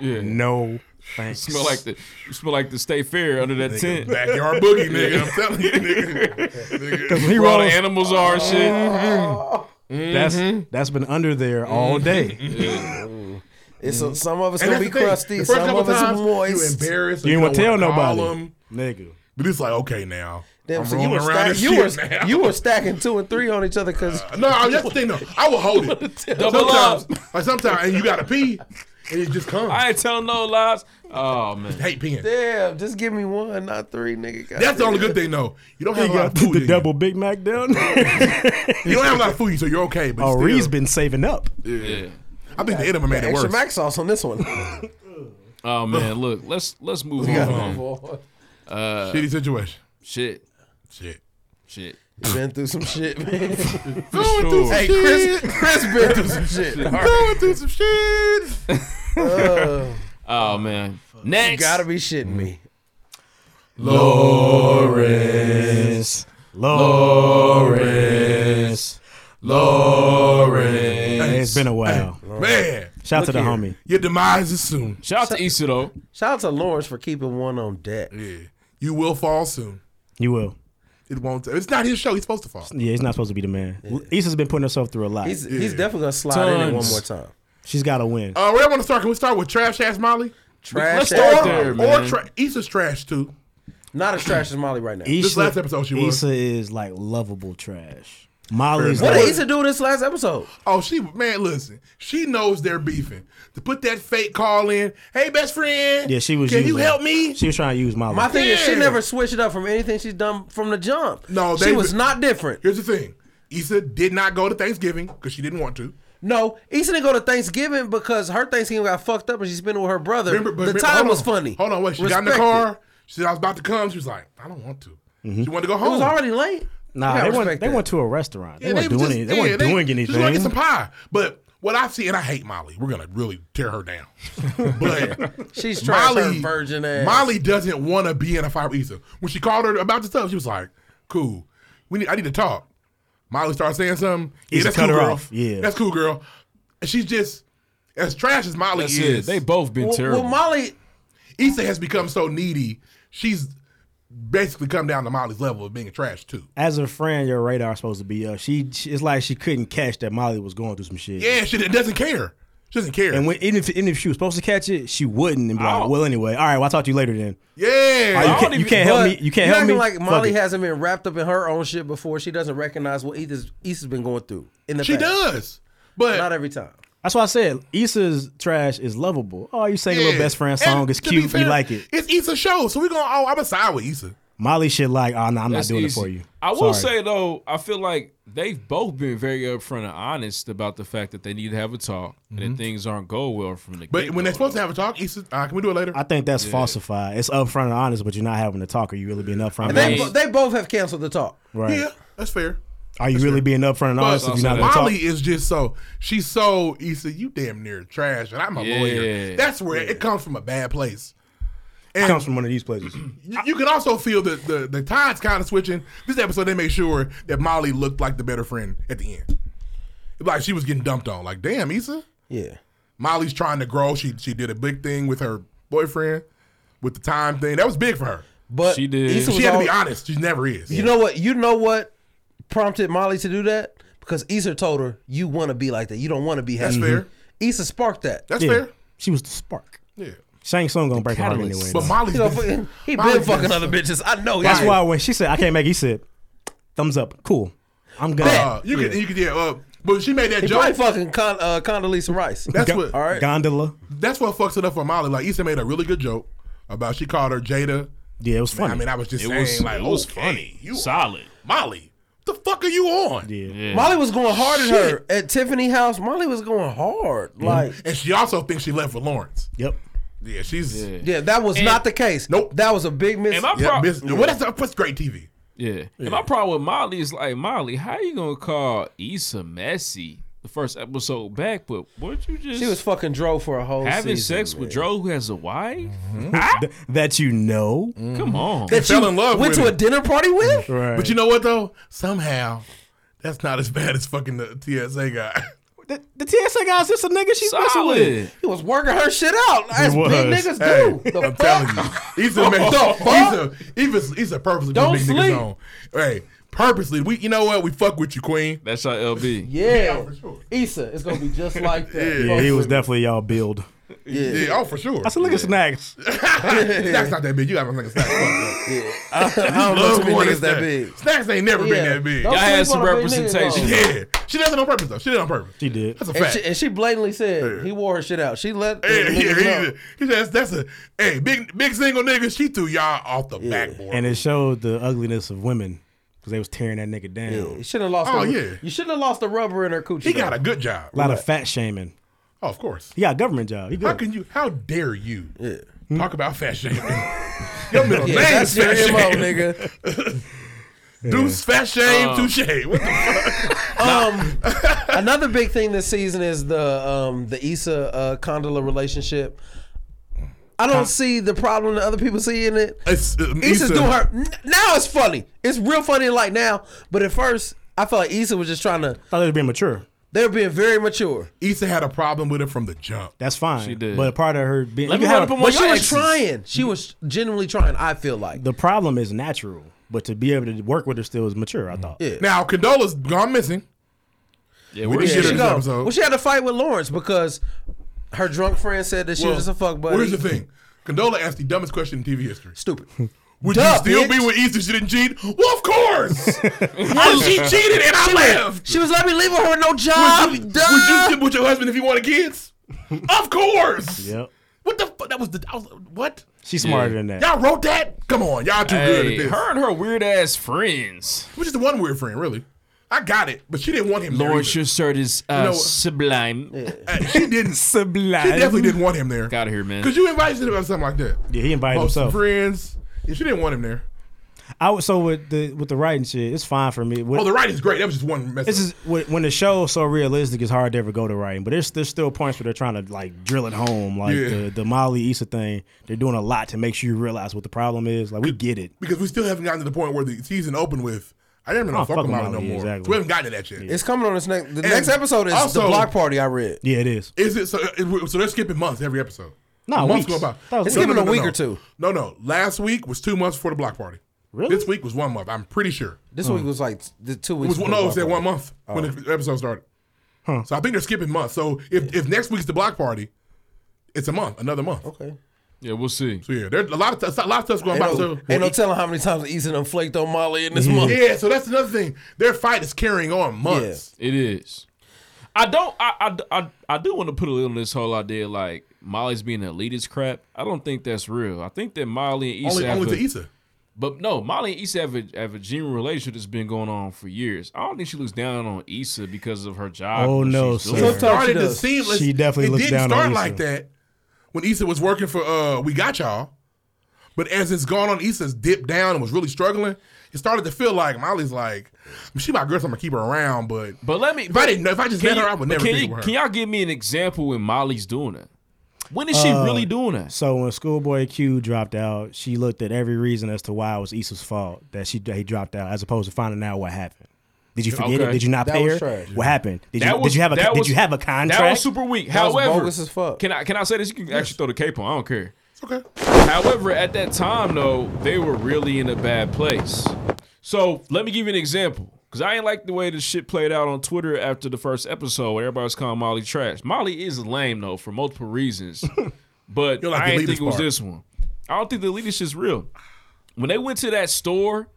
[SPEAKER 3] Yeah.
[SPEAKER 4] No, thanks.
[SPEAKER 3] Smell like the you smell like the state fair under that tent.
[SPEAKER 9] Backyard boogie, nigga. I'm telling you, nigga. nigga.
[SPEAKER 4] Because he
[SPEAKER 3] Where all the
[SPEAKER 4] rolls-
[SPEAKER 3] animals are and shit.
[SPEAKER 4] Oh. That's that's been under there all day.
[SPEAKER 13] It's
[SPEAKER 3] Mm-hmm.
[SPEAKER 13] a, some of us
[SPEAKER 9] And
[SPEAKER 13] gonna
[SPEAKER 9] that's
[SPEAKER 13] be
[SPEAKER 9] the thing.
[SPEAKER 13] crusty,
[SPEAKER 9] The first
[SPEAKER 13] some
[SPEAKER 9] couple
[SPEAKER 13] of us
[SPEAKER 9] times, You
[SPEAKER 13] moist.
[SPEAKER 9] embarrassed. or
[SPEAKER 4] You ain't
[SPEAKER 9] don't
[SPEAKER 4] wanna tell
[SPEAKER 9] wanna call
[SPEAKER 4] nobody.
[SPEAKER 9] them.
[SPEAKER 4] Nigga.
[SPEAKER 9] But it's like, okay, now.
[SPEAKER 13] Damn,
[SPEAKER 9] I'm
[SPEAKER 13] so you
[SPEAKER 9] rolling
[SPEAKER 13] were,
[SPEAKER 9] around
[SPEAKER 13] stack,
[SPEAKER 9] this
[SPEAKER 13] you,
[SPEAKER 9] shit
[SPEAKER 13] were,
[SPEAKER 9] now.
[SPEAKER 13] you were stacking two and three on each other because
[SPEAKER 9] No, I- that's the thing though. I will hold it.
[SPEAKER 3] Double
[SPEAKER 9] sometimes, like sometimes, and you gotta pee, and it just comes.
[SPEAKER 3] I ain't telling no lies. Oh man.
[SPEAKER 9] hate peeing.
[SPEAKER 13] damn, just give me one, not three, nigga. God
[SPEAKER 9] That's the
[SPEAKER 13] damn.
[SPEAKER 9] only good thing though. You don't have
[SPEAKER 4] You
[SPEAKER 9] a lot
[SPEAKER 4] got
[SPEAKER 9] of food.
[SPEAKER 4] the
[SPEAKER 9] in
[SPEAKER 4] double Big Mac down.
[SPEAKER 9] you. you don't have a lot of food, so you're okay. But
[SPEAKER 4] oh,
[SPEAKER 9] still,
[SPEAKER 4] Ree's been saving up.
[SPEAKER 3] Yeah.
[SPEAKER 9] I think the enema made it
[SPEAKER 13] Extra
[SPEAKER 9] worse.
[SPEAKER 13] mac sauce on this one.
[SPEAKER 3] Oh man, look, let's let's move
[SPEAKER 13] We gotta
[SPEAKER 3] on.
[SPEAKER 13] move on.
[SPEAKER 3] Uh,
[SPEAKER 9] Shitty situation.
[SPEAKER 3] shit,
[SPEAKER 9] Shit.
[SPEAKER 3] shit.
[SPEAKER 13] You Been through some shit, man.
[SPEAKER 9] Going
[SPEAKER 3] through
[SPEAKER 9] through
[SPEAKER 3] some
[SPEAKER 9] some
[SPEAKER 13] hey, Chris,
[SPEAKER 9] shit.
[SPEAKER 13] Chris been through some shit. All right.
[SPEAKER 9] Going through some shit.
[SPEAKER 13] Uh,
[SPEAKER 3] Oh man.
[SPEAKER 13] you
[SPEAKER 3] Next.
[SPEAKER 13] gotta be shitting me.
[SPEAKER 4] Lawrence. Lawrence. Lawrence. It's been a while.
[SPEAKER 9] Man,
[SPEAKER 4] Shout out to
[SPEAKER 13] Look
[SPEAKER 4] the
[SPEAKER 13] here.
[SPEAKER 4] homie.
[SPEAKER 9] your demise is soon.
[SPEAKER 3] Shout out to Issa though.
[SPEAKER 13] Shout out to Lawrence for keeping one on deck.
[SPEAKER 9] Yeah, you will fall soon.
[SPEAKER 4] You will.
[SPEAKER 9] It won't. It's not his show. He's supposed to fall.
[SPEAKER 4] Yeah, he's not supposed to be the man. Issa's been putting herself through a lot.
[SPEAKER 13] He's he's definitely gonna slide in it one
[SPEAKER 3] Tons.
[SPEAKER 13] more time.
[SPEAKER 4] She's got to win.
[SPEAKER 9] Uh, where I want to start? Can we start with trash ass Molly?
[SPEAKER 13] Trash
[SPEAKER 3] Let's
[SPEAKER 13] ass
[SPEAKER 3] start
[SPEAKER 13] Molly.
[SPEAKER 3] there,
[SPEAKER 9] Or
[SPEAKER 3] man.
[SPEAKER 9] tra- Issa's trash too.
[SPEAKER 13] Not as trash as Molly right now.
[SPEAKER 4] Issa,
[SPEAKER 9] This last episode she was.
[SPEAKER 4] Issa is like lovable trash. Molly's
[SPEAKER 13] What
[SPEAKER 4] like,
[SPEAKER 13] did Issa do this last episode?
[SPEAKER 9] Oh, she man, listen. She knows they're beefing. To put that fake call in, hey best friend.
[SPEAKER 4] yeah, she was.
[SPEAKER 9] Can you
[SPEAKER 4] using-
[SPEAKER 9] help me?
[SPEAKER 4] She was trying to use Molly.
[SPEAKER 13] My thing is, she
[SPEAKER 9] Yeah.
[SPEAKER 13] never switched it up from anything she's done from the jump.
[SPEAKER 9] No,
[SPEAKER 13] she
[SPEAKER 9] they-
[SPEAKER 13] was not different.
[SPEAKER 9] Here's the thing. Issa did not go to Thanksgiving because she didn't want to.
[SPEAKER 13] No, Issa didn't go to Thanksgiving because her Thanksgiving got fucked up and she spent it with her brother.
[SPEAKER 9] Remember, but
[SPEAKER 13] the
[SPEAKER 9] remember-
[SPEAKER 13] time
[SPEAKER 9] hold
[SPEAKER 13] was
[SPEAKER 9] on.
[SPEAKER 13] funny.
[SPEAKER 9] Hold on, wait. She got in the
[SPEAKER 13] Respect
[SPEAKER 9] car.
[SPEAKER 13] It.
[SPEAKER 9] She said I was about to come. She was like, I don't want to.
[SPEAKER 4] Mm-hmm.
[SPEAKER 9] She wanted to go
[SPEAKER 13] It
[SPEAKER 9] home.
[SPEAKER 13] was already late. You
[SPEAKER 4] nah, they
[SPEAKER 13] gotta
[SPEAKER 4] went.
[SPEAKER 13] respect
[SPEAKER 4] They
[SPEAKER 13] that.
[SPEAKER 4] went to a restaurant. They
[SPEAKER 9] Yeah,
[SPEAKER 4] weren't
[SPEAKER 9] was
[SPEAKER 4] doing
[SPEAKER 9] just-
[SPEAKER 4] any. They
[SPEAKER 9] yeah,
[SPEAKER 4] weren't doing
[SPEAKER 9] She was gonna get
[SPEAKER 4] anything.
[SPEAKER 9] some pie. But what I see, and I hate Molly. We're gonna really tear her down. But
[SPEAKER 13] She's trash.
[SPEAKER 9] Molly,
[SPEAKER 13] her virgin ass.
[SPEAKER 9] Molly doesn't want to be in a fight with Issa. When she called her about the stuff, she was like, "Cool, we need. I need to talk." Molly starts saying something. Yeah,
[SPEAKER 4] Issa
[SPEAKER 9] that's
[SPEAKER 4] cut
[SPEAKER 9] cool,
[SPEAKER 4] her
[SPEAKER 9] girl.
[SPEAKER 4] off. Yeah.
[SPEAKER 9] that's cool, girl. And she's just as trash as Molly
[SPEAKER 3] That's it.
[SPEAKER 9] is.
[SPEAKER 3] They both been
[SPEAKER 13] Well,
[SPEAKER 3] terrible.
[SPEAKER 13] well, Molly,
[SPEAKER 9] Issa has become so needy. She's basically come down to Molly's level of being trash too.
[SPEAKER 4] As a friend, your radar is supposed to be up. She, she- it's like she couldn't catch that Molly was going through some shit.
[SPEAKER 9] Yeah, she doesn't care. She doesn't care.
[SPEAKER 4] And when, even if even if she was supposed to catch it, she wouldn't. And be like,
[SPEAKER 3] Oh.
[SPEAKER 4] well, anyway, all right. Well, I'll talk to you later then. Oh, you,
[SPEAKER 9] yeah,
[SPEAKER 4] can't,
[SPEAKER 3] don't
[SPEAKER 4] you
[SPEAKER 3] even-
[SPEAKER 4] can't help
[SPEAKER 13] but
[SPEAKER 4] me. You can't
[SPEAKER 13] you're
[SPEAKER 4] help me.
[SPEAKER 13] acting Like
[SPEAKER 4] Fuck
[SPEAKER 13] Molly
[SPEAKER 4] it.
[SPEAKER 13] hasn't been wrapped up in her own shit before. She doesn't recognize what Issa's, Issa's been going through. In the
[SPEAKER 9] She
[SPEAKER 13] past.
[SPEAKER 9] does. But
[SPEAKER 13] Not every time.
[SPEAKER 4] That's why I said Issa's trash is lovable. Oh, you sang a little
[SPEAKER 9] yeah.
[SPEAKER 4] best friend
[SPEAKER 9] And
[SPEAKER 4] song. It's
[SPEAKER 9] to be
[SPEAKER 4] cute. We
[SPEAKER 9] fair,
[SPEAKER 4] like it.
[SPEAKER 9] It's Issa's show, so we're gonna oh I'm a side with Issa.
[SPEAKER 4] Molly shit like, oh no, I'm
[SPEAKER 3] That's
[SPEAKER 4] not doing
[SPEAKER 3] easy.
[SPEAKER 4] it for you.
[SPEAKER 3] I will
[SPEAKER 4] Sorry.
[SPEAKER 3] say though, I feel like they've both been very upfront and honest about the fact that they need to have a talk
[SPEAKER 13] Mm-hmm.
[SPEAKER 3] and that things aren't going well from the.
[SPEAKER 9] But
[SPEAKER 3] get-go,
[SPEAKER 9] when they're supposed to
[SPEAKER 3] though.
[SPEAKER 9] have a talk, Issa uh, can we do it later?
[SPEAKER 4] I think that's falsified. It's upfront and honest, but you're not having to talk. Are you really being upfront and
[SPEAKER 13] And they,
[SPEAKER 4] honest?
[SPEAKER 3] mean-
[SPEAKER 13] bo- they both have canceled the talk.
[SPEAKER 4] right.
[SPEAKER 9] Yeah, that's fair.
[SPEAKER 4] Are you really being upfront and honest if
[SPEAKER 3] also
[SPEAKER 4] you're not
[SPEAKER 3] that-
[SPEAKER 4] going to talk?
[SPEAKER 9] Molly is just so she's so Issa, you damn near trash, and I'm a
[SPEAKER 3] Yeah.
[SPEAKER 9] lawyer. That's where it comes from a bad place.
[SPEAKER 4] It comes from one of these places.
[SPEAKER 9] You, you can also feel the the, the tides kind of switching. This episode, they made sure that Molly looked like the better friend at the end. Like she was getting dumped on. Like, damn, Issa,
[SPEAKER 13] Yeah.
[SPEAKER 9] Molly's trying to grow. She she did a big thing with her boyfriend, with the time thing. That was big for her.
[SPEAKER 13] But
[SPEAKER 9] she
[SPEAKER 13] did. Issa was
[SPEAKER 9] She had to be
[SPEAKER 13] al-
[SPEAKER 9] honest. She never is.
[SPEAKER 13] You know what? You know what prompted Molly to do that? Because Issa told her, "You want to be like that. You don't want to be
[SPEAKER 9] That's
[SPEAKER 13] happy."
[SPEAKER 9] fair.
[SPEAKER 13] Issa sparked that.
[SPEAKER 9] That's Yeah. fair.
[SPEAKER 4] She was the spark.
[SPEAKER 9] Yeah.
[SPEAKER 4] Shang Tsung gonna break her heart anyway.
[SPEAKER 13] But
[SPEAKER 4] though.
[SPEAKER 13] Molly's You know, been- he been Molly's fucking been- other bitches. I know
[SPEAKER 4] That's
[SPEAKER 13] that.
[SPEAKER 4] why when she said I can't make, it," he said, "Thumbs up, cool. I'm gonna."
[SPEAKER 9] Uh, you could you could yeah. Uh, but she made that
[SPEAKER 13] He
[SPEAKER 9] joke.
[SPEAKER 13] probably fucking con- uh, Condoleezza Rice.
[SPEAKER 9] That's what.
[SPEAKER 13] All right.
[SPEAKER 4] Gondola.
[SPEAKER 9] That's what fucks it up for Molly. Like Issa made a really good joke about she called her Jada.
[SPEAKER 4] Yeah, it was
[SPEAKER 9] I
[SPEAKER 4] funny.
[SPEAKER 9] mean, I was just
[SPEAKER 3] It
[SPEAKER 9] saying
[SPEAKER 3] was-
[SPEAKER 9] like,
[SPEAKER 3] it was
[SPEAKER 9] okay,
[SPEAKER 3] funny.
[SPEAKER 9] You
[SPEAKER 3] Solid.
[SPEAKER 9] Molly. What the fuck are you on?
[SPEAKER 4] Yeah.
[SPEAKER 13] Molly was going hard at her at Tiffany House. Molly was going hard. Like
[SPEAKER 9] and she also thinks she left with Lawrence.
[SPEAKER 4] Yep.
[SPEAKER 9] Yeah, she's yeah.
[SPEAKER 13] Yeah, that was not the case. Nope. That was a big miss.
[SPEAKER 3] And my
[SPEAKER 9] yeah,
[SPEAKER 3] prob-
[SPEAKER 9] miss-
[SPEAKER 3] Yeah.
[SPEAKER 9] Well, that's, that's great TV.
[SPEAKER 3] Yeah. And my problem with Molly is like, Molly, how you gonna call Issa messy the first episode back? But what you just
[SPEAKER 13] She was fucking Dro for a whole
[SPEAKER 3] having
[SPEAKER 13] season,
[SPEAKER 3] sex with
[SPEAKER 13] man.
[SPEAKER 3] Dro who has a wife?
[SPEAKER 4] Th- that you know.
[SPEAKER 3] Come on.
[SPEAKER 9] They fell in love.
[SPEAKER 13] went
[SPEAKER 9] with
[SPEAKER 13] to
[SPEAKER 9] it.
[SPEAKER 13] a dinner party with?
[SPEAKER 4] Right.
[SPEAKER 9] But you know what though? Somehow, that's not as bad as fucking the TSA guy.
[SPEAKER 4] The, the TSA guy's just a nigga she's messing with.
[SPEAKER 13] He was working her shit out. As
[SPEAKER 4] was.
[SPEAKER 13] big niggas do.
[SPEAKER 9] Hey,
[SPEAKER 13] The
[SPEAKER 9] I'm
[SPEAKER 13] fuck?
[SPEAKER 9] telling you, he's a man.
[SPEAKER 13] The
[SPEAKER 9] He's
[SPEAKER 13] fuck?
[SPEAKER 9] a he's a, he's a purposely
[SPEAKER 13] Don't
[SPEAKER 9] put big
[SPEAKER 13] sleep.
[SPEAKER 9] niggas on. Hey, purposely. We you know what? We fuck with you, Queen.
[SPEAKER 3] That's our LB.
[SPEAKER 13] Yeah. Issa, it's gonna be just like that.
[SPEAKER 4] Yeah, he was definitely y'all build.
[SPEAKER 13] Yeah.
[SPEAKER 9] Yeah, oh for sure.
[SPEAKER 4] I said, look at snacks.
[SPEAKER 9] Snacks not that big. You have a nigga snack. Fuck that.
[SPEAKER 13] I
[SPEAKER 9] You
[SPEAKER 13] don't know
[SPEAKER 9] love
[SPEAKER 13] too many
[SPEAKER 9] going to
[SPEAKER 13] niggas that
[SPEAKER 9] snack.
[SPEAKER 13] big.
[SPEAKER 9] Snacks ain't never been
[SPEAKER 13] Yeah.
[SPEAKER 9] that big.
[SPEAKER 13] Don't Y'all had sleep some on a big nigga, though. representation.
[SPEAKER 9] Yeah, she does it on purpose though. She did it on purpose.
[SPEAKER 4] She did.
[SPEAKER 9] That's a
[SPEAKER 13] And
[SPEAKER 9] fact.
[SPEAKER 13] she, and she blatantly said he wore her shit out. She let the
[SPEAKER 9] Hey, yeah,
[SPEAKER 13] niggas know.
[SPEAKER 9] he, he says that's a hey big big single nigga. She threw y'all off the backboard.
[SPEAKER 4] And it showed the ugliness of women because they was tearing that nigga down.
[SPEAKER 13] You should have lost.
[SPEAKER 9] Oh,
[SPEAKER 13] the,
[SPEAKER 9] yeah.
[SPEAKER 13] you should have lost the rubber in her coochie.
[SPEAKER 9] He got a good job.
[SPEAKER 4] A lot of fat shaming.
[SPEAKER 9] Oh, of course.
[SPEAKER 4] He got a government job. He
[SPEAKER 9] How
[SPEAKER 4] good.
[SPEAKER 9] can you? How dare you? Talk about fat shaming. Your middle name
[SPEAKER 13] Yeah, that's
[SPEAKER 9] is fat
[SPEAKER 13] your MO,
[SPEAKER 9] shaming.
[SPEAKER 13] nigga.
[SPEAKER 9] Deuce fat shame
[SPEAKER 13] Um,
[SPEAKER 9] touche. What the
[SPEAKER 13] Um, another big thing this season is the um the Issa uh, Condola relationship. I don't see the problem that other people see in it.
[SPEAKER 9] It's,
[SPEAKER 13] Issa's
[SPEAKER 9] Issa-
[SPEAKER 13] doing her n- now. It's funny. It's real funny like now, but at first I felt like Issa was just trying to.
[SPEAKER 4] Thought they were being mature.
[SPEAKER 13] They were being very mature.
[SPEAKER 9] Issa had a problem with it from the jump.
[SPEAKER 4] That's fine.
[SPEAKER 13] She did.
[SPEAKER 4] But part of her being.
[SPEAKER 13] Let
[SPEAKER 4] you
[SPEAKER 13] me
[SPEAKER 4] have-
[SPEAKER 13] run up on But your she was exes. trying. She was genuinely trying, I feel like.
[SPEAKER 4] The problem is natural. But to be able to work with her still is mature, I thought.
[SPEAKER 13] Yeah.
[SPEAKER 9] Now Condola's gone missing.
[SPEAKER 3] Yeah,
[SPEAKER 9] we didn't
[SPEAKER 13] Yeah,
[SPEAKER 9] get her
[SPEAKER 13] she
[SPEAKER 9] this
[SPEAKER 13] gone.
[SPEAKER 9] episode.
[SPEAKER 13] Well, she had a fight with Lawrence because her drunk friend said that she
[SPEAKER 9] Well,
[SPEAKER 13] was just a fuck buddy.
[SPEAKER 9] Here's the thing. Condola asked the dumbest question in TV history.
[SPEAKER 13] Stupid.
[SPEAKER 9] Would you
[SPEAKER 13] Duh,
[SPEAKER 9] still
[SPEAKER 13] bitch.
[SPEAKER 9] be with Issa if she didn't cheat? Well, of course. I- she cheated and I
[SPEAKER 13] She was-
[SPEAKER 9] left.
[SPEAKER 13] She was let me leave her with no job.
[SPEAKER 9] Would you, would
[SPEAKER 13] Duh.
[SPEAKER 9] you still with your husband if he wanted kids? of course.
[SPEAKER 4] Yep.
[SPEAKER 9] What the fuck? That was the I was, what?
[SPEAKER 4] She's smarter than that.
[SPEAKER 9] Y'all wrote that? Come on, y'all too good
[SPEAKER 3] Hey,
[SPEAKER 9] at this.
[SPEAKER 3] her and her weird ass friends.
[SPEAKER 9] Which is the one weird friend, really. I got it, but she didn't want him
[SPEAKER 3] Lawrence,
[SPEAKER 9] there.
[SPEAKER 3] your shirt is uh,
[SPEAKER 9] You know-
[SPEAKER 3] sublime.
[SPEAKER 9] either. Uh, she didn't.
[SPEAKER 4] Sublime.
[SPEAKER 9] She definitely didn't want him there.
[SPEAKER 3] Got here, man.
[SPEAKER 9] Because you invited him about something like that.
[SPEAKER 4] Yeah, he invited
[SPEAKER 9] Most
[SPEAKER 4] himself.
[SPEAKER 9] friends. Yeah, she didn't want him there.
[SPEAKER 4] I would, so with the with the writing shit, it's fine for me. With,
[SPEAKER 9] oh, the writing's great. That was just one message.
[SPEAKER 4] This is when when the show's so realistic, it's hard to ever go to writing. But there's there's still points where they're trying to like drill it home, like
[SPEAKER 9] Yeah.
[SPEAKER 4] the, the Molly Issa thing. They're doing a lot to make sure you realize what the problem is. Like we get it.
[SPEAKER 9] because we still haven't gotten to the point where the season opened with I didn't even
[SPEAKER 4] Oh,
[SPEAKER 9] know fuck
[SPEAKER 4] fuck
[SPEAKER 9] him
[SPEAKER 4] with
[SPEAKER 9] out no
[SPEAKER 4] Molly,
[SPEAKER 9] more.
[SPEAKER 4] exactly.
[SPEAKER 9] So we haven't gotten to that yet.
[SPEAKER 13] It's coming on this next. The
[SPEAKER 9] And
[SPEAKER 13] next episode is
[SPEAKER 9] also-
[SPEAKER 13] the block party. I read.
[SPEAKER 4] Yeah, it is.
[SPEAKER 9] Is it so? uh, it- So they're skipping months every episode.
[SPEAKER 4] No,
[SPEAKER 9] months
[SPEAKER 4] weeks.
[SPEAKER 9] go by.
[SPEAKER 4] That was It's weeks. given a week
[SPEAKER 9] no.
[SPEAKER 4] or two.
[SPEAKER 9] No, no. Last week was two months before the block party.
[SPEAKER 4] Really?
[SPEAKER 9] This week was one month. I'm pretty sure.
[SPEAKER 3] Oh.
[SPEAKER 13] This week was like the two
[SPEAKER 9] It
[SPEAKER 13] weeks.
[SPEAKER 9] was
[SPEAKER 13] before
[SPEAKER 9] no. It
[SPEAKER 13] the
[SPEAKER 9] was that
[SPEAKER 13] block
[SPEAKER 9] one
[SPEAKER 13] party. Oh.
[SPEAKER 9] month when the episode started. So I think they're skipping months. So if, if next week's the block party, it's a month, another month.
[SPEAKER 13] Okay.
[SPEAKER 3] Yeah, we'll see.
[SPEAKER 9] So yeah, there's a lot of t- a lot of stuff's going
[SPEAKER 13] Ain't
[SPEAKER 9] about.
[SPEAKER 13] no,
[SPEAKER 9] So
[SPEAKER 13] ain't no telling how many times Issa done flaked on Molly in this month.
[SPEAKER 9] yeah. So that's another thing. Their fight is carrying on months.
[SPEAKER 3] It is. I don't. I, I, I, I do want to put a little in this whole idea like Molly's being an elitist crap. I don't think that's real. I think that Molly and Issa
[SPEAKER 9] Only,
[SPEAKER 3] have
[SPEAKER 9] only
[SPEAKER 3] a-
[SPEAKER 9] to
[SPEAKER 4] E-
[SPEAKER 9] Issa.
[SPEAKER 3] But no, Molly and Issa have a, have a genuine relationship that's been going on for years. I don't think she looks down on Issa because of her job.
[SPEAKER 4] Oh,
[SPEAKER 3] what
[SPEAKER 4] no,
[SPEAKER 3] she's doing.
[SPEAKER 4] sir.
[SPEAKER 9] It started to
[SPEAKER 4] does.
[SPEAKER 9] seem like-
[SPEAKER 4] She definitely
[SPEAKER 9] it
[SPEAKER 4] looks
[SPEAKER 9] didn't
[SPEAKER 4] down on
[SPEAKER 9] start
[SPEAKER 4] Issa.
[SPEAKER 9] like that when Issa was working for uh We Got Y'all. But as it's gone on, Issa's dipped down and was really struggling. It started to feel like Molly's like, she my girl, so I'm gonna keep her around. But
[SPEAKER 3] But let me.
[SPEAKER 9] if I didn't know, if I just
[SPEAKER 3] can
[SPEAKER 9] met her,
[SPEAKER 3] you-
[SPEAKER 9] I would
[SPEAKER 3] but
[SPEAKER 9] never
[SPEAKER 3] Can,
[SPEAKER 9] be
[SPEAKER 3] you-
[SPEAKER 9] with her.
[SPEAKER 3] can y'all give me an example when Molly's doing that? When is she
[SPEAKER 4] Uh,
[SPEAKER 3] really doing that?
[SPEAKER 4] So when Schoolboy Q dropped out, she looked at every reason as to why it was Issa's fault that she that he dropped out, as opposed to finding out what happened. Did you forget
[SPEAKER 3] Okay.
[SPEAKER 4] it? Did you not
[SPEAKER 3] That
[SPEAKER 4] pay
[SPEAKER 3] was
[SPEAKER 4] her?
[SPEAKER 3] trash.
[SPEAKER 4] What happened? Did you
[SPEAKER 3] That was-
[SPEAKER 4] did you have a
[SPEAKER 3] that
[SPEAKER 4] did
[SPEAKER 3] was-
[SPEAKER 4] you have a contract?
[SPEAKER 3] That was super weak.
[SPEAKER 4] That was
[SPEAKER 3] However,
[SPEAKER 4] bogus as fuck.
[SPEAKER 3] Can I can I say this? You can actually throw the cape on. I don't care. However, at that time though, they were really in a bad place. So let me give you an example. Cause I ain't like the way this shit played out on Twitter after the first episode where everybody was calling Molly trash. Molly is lame though for multiple reasons. but
[SPEAKER 9] You're like
[SPEAKER 3] I
[SPEAKER 9] the
[SPEAKER 3] didn't
[SPEAKER 9] leader's
[SPEAKER 3] think it was
[SPEAKER 9] part.
[SPEAKER 3] this one. I don't think the leadership's real. When they went to that store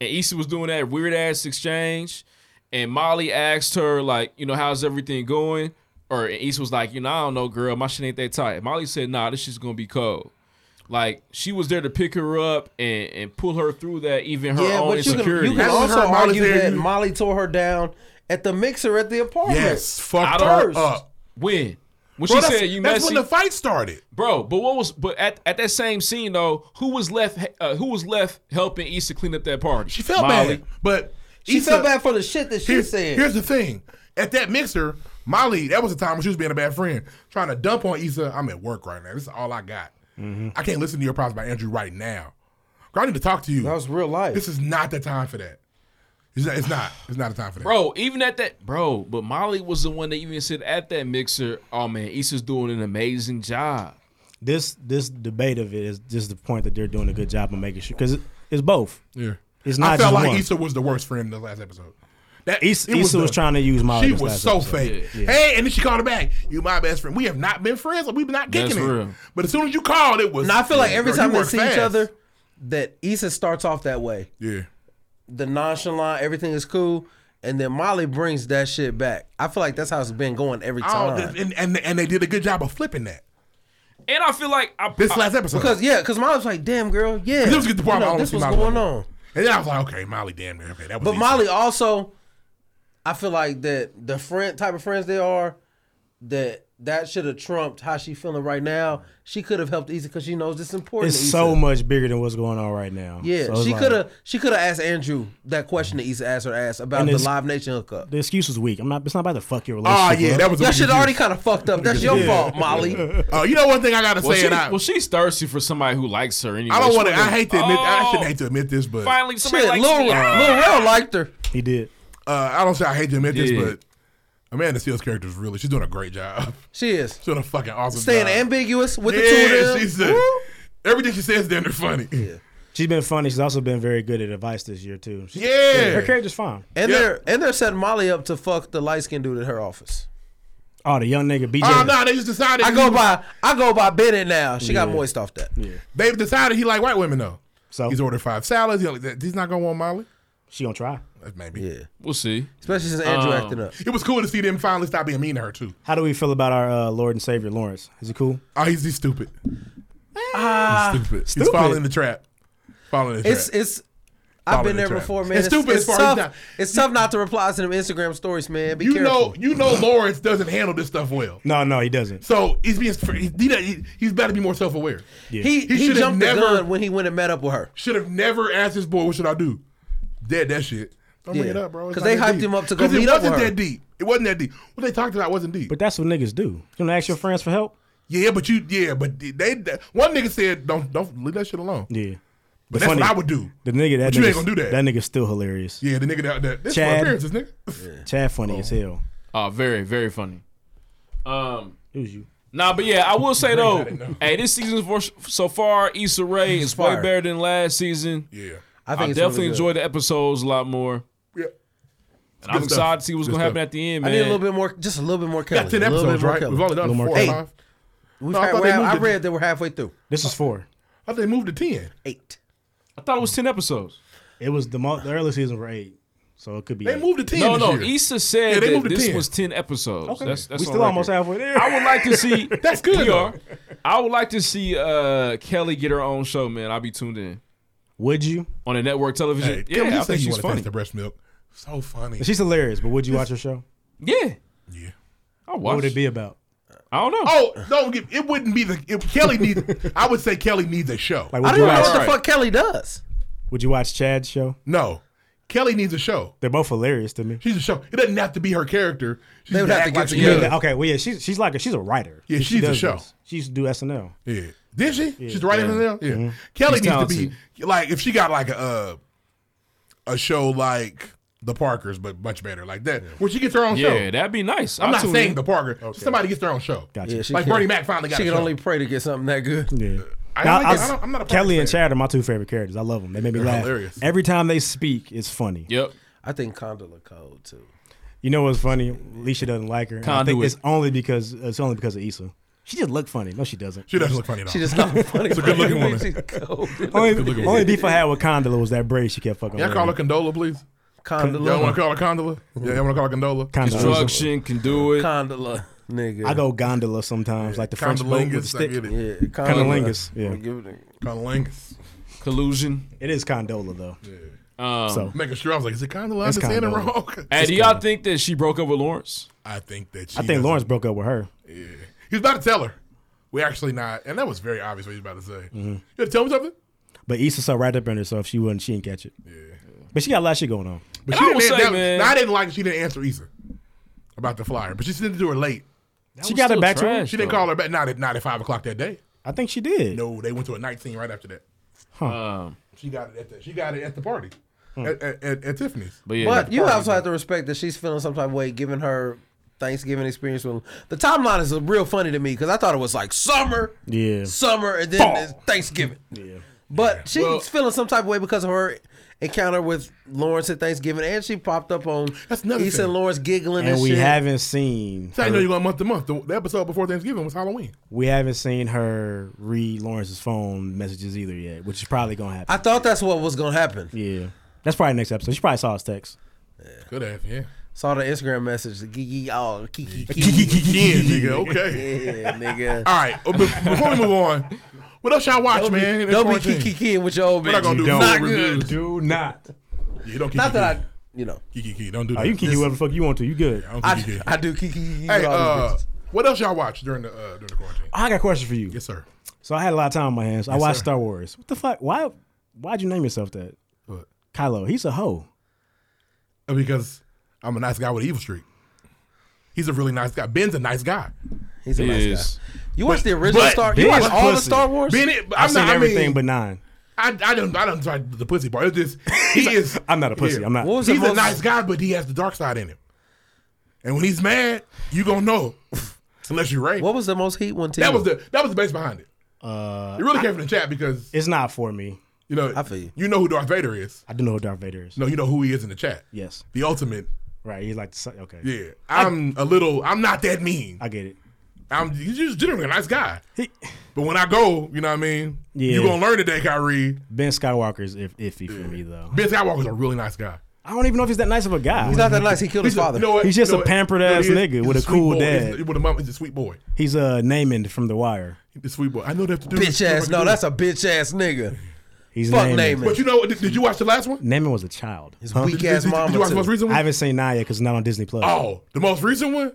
[SPEAKER 3] and Issa was doing that weird ass exchange, and Molly asked her, like, you know, how's everything going? Or and Issa was like, you know, I don't know, girl, my shit ain't that tight. Molly said, nah, this shit's gonna be cold. Like she was there to pick her up and, and pull her through that, even her
[SPEAKER 13] yeah,
[SPEAKER 3] own
[SPEAKER 13] but you can,
[SPEAKER 3] insecurity.
[SPEAKER 13] you can also argue that Molly tore her down at the mixer at the apartment.
[SPEAKER 3] I don't- When? When
[SPEAKER 13] Bro,
[SPEAKER 3] she
[SPEAKER 13] that's-
[SPEAKER 3] said you
[SPEAKER 13] that's
[SPEAKER 3] messy.
[SPEAKER 13] when the
[SPEAKER 9] fight started.
[SPEAKER 3] Bro, but what was but at, at that same scene though, who was left uh, who was left helping Issa clean up that party? She
[SPEAKER 9] felt bad, but
[SPEAKER 3] She felt bad
[SPEAKER 13] for the shit that
[SPEAKER 3] she said.
[SPEAKER 9] Here's the thing: at that mixer, Molly, that was the time when she was being a bad friend, trying to dump on Issa. I'm at work right now. This is all I got. I can't listen to your problems about Andrew right now. Girl, I need to talk to you. That
[SPEAKER 13] was real life.
[SPEAKER 9] This is not the time for that. It's not. It's not, it's not the time for that.
[SPEAKER 3] Bro, even at that bro, but Molly was the one that even said at that mixer, oh man, Issa's doing an amazing job.
[SPEAKER 4] this this debate of it is just the point that they're doing a good job of making sure because it's both.
[SPEAKER 9] Yeah,
[SPEAKER 4] it's not
[SPEAKER 9] I felt
[SPEAKER 4] just
[SPEAKER 9] like
[SPEAKER 4] one.
[SPEAKER 9] Issa was the worst friend in the last episode. That
[SPEAKER 4] Issa-
[SPEAKER 9] it
[SPEAKER 4] Issa was trying to use Molly
[SPEAKER 9] She
[SPEAKER 4] this
[SPEAKER 9] was
[SPEAKER 4] last
[SPEAKER 9] so
[SPEAKER 4] episode.
[SPEAKER 9] fake.
[SPEAKER 4] Yeah. Yeah.
[SPEAKER 9] Hey, and then she called her back. You my best friend. We have not been friends. We've been not
[SPEAKER 13] That's
[SPEAKER 9] kicking it.
[SPEAKER 13] real.
[SPEAKER 9] But as soon as you called, it was.
[SPEAKER 13] Now I feel like
[SPEAKER 9] Yeah,
[SPEAKER 13] every
[SPEAKER 9] girl,
[SPEAKER 13] time
[SPEAKER 9] you
[SPEAKER 13] they
[SPEAKER 9] work
[SPEAKER 13] see each
[SPEAKER 9] fast.
[SPEAKER 13] other, that Issa starts off that way.
[SPEAKER 9] Yeah.
[SPEAKER 13] The nonchalant, everything is cool, and then Molly brings that shit back. I feel like that's how it's been going every
[SPEAKER 9] Oh,
[SPEAKER 13] time.
[SPEAKER 9] and, and and they did a good job of flipping that.
[SPEAKER 3] And I feel like I,
[SPEAKER 9] This last episode.
[SPEAKER 13] because yeah, because Molly was like, "Damn, girl, yeah."
[SPEAKER 9] This was the part
[SPEAKER 13] you know,
[SPEAKER 9] I don't
[SPEAKER 13] this
[SPEAKER 9] see
[SPEAKER 13] was
[SPEAKER 9] Molly
[SPEAKER 13] going
[SPEAKER 9] no
[SPEAKER 13] on.
[SPEAKER 9] more. And then I was like, okay, Molly, damn it, okay, that was.
[SPEAKER 13] But
[SPEAKER 9] Issa.
[SPEAKER 13] Molly also, I feel like that the friend type of friends they are, that that should have trumped how she feeling right now. She could have helped Issa because she knows this is important.
[SPEAKER 4] It's
[SPEAKER 13] to Issa.
[SPEAKER 4] so much bigger than what's going on right now.
[SPEAKER 13] Yeah,
[SPEAKER 4] So it's
[SPEAKER 13] she
[SPEAKER 4] like-
[SPEAKER 13] could have she could have asked Andrew that question that Issa asked her ass about
[SPEAKER 4] And
[SPEAKER 13] the
[SPEAKER 4] it's-
[SPEAKER 13] Live Nation hookup.
[SPEAKER 4] The excuse was weak. I'm not. It's not about to fuck your
[SPEAKER 13] Ah,
[SPEAKER 4] relationship.
[SPEAKER 13] yeah,
[SPEAKER 4] up.
[SPEAKER 13] that was a That weak shit excuse. already kinda fucked up. That's your fault, Molly.
[SPEAKER 9] Oh, you know one thing I gotta
[SPEAKER 3] well,
[SPEAKER 9] say,
[SPEAKER 3] she-
[SPEAKER 9] and I,
[SPEAKER 3] well, she's thirsty for somebody who likes her anyway.
[SPEAKER 9] I don't
[SPEAKER 3] She
[SPEAKER 9] want to. I
[SPEAKER 3] wouldn't-
[SPEAKER 9] hate to admit. I
[SPEAKER 3] Oh.
[SPEAKER 9] shouldn't hate to admit this, but
[SPEAKER 3] Finally, somebody likes me. Ah.
[SPEAKER 13] liked her.
[SPEAKER 4] He did.
[SPEAKER 9] Uh, I don't say I hate to admit
[SPEAKER 3] Yeah.
[SPEAKER 9] this, but Amanda Steele's character is really. She's doing a great job.
[SPEAKER 13] She is. She's
[SPEAKER 9] doing a fucking awesome
[SPEAKER 13] Staying
[SPEAKER 9] job.
[SPEAKER 13] ambiguous with the
[SPEAKER 9] Yeah,
[SPEAKER 13] two of them.
[SPEAKER 9] she's a-
[SPEAKER 13] Woo!
[SPEAKER 9] everything she says, then they're funny. Yeah.
[SPEAKER 4] She's been funny. She's also been very good at advice this year too. She-
[SPEAKER 9] Yeah.
[SPEAKER 4] her character's fine.
[SPEAKER 13] And they're and they're setting Molly up to fuck the light skinned dude at her office.
[SPEAKER 4] Oh, the young nigga BJ.
[SPEAKER 9] Oh no, they just decided.
[SPEAKER 13] I go by I go by Bennett now. She got
[SPEAKER 9] Yeah.
[SPEAKER 13] moist off that.
[SPEAKER 4] Yeah.
[SPEAKER 9] They've decided he like white women though. So he's ordered five salads. He only- He's not gonna want Molly.
[SPEAKER 4] She gonna try.
[SPEAKER 9] Maybe.
[SPEAKER 13] Yeah.
[SPEAKER 3] We'll see.
[SPEAKER 13] Especially since
[SPEAKER 3] Oh.
[SPEAKER 4] Andrew acting up.
[SPEAKER 9] It was cool to see them finally stop being mean to her too.
[SPEAKER 4] How do we feel about our uh, Lord and Savior Lawrence? Is he cool?
[SPEAKER 9] Oh, he's, he's stupid.
[SPEAKER 13] Ah,
[SPEAKER 9] he's stupid. He's
[SPEAKER 4] stupid.
[SPEAKER 9] following the trap. Following the
[SPEAKER 13] It's
[SPEAKER 9] trap.
[SPEAKER 13] it's I've
[SPEAKER 9] Follow
[SPEAKER 13] been
[SPEAKER 9] the
[SPEAKER 13] there
[SPEAKER 9] trap.
[SPEAKER 13] before, man.
[SPEAKER 9] It's stupid as far as
[SPEAKER 13] tough.
[SPEAKER 9] that-
[SPEAKER 13] It's tough not to reply to them Instagram stories, man. Be
[SPEAKER 9] you
[SPEAKER 13] careful.
[SPEAKER 9] know, you know, Lawrence doesn't handle this stuff well.
[SPEAKER 4] No, no, he doesn't.
[SPEAKER 9] So he's being he, he, he's better be more self aware.
[SPEAKER 13] He he,
[SPEAKER 9] should have
[SPEAKER 13] jumped the
[SPEAKER 9] never
[SPEAKER 13] gun when he went and met up with her.
[SPEAKER 9] should have never asked his boy, "What should I do?" Dead that shit. Don't bring
[SPEAKER 13] Yeah.
[SPEAKER 9] it up, bro. It's
[SPEAKER 13] 'Cause
[SPEAKER 9] not
[SPEAKER 13] they
[SPEAKER 9] that
[SPEAKER 13] hyped
[SPEAKER 9] deep.
[SPEAKER 13] him up to go
[SPEAKER 9] 'Cause
[SPEAKER 13] meet
[SPEAKER 9] it
[SPEAKER 13] up
[SPEAKER 9] wasn't
[SPEAKER 13] with her.
[SPEAKER 9] that deep. It wasn't that deep. What they talked about wasn't deep.
[SPEAKER 4] But that's what niggas do. You gonna ask your friends for help?
[SPEAKER 9] Yeah, but you, yeah, but they. that- one nigga said, "Don't, don't leave that shit alone."
[SPEAKER 4] Yeah. The
[SPEAKER 9] But that's
[SPEAKER 4] funny-
[SPEAKER 9] what I would do.
[SPEAKER 4] The nigga that
[SPEAKER 9] But you
[SPEAKER 4] nigga's-
[SPEAKER 9] ain't gonna do that.
[SPEAKER 4] That nigga's still hilarious.
[SPEAKER 9] Yeah, the nigga that, that this
[SPEAKER 4] Chad.
[SPEAKER 9] for appearances, nigga.
[SPEAKER 4] Chad funny as hell.
[SPEAKER 3] Oh, very, very funny. Um,
[SPEAKER 4] it was you.
[SPEAKER 3] Nah, but yeah, I will say though,
[SPEAKER 9] didn't know.
[SPEAKER 3] hey, this season for, so far, Issa Rae is way
[SPEAKER 9] fire.
[SPEAKER 3] better than last season.
[SPEAKER 9] Yeah,
[SPEAKER 3] I,
[SPEAKER 9] I think it's really
[SPEAKER 3] definitely
[SPEAKER 9] good.
[SPEAKER 3] enjoyed the episodes a lot more.
[SPEAKER 9] Yeah.
[SPEAKER 3] and I'm
[SPEAKER 9] Good stuff.
[SPEAKER 3] excited to see what's
[SPEAKER 9] Good
[SPEAKER 3] gonna happen
[SPEAKER 9] stuff.
[SPEAKER 3] at the end,
[SPEAKER 13] I
[SPEAKER 3] man.
[SPEAKER 13] need a little bit more, just a little bit more Kelly.
[SPEAKER 9] Got ten
[SPEAKER 13] a little bit
[SPEAKER 9] episodes,
[SPEAKER 13] more
[SPEAKER 9] right?
[SPEAKER 13] Kelly.
[SPEAKER 9] We've only
[SPEAKER 13] A
[SPEAKER 9] done
[SPEAKER 13] little
[SPEAKER 9] four
[SPEAKER 13] more
[SPEAKER 9] or
[SPEAKER 13] Kelly.
[SPEAKER 9] five.
[SPEAKER 13] We've
[SPEAKER 9] No, I
[SPEAKER 13] had-
[SPEAKER 9] thought
[SPEAKER 13] we're
[SPEAKER 9] they
[SPEAKER 13] at-
[SPEAKER 9] moved
[SPEAKER 13] I
[SPEAKER 9] it.
[SPEAKER 13] read that we're halfway through.
[SPEAKER 4] This is four.
[SPEAKER 9] I think they moved to ten.
[SPEAKER 13] Eight.
[SPEAKER 3] I thought it was ten episodes.
[SPEAKER 4] It was the, mo- the early season were eight, so it could be.
[SPEAKER 9] They
[SPEAKER 4] eight.
[SPEAKER 9] moved to ten.
[SPEAKER 3] No,
[SPEAKER 9] this
[SPEAKER 3] no, E-
[SPEAKER 9] year.
[SPEAKER 3] Issa said
[SPEAKER 9] Yeah, they
[SPEAKER 3] that
[SPEAKER 9] moved to
[SPEAKER 3] this
[SPEAKER 9] 10.
[SPEAKER 3] was ten episodes. That's, that's
[SPEAKER 4] we
[SPEAKER 3] on
[SPEAKER 4] still
[SPEAKER 3] record.
[SPEAKER 4] almost halfway there.
[SPEAKER 3] I would like to see.
[SPEAKER 9] That's good,
[SPEAKER 3] We
[SPEAKER 9] though.
[SPEAKER 3] are. I would like to see uh, Kelly get her own show, man. I'll be tuned in
[SPEAKER 4] Would you?
[SPEAKER 3] on a network television.
[SPEAKER 9] Hey, Kim, you
[SPEAKER 3] yeah, I
[SPEAKER 9] say
[SPEAKER 3] think
[SPEAKER 9] you
[SPEAKER 3] she's
[SPEAKER 9] wanna taste
[SPEAKER 3] funny.
[SPEAKER 9] The breast milk, so funny.
[SPEAKER 4] She's hilarious, but would you watch her show?
[SPEAKER 3] Yeah.
[SPEAKER 9] Yeah.
[SPEAKER 3] I
[SPEAKER 4] What would
[SPEAKER 3] watched.
[SPEAKER 4] it be about?
[SPEAKER 3] I don't know.
[SPEAKER 9] Oh, don't get. It wouldn't be the. If Kelly needs. I would say Kelly needs a show.
[SPEAKER 4] Like, would you watch?
[SPEAKER 13] fuck Kelly does.
[SPEAKER 4] Would you watch Chad's show?
[SPEAKER 9] No, Kelly needs a show.
[SPEAKER 4] They're both hilarious to me.
[SPEAKER 9] She's a show. It doesn't have to be her character. She
[SPEAKER 4] They
[SPEAKER 9] just
[SPEAKER 4] would have
[SPEAKER 9] act
[SPEAKER 4] to get
[SPEAKER 9] like she
[SPEAKER 4] together.
[SPEAKER 9] does.
[SPEAKER 4] Okay, well yeah, she's she's like a, she's a writer.
[SPEAKER 9] Yeah,
[SPEAKER 4] She-
[SPEAKER 9] she's
[SPEAKER 4] she
[SPEAKER 9] a
[SPEAKER 4] does
[SPEAKER 9] show.
[SPEAKER 4] this. She used to do SNL.
[SPEAKER 9] Yeah, did she?
[SPEAKER 4] Yeah.
[SPEAKER 9] She's writing
[SPEAKER 4] Yeah.
[SPEAKER 9] yeah. Mm-hmm. now. Yeah,
[SPEAKER 4] Mhm.
[SPEAKER 9] Kelly
[SPEAKER 4] She's
[SPEAKER 9] needs to
[SPEAKER 4] talented.
[SPEAKER 9] be like if she got like a uh, a show like the Parkers, but much better like that. When she gets her own show,
[SPEAKER 3] Yeah, that'd be nice.
[SPEAKER 9] I'm
[SPEAKER 3] I'll
[SPEAKER 9] not
[SPEAKER 3] tune
[SPEAKER 9] saying
[SPEAKER 3] in.
[SPEAKER 9] the Parker.
[SPEAKER 3] Okay.
[SPEAKER 9] Somebody gets their own show.
[SPEAKER 4] Gotcha. Yeah,
[SPEAKER 13] she
[SPEAKER 9] like
[SPEAKER 13] can-
[SPEAKER 9] Bernie Mac finally got.
[SPEAKER 13] she
[SPEAKER 9] a
[SPEAKER 13] can
[SPEAKER 9] show.
[SPEAKER 13] only pray to get something that good.
[SPEAKER 4] Yeah.
[SPEAKER 9] Uh, I
[SPEAKER 4] Now,
[SPEAKER 9] don't like it. I don't- I'm not a Parker
[SPEAKER 4] Kelly
[SPEAKER 9] fan.
[SPEAKER 4] and Chad are my two favorite characters. I love them. They make me
[SPEAKER 13] They're
[SPEAKER 4] laugh.
[SPEAKER 13] hilarious.
[SPEAKER 4] Every time they speak, it's funny.
[SPEAKER 3] Yep.
[SPEAKER 13] I think Condola Code too.
[SPEAKER 4] You know what's funny? Alicia doesn't like her. And I think
[SPEAKER 13] Conduit.
[SPEAKER 4] it's only because it's only because of Issa. She just look funny. No, she doesn't.
[SPEAKER 9] She doesn't look funny at all.
[SPEAKER 13] She just not funny.
[SPEAKER 9] It's a good-looking woman.
[SPEAKER 13] She's cold.
[SPEAKER 4] only,
[SPEAKER 9] Good-looking
[SPEAKER 4] only
[SPEAKER 9] woman.
[SPEAKER 4] beef I had with Condola was that braid she kept fucking.
[SPEAKER 9] Y'all
[SPEAKER 4] with.
[SPEAKER 9] call her Condola, please.
[SPEAKER 13] Condola.
[SPEAKER 9] Y'all want to call her Condola? Yeah, y'all want to call her Condola?
[SPEAKER 4] Condola.
[SPEAKER 3] Construction can do it.
[SPEAKER 13] Condola, nigga.
[SPEAKER 4] I go gondola sometimes, like the French boat with
[SPEAKER 9] Condolingus,
[SPEAKER 4] the stick.
[SPEAKER 9] I get it.
[SPEAKER 13] Yeah,
[SPEAKER 4] Condolingus. Yeah,
[SPEAKER 9] Condolingus.
[SPEAKER 3] Collusion.
[SPEAKER 4] it is condola though.
[SPEAKER 3] Um,
[SPEAKER 4] So-
[SPEAKER 9] Making sure I was like, is it Condola? I'm
[SPEAKER 4] It's
[SPEAKER 9] just saying it
[SPEAKER 4] Condola.
[SPEAKER 9] wrong.
[SPEAKER 3] Hey, do y'all think that she broke up with Lawrence?
[SPEAKER 9] I think that she
[SPEAKER 4] I think Lawrence broke up with her.
[SPEAKER 9] He was about to tell her. We actually not, and that was very obvious what he was about to say.
[SPEAKER 4] Mm-hmm.
[SPEAKER 9] You had to tell me something.
[SPEAKER 4] But Issa saw right up in her, so if she wouldn't, she didn't catch it. Yeah. But she got a lot of shit going on.
[SPEAKER 9] But
[SPEAKER 3] And I will
[SPEAKER 9] didn't
[SPEAKER 3] say,
[SPEAKER 9] that-
[SPEAKER 3] man-
[SPEAKER 9] now, I didn't like she didn't answer either about the flyer, but she sent it to her late.
[SPEAKER 4] She got her back to her.
[SPEAKER 9] She didn't call her back. Not at not at five o'clock that day.
[SPEAKER 4] I think she did.
[SPEAKER 9] No, they went to a night scene right after that.
[SPEAKER 3] Um,
[SPEAKER 9] She got it at the she got it at the party at, at, at, at Tiffany's.
[SPEAKER 13] but you also have to respect that she's feeling some type of way, given her Thanksgiving experience. With the timeline is real funny to me because I thought it was like summer,
[SPEAKER 4] Yeah.
[SPEAKER 13] summer, and then it's Thanksgiving. Yeah. But she's feeling some type of way because of her encounter with Lawrence at Thanksgiving, and she popped up on That's
[SPEAKER 9] another
[SPEAKER 13] Issa
[SPEAKER 9] thing.
[SPEAKER 13] and Lawrence giggling and,
[SPEAKER 4] And we
[SPEAKER 13] shit.
[SPEAKER 4] haven't seen.
[SPEAKER 9] So I know
[SPEAKER 4] her-
[SPEAKER 9] you going month to month. The, the episode before Thanksgiving was Halloween.
[SPEAKER 4] we haven't seen her read Lawrence's phone messages either yet, which is probably gonna happen.
[SPEAKER 13] I thought that's what was gonna happen.
[SPEAKER 4] yeah, that's probably next episode. She probably saw his text.
[SPEAKER 9] Could have, yeah.
[SPEAKER 13] Saw the Instagram message, the gee oh kiki
[SPEAKER 9] Yeah, nigga. Okay.
[SPEAKER 13] yeah, nigga.
[SPEAKER 9] All right. Well, be- Before we move on, what else y'all watch,
[SPEAKER 13] Don't be-
[SPEAKER 9] man? in this
[SPEAKER 13] don't be
[SPEAKER 9] quarantine?
[SPEAKER 13] kikiing with your old
[SPEAKER 9] We're not
[SPEAKER 13] bitch.
[SPEAKER 9] gonna
[SPEAKER 13] You
[SPEAKER 9] do
[SPEAKER 13] don't.
[SPEAKER 9] full
[SPEAKER 13] Not
[SPEAKER 9] reviews.
[SPEAKER 13] good.
[SPEAKER 4] Do not.
[SPEAKER 9] You don't.
[SPEAKER 13] Not that
[SPEAKER 9] kiki.
[SPEAKER 13] I, you know,
[SPEAKER 9] Kiki, kiki. Don't do
[SPEAKER 4] Oh,
[SPEAKER 9] that.
[SPEAKER 4] you can do
[SPEAKER 9] This-
[SPEAKER 4] whatever the fuck you want to. You good?
[SPEAKER 9] I don't
[SPEAKER 13] I,
[SPEAKER 9] kiki.
[SPEAKER 13] I do kiki kiki
[SPEAKER 9] Hey,
[SPEAKER 13] with all these
[SPEAKER 9] uh,
[SPEAKER 13] bitches.
[SPEAKER 9] what else y'all watch during the uh, during the quarantine?
[SPEAKER 4] I got a question for you.
[SPEAKER 9] Yes, sir.
[SPEAKER 4] So I had a lot of time on my hands. I
[SPEAKER 9] Yes,
[SPEAKER 4] watched
[SPEAKER 9] sir.
[SPEAKER 4] Star Wars. What the fuck? Why? Why'd you name yourself that?
[SPEAKER 9] What?
[SPEAKER 4] Kylo. He's a hoe.
[SPEAKER 9] Uh, Because I'm a nice guy with an evil streak. He's a really nice guy. Ben's a nice guy.
[SPEAKER 13] He's a
[SPEAKER 3] He
[SPEAKER 13] nice
[SPEAKER 3] is.
[SPEAKER 13] guy. You watched the original Star. You
[SPEAKER 4] Ben
[SPEAKER 13] watched
[SPEAKER 4] is
[SPEAKER 13] all the
[SPEAKER 4] pussy.
[SPEAKER 13] Star Wars.
[SPEAKER 9] Ben, it- I'm
[SPEAKER 4] I've
[SPEAKER 9] not,
[SPEAKER 4] seen everything
[SPEAKER 9] I mean,
[SPEAKER 4] but nine.
[SPEAKER 9] I, I don't I don't try the pussy part. It's just he is.
[SPEAKER 4] I'm not a pussy.
[SPEAKER 9] Yeah.
[SPEAKER 4] I'm not.
[SPEAKER 13] What was the
[SPEAKER 9] He's a
[SPEAKER 13] most-
[SPEAKER 9] nice guy, but he has the dark side in him. And when he's mad, you gonna know. Unless you're right.
[SPEAKER 13] What was the most heat one? To
[SPEAKER 9] That
[SPEAKER 13] you?
[SPEAKER 9] was the that was the base behind it.
[SPEAKER 4] Uh,
[SPEAKER 9] It really came from the chat because
[SPEAKER 4] it's not for me.
[SPEAKER 9] you know
[SPEAKER 13] I feel you.
[SPEAKER 9] you know who Darth Vader is.
[SPEAKER 4] I do know who Darth Vader is.
[SPEAKER 9] No, you know who he is in the chat.
[SPEAKER 4] Yes.
[SPEAKER 9] The ultimate.
[SPEAKER 4] Right. He's like the son- okay.
[SPEAKER 9] Yeah. I'm a little I'm not that mean.
[SPEAKER 4] I get it.
[SPEAKER 9] I'm he's just generally a nice guy.
[SPEAKER 4] He-
[SPEAKER 9] But when I go, you know what I mean?
[SPEAKER 4] Yeah.
[SPEAKER 9] You gonna learn today, Kyrie.
[SPEAKER 4] Ben Skywalker is if, iffy for me though.
[SPEAKER 9] Ben Skywalker's a really nice guy.
[SPEAKER 4] I don't even know if he's that nice of a guy.
[SPEAKER 13] He's not that nice. He killed his
[SPEAKER 9] a-
[SPEAKER 13] father.
[SPEAKER 9] you know what?
[SPEAKER 4] He's just
[SPEAKER 9] You know
[SPEAKER 4] a
[SPEAKER 9] what?
[SPEAKER 4] pampered
[SPEAKER 9] No,
[SPEAKER 4] ass
[SPEAKER 9] he is.
[SPEAKER 4] nigga
[SPEAKER 9] He's
[SPEAKER 4] with a
[SPEAKER 9] sweet
[SPEAKER 4] cool
[SPEAKER 9] boy.
[SPEAKER 4] dad.
[SPEAKER 9] He's, with a mom, he's a sweet boy.
[SPEAKER 4] He's uh Naaman from The Wire.
[SPEAKER 9] He's a sweet boy. I know they have to do
[SPEAKER 13] bitch
[SPEAKER 9] this.
[SPEAKER 13] ass. No, that's a bitch ass nigga.
[SPEAKER 4] He's
[SPEAKER 13] Fuck
[SPEAKER 4] Naaman.
[SPEAKER 13] Naaman.
[SPEAKER 9] But you know, did, did you watch the last one?
[SPEAKER 4] Naaman was a child.
[SPEAKER 13] His
[SPEAKER 4] huh?
[SPEAKER 13] weak
[SPEAKER 9] Did, did,
[SPEAKER 13] ass
[SPEAKER 9] did
[SPEAKER 13] mama.
[SPEAKER 9] you watch the most
[SPEAKER 13] too.
[SPEAKER 9] recent
[SPEAKER 4] I
[SPEAKER 9] one?
[SPEAKER 4] haven't seen Naya because it's not on Disney Plus.
[SPEAKER 9] Oh, the most recent one.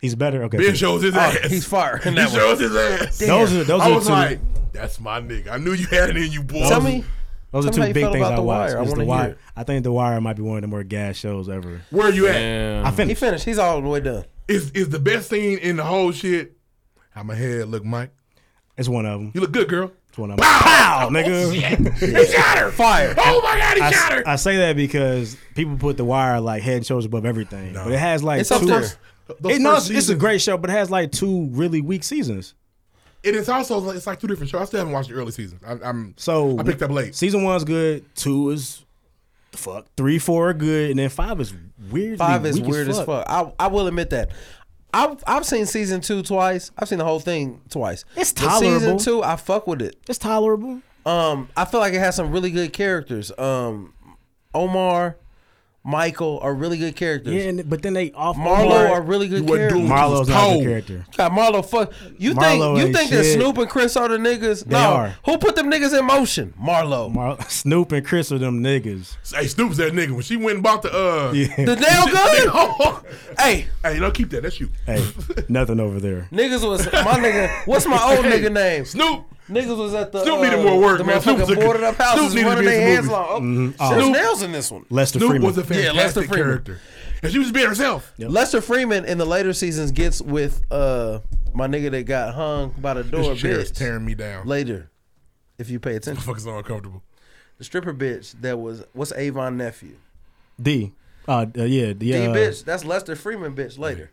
[SPEAKER 4] he's better. Okay.
[SPEAKER 9] Ben
[SPEAKER 4] cool.
[SPEAKER 9] shows his
[SPEAKER 13] Oh,
[SPEAKER 9] ass.
[SPEAKER 13] he's fire in
[SPEAKER 9] He
[SPEAKER 13] that one.
[SPEAKER 9] shows his ass.
[SPEAKER 4] Those are those
[SPEAKER 9] I
[SPEAKER 4] are
[SPEAKER 9] was
[SPEAKER 4] two.
[SPEAKER 9] like, that's my nigga. I knew you had it in you, boy.
[SPEAKER 13] Tell me,
[SPEAKER 4] those are
[SPEAKER 13] tell me how
[SPEAKER 4] two
[SPEAKER 13] you
[SPEAKER 4] big
[SPEAKER 13] felt
[SPEAKER 4] things
[SPEAKER 13] about
[SPEAKER 4] I
[SPEAKER 13] The
[SPEAKER 4] watched.
[SPEAKER 13] Wire. I
[SPEAKER 4] It's
[SPEAKER 13] wanna
[SPEAKER 4] The Wire.
[SPEAKER 13] hear it.
[SPEAKER 4] I think The Wire might be one of the more gas shows ever.
[SPEAKER 9] where you at?
[SPEAKER 4] I
[SPEAKER 3] Damn.
[SPEAKER 13] he
[SPEAKER 4] finished.
[SPEAKER 13] finished. He's all the way done.
[SPEAKER 9] Is is the best scene in the whole shit? How my head look, Mike?
[SPEAKER 4] It's one of them.
[SPEAKER 9] You look good, girl.
[SPEAKER 4] It's one of them. Pow,
[SPEAKER 13] Oh,
[SPEAKER 4] nigga.
[SPEAKER 9] He shot her.
[SPEAKER 13] Fire.
[SPEAKER 9] Oh my god, he
[SPEAKER 4] I,
[SPEAKER 9] shot
[SPEAKER 4] s-
[SPEAKER 9] her.
[SPEAKER 4] I say that because people put The Wire like head and shoulders above everything, but it has like
[SPEAKER 13] It's up
[SPEAKER 4] two.
[SPEAKER 13] there.
[SPEAKER 9] Those
[SPEAKER 4] It- no,
[SPEAKER 9] first
[SPEAKER 4] it's, it's a
[SPEAKER 9] seasons-
[SPEAKER 4] great show, but it has like two really weak seasons.
[SPEAKER 9] It is also like- it's like two different shows. I still haven't watched the early seasons. I, I'm
[SPEAKER 4] So
[SPEAKER 9] I picked up late.
[SPEAKER 4] Season one's good. Two is the fuck. Three, four are good, and then five is weird.
[SPEAKER 13] Five is weird as fuck. I, I will admit that. I've, I've seen season two twice. I've seen the whole thing twice.
[SPEAKER 4] It's
[SPEAKER 13] But Season
[SPEAKER 4] tolerable.
[SPEAKER 13] two, I fuck with it.
[SPEAKER 4] It's tolerable.
[SPEAKER 13] Um, I feel like it has some really good characters. Um, Omar, Michael are really good characters.
[SPEAKER 4] Yeah, and, but then they off
[SPEAKER 13] Marlo are really good
[SPEAKER 9] You wasn't
[SPEAKER 13] characters.
[SPEAKER 9] doing
[SPEAKER 4] Marlo's not a
[SPEAKER 9] Poe.
[SPEAKER 4] good character.
[SPEAKER 13] God, Marlo, fuck you
[SPEAKER 4] Marlo
[SPEAKER 13] think you
[SPEAKER 4] ain't
[SPEAKER 13] think that
[SPEAKER 4] shit.
[SPEAKER 13] Snoop and Chris are the niggas?
[SPEAKER 4] They
[SPEAKER 13] no,
[SPEAKER 4] are.
[SPEAKER 13] who put them niggas in motion? Marlo,
[SPEAKER 4] Mar- Snoop and Chris are them niggas.
[SPEAKER 9] Hey, Snoop's that nigga. When she went and bought the uh,
[SPEAKER 13] the
[SPEAKER 4] Yeah.
[SPEAKER 13] nail gun. hey,
[SPEAKER 9] hey, don't keep that. That's you,
[SPEAKER 4] hey, nothing over there.
[SPEAKER 13] niggas was my nigga. What's my old nigga name?
[SPEAKER 9] Snoop.
[SPEAKER 13] Niggas was at the
[SPEAKER 9] Snoop
[SPEAKER 13] uh,
[SPEAKER 9] needed more work,
[SPEAKER 13] the
[SPEAKER 9] man. Snoop was a
[SPEAKER 13] motherfucking
[SPEAKER 9] good-
[SPEAKER 13] boarded up
[SPEAKER 9] Snoop
[SPEAKER 13] houses
[SPEAKER 9] needed Mm-hmm. Uh-huh. to be
[SPEAKER 13] running
[SPEAKER 9] in
[SPEAKER 13] their
[SPEAKER 9] some
[SPEAKER 13] hands
[SPEAKER 9] movies.
[SPEAKER 13] long. Oh,
[SPEAKER 4] Oh.
[SPEAKER 13] There's
[SPEAKER 9] Snoop-
[SPEAKER 13] nails in this one.
[SPEAKER 4] Lester
[SPEAKER 9] Snoop
[SPEAKER 4] Freeman.
[SPEAKER 9] was a
[SPEAKER 13] Yeah, Lester
[SPEAKER 9] fantastic
[SPEAKER 13] Freeman.
[SPEAKER 9] character, and she was being herself.
[SPEAKER 13] Lester Freeman in the later seasons gets with uh my nigga that got hung by the door.
[SPEAKER 9] This chair is
[SPEAKER 13] bitch.
[SPEAKER 9] tearing me down.
[SPEAKER 13] later, if you pay attention.
[SPEAKER 9] Fuck is so uncomfortable.
[SPEAKER 13] The stripper bitch that was what's Avon nephew?
[SPEAKER 4] D. Uh, uh, yeah, the,
[SPEAKER 13] D
[SPEAKER 4] uh,
[SPEAKER 13] bitch. That's Lester Freeman bitch later.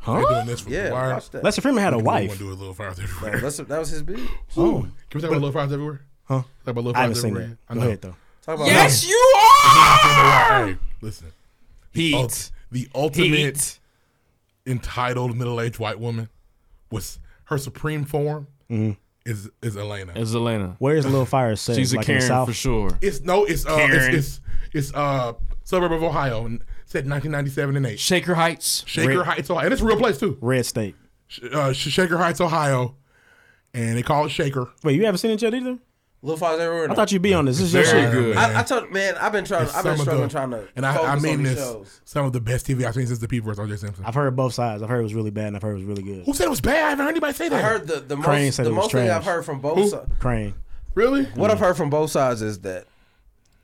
[SPEAKER 4] Huh?
[SPEAKER 9] They doing this for
[SPEAKER 13] Yeah,
[SPEAKER 9] the wire.
[SPEAKER 13] watch that.
[SPEAKER 4] Lester Freeman had a
[SPEAKER 9] We
[SPEAKER 4] wife.
[SPEAKER 9] wanna Do a little fires
[SPEAKER 13] No,
[SPEAKER 9] everywhere.
[SPEAKER 13] Lester, that was his bitch.
[SPEAKER 9] Ooh. Can we talk about little fires everywhere?
[SPEAKER 4] Huh?
[SPEAKER 9] Talk about little
[SPEAKER 4] I haven't
[SPEAKER 9] fires
[SPEAKER 4] seen
[SPEAKER 9] everywhere.
[SPEAKER 4] that. Go ahead though.
[SPEAKER 13] Talk about
[SPEAKER 9] Yes,
[SPEAKER 13] Lester.
[SPEAKER 9] you
[SPEAKER 3] Ah!
[SPEAKER 9] are. Hey, listen. The,
[SPEAKER 3] Heat.
[SPEAKER 9] ult- the ultimate entitled middle-aged white woman was her supreme form is is Elena.
[SPEAKER 3] Mm-hmm. It's Elena.
[SPEAKER 4] Where's Lil Fire set?
[SPEAKER 3] She's a
[SPEAKER 4] like in
[SPEAKER 3] Karen
[SPEAKER 4] the South?
[SPEAKER 3] for sure.
[SPEAKER 9] It's no, it's uh,
[SPEAKER 3] Karen.
[SPEAKER 9] it's, it's it's uh, suburb of Ohio, and said 1997 and eight.
[SPEAKER 3] Shaker Heights,
[SPEAKER 9] Shaker
[SPEAKER 4] Red-
[SPEAKER 9] Heights, Ohio, and it's a real place too.
[SPEAKER 4] Red State.
[SPEAKER 9] Sh- Uh, Sh- Shaker Heights, Ohio, and they call it Shaker.
[SPEAKER 4] Wait, you haven't seen it yet either?
[SPEAKER 13] Lil Fires everywhere.
[SPEAKER 4] I thought you'd be on this. This is your
[SPEAKER 9] Very
[SPEAKER 4] shit.
[SPEAKER 9] good. Man.
[SPEAKER 13] I, I told man, I've been trying.
[SPEAKER 9] It's
[SPEAKER 13] I've been
[SPEAKER 9] some of
[SPEAKER 13] struggling
[SPEAKER 9] the-
[SPEAKER 13] trying to.
[SPEAKER 9] and I, I
[SPEAKER 13] focus
[SPEAKER 9] mean
[SPEAKER 13] on these
[SPEAKER 9] this
[SPEAKER 13] shows.
[SPEAKER 9] some of the best TV I've seen since The People vs. O.J. Simpson.
[SPEAKER 4] I've heard both sides. I've heard it was really bad, and I've heard it was really good.
[SPEAKER 9] Who said it was bad? I haven't heard anybody say that.
[SPEAKER 13] I heard the the
[SPEAKER 4] Crane
[SPEAKER 13] most
[SPEAKER 4] said
[SPEAKER 13] the
[SPEAKER 4] it was
[SPEAKER 13] most thing
[SPEAKER 4] trash.
[SPEAKER 13] I've heard from
[SPEAKER 9] Who?
[SPEAKER 13] both. sides.
[SPEAKER 4] Crane.
[SPEAKER 9] really.
[SPEAKER 13] What I've heard from both sides is that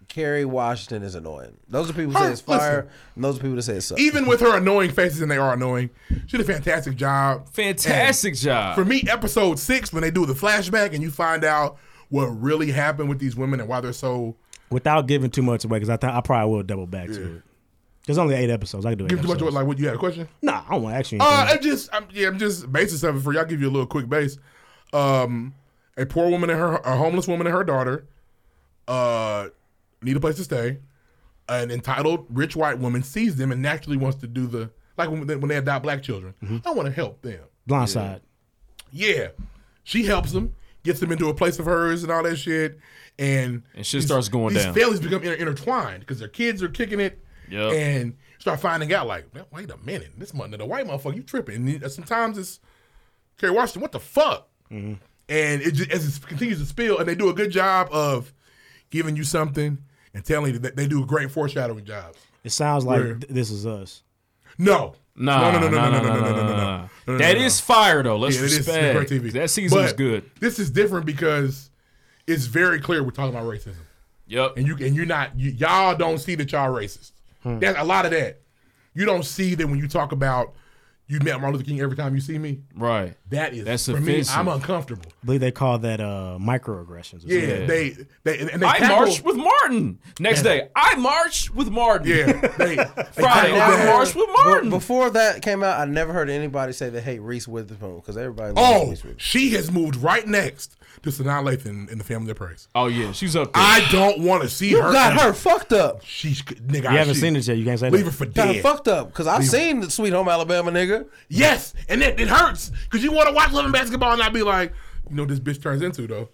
[SPEAKER 13] Kerry Washington is annoying. Those are people who
[SPEAKER 9] Her-
[SPEAKER 13] say it's fire, and those are people that say it sucks.
[SPEAKER 9] Even with her annoying faces, and they are annoying, she did a fantastic job.
[SPEAKER 3] fantastic job.
[SPEAKER 9] For me, episode six, when they do the flashback and you find out what really happened with these women and why they're so
[SPEAKER 4] Without giving too much away, because I, th- I probably will double back to it. There's only eight episodes. I can do eight
[SPEAKER 9] give too much
[SPEAKER 4] episodes.
[SPEAKER 9] away. Like, what you had a question?
[SPEAKER 4] Nah, I don't want to ask you anything.
[SPEAKER 9] Uh, I'm just, I'm, yeah, I'm just basis of it for you. I'll give you a little quick base. Um, a poor woman and her, a homeless woman and her daughter, uh, need a place to stay. An entitled rich white woman sees them and naturally wants to do the like when they, when they adopt black children.
[SPEAKER 3] Mm-hmm.
[SPEAKER 9] I want to help them.
[SPEAKER 4] Blindside.
[SPEAKER 9] Yeah, she helps them, gets them into a place of hers and all that shit, and
[SPEAKER 3] And shit starts going
[SPEAKER 9] these
[SPEAKER 3] down.
[SPEAKER 9] families become inter- intertwined because their kids are kicking it,
[SPEAKER 3] Yep.
[SPEAKER 9] and start finding out like, "Man, wait a minute, this mother, the white motherfucker, you tripping? And sometimes it's Kerry Washington, what the fuck?
[SPEAKER 3] Mm-hmm.
[SPEAKER 9] And it just, as it continues to spill, and they do a good job of giving you something and telling you that they do a great foreshadowing job.
[SPEAKER 4] It sounds like
[SPEAKER 9] Where?
[SPEAKER 4] th- this is us.
[SPEAKER 9] No.
[SPEAKER 3] Nah,
[SPEAKER 9] no, no, no,
[SPEAKER 3] nah, nah,
[SPEAKER 9] no, no,
[SPEAKER 3] nah,
[SPEAKER 9] no, no, no,
[SPEAKER 3] nah,
[SPEAKER 9] no,
[SPEAKER 3] nah,
[SPEAKER 9] no,
[SPEAKER 3] nah.
[SPEAKER 9] no.
[SPEAKER 3] That is fire, though. Let's
[SPEAKER 9] it is. It's
[SPEAKER 3] respect.
[SPEAKER 9] great TV.
[SPEAKER 3] That season was
[SPEAKER 9] But
[SPEAKER 3] good.
[SPEAKER 9] This is different because it's very clear we're talking about racism.
[SPEAKER 3] Yep.
[SPEAKER 9] And you and you're not you, y'all don't see that y'all racist.
[SPEAKER 13] Hmm.
[SPEAKER 9] That's a lot of that. You don't see that when you talk about you met Martin Luther King every time you see me.
[SPEAKER 3] Right.
[SPEAKER 9] That is
[SPEAKER 3] That's
[SPEAKER 9] for
[SPEAKER 3] offensive.
[SPEAKER 9] me. I'm uncomfortable.
[SPEAKER 4] I believe they call that uh, microaggressions. or
[SPEAKER 9] Yeah,
[SPEAKER 4] something.
[SPEAKER 9] they they and they
[SPEAKER 3] I
[SPEAKER 9] tackle-
[SPEAKER 3] marched with Martin. Next day, I marched with Martin.
[SPEAKER 9] Yeah, they, they
[SPEAKER 3] Friday,
[SPEAKER 9] tackle
[SPEAKER 3] I
[SPEAKER 9] that.
[SPEAKER 3] marched with
[SPEAKER 13] Be-
[SPEAKER 3] Martin.
[SPEAKER 13] Before that came out, I never heard anybody say they hate Reese Witherspoon because everybody. loves
[SPEAKER 9] Oh,
[SPEAKER 13] Reese Witherspoon.
[SPEAKER 9] she has moved right next to Sanaa Lathan in the Family of Praise.
[SPEAKER 3] Oh yeah, she's up there.
[SPEAKER 9] I don't want to see
[SPEAKER 13] you
[SPEAKER 9] her.
[SPEAKER 13] got
[SPEAKER 9] ever.
[SPEAKER 13] her fucked up.
[SPEAKER 9] She's nigga.
[SPEAKER 4] You haven't seen it yet. You can't say
[SPEAKER 9] Leave
[SPEAKER 4] that.
[SPEAKER 9] her for
[SPEAKER 13] Got her
[SPEAKER 9] dead.
[SPEAKER 13] fucked up because I
[SPEAKER 9] Leave her.
[SPEAKER 13] seen the Sweet Home Alabama nigga.
[SPEAKER 9] Yes, and it, it hurts because you want to watch Love and Basketball and not be like, you know, what this bitch turns into though.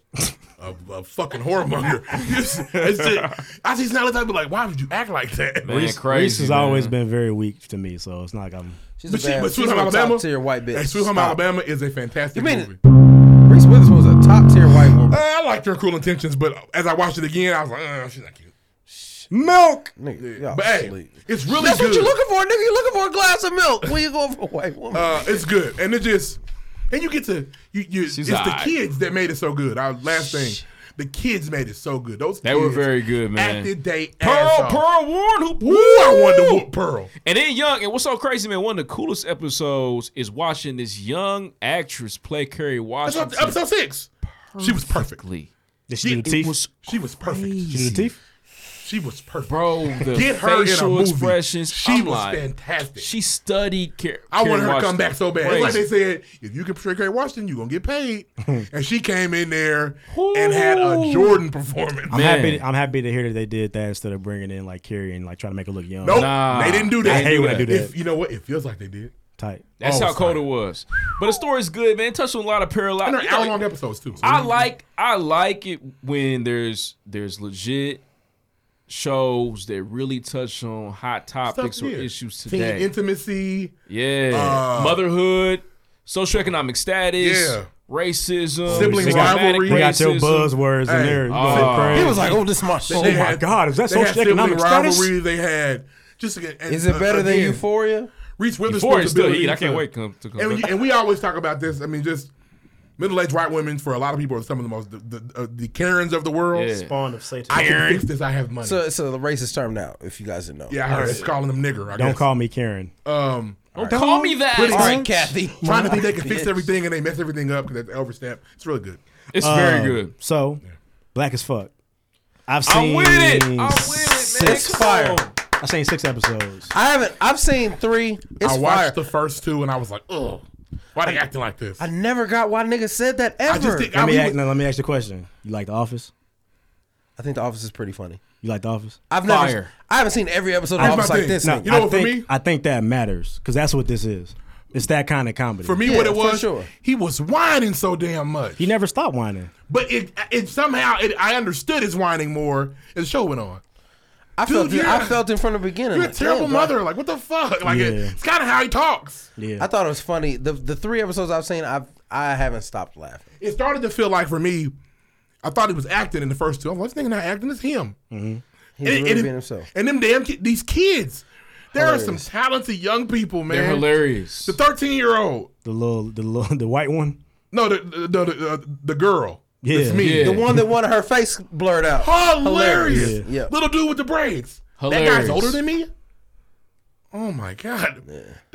[SPEAKER 9] A, a fucking whoremonger. It's- it's it. I see Snell I'd be like, why would you act like that?
[SPEAKER 3] Man,
[SPEAKER 9] Reese-
[SPEAKER 3] crazy.
[SPEAKER 4] Reese has
[SPEAKER 3] man.
[SPEAKER 4] always been very weak to me, so it's not like I'm.
[SPEAKER 13] She's
[SPEAKER 9] But,
[SPEAKER 13] a
[SPEAKER 9] she,
[SPEAKER 13] bad,
[SPEAKER 9] but Sweet
[SPEAKER 13] she's
[SPEAKER 9] Home
[SPEAKER 13] a
[SPEAKER 9] Alabama,
[SPEAKER 13] top tier white bitch.
[SPEAKER 9] Hey, Sweet Home
[SPEAKER 13] Stop.
[SPEAKER 9] Alabama is a fantastic
[SPEAKER 13] You mean-
[SPEAKER 9] movie.
[SPEAKER 13] Reese Witherspoon was a top tier white woman.
[SPEAKER 9] Uh, I liked her cool intentions, but as I watched it again, I was like, uh, she's not cute.
[SPEAKER 4] Milk.
[SPEAKER 13] Nigga, y'all
[SPEAKER 9] But hey,
[SPEAKER 13] sleep.
[SPEAKER 9] it's really
[SPEAKER 13] That's
[SPEAKER 9] good.
[SPEAKER 13] what you're looking for, nigga. You're looking for a glass of milk. Where you going for a white woman?
[SPEAKER 9] Uh, it's good, and it just and you get to you. you it's the
[SPEAKER 3] alright.
[SPEAKER 9] kids that made it so good. Our last thing, the kids made it so good. Those
[SPEAKER 3] They were
[SPEAKER 9] kids
[SPEAKER 3] very good, man.
[SPEAKER 9] Acted they ass
[SPEAKER 3] Pearl,
[SPEAKER 9] off.
[SPEAKER 3] Pearl Warren, who
[SPEAKER 9] Woo, I wanted to whoop Pearl.
[SPEAKER 3] And then young, and what's so crazy, man? One of the coolest episodes is watching this young actress play Kerry
[SPEAKER 9] That's
[SPEAKER 3] Washington.
[SPEAKER 9] what, episode six. She was perfect.
[SPEAKER 3] perfectly.
[SPEAKER 4] Did she do the
[SPEAKER 3] It
[SPEAKER 4] teeth?
[SPEAKER 3] was
[SPEAKER 9] She was perfect.
[SPEAKER 4] She do the teeth?
[SPEAKER 9] She was perfect.
[SPEAKER 3] bro. The
[SPEAKER 9] Get her in a
[SPEAKER 3] facial
[SPEAKER 9] movie.
[SPEAKER 3] expressions.
[SPEAKER 9] She
[SPEAKER 3] I'm
[SPEAKER 9] was
[SPEAKER 3] like,
[SPEAKER 9] fantastic.
[SPEAKER 3] She studied. Ker-
[SPEAKER 9] I
[SPEAKER 3] Kerry
[SPEAKER 9] wanted her to come
[SPEAKER 3] Washington.
[SPEAKER 9] back so bad. It's
[SPEAKER 3] Crazy.
[SPEAKER 9] like they said, if you can portray Kerry Washington, you're gonna get paid. and she came in there and had a Jordan performance.
[SPEAKER 4] I'm
[SPEAKER 3] Man.
[SPEAKER 4] happy. I'm happy to hear that they did that instead of bringing in like Carrie and like trying to make her look young.
[SPEAKER 13] Oh,
[SPEAKER 9] Nope,
[SPEAKER 3] Nah.
[SPEAKER 9] they didn't do
[SPEAKER 3] They
[SPEAKER 9] that.
[SPEAKER 4] hate when they do that.
[SPEAKER 9] If, you know what? It feels like they did.
[SPEAKER 4] Tight.
[SPEAKER 3] That's
[SPEAKER 9] Oh,
[SPEAKER 3] how cold
[SPEAKER 9] sorry.
[SPEAKER 3] it was. But the story's good, man. It touched on a lot of parallel.
[SPEAKER 9] And they're
[SPEAKER 3] you know,
[SPEAKER 9] hour long episodes too. So
[SPEAKER 3] I like I like it when there's there's legit shows that really touch on hot topics or
[SPEAKER 9] yeah.
[SPEAKER 3] issues
[SPEAKER 9] teen
[SPEAKER 3] today.
[SPEAKER 9] intimacy.
[SPEAKER 3] yeah,
[SPEAKER 9] Uh,
[SPEAKER 3] motherhood, socioeconomic status,
[SPEAKER 9] Yeah.
[SPEAKER 3] racism,
[SPEAKER 9] Sibling
[SPEAKER 3] systematic
[SPEAKER 9] rivalry.
[SPEAKER 4] They got your
[SPEAKER 3] racism.
[SPEAKER 4] buzzwords
[SPEAKER 9] Hey.
[SPEAKER 4] in there. You
[SPEAKER 3] Oh.
[SPEAKER 4] go crazy.
[SPEAKER 13] He was like, "Oh, this is my
[SPEAKER 9] They
[SPEAKER 13] show."
[SPEAKER 4] my God, is that
[SPEAKER 9] they had sibling
[SPEAKER 4] socioeconomic status?
[SPEAKER 9] rivalry? They had just again. and,
[SPEAKER 13] Is it
[SPEAKER 9] uh,
[SPEAKER 13] better than
[SPEAKER 9] again,
[SPEAKER 13] Euphoria?
[SPEAKER 9] Reese
[SPEAKER 3] Before it's
[SPEAKER 9] Witherspoon's
[SPEAKER 3] still
[SPEAKER 9] ability.
[SPEAKER 3] eat, I can't
[SPEAKER 9] to-
[SPEAKER 3] wait come, to come.
[SPEAKER 9] And,
[SPEAKER 3] back.
[SPEAKER 9] you- and we always talk about this. I mean, just middle-aged white women for a lot of people are some of the most the, the, uh, the Karens of the world.
[SPEAKER 3] Yeah.
[SPEAKER 4] Spawn of Satan.
[SPEAKER 9] I can fix this. I have money.
[SPEAKER 13] So it's a racist term now, if you guys didn't know.
[SPEAKER 9] yeah, I heard it's calling them nigger. I
[SPEAKER 4] Don't
[SPEAKER 9] guess.
[SPEAKER 4] call me Karen.
[SPEAKER 9] Um,
[SPEAKER 3] Don't call me that.
[SPEAKER 13] All right, Kathy.
[SPEAKER 9] trying to think they can fix everything and they mess everything up because that's overstep. It's really good.
[SPEAKER 3] It's
[SPEAKER 4] Um,
[SPEAKER 3] very good.
[SPEAKER 4] So, black as fuck. I've
[SPEAKER 3] I'm
[SPEAKER 4] seen
[SPEAKER 3] with it. I'm with it, man.
[SPEAKER 4] six
[SPEAKER 3] Come
[SPEAKER 4] fire.
[SPEAKER 3] on.
[SPEAKER 4] I seen six episodes.
[SPEAKER 13] I haven't. I've seen three. It's
[SPEAKER 9] I watched
[SPEAKER 13] fire.
[SPEAKER 9] the first two and I was like, ugh, why they acting like this?
[SPEAKER 13] I never got why niggas said that ever. I,
[SPEAKER 9] think-
[SPEAKER 4] Let me, ask, no, let me ask you a question. You like The Office?
[SPEAKER 13] I think The Office is pretty funny.
[SPEAKER 4] You like The Office?
[SPEAKER 13] I've never. I haven't seen every episode of
[SPEAKER 4] I-
[SPEAKER 13] The Office like this.
[SPEAKER 4] No,
[SPEAKER 13] nigga.
[SPEAKER 4] I think, I think that matters because that's what this is. It's that kind of comedy.
[SPEAKER 9] For me, what it was, he was whining so damn much.
[SPEAKER 4] He never stopped whining.
[SPEAKER 9] But it, it somehow, it, I understood his whining more as the show went on.
[SPEAKER 13] I
[SPEAKER 9] Dude,
[SPEAKER 13] felt. it-
[SPEAKER 9] you're-
[SPEAKER 13] I felt it from the beginning.
[SPEAKER 9] You're a
[SPEAKER 13] Like,
[SPEAKER 9] terrible
[SPEAKER 13] damn, bro.
[SPEAKER 9] mother. Like, what the fuck? Like, it-
[SPEAKER 13] Yeah.
[SPEAKER 9] it's kind of how he talks.
[SPEAKER 4] Yeah.
[SPEAKER 13] I thought it was funny. The the three episodes I've seen, I've I haven't stopped laughing.
[SPEAKER 9] It started to feel like, for me, I thought he was acting in the first two. I'm like, this nigga not acting, it's him.
[SPEAKER 13] He's
[SPEAKER 9] And-
[SPEAKER 13] really
[SPEAKER 9] and-
[SPEAKER 13] being himself.
[SPEAKER 9] And them damn ki- these kids. There are
[SPEAKER 13] Hilarious.
[SPEAKER 9] some talented young people, man.
[SPEAKER 3] They're hilarious.
[SPEAKER 9] The 13 year old.
[SPEAKER 4] The little, the little, the white one.
[SPEAKER 9] No, the the the, uh, the girl.
[SPEAKER 4] Yeah.
[SPEAKER 9] It's me.
[SPEAKER 4] Yeah.
[SPEAKER 13] The one that wanted her face blurred out.
[SPEAKER 9] Hilarious.
[SPEAKER 13] Yeah.
[SPEAKER 9] Little dude with the braids. That
[SPEAKER 13] Hilarious.
[SPEAKER 9] guy's older than me. Oh my god!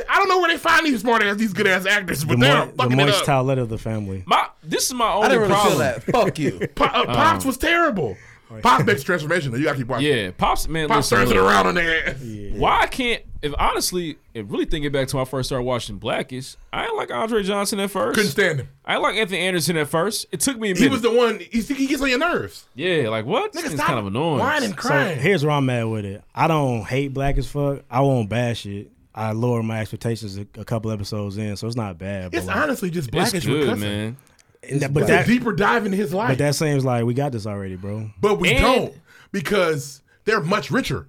[SPEAKER 9] I don't know where they find these smart ass, these good ass actors,
[SPEAKER 4] The,
[SPEAKER 9] but they're
[SPEAKER 4] mo- the
[SPEAKER 9] fucking it
[SPEAKER 4] moist
[SPEAKER 9] up.
[SPEAKER 4] towelette of the family.
[SPEAKER 3] My, this is my only
[SPEAKER 9] I didn't really feel
[SPEAKER 3] problem.
[SPEAKER 9] that.
[SPEAKER 13] Fuck you.
[SPEAKER 9] Po- uh, Pops
[SPEAKER 3] Um,
[SPEAKER 9] was terrible. Pops makes transformation. though. You gotta keep watching.
[SPEAKER 3] Yeah, Pops, man,
[SPEAKER 9] Pops
[SPEAKER 3] listen,
[SPEAKER 9] turns it
[SPEAKER 3] look.
[SPEAKER 9] around on their ass.
[SPEAKER 3] Why I can't? If honestly, if really thinking back to when I first started watching Blackish, I ain't like Andre Johnson at first.
[SPEAKER 9] Couldn't stand him.
[SPEAKER 3] I ain't like Anthony Anderson at first. It took me a minute.
[SPEAKER 9] He was the one. He, he gets on your nerves.
[SPEAKER 3] yeah, like what? Nigga, it's
[SPEAKER 9] stop
[SPEAKER 3] kind of annoying.
[SPEAKER 9] whining, crying.
[SPEAKER 4] So here's where I'm at with it. I don't hate black as fuck. I won't bash it. I lower my expectations a, a couple episodes in, so it's not bad. but
[SPEAKER 9] It's
[SPEAKER 4] like-
[SPEAKER 9] honestly just
[SPEAKER 4] It's
[SPEAKER 9] blackish
[SPEAKER 4] good,
[SPEAKER 9] with cussing.
[SPEAKER 4] man.
[SPEAKER 9] It's,
[SPEAKER 4] That- but
[SPEAKER 9] it's
[SPEAKER 4] that-
[SPEAKER 9] a deeper dive into his life.
[SPEAKER 4] But that seems like we got this already, bro.
[SPEAKER 9] But we
[SPEAKER 4] And-
[SPEAKER 9] don't because they're much richer.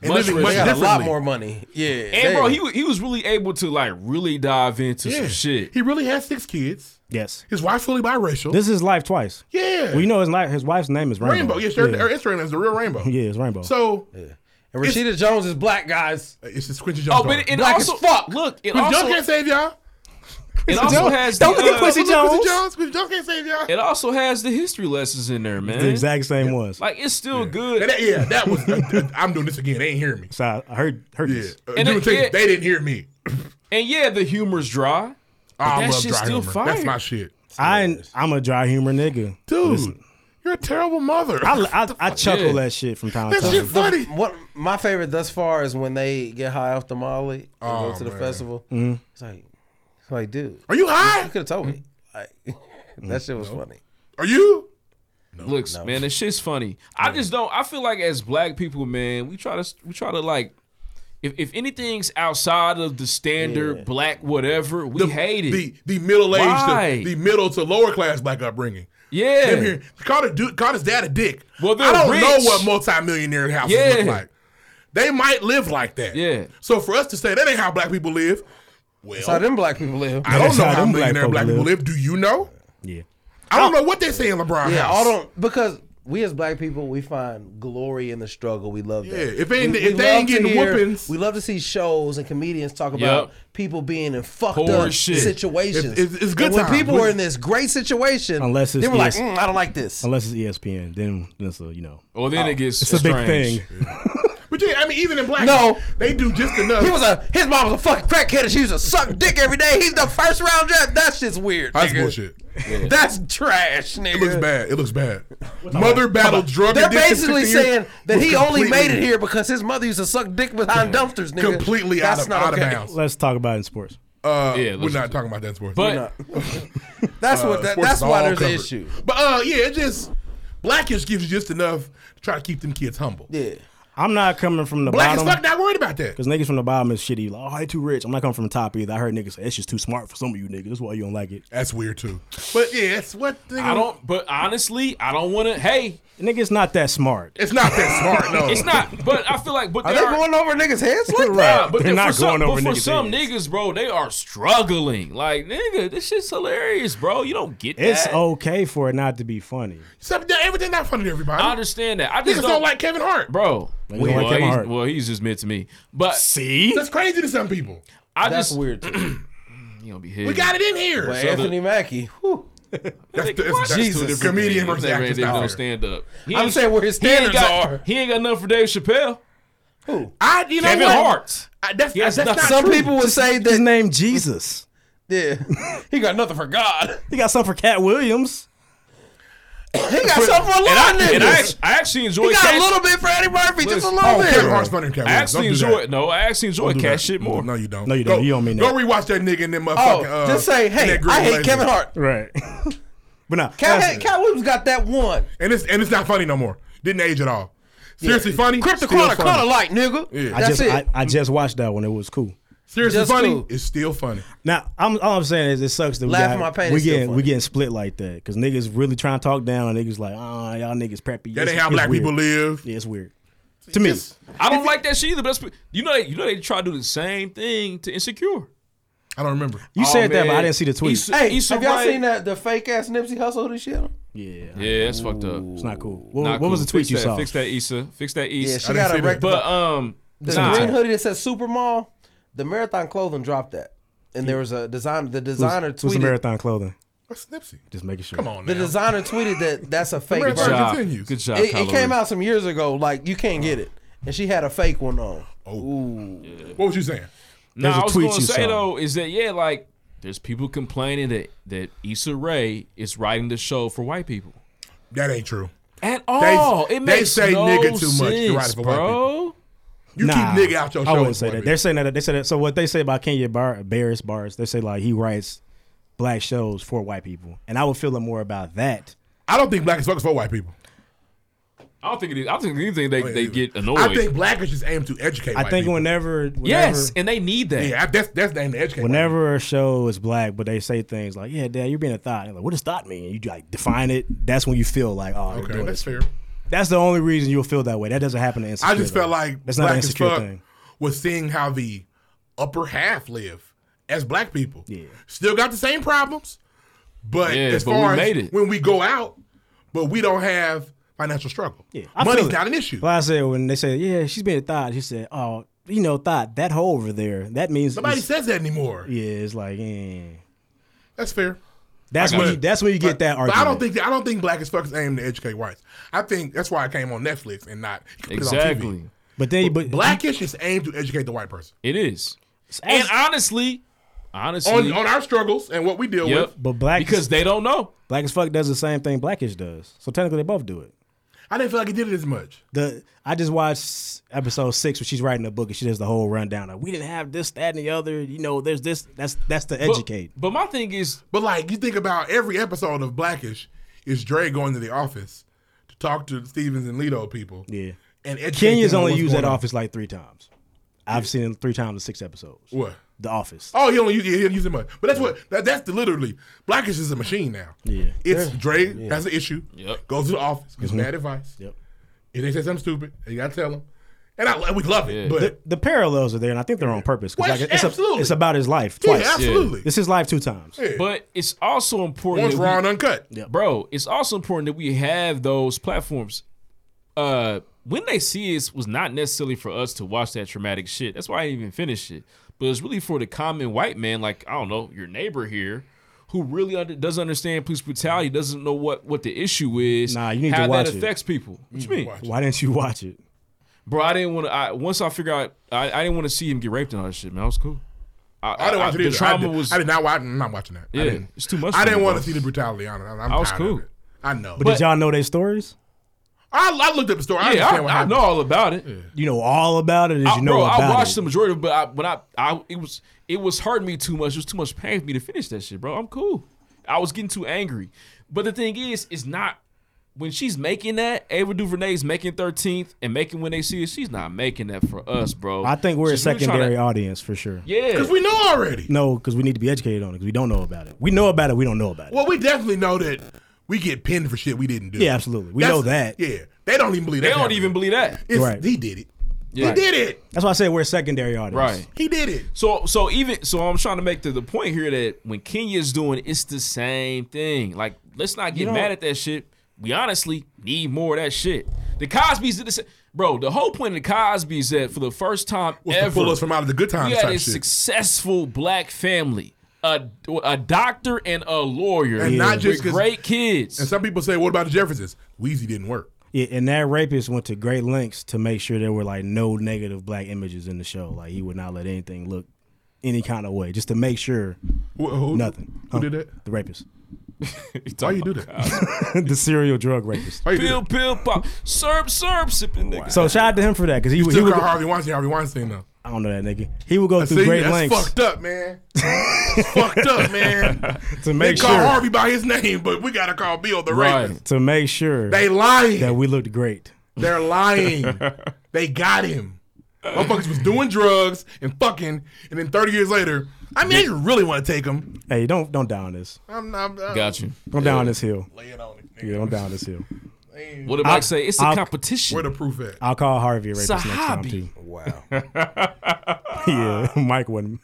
[SPEAKER 9] And
[SPEAKER 3] Much
[SPEAKER 9] living
[SPEAKER 3] richer.
[SPEAKER 9] much
[SPEAKER 3] They got a lot
[SPEAKER 9] differently.
[SPEAKER 3] more
[SPEAKER 13] money. Yeah.
[SPEAKER 3] And bro, he wa- he was really able to like really dive into some shit.
[SPEAKER 9] He really has six kids.
[SPEAKER 4] Yes.
[SPEAKER 9] His wife's fully biracial.
[SPEAKER 4] This is life twice.
[SPEAKER 9] Yeah.
[SPEAKER 4] Well, you know his li his wife's name is Rainbow.
[SPEAKER 9] Rainbow. Yes, her, her Instagram is the real Rainbow.
[SPEAKER 4] Yeah, it's Rainbow.
[SPEAKER 9] So
[SPEAKER 13] And Rashida Jones is black, guys.
[SPEAKER 9] It's just Quincy
[SPEAKER 3] Oh, but it, it
[SPEAKER 13] black
[SPEAKER 3] also
[SPEAKER 13] as fuck.
[SPEAKER 3] Look, it
[SPEAKER 9] Quincy
[SPEAKER 3] also
[SPEAKER 9] Jones can't save y'all.
[SPEAKER 3] it also has the, uh,
[SPEAKER 9] Quincy Jones can't save y'all.
[SPEAKER 3] It also has the history lessons in there, man.
[SPEAKER 4] the exact same ones.
[SPEAKER 3] Eh? Like it's still good.
[SPEAKER 9] And that- yeah, that was. uh, I'm doing this again. They ain't hearing me.
[SPEAKER 4] So I I heard heard this.
[SPEAKER 9] Uh,
[SPEAKER 3] And
[SPEAKER 9] you
[SPEAKER 3] it-
[SPEAKER 9] would think
[SPEAKER 3] it-
[SPEAKER 9] they didn't hear me.
[SPEAKER 3] And yeah, the humor's dry. but
[SPEAKER 9] I
[SPEAKER 3] that
[SPEAKER 9] love
[SPEAKER 3] shit's
[SPEAKER 9] dry
[SPEAKER 3] still
[SPEAKER 9] humor.
[SPEAKER 3] fire.
[SPEAKER 9] That's my shit.
[SPEAKER 4] I I'm a dry humor nigga,
[SPEAKER 9] Dude,
[SPEAKER 4] Listen,
[SPEAKER 9] you're a terrible mother.
[SPEAKER 4] I, I, I chuckle at shit from time to time.
[SPEAKER 13] funny. What my favorite thus far is when they get high off the Molly and
[SPEAKER 4] Oh,
[SPEAKER 13] go to the
[SPEAKER 4] man.
[SPEAKER 13] festival.
[SPEAKER 4] Mhm.
[SPEAKER 13] It's like, it's like, dude,
[SPEAKER 9] Mm-hmm. are you Mm-hmm. high?
[SPEAKER 13] You could have told me. Like, that shit was funny.
[SPEAKER 9] Are you?
[SPEAKER 3] Looks, man, this shit's funny. I just don't. I feel like as black people, man, we try to we try to like, if if anything's outside of the standard black whatever, we hate it.
[SPEAKER 9] The the middle
[SPEAKER 3] Why?
[SPEAKER 9] age, the, the middle to lower class black upbringing.
[SPEAKER 3] Yeah.
[SPEAKER 9] Him here- called a dude, called his dad a dick.
[SPEAKER 3] Well, they're
[SPEAKER 9] I don't
[SPEAKER 3] rich.
[SPEAKER 9] know what multimillionaire houses
[SPEAKER 3] Yeah.
[SPEAKER 9] look like. They might live like that.
[SPEAKER 3] Yeah.
[SPEAKER 9] So for us to say that ain't how black people live, well,
[SPEAKER 13] That's how them black people live.
[SPEAKER 9] I don't know how, millionaire black people live. Do you know?
[SPEAKER 4] Yeah.
[SPEAKER 9] I
[SPEAKER 13] Oh.
[SPEAKER 9] don't know what they say in LeBron.
[SPEAKER 13] Yeah,
[SPEAKER 9] house.
[SPEAKER 13] all don't because we as black people we find glory in the struggle. We love that.
[SPEAKER 9] Yeah, if they ain't-
[SPEAKER 13] We-
[SPEAKER 9] if
[SPEAKER 13] we
[SPEAKER 9] they ain't
[SPEAKER 13] love to
[SPEAKER 9] getting
[SPEAKER 13] hear-
[SPEAKER 9] whoopings-
[SPEAKER 13] we love to see shows and comedians talk about
[SPEAKER 9] Yep.
[SPEAKER 13] people being in fucked
[SPEAKER 9] Poor
[SPEAKER 13] up
[SPEAKER 9] shit.
[SPEAKER 13] situations.
[SPEAKER 9] It's- it's- it's good
[SPEAKER 13] And when
[SPEAKER 9] times.
[SPEAKER 13] people
[SPEAKER 9] We-
[SPEAKER 13] were in this great situation,
[SPEAKER 4] Unless it's
[SPEAKER 13] they were like,
[SPEAKER 4] ES
[SPEAKER 13] mm, I don't like this.
[SPEAKER 4] Unless it's E ESPN, then then it's a you know.
[SPEAKER 3] Well, then it gets
[SPEAKER 4] Oh. It's a big
[SPEAKER 3] strange.
[SPEAKER 4] thing.
[SPEAKER 9] But yeah, I mean, even in black,
[SPEAKER 13] No.
[SPEAKER 9] they do just enough.
[SPEAKER 13] He was a his mom was a fucking crackhead and she used to suck dick every day. He's the first round draft. That shit's weird.
[SPEAKER 9] That's
[SPEAKER 13] nigga.
[SPEAKER 9] bullshit.
[SPEAKER 13] That's trash, nigga.
[SPEAKER 9] It looks bad. It looks bad. Mother battled drug
[SPEAKER 13] They're
[SPEAKER 9] addiction
[SPEAKER 13] basically
[SPEAKER 9] 15 years
[SPEAKER 13] saying that
[SPEAKER 9] was
[SPEAKER 13] he only made it
[SPEAKER 9] completely-
[SPEAKER 13] here because his mother used to suck dick behind dumpsters, nigga.
[SPEAKER 9] Completely out
[SPEAKER 13] That's
[SPEAKER 9] of-
[SPEAKER 13] not
[SPEAKER 9] out of
[SPEAKER 13] okay.
[SPEAKER 9] bounds.
[SPEAKER 4] Let's talk about it in sports.
[SPEAKER 9] Uh,
[SPEAKER 4] Yeah,
[SPEAKER 9] we're
[SPEAKER 4] let's-
[SPEAKER 9] not talking about that sports.
[SPEAKER 3] But-
[SPEAKER 13] That's what- that-
[SPEAKER 9] sports
[SPEAKER 13] that's
[SPEAKER 9] is
[SPEAKER 13] why
[SPEAKER 9] all
[SPEAKER 13] there's an issue.
[SPEAKER 9] But uh, yeah, it just blackish gives you just enough to try to keep them kids humble.
[SPEAKER 13] Yeah,
[SPEAKER 4] I'm not coming from the
[SPEAKER 9] black as fuck,
[SPEAKER 4] bottom
[SPEAKER 9] not worried about that.
[SPEAKER 4] because niggas from the bottom is shitty. Like, oh, they too rich. I'm not coming from the top either. I heard niggas say it's just too smart for some of you niggas. That's why you don't like it.
[SPEAKER 9] That's weird too. But yeah, it's what nigga,
[SPEAKER 3] I don't. But honestly, I don't want to. Hey,
[SPEAKER 4] Nigga, it's not that smart.
[SPEAKER 9] It's not that smart. No,
[SPEAKER 3] it's not. But I feel like. But
[SPEAKER 4] Are
[SPEAKER 3] there
[SPEAKER 4] they
[SPEAKER 3] are,
[SPEAKER 4] going
[SPEAKER 13] over niggas' heads like
[SPEAKER 3] Nah,
[SPEAKER 4] that?
[SPEAKER 3] but
[SPEAKER 4] They're
[SPEAKER 3] then
[SPEAKER 4] not
[SPEAKER 3] for some,
[SPEAKER 4] going over
[SPEAKER 3] but for
[SPEAKER 4] niggas'
[SPEAKER 3] some niggas, bro, they are struggling. Like nigga, this shit's hilarious, bro. You don't get
[SPEAKER 4] It's
[SPEAKER 3] that.
[SPEAKER 4] okay for it not to be funny.
[SPEAKER 9] Except that everything not funny to everybody.
[SPEAKER 3] I understand that. I just
[SPEAKER 9] Niggas
[SPEAKER 3] don't,
[SPEAKER 9] don't, like Kevin Hart,
[SPEAKER 3] bro.
[SPEAKER 4] Niggas don't like
[SPEAKER 3] well,
[SPEAKER 4] Kevin
[SPEAKER 3] he's,
[SPEAKER 4] Hart.
[SPEAKER 3] well, he's just meant to me. But
[SPEAKER 4] see,
[SPEAKER 9] That's crazy to some people.
[SPEAKER 3] I
[SPEAKER 13] That's
[SPEAKER 3] just
[SPEAKER 13] weird. too.
[SPEAKER 3] you gonna be here.
[SPEAKER 9] We got it in here.
[SPEAKER 13] But
[SPEAKER 3] So the-
[SPEAKER 13] Anthony Mackie, whew.
[SPEAKER 9] That's, the, that's,
[SPEAKER 3] What?
[SPEAKER 9] that's two different
[SPEAKER 3] things.
[SPEAKER 9] comedian versus
[SPEAKER 3] That
[SPEAKER 9] actor.
[SPEAKER 3] ain't
[SPEAKER 9] style.
[SPEAKER 3] no stand up.
[SPEAKER 13] I'm saying where his standards
[SPEAKER 3] he ain't got,
[SPEAKER 13] are.
[SPEAKER 3] He ain't got nothing for Dave Chappelle.
[SPEAKER 13] Who?
[SPEAKER 9] I, you know
[SPEAKER 3] Kevin
[SPEAKER 9] what?
[SPEAKER 3] Hart.
[SPEAKER 9] I, that's
[SPEAKER 3] He has
[SPEAKER 9] that's not
[SPEAKER 3] nothing.
[SPEAKER 13] Some
[SPEAKER 9] true.
[SPEAKER 13] people would say that
[SPEAKER 4] His name Jesus.
[SPEAKER 13] yeah, he got nothing for God.
[SPEAKER 4] He got something for Cat Williams.
[SPEAKER 13] He got something for a lot
[SPEAKER 3] and
[SPEAKER 13] of
[SPEAKER 3] I, and I
[SPEAKER 13] niggas.
[SPEAKER 3] act- I actually enjoy.
[SPEAKER 13] He got
[SPEAKER 3] cash.
[SPEAKER 13] a little bit for Eddie Murphy, just a little bit.
[SPEAKER 9] Kevin Hart's funny in Cat
[SPEAKER 3] I
[SPEAKER 9] Williams.
[SPEAKER 3] actually
[SPEAKER 9] Don't do
[SPEAKER 3] enjoy.
[SPEAKER 9] that.
[SPEAKER 3] No, I actually enjoy
[SPEAKER 9] Don't do
[SPEAKER 3] cat
[SPEAKER 9] that.
[SPEAKER 3] shit more.
[SPEAKER 9] No, you don't.
[SPEAKER 4] No, you don't.
[SPEAKER 9] Go,
[SPEAKER 4] You don't mean that.
[SPEAKER 9] Go rewatch that nigga in that
[SPEAKER 13] Oh,
[SPEAKER 9] motherfucking. uh,
[SPEAKER 13] just say,
[SPEAKER 9] in that
[SPEAKER 13] hey,
[SPEAKER 9] green
[SPEAKER 13] I hate
[SPEAKER 9] laser.
[SPEAKER 13] Kevin Hart.
[SPEAKER 4] Right. but no.
[SPEAKER 13] Cat, Cat Williams got that one.
[SPEAKER 9] and it's and it's not funny no more. Didn't age at all. Seriously
[SPEAKER 13] Yeah.
[SPEAKER 9] funny.
[SPEAKER 13] Crypto
[SPEAKER 9] Still
[SPEAKER 13] Corner,
[SPEAKER 9] funny.
[SPEAKER 13] Corner Light, nigga.
[SPEAKER 9] Yeah.
[SPEAKER 4] I
[SPEAKER 13] That's
[SPEAKER 4] just
[SPEAKER 13] it.
[SPEAKER 4] I, I just watched that one. It was cool.
[SPEAKER 9] Seriously
[SPEAKER 13] Just
[SPEAKER 9] funny.
[SPEAKER 13] cool.
[SPEAKER 9] It's still funny.
[SPEAKER 4] Now, I'm, all I'm saying is it sucks that we,
[SPEAKER 13] Laugh
[SPEAKER 4] got,
[SPEAKER 13] in my pain
[SPEAKER 4] we
[SPEAKER 13] is still
[SPEAKER 4] getting we
[SPEAKER 13] funny.
[SPEAKER 4] getting split like that because niggas really trying to talk down and niggas like ah y'all niggas preppy. It's-
[SPEAKER 9] That ain't how
[SPEAKER 4] it's
[SPEAKER 9] black
[SPEAKER 4] weird.
[SPEAKER 9] people live.
[SPEAKER 4] Yeah, it's weird to me.
[SPEAKER 3] I don't like that shit either. But that's, you know, they, you know, they try to do the same thing to Insecure.
[SPEAKER 9] I don't remember.
[SPEAKER 4] You
[SPEAKER 3] Oh,
[SPEAKER 4] said that, but
[SPEAKER 3] man.
[SPEAKER 4] I didn't see the tweet.
[SPEAKER 3] Issa-
[SPEAKER 13] Hey,
[SPEAKER 3] Issa
[SPEAKER 13] have y'all
[SPEAKER 3] Rae-
[SPEAKER 13] seen that the fake ass Nipsey Hussle this shit?
[SPEAKER 4] Yeah,
[SPEAKER 3] Yeah, that's fucked up.
[SPEAKER 4] it's not cool. What,
[SPEAKER 3] Not
[SPEAKER 4] what was
[SPEAKER 3] cool.
[SPEAKER 4] the tweet
[SPEAKER 3] Fix
[SPEAKER 4] you
[SPEAKER 3] that,
[SPEAKER 4] saw?
[SPEAKER 3] Fix that Issa. Fix that Issa.
[SPEAKER 13] Yeah, she got a record.
[SPEAKER 3] But um,
[SPEAKER 13] The
[SPEAKER 3] nah.
[SPEAKER 13] green hoodie that says Super Mall, the Marathon Clothing dropped that, and there was a design. The
[SPEAKER 4] Who's-
[SPEAKER 13] designer
[SPEAKER 4] who's the
[SPEAKER 13] tweeted.
[SPEAKER 4] marathon clothing?
[SPEAKER 9] What's Nipsey?
[SPEAKER 4] Just making sure.
[SPEAKER 9] Come on,
[SPEAKER 13] The
[SPEAKER 9] now.
[SPEAKER 13] designer tweeted that that's a fake
[SPEAKER 9] Good
[SPEAKER 13] version.
[SPEAKER 9] job. Continues.
[SPEAKER 3] Good job.
[SPEAKER 13] It, it
[SPEAKER 3] Kylo
[SPEAKER 13] came
[SPEAKER 3] Ren.
[SPEAKER 13] out some years ago. Like you can't get it, and she had a fake one on. Ooh,
[SPEAKER 9] What was you saying?
[SPEAKER 3] No,
[SPEAKER 4] There's
[SPEAKER 3] I
[SPEAKER 4] a
[SPEAKER 3] was
[SPEAKER 4] tweet
[SPEAKER 3] gonna
[SPEAKER 4] you
[SPEAKER 3] say
[SPEAKER 4] saw.
[SPEAKER 3] though is that yeah, like there's people complaining that that Issa Rae is writing the show for white people
[SPEAKER 9] That ain't true.
[SPEAKER 3] at all.
[SPEAKER 9] they
[SPEAKER 3] it makes
[SPEAKER 9] say
[SPEAKER 3] no
[SPEAKER 9] nigga too much to
[SPEAKER 3] sense,
[SPEAKER 9] write it for white
[SPEAKER 3] bro.
[SPEAKER 9] You
[SPEAKER 4] Nah,
[SPEAKER 9] keep nigga out your show.
[SPEAKER 4] I wouldn't say
[SPEAKER 9] boy,
[SPEAKER 4] that.
[SPEAKER 9] bitch.
[SPEAKER 4] They're saying that. They said that. So what they say about Kenya Bar- Barris bars, they say like he writes black shows for white people, and I would feel more about that.
[SPEAKER 9] I don't think black is fuckers for white people. Oh,
[SPEAKER 3] I don't think it is. I don't think anything they, they get annoyed.
[SPEAKER 9] I think black is just aimed to educate.
[SPEAKER 4] I
[SPEAKER 9] white
[SPEAKER 4] think
[SPEAKER 9] people.
[SPEAKER 4] whenever, whenever
[SPEAKER 3] yes, and they need that.
[SPEAKER 9] Yeah, I- that's that's the aim to educate. white
[SPEAKER 4] Whenever a show is black, but they say things like, "Yeah, Dad, you're being a thought." And like, what does thought mean? You like define it. That's when you feel like, "Oh,
[SPEAKER 9] people.
[SPEAKER 4] they're
[SPEAKER 9] Okay,
[SPEAKER 4] doing
[SPEAKER 9] that's
[SPEAKER 4] this."
[SPEAKER 9] fair.
[SPEAKER 4] That's the only reason you'll feel that way. That doesn't happen to insecure.
[SPEAKER 9] I just
[SPEAKER 4] though.
[SPEAKER 9] felt like
[SPEAKER 4] that's not an
[SPEAKER 9] black as
[SPEAKER 4] insecure
[SPEAKER 9] fuck
[SPEAKER 4] thing.
[SPEAKER 9] was seeing how the upper half live as black people.
[SPEAKER 4] Yeah.
[SPEAKER 9] Still got the same problems, but
[SPEAKER 3] Yeah,
[SPEAKER 9] as
[SPEAKER 3] but
[SPEAKER 9] far
[SPEAKER 3] we
[SPEAKER 9] as
[SPEAKER 3] made it.
[SPEAKER 9] when we go out, but we don't have financial struggle. Yeah,
[SPEAKER 4] I feel
[SPEAKER 9] money's
[SPEAKER 4] it.
[SPEAKER 9] not an issue.
[SPEAKER 4] Well, I said when they said, "Yeah, she's being a thought," she said, "Oh, you know, thought that hole over there. That means
[SPEAKER 9] Nobody
[SPEAKER 4] it's-
[SPEAKER 9] says that anymore.
[SPEAKER 4] Yeah, it's like, eh.
[SPEAKER 9] That's fair.
[SPEAKER 4] that's
[SPEAKER 9] I got
[SPEAKER 4] when
[SPEAKER 9] it.
[SPEAKER 4] you, that's when you get that
[SPEAKER 9] But
[SPEAKER 4] argument.
[SPEAKER 9] I don't think I don't think black as fuck is aimed to educate whites. I think that's why I came on Netflix and not you could put it on TV.
[SPEAKER 3] exactly.
[SPEAKER 4] But then, you- but
[SPEAKER 9] Blackish is aimed to educate the white person
[SPEAKER 3] It is. And honestly, honestly,
[SPEAKER 9] on, on our struggles and what we deal
[SPEAKER 3] yep,
[SPEAKER 9] with.
[SPEAKER 4] but black
[SPEAKER 3] because they don't know.
[SPEAKER 4] black as fuck does the same thing blackish does. So technically, they both do it.
[SPEAKER 9] I didn't feel like he did it as much.
[SPEAKER 4] The I just watched episode six where she's writing a book and she does the whole rundown. Like we didn't have this, that, and the other. You know, there's this. That's that's the
[SPEAKER 3] But-
[SPEAKER 4] educate.
[SPEAKER 3] But, my thing is,
[SPEAKER 9] But like you think about every episode of Blackish is Dre going to the office to talk to Stevens and Lido people.
[SPEAKER 4] yeah,
[SPEAKER 9] And educate
[SPEAKER 4] Kenya's
[SPEAKER 9] them on
[SPEAKER 4] only
[SPEAKER 9] what's
[SPEAKER 4] used that
[SPEAKER 9] going on.
[SPEAKER 4] office like three times. I've seen it three times in six episodes.
[SPEAKER 9] What?
[SPEAKER 4] The Office.
[SPEAKER 9] Oh, he only use, yeah, he didn't use it much. But that's what that, that's the, literally Blackish is a machine now.
[SPEAKER 4] Yeah. Mm-hmm.
[SPEAKER 9] It's Dre has an issue.
[SPEAKER 3] Yep.
[SPEAKER 9] Goes to the office, gets bad advice.
[SPEAKER 4] Yep.
[SPEAKER 9] If they say something stupid, you gotta tell them. And I we love it, but
[SPEAKER 4] The, the parallels are there, and I think they're on purpose. 'cause,
[SPEAKER 9] Well,
[SPEAKER 4] like, it's, a-
[SPEAKER 9] absolutely.
[SPEAKER 4] it's about his life
[SPEAKER 9] Yeah,
[SPEAKER 4] twice.
[SPEAKER 9] absolutely.
[SPEAKER 4] It's his life two times.
[SPEAKER 9] Yeah.
[SPEAKER 3] but it's also important.
[SPEAKER 9] One's
[SPEAKER 3] that we-
[SPEAKER 9] raw and uncut.
[SPEAKER 3] bro it's also important that we have those platforms uh when they see us was not necessarily for us to watch that traumatic shit that's why i didn't even finish it but it's really for the common white man like i don't know your neighbor here who really under, doesn't understand police brutality doesn't know what what the issue is
[SPEAKER 4] Nah, you need
[SPEAKER 3] how
[SPEAKER 4] to watch
[SPEAKER 3] that
[SPEAKER 4] it.
[SPEAKER 3] affects people what you mean
[SPEAKER 4] Why didn't you watch it?
[SPEAKER 3] bro i didn't want to i once i figured out i, I didn't want to see him get raped and all that shit man i was cool i,
[SPEAKER 9] I didn't watch it
[SPEAKER 3] the
[SPEAKER 9] either.
[SPEAKER 3] trauma
[SPEAKER 9] I did,
[SPEAKER 3] was
[SPEAKER 9] I did not watch. I'm not watching that. I
[SPEAKER 3] Yeah,
[SPEAKER 9] didn't.
[SPEAKER 3] it's too much
[SPEAKER 9] I
[SPEAKER 3] for
[SPEAKER 9] didn't
[SPEAKER 3] me,
[SPEAKER 9] want
[SPEAKER 3] bro.
[SPEAKER 9] to see the brutality on it. I'm, I'm
[SPEAKER 3] I was
[SPEAKER 9] tired of
[SPEAKER 3] cool.
[SPEAKER 9] it. I know.
[SPEAKER 4] But,
[SPEAKER 9] But
[SPEAKER 4] did y'all know their stories?
[SPEAKER 9] I, I looked up the story.
[SPEAKER 3] yeah
[SPEAKER 9] I understand what
[SPEAKER 3] I, I
[SPEAKER 9] happened.
[SPEAKER 3] know all about it
[SPEAKER 4] You know all about it. Did
[SPEAKER 3] I-
[SPEAKER 4] you know
[SPEAKER 3] bro,
[SPEAKER 4] about
[SPEAKER 3] I watched
[SPEAKER 4] it?
[SPEAKER 3] the majority of it, but I, when I, I, it was, it was hurting me too much. It was too much pain for me to finish that shit, bro. I'm cool. I was getting too angry. But the thing is, it's not when she's making that. Ava DuVernay's making 13th and making when they see it. She's not making that for us, bro.
[SPEAKER 4] I think we're a
[SPEAKER 3] She's really trying
[SPEAKER 4] secondary
[SPEAKER 3] To,
[SPEAKER 4] audience for sure.
[SPEAKER 3] yeah,
[SPEAKER 9] Because we know already.
[SPEAKER 4] No, because we need to be educated on it because we don't know about it. We know about it. We don't know about it.
[SPEAKER 9] Well, we definitely know that we get pinned for shit we didn't do.
[SPEAKER 4] Yeah, absolutely. We know that.
[SPEAKER 9] Yeah. They don't even believe
[SPEAKER 3] they
[SPEAKER 9] that.
[SPEAKER 3] don't even believe that,
[SPEAKER 9] It's,
[SPEAKER 4] Right.
[SPEAKER 9] He did it.
[SPEAKER 3] Yeah.
[SPEAKER 9] He did it.
[SPEAKER 4] That's why I said we're a secondary audience.
[SPEAKER 3] right?
[SPEAKER 9] He did it.
[SPEAKER 3] So so even so, I'm trying to make the, the point here that when Kenya's doing, it's the same thing. Like, let's not get
[SPEAKER 4] You know-
[SPEAKER 3] mad at that shit. We honestly need more of that shit. The Cosby's did the same. Bro, the whole point of the Cosby's that for the first time
[SPEAKER 9] What's
[SPEAKER 3] ever,
[SPEAKER 9] to pull us from out of the good times
[SPEAKER 3] we had
[SPEAKER 9] type
[SPEAKER 3] a
[SPEAKER 9] shit.
[SPEAKER 3] successful black family, a, a doctor and a lawyer,
[SPEAKER 9] And not just
[SPEAKER 3] with
[SPEAKER 9] 'cause-
[SPEAKER 3] great kids.
[SPEAKER 9] and some people say, what about the Jeffersons? Weezy didn't work.
[SPEAKER 4] Yeah, and that rapist went to great lengths to make sure there were like no negative black images in the show. Like he would not let anything look any kind of way, just to make sure
[SPEAKER 9] Who, who,
[SPEAKER 4] nothing. Huh?
[SPEAKER 9] Who did that?
[SPEAKER 4] The rapist.
[SPEAKER 9] Why you do
[SPEAKER 3] Oh,
[SPEAKER 9] that?
[SPEAKER 4] the serial drug rapist.
[SPEAKER 3] Pill, pill, pop. Serb, serb, sipping nigga.
[SPEAKER 4] So shout out to him for that because he,
[SPEAKER 9] You
[SPEAKER 4] would- he
[SPEAKER 9] still
[SPEAKER 4] would
[SPEAKER 9] call
[SPEAKER 4] go-
[SPEAKER 9] Harvey Weinstein Harvey Weinstein though.
[SPEAKER 4] I don't know that nigga. He would go
[SPEAKER 9] That's-
[SPEAKER 4] through great
[SPEAKER 9] that's
[SPEAKER 4] lengths.
[SPEAKER 9] fucked up, man. It's fucked up, man.
[SPEAKER 4] To make
[SPEAKER 9] they call
[SPEAKER 4] sure.
[SPEAKER 9] Harvey by his name, but we gotta call Bill the rapist.
[SPEAKER 4] To make sure
[SPEAKER 9] They lying.
[SPEAKER 4] that we looked great.
[SPEAKER 9] They're lying. they got him. Motherfuckers was doing drugs and fucking, and then 30 years later, I mean, I didn't really want to take him.
[SPEAKER 4] Hey, don't don't down this.
[SPEAKER 9] I'm not.
[SPEAKER 3] Got you.
[SPEAKER 4] Don't down this hill. Lay it on Yeah, don't down this hill.
[SPEAKER 3] What did
[SPEAKER 4] I'll-
[SPEAKER 3] Mike say? It's a
[SPEAKER 4] I'll-
[SPEAKER 3] competition.
[SPEAKER 9] Where the proof at?
[SPEAKER 4] I'll call Harvey a
[SPEAKER 3] It's
[SPEAKER 4] rapist
[SPEAKER 3] a
[SPEAKER 4] next
[SPEAKER 3] hobby.
[SPEAKER 4] time too. yeah, Mike wouldn't.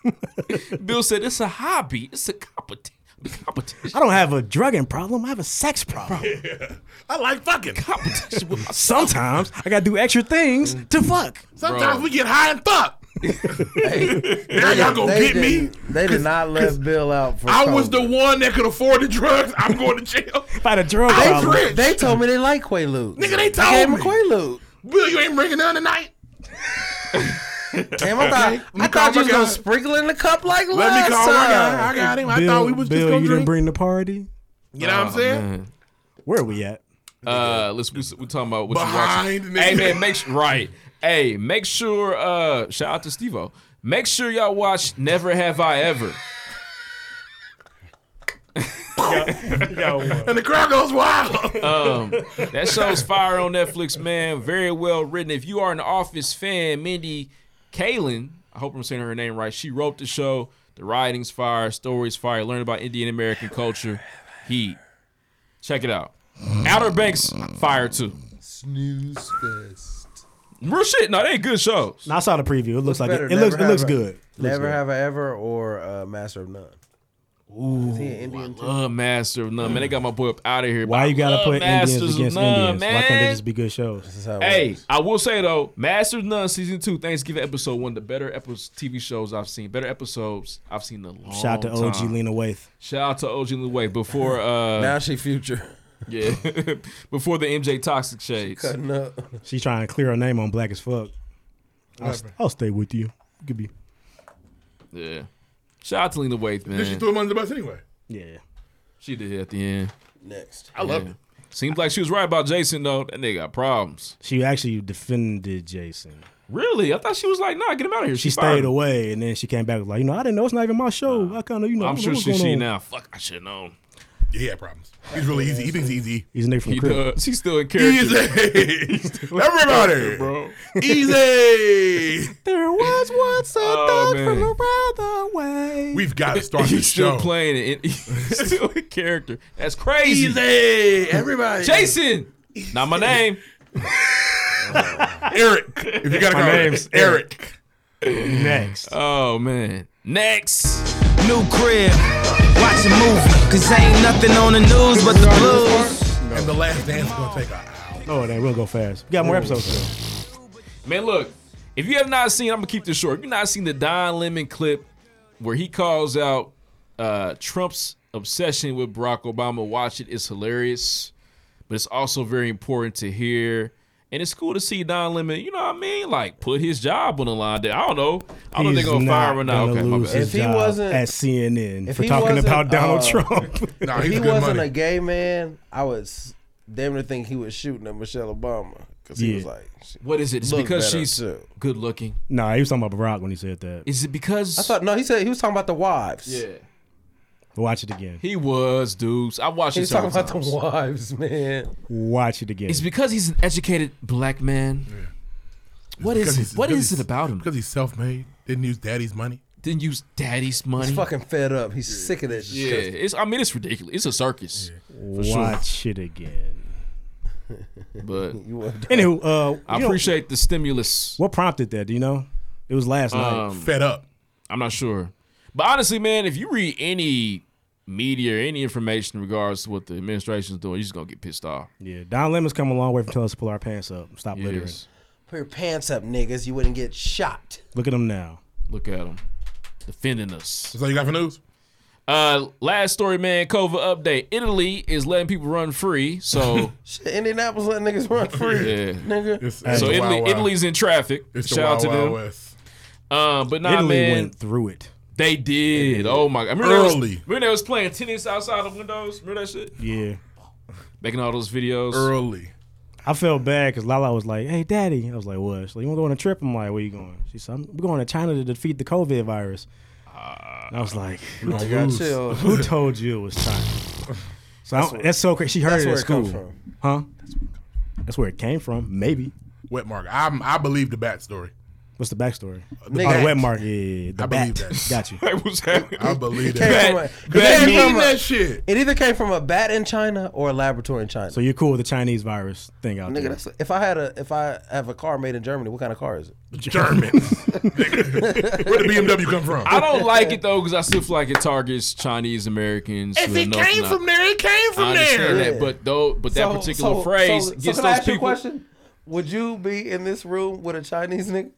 [SPEAKER 3] Bill said it's a hobby. It's a competition.
[SPEAKER 4] I don't have a drugging problem. I have a sex problem.
[SPEAKER 9] I like fucking.
[SPEAKER 4] Sometimes I gotta do extra things to fuck.
[SPEAKER 9] Sometimes we get high and fuck. now
[SPEAKER 13] They
[SPEAKER 9] y'all
[SPEAKER 13] did-
[SPEAKER 9] gonna
[SPEAKER 13] they
[SPEAKER 9] get me?
[SPEAKER 13] did- They did not let Bill out for.
[SPEAKER 9] I was
[SPEAKER 13] COVID.
[SPEAKER 9] the one that could afford the drugs. I'm going to jail.
[SPEAKER 4] By the drug
[SPEAKER 9] I was
[SPEAKER 13] problem.
[SPEAKER 9] rich.
[SPEAKER 13] Um, They told me they like Quaalude.
[SPEAKER 9] Nigga, they
[SPEAKER 13] I gave
[SPEAKER 9] told
[SPEAKER 13] him
[SPEAKER 9] me.
[SPEAKER 13] Quaalude.
[SPEAKER 9] Bill, you ain't bringing none tonight.
[SPEAKER 13] Damn, I thought, I thought you was gonna sprinkle in the cup like
[SPEAKER 9] Let me
[SPEAKER 13] last
[SPEAKER 9] call my
[SPEAKER 13] time.
[SPEAKER 9] guy. I got him. I thought we was just
[SPEAKER 4] Bill,
[SPEAKER 9] gonna
[SPEAKER 4] you
[SPEAKER 9] drink.
[SPEAKER 4] didn't bring the party.
[SPEAKER 9] You know what I'm
[SPEAKER 3] Oh,
[SPEAKER 9] saying?
[SPEAKER 4] Where are we at?
[SPEAKER 3] Uh, let's we we talking about what
[SPEAKER 9] Behind,
[SPEAKER 3] you watching.
[SPEAKER 9] nigga.
[SPEAKER 3] Hey man, make sure right. Hey, make sure. Uh, shout out to Stevo. Make sure y'all watch Never Have I Ever.
[SPEAKER 9] And the crowd goes wild.
[SPEAKER 3] Um, that show's fire on Netflix, man. Very well written. If you are an Office fan, Mindy Kaling, I hope I'm saying her name right. She wrote the show. The writing's fire, stories fire. Learn about Indian American culture. Heat. Check it out. Outer Banks fire too.
[SPEAKER 13] Snooze fest.
[SPEAKER 3] Real shit. No, they good shows.
[SPEAKER 4] No, I saw the preview. It looks like it, it looks it looks good. It looks
[SPEAKER 13] Never
[SPEAKER 4] good.
[SPEAKER 13] have I ever or uh, Master of None.
[SPEAKER 3] Ooh,
[SPEAKER 13] Is he an Indian too?
[SPEAKER 3] Love Master of None, man. They got my boy up out of here.
[SPEAKER 4] Why
[SPEAKER 3] but
[SPEAKER 4] you
[SPEAKER 3] I
[SPEAKER 4] gotta
[SPEAKER 3] love
[SPEAKER 4] put
[SPEAKER 3] Masters
[SPEAKER 4] Indians
[SPEAKER 3] of
[SPEAKER 4] against
[SPEAKER 3] None,
[SPEAKER 4] Indians? Why can't they
[SPEAKER 3] man?
[SPEAKER 4] just be good shows?
[SPEAKER 3] Hey, I will say though, Master of None season two, Thanksgiving episode, one of the better episodes, TV shows I've seen. Better episodes I've seen in a long
[SPEAKER 4] Shout out to OG
[SPEAKER 3] time.
[SPEAKER 4] Lena Waith.
[SPEAKER 3] Shout out to OG Lena Way before uh
[SPEAKER 13] now she future.
[SPEAKER 3] yeah before the MJ Toxic shades.
[SPEAKER 13] Cutting up.
[SPEAKER 4] She trying to clear her name on Black as Fuck. I'll,
[SPEAKER 9] happened?
[SPEAKER 4] I'll stay with you. Give me.
[SPEAKER 3] Yeah. Shout out to Lena Waithe, man.
[SPEAKER 9] Then she threw him under the bus anyway.
[SPEAKER 4] Yeah.
[SPEAKER 3] She did it at the end.
[SPEAKER 13] Next.
[SPEAKER 9] I love it.
[SPEAKER 3] Seems like she was right about Jason though. That nigga got problems.
[SPEAKER 4] She actually defended Jason.
[SPEAKER 3] Really? I thought she was like, nah, get him out of here.
[SPEAKER 4] She
[SPEAKER 3] fired
[SPEAKER 4] stayed
[SPEAKER 3] him.
[SPEAKER 4] away, and then she came back like, you know, I didn't know it's not even my show. I kind of, you know,
[SPEAKER 3] I'm
[SPEAKER 4] I don't know
[SPEAKER 3] sure
[SPEAKER 4] what's
[SPEAKER 3] she's
[SPEAKER 4] going
[SPEAKER 3] she
[SPEAKER 4] on."
[SPEAKER 3] now. Fuck, I should have known.
[SPEAKER 9] Yeah, he had problems. He's really easy. He thinks he's easy.
[SPEAKER 4] He's a nigga from
[SPEAKER 3] He
[SPEAKER 4] the crib.
[SPEAKER 3] does. He's Uh, still in
[SPEAKER 9] Easy.
[SPEAKER 3] character.
[SPEAKER 9] Everybody.
[SPEAKER 3] bro.
[SPEAKER 9] Easy.
[SPEAKER 4] There was once a
[SPEAKER 3] Oh, thug from man.
[SPEAKER 4] around the way.
[SPEAKER 9] We've got to start
[SPEAKER 3] He's
[SPEAKER 9] this
[SPEAKER 3] still
[SPEAKER 9] show.
[SPEAKER 3] playing it. He's still in character. That's crazy.
[SPEAKER 9] Easy. Everybody.
[SPEAKER 3] Jason. Not my name.
[SPEAKER 9] Eric. If you got to
[SPEAKER 3] My
[SPEAKER 9] call him
[SPEAKER 3] name's
[SPEAKER 9] Eric.
[SPEAKER 4] Next.
[SPEAKER 3] Oh man. Next.
[SPEAKER 16] New crib, watch a movie, cause ain't nothing on the news but the blues.
[SPEAKER 9] And the last dance is going to take off.
[SPEAKER 4] Oh, then we'll go fast. We got more episodes. Though.
[SPEAKER 3] Man, look. If you have not seen, I'm gonna keep this short. If you've not seen the Don Lemon clip where he calls out uh, Trump's obsession with Barack Obama, watch it. It's hilarious, but it's also very important to hear. And it's cool to see Don Lemon. You know what I mean? Like put his job on the line. There. I don't know. I don't know if
[SPEAKER 4] He's
[SPEAKER 3] they're gonna fire him or not.
[SPEAKER 4] gonna
[SPEAKER 3] Okay, my
[SPEAKER 4] lose
[SPEAKER 3] bad.
[SPEAKER 4] his
[SPEAKER 13] If he
[SPEAKER 4] job
[SPEAKER 13] wasn't-
[SPEAKER 4] at CNN
[SPEAKER 13] if
[SPEAKER 4] for
[SPEAKER 13] he
[SPEAKER 4] talking
[SPEAKER 13] wasn't,
[SPEAKER 4] about Donald
[SPEAKER 13] uh,
[SPEAKER 4] Trump.
[SPEAKER 9] Nah,
[SPEAKER 13] If
[SPEAKER 9] he's
[SPEAKER 13] he
[SPEAKER 9] good
[SPEAKER 13] wasn't
[SPEAKER 9] money.
[SPEAKER 13] a gay man, I was damn near think he was shooting at Michelle Obama because he
[SPEAKER 4] Yeah.
[SPEAKER 13] was like, she
[SPEAKER 3] What is it? It's
[SPEAKER 13] look
[SPEAKER 3] because
[SPEAKER 13] better,
[SPEAKER 3] she's
[SPEAKER 13] too.
[SPEAKER 3] good looking.
[SPEAKER 4] nah, he was talking about Barack when he said that.
[SPEAKER 3] Is it because
[SPEAKER 13] I thought no, he said he was talking about the wives.
[SPEAKER 3] Yeah.
[SPEAKER 4] Watch it again.
[SPEAKER 3] He was, dudes. I watched it
[SPEAKER 13] he was talking
[SPEAKER 3] several
[SPEAKER 13] about the
[SPEAKER 3] times.
[SPEAKER 13] wives, man.
[SPEAKER 4] Watch it again.
[SPEAKER 3] It's because he's an educated black man. What
[SPEAKER 9] Because
[SPEAKER 3] is
[SPEAKER 9] he's-
[SPEAKER 3] it? What
[SPEAKER 9] because
[SPEAKER 3] is it
[SPEAKER 9] he's-
[SPEAKER 3] about him?
[SPEAKER 9] Because he's self made. Didn't use daddy's money.
[SPEAKER 3] Didn't use daddy's money.
[SPEAKER 13] He's fucking fed up. He's sick of that
[SPEAKER 3] yeah,
[SPEAKER 13] shit.
[SPEAKER 3] it's. I mean, it's ridiculous. It's a circus, for sure.
[SPEAKER 4] Watch it again.
[SPEAKER 3] But
[SPEAKER 13] You want-
[SPEAKER 4] Anywho, uh, you
[SPEAKER 3] I
[SPEAKER 4] know,
[SPEAKER 3] appreciate the stimulus.
[SPEAKER 4] what prompted that. Do you know? It was last night.
[SPEAKER 3] Um,
[SPEAKER 9] Fed up.
[SPEAKER 3] I'm not sure, but honestly, man, if you read any media or any information in regards to what the administration's doing, you're just gonna get pissed off.
[SPEAKER 4] Yeah, Don Lemon's come a long way from telling us to pull our pants up, stop littering.
[SPEAKER 3] Yes.
[SPEAKER 13] Put your pants up, niggas. You wouldn't get shot.
[SPEAKER 4] Look at him now.
[SPEAKER 3] Look at them defending us.
[SPEAKER 9] That's all you got for news?
[SPEAKER 3] Uh, last story, man. COVID update. Italy is letting people run free, so
[SPEAKER 13] Shit, Indianapolis let niggas run free,
[SPEAKER 3] yeah.
[SPEAKER 13] nigga.
[SPEAKER 9] It's, it's
[SPEAKER 3] So
[SPEAKER 9] the
[SPEAKER 3] Italy,
[SPEAKER 9] Wild Wild-
[SPEAKER 3] Italy's in traffic.
[SPEAKER 9] It's the
[SPEAKER 3] Shout out
[SPEAKER 9] Wild
[SPEAKER 3] to
[SPEAKER 9] Wild
[SPEAKER 3] them.
[SPEAKER 9] West.
[SPEAKER 3] Um, but nah,
[SPEAKER 4] Italy
[SPEAKER 3] man.
[SPEAKER 4] went through it.
[SPEAKER 3] They did. Oh my! God. Remember they was-
[SPEAKER 9] Early.
[SPEAKER 3] remember they was playing tennis outside of windows. Remember that shit?
[SPEAKER 4] Yeah.
[SPEAKER 3] Making all those videos
[SPEAKER 9] early.
[SPEAKER 4] I felt bad because Lala was like, "Hey, daddy." I was like, "What?" She's like, "You want to go on a trip?" I'm like, "Where you going?" She said, I'm, "We're going to China to defeat the COVID virus." And I was like,
[SPEAKER 13] You
[SPEAKER 4] who,
[SPEAKER 13] gonna lose.
[SPEAKER 4] told- "Who told you it was China?" So
[SPEAKER 13] That's
[SPEAKER 4] that's,
[SPEAKER 13] where-
[SPEAKER 4] that's so crazy. She heard
[SPEAKER 13] that's
[SPEAKER 4] it
[SPEAKER 13] where
[SPEAKER 4] at
[SPEAKER 13] it come
[SPEAKER 4] school, huh? That's where it came from. Maybe.
[SPEAKER 9] Wet market. I'm, I believe the bat story.
[SPEAKER 4] What's the backstory? Oh,
[SPEAKER 9] The bat.
[SPEAKER 4] the wet market. Yeah, the
[SPEAKER 9] I
[SPEAKER 4] bat.
[SPEAKER 9] believe that.
[SPEAKER 4] Got you.
[SPEAKER 3] It was happening.
[SPEAKER 9] I believe
[SPEAKER 13] It
[SPEAKER 9] that.
[SPEAKER 13] came
[SPEAKER 9] Bat,
[SPEAKER 13] from a-
[SPEAKER 9] bat,
[SPEAKER 13] it came
[SPEAKER 9] mean
[SPEAKER 13] from a-
[SPEAKER 9] that shit.
[SPEAKER 13] It either came from a bat in China or a laboratory in China.
[SPEAKER 4] So you're cool with the Chinese virus thing out
[SPEAKER 13] Nigga,
[SPEAKER 4] there?
[SPEAKER 13] that's if I had a if I have a car made in Germany, what kind of car is it?
[SPEAKER 9] German. Where the BMW come from?
[SPEAKER 3] I don't like it though because I still feel like it targets Chinese Americans.
[SPEAKER 9] If
[SPEAKER 3] who
[SPEAKER 9] it
[SPEAKER 3] know it's
[SPEAKER 9] came
[SPEAKER 3] not-
[SPEAKER 9] from there, it came
[SPEAKER 3] I
[SPEAKER 9] from
[SPEAKER 3] understand
[SPEAKER 9] there.
[SPEAKER 3] that, but though, but that
[SPEAKER 13] So-
[SPEAKER 3] particular
[SPEAKER 13] so-
[SPEAKER 3] phrase
[SPEAKER 13] so- so
[SPEAKER 3] gets
[SPEAKER 13] can I
[SPEAKER 3] those
[SPEAKER 13] ask you a
[SPEAKER 3] people.
[SPEAKER 13] question? Would you be in this room with a Chinese nigga?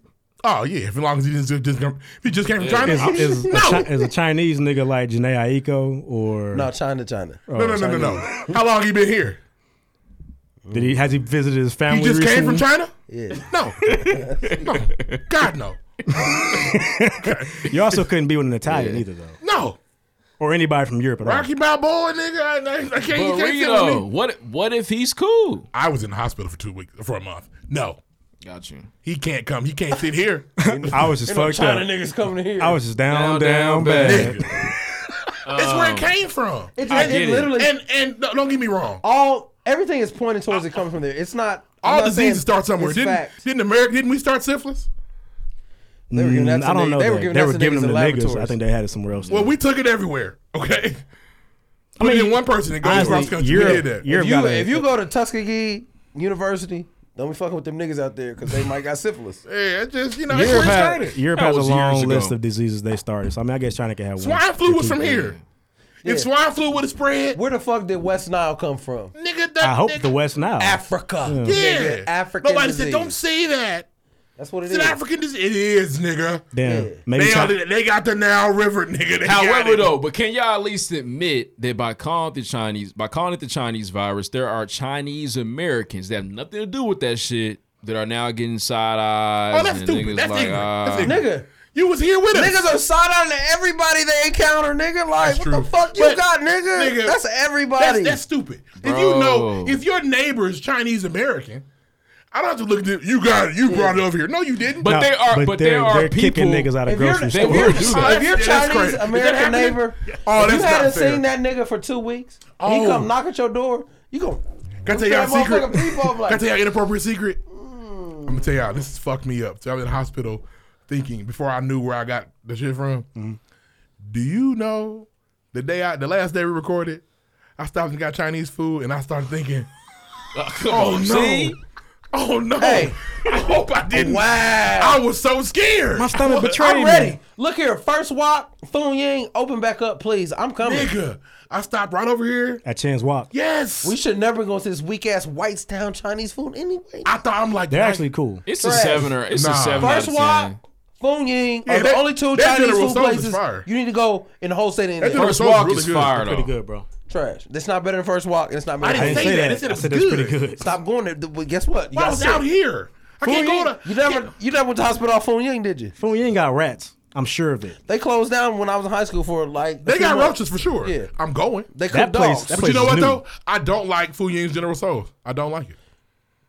[SPEAKER 9] Oh yeah, if as long as he didn't just come, if he just came from China,
[SPEAKER 4] Is,
[SPEAKER 9] I'm-
[SPEAKER 4] is, a,
[SPEAKER 9] no.
[SPEAKER 4] Chi- is a Chinese nigga like Janae Aiko or
[SPEAKER 13] No, China, China.
[SPEAKER 4] Oh,
[SPEAKER 9] no, no, no, no, no. How long he been here?
[SPEAKER 4] Did he has he visited his
[SPEAKER 9] He
[SPEAKER 4] family?
[SPEAKER 9] just came
[SPEAKER 4] recently?
[SPEAKER 9] from China?
[SPEAKER 13] Yeah.
[SPEAKER 9] No. no. God no.
[SPEAKER 4] You also couldn't be with an Italian either, though,
[SPEAKER 9] No.
[SPEAKER 4] or anybody from Europe at all.
[SPEAKER 9] Rocky Balboa, nigga. I, I, I can't. you can't tell me.
[SPEAKER 3] Burrito. What? What if he's cool?
[SPEAKER 9] I was in the hospital for two weeks, for a month. No.
[SPEAKER 3] Got you.
[SPEAKER 9] He can't come. He can't sit here.
[SPEAKER 4] I was just
[SPEAKER 9] Ain't no
[SPEAKER 4] fucked
[SPEAKER 9] China
[SPEAKER 4] up.
[SPEAKER 9] niggas coming here.
[SPEAKER 4] I was just down,
[SPEAKER 3] Down, down
[SPEAKER 4] down, bad.
[SPEAKER 9] It's where
[SPEAKER 4] Um,
[SPEAKER 9] it came from.
[SPEAKER 13] It,
[SPEAKER 9] I
[SPEAKER 13] it
[SPEAKER 9] get it.
[SPEAKER 13] literally
[SPEAKER 9] And and no, don't get me wrong.
[SPEAKER 13] all everything is pointing towards it coming from there. It's not I'm
[SPEAKER 9] All
[SPEAKER 13] not saying
[SPEAKER 9] diseases start somewhere.
[SPEAKER 13] it's
[SPEAKER 9] Didn't
[SPEAKER 13] fact.
[SPEAKER 9] didn't America? Didn't we start syphilis?
[SPEAKER 13] They were giving that
[SPEAKER 4] Mm,
[SPEAKER 13] to
[SPEAKER 4] I don't
[SPEAKER 13] niggas-
[SPEAKER 4] know.
[SPEAKER 13] they were
[SPEAKER 4] that.
[SPEAKER 13] giving
[SPEAKER 4] They
[SPEAKER 13] that
[SPEAKER 4] were
[SPEAKER 13] to
[SPEAKER 4] giving
[SPEAKER 13] niggas
[SPEAKER 4] them
[SPEAKER 13] in
[SPEAKER 4] the niggas. I
[SPEAKER 13] laboratories.
[SPEAKER 4] think they had it somewhere else.
[SPEAKER 9] Well, we took it everywhere. Okay. Put it in one person and goes across country.
[SPEAKER 4] Europe-
[SPEAKER 9] we did that.
[SPEAKER 13] If you, if you go to Tuskegee University, don't be fucking with them niggas out there because they might got syphilis.
[SPEAKER 9] Yeah, it just you know, it's where
[SPEAKER 4] Europe,
[SPEAKER 9] it started.
[SPEAKER 4] had, Europe
[SPEAKER 13] That
[SPEAKER 4] has a
[SPEAKER 13] was years
[SPEAKER 4] long
[SPEAKER 13] ago.
[SPEAKER 4] list of diseases they started. So I mean, I guess China can have one.
[SPEAKER 9] Swine flu was from here. If swine flu would have spread,
[SPEAKER 13] where the fuck did West Nile come from?
[SPEAKER 9] Nigga, that
[SPEAKER 4] I hope
[SPEAKER 9] nigga,
[SPEAKER 4] the West Nile.
[SPEAKER 13] Africa.
[SPEAKER 9] Yeah.
[SPEAKER 13] Nigga, African
[SPEAKER 9] Nobody
[SPEAKER 13] disease.
[SPEAKER 9] said don't say that.
[SPEAKER 13] That's what it
[SPEAKER 9] It's
[SPEAKER 13] is.
[SPEAKER 9] an African disease. It is, nigga.
[SPEAKER 4] Damn.
[SPEAKER 9] They,
[SPEAKER 4] Maybe China-
[SPEAKER 9] all- they got the Nile River, nigga. They got
[SPEAKER 3] However,
[SPEAKER 9] it.
[SPEAKER 3] though, but can y'all at least admit that by calling it the Chinese, by calling it the Chinese virus, there are Chinese Americans that have nothing to do with that shit that are now getting side eyes.
[SPEAKER 9] Oh, that's
[SPEAKER 3] and
[SPEAKER 9] stupid.
[SPEAKER 3] niggas
[SPEAKER 9] That's
[SPEAKER 3] like,
[SPEAKER 9] ignorant. That's
[SPEAKER 3] ah.
[SPEAKER 9] ignorant.
[SPEAKER 13] Nigga.
[SPEAKER 9] You was here with us.
[SPEAKER 13] Niggas are side eyeing to everybody they encounter, nigga. Like,
[SPEAKER 9] That's
[SPEAKER 13] what
[SPEAKER 9] true.
[SPEAKER 13] the fuck you
[SPEAKER 9] But,
[SPEAKER 13] got, nigga?
[SPEAKER 9] nigga,
[SPEAKER 13] That's everybody.
[SPEAKER 9] That's, that's stupid. If
[SPEAKER 3] Bro.
[SPEAKER 9] you know, if your neighbor is Chinese American, I don't have to look at it. You got it. You brought it over here. No, you didn't.
[SPEAKER 3] But
[SPEAKER 4] No,
[SPEAKER 3] they are, but, there
[SPEAKER 4] they're-
[SPEAKER 3] are
[SPEAKER 4] they're
[SPEAKER 3] people.
[SPEAKER 4] kicking niggas out of
[SPEAKER 13] if you're,
[SPEAKER 4] grocery
[SPEAKER 13] if
[SPEAKER 3] They
[SPEAKER 4] stores.
[SPEAKER 3] will
[SPEAKER 13] you're,
[SPEAKER 3] do that.
[SPEAKER 13] if your
[SPEAKER 9] That's- that's
[SPEAKER 13] Chinese
[SPEAKER 9] crazy. Is that
[SPEAKER 13] American
[SPEAKER 9] happening?
[SPEAKER 13] neighbor,
[SPEAKER 9] Oh,
[SPEAKER 13] if you
[SPEAKER 9] that's not
[SPEAKER 13] hadn't
[SPEAKER 9] fair.
[SPEAKER 13] seen that nigga for two weeks,
[SPEAKER 9] Oh.
[SPEAKER 13] he come knock at your door, you go.
[SPEAKER 9] Can I tell y'all a
[SPEAKER 13] That
[SPEAKER 9] secret?
[SPEAKER 13] motherfucking people, I'm like- mm.
[SPEAKER 9] Can I tell y'all an inappropriate secret? I'm gonna tell y'all this has fucked me up. So I was in the hospital thinking before I knew where I got the shit from.
[SPEAKER 13] Mm-hmm.
[SPEAKER 9] Do you know the day I, the last day we recorded, I stopped and got Chinese food, and I started thinking,
[SPEAKER 3] oh,
[SPEAKER 9] oh no,
[SPEAKER 3] See?
[SPEAKER 9] oh no,
[SPEAKER 13] Hey.
[SPEAKER 9] I hope I didn't.
[SPEAKER 13] Wow.
[SPEAKER 9] I was so scared.
[SPEAKER 4] My stomach betrayed
[SPEAKER 13] I'm ready.
[SPEAKER 4] me.
[SPEAKER 13] Look here, first walk, Thun Yang, open back up, please. I'm coming.
[SPEAKER 9] Nigga, I stopped right over here.
[SPEAKER 4] At Chan's Walk,
[SPEAKER 9] Yes,
[SPEAKER 13] We should never go to this weak ass Whitestown Chinese food anyway.
[SPEAKER 9] I thought I'm like
[SPEAKER 4] they're
[SPEAKER 9] like-
[SPEAKER 4] actually cool.
[SPEAKER 3] It's a
[SPEAKER 13] Trash.
[SPEAKER 3] seven or it's
[SPEAKER 9] Nah.
[SPEAKER 3] a seven.
[SPEAKER 13] First
[SPEAKER 3] First one.
[SPEAKER 13] walk, Fung Ying
[SPEAKER 9] Yeah,
[SPEAKER 13] are
[SPEAKER 9] that-
[SPEAKER 13] Oh, the only two
[SPEAKER 9] that
[SPEAKER 13] Chinese
[SPEAKER 9] general
[SPEAKER 13] food
[SPEAKER 9] sauce is
[SPEAKER 13] places
[SPEAKER 9] fire.
[SPEAKER 13] you need to go in the whole state and
[SPEAKER 9] That
[SPEAKER 13] eat.
[SPEAKER 9] general
[SPEAKER 3] First
[SPEAKER 9] sauce
[SPEAKER 3] walk
[SPEAKER 9] really
[SPEAKER 3] is
[SPEAKER 9] good.
[SPEAKER 3] fire
[SPEAKER 4] Pretty
[SPEAKER 3] though.
[SPEAKER 4] good, bro.
[SPEAKER 13] trash. That's not better than first walk, and it's not better.
[SPEAKER 9] I
[SPEAKER 13] Than
[SPEAKER 9] didn't
[SPEAKER 4] didn't
[SPEAKER 9] say,
[SPEAKER 4] say
[SPEAKER 9] that.
[SPEAKER 4] that.
[SPEAKER 9] I said it
[SPEAKER 4] I
[SPEAKER 9] was
[SPEAKER 4] said
[SPEAKER 9] good.
[SPEAKER 4] it's pretty good.
[SPEAKER 13] Stop going there. But guess what? You
[SPEAKER 9] Why
[SPEAKER 13] got
[SPEAKER 9] was
[SPEAKER 13] sick.
[SPEAKER 9] out here? I
[SPEAKER 13] Fung
[SPEAKER 9] can't go
[SPEAKER 13] Ying,
[SPEAKER 9] to.
[SPEAKER 13] you never, you never went to hospital on Fung Ying, did you?
[SPEAKER 4] Fool, you ain't got rats. I'm sure of it.
[SPEAKER 13] They closed down when I was in high school for like. a
[SPEAKER 9] They
[SPEAKER 13] few
[SPEAKER 9] got
[SPEAKER 13] months.
[SPEAKER 9] roaches for sure.
[SPEAKER 13] Yeah.
[SPEAKER 9] I'm going.
[SPEAKER 13] They cook
[SPEAKER 4] That place-
[SPEAKER 13] dogs.
[SPEAKER 4] that
[SPEAKER 9] But you know
[SPEAKER 4] is
[SPEAKER 9] what
[SPEAKER 4] new.
[SPEAKER 9] though? I don't like Fu Ying's General Tso's. I don't like it.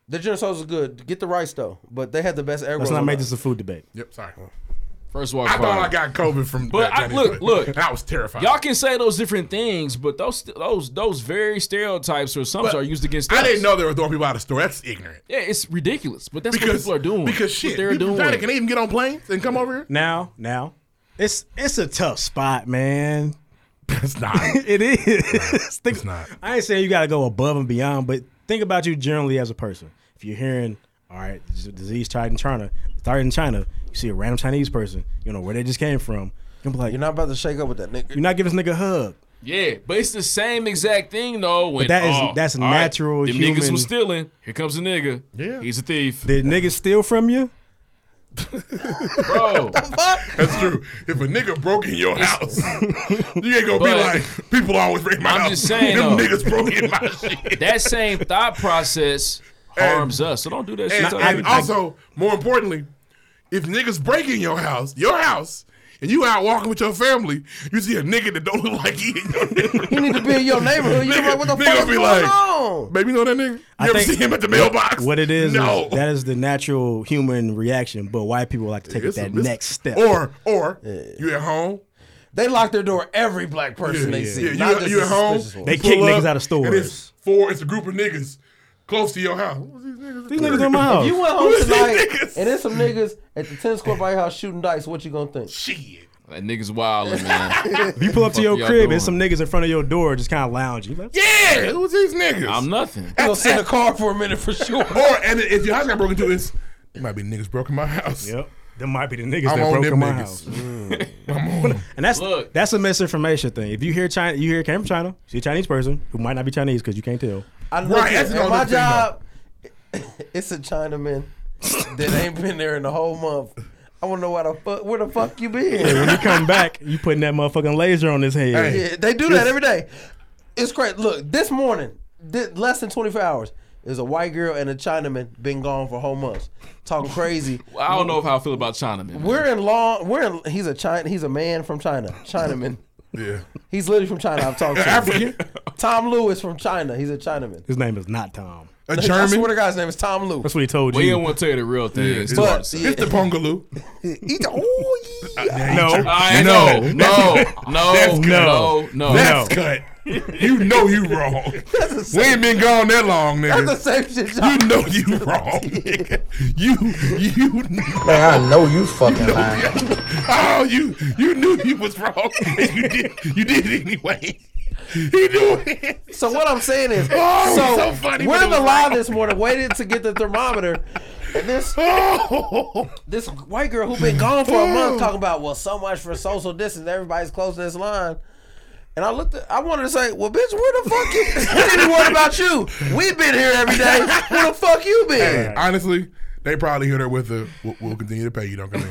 [SPEAKER 13] the general sauce is good. Get the rice though, but they had the best egg
[SPEAKER 4] Let's
[SPEAKER 13] rolls
[SPEAKER 4] not
[SPEAKER 13] on
[SPEAKER 4] make
[SPEAKER 13] that.
[SPEAKER 4] this a food debate.
[SPEAKER 9] Yep, sorry.
[SPEAKER 3] First walk.
[SPEAKER 9] I thought
[SPEAKER 3] fire.
[SPEAKER 9] I got COVID from.
[SPEAKER 3] But
[SPEAKER 9] that
[SPEAKER 3] I-
[SPEAKER 9] Chinese
[SPEAKER 3] look,
[SPEAKER 9] place.
[SPEAKER 3] look.
[SPEAKER 9] and I was terrified.
[SPEAKER 3] Y'all can say those different things, but those those those very stereotypes or assumptions
[SPEAKER 9] But
[SPEAKER 3] are used against us.
[SPEAKER 9] I didn't know they were throwing people out of the store. That's ignorant.
[SPEAKER 3] Yeah, it's ridiculous, but that's what
[SPEAKER 9] Because
[SPEAKER 3] people are doing.
[SPEAKER 9] Because
[SPEAKER 3] That's
[SPEAKER 9] shit,
[SPEAKER 3] what they're
[SPEAKER 9] people
[SPEAKER 3] doing.
[SPEAKER 9] from China can they even get on planes and come over here?
[SPEAKER 4] Now, now, it's it's a tough spot, man.
[SPEAKER 9] It's not.
[SPEAKER 4] It is. Think-
[SPEAKER 9] It's not.
[SPEAKER 4] I ain't saying you got to go above and beyond, but think about you generally as a person. If you're hearing, all right, this is a disease tried in China, started in China, you see a random Chinese person, you know where they just came from. You're gonna be like,
[SPEAKER 13] You're not about to shake up with that nigga.
[SPEAKER 4] you're not giving this nigga a hug.
[SPEAKER 3] Yeah, but it's the same exact thing though. When,
[SPEAKER 4] that is-
[SPEAKER 3] oh,
[SPEAKER 4] that's
[SPEAKER 3] all right,
[SPEAKER 4] natural
[SPEAKER 3] Them niggas
[SPEAKER 4] human-
[SPEAKER 3] was stealing. Here comes a nigga.
[SPEAKER 9] Yeah.
[SPEAKER 3] he's a thief,
[SPEAKER 4] Did niggas steal from you?
[SPEAKER 9] Oh.
[SPEAKER 3] bro.
[SPEAKER 9] That's true. If a nigga broke in your house, you ain't gonna be
[SPEAKER 3] But-
[SPEAKER 9] like people always break my
[SPEAKER 3] I'm
[SPEAKER 9] house.
[SPEAKER 3] just saying,
[SPEAKER 9] Them
[SPEAKER 3] though.
[SPEAKER 9] niggas broke in my shit.
[SPEAKER 3] that same thought process harms us. So don't do that shit.
[SPEAKER 9] And,
[SPEAKER 3] to
[SPEAKER 9] and
[SPEAKER 3] other people.
[SPEAKER 9] also, more importantly, if niggas break in your house, your house, and you out walking with your family, you see a nigga that don't look like he in your neighborhood. You
[SPEAKER 13] need to be in your neighborhood. You
[SPEAKER 9] nigga,
[SPEAKER 13] like, what the
[SPEAKER 9] nigga
[SPEAKER 13] fuck is
[SPEAKER 9] be
[SPEAKER 13] going
[SPEAKER 9] like,
[SPEAKER 13] on?
[SPEAKER 9] Baby, you know that nigga? You ever see him at the mailbox?
[SPEAKER 4] What it is,
[SPEAKER 9] No.
[SPEAKER 4] is that is the natural human reaction, but white people like to take it
[SPEAKER 9] It's a-
[SPEAKER 4] that
[SPEAKER 9] it's-
[SPEAKER 4] next step.
[SPEAKER 9] Or or you at home.
[SPEAKER 13] They lock their door every black person they see,
[SPEAKER 9] Yeah, you,
[SPEAKER 13] not just
[SPEAKER 9] you
[SPEAKER 13] the
[SPEAKER 9] at home.
[SPEAKER 13] suspicious
[SPEAKER 9] you
[SPEAKER 4] They
[SPEAKER 9] pull
[SPEAKER 4] kick niggas
[SPEAKER 9] up,
[SPEAKER 4] out of
[SPEAKER 9] and
[SPEAKER 4] stores.
[SPEAKER 9] It's four. It's a group of niggas close to your house.
[SPEAKER 4] These niggas in my
[SPEAKER 13] If
[SPEAKER 4] house.
[SPEAKER 13] you went
[SPEAKER 9] Who
[SPEAKER 13] home
[SPEAKER 9] is these
[SPEAKER 13] tonight
[SPEAKER 9] niggas?
[SPEAKER 13] and there's some niggas at the tennis court by your house shooting dice, what you gonna think?
[SPEAKER 9] Shit.
[SPEAKER 3] That nigga's wildin', man.
[SPEAKER 4] If you pull up to
[SPEAKER 3] Fuck
[SPEAKER 4] your
[SPEAKER 3] y'all
[SPEAKER 4] crib
[SPEAKER 3] doing?
[SPEAKER 4] and some niggas in front of your door just kind of lounging. you like,
[SPEAKER 9] Yeah, who's these niggas?
[SPEAKER 3] I'm nothing.
[SPEAKER 13] You'll sit in the car for a minute for sure.
[SPEAKER 9] Or and if your house got broken into, it's it might be niggas broke in my house.
[SPEAKER 4] Yep. There might be the niggas
[SPEAKER 9] I'm
[SPEAKER 4] that
[SPEAKER 9] on
[SPEAKER 4] broke
[SPEAKER 9] them
[SPEAKER 4] in my
[SPEAKER 9] niggas.
[SPEAKER 4] house. And that's that's a misinformation thing. If you hear China, you hear it came from China. You see a Chinese person who might not be Chinese because you can't tell.
[SPEAKER 13] I know
[SPEAKER 9] Right,
[SPEAKER 13] right,
[SPEAKER 9] that's another
[SPEAKER 13] my
[SPEAKER 9] thing, though.
[SPEAKER 13] job, it's a Chinaman that ain't been there in a whole month. I wanna know why the fuck where the fuck you
[SPEAKER 4] And when
[SPEAKER 13] been?
[SPEAKER 4] you come back, you putting that motherfucking laser on his head.
[SPEAKER 13] Yeah, they do that every day. It's crazy. Look, this morning, thi- less than 24 hours, is a white girl and a Chinaman been gone for whole months, talking crazy.
[SPEAKER 3] I don't know if how I feel about China, man.
[SPEAKER 13] We're in long. We're in. He's a China. He's a man from China. Chinaman.
[SPEAKER 9] Yeah.
[SPEAKER 13] He's literally from China. I've talked to him. Tom Lou is from China. He's a Chinaman.
[SPEAKER 4] His name is not Tom.
[SPEAKER 9] A
[SPEAKER 13] I
[SPEAKER 9] German.
[SPEAKER 13] swear to God, his name is Tom Lou.
[SPEAKER 4] That's what he told
[SPEAKER 3] Well, he
[SPEAKER 4] you.
[SPEAKER 3] don't want to tell you the real thing.
[SPEAKER 9] Yeah,
[SPEAKER 3] It's
[SPEAKER 9] but-
[SPEAKER 3] hard to say.
[SPEAKER 13] yeah.
[SPEAKER 9] It's the Pongaloo.
[SPEAKER 13] He- oh, yeah.
[SPEAKER 4] no,
[SPEAKER 3] I
[SPEAKER 4] no,
[SPEAKER 3] know.
[SPEAKER 4] no,
[SPEAKER 3] No, no, no, no.
[SPEAKER 9] That's cut. You know you wrong. We ain't been gone that long,
[SPEAKER 13] That's the
[SPEAKER 9] nigga.
[SPEAKER 13] same shit.
[SPEAKER 9] You
[SPEAKER 13] John.
[SPEAKER 9] know you wrong, nigga. You you know.
[SPEAKER 12] Man, I know you fucking lying.
[SPEAKER 9] Oh, you you knew you was wrong. And you did you did it anyway. You knew it.
[SPEAKER 13] So what I'm saying is,
[SPEAKER 9] Oh,
[SPEAKER 13] so,
[SPEAKER 9] so funny,
[SPEAKER 13] we're
[SPEAKER 9] but
[SPEAKER 13] in
[SPEAKER 9] it
[SPEAKER 13] the
[SPEAKER 9] was
[SPEAKER 13] line
[SPEAKER 9] wrong.
[SPEAKER 13] this morning, waiting to get the thermometer, and this
[SPEAKER 9] Oh,
[SPEAKER 13] this white girl who been gone for a month talking about well so much for social distance everybody's closing this line and I looked at I wanted to say well bitch where the fuck you we didn't worry about you we've been here every day where the fuck you been
[SPEAKER 9] honestly, they probably hit her with a "We'll, we'll continue to pay you. Don't come in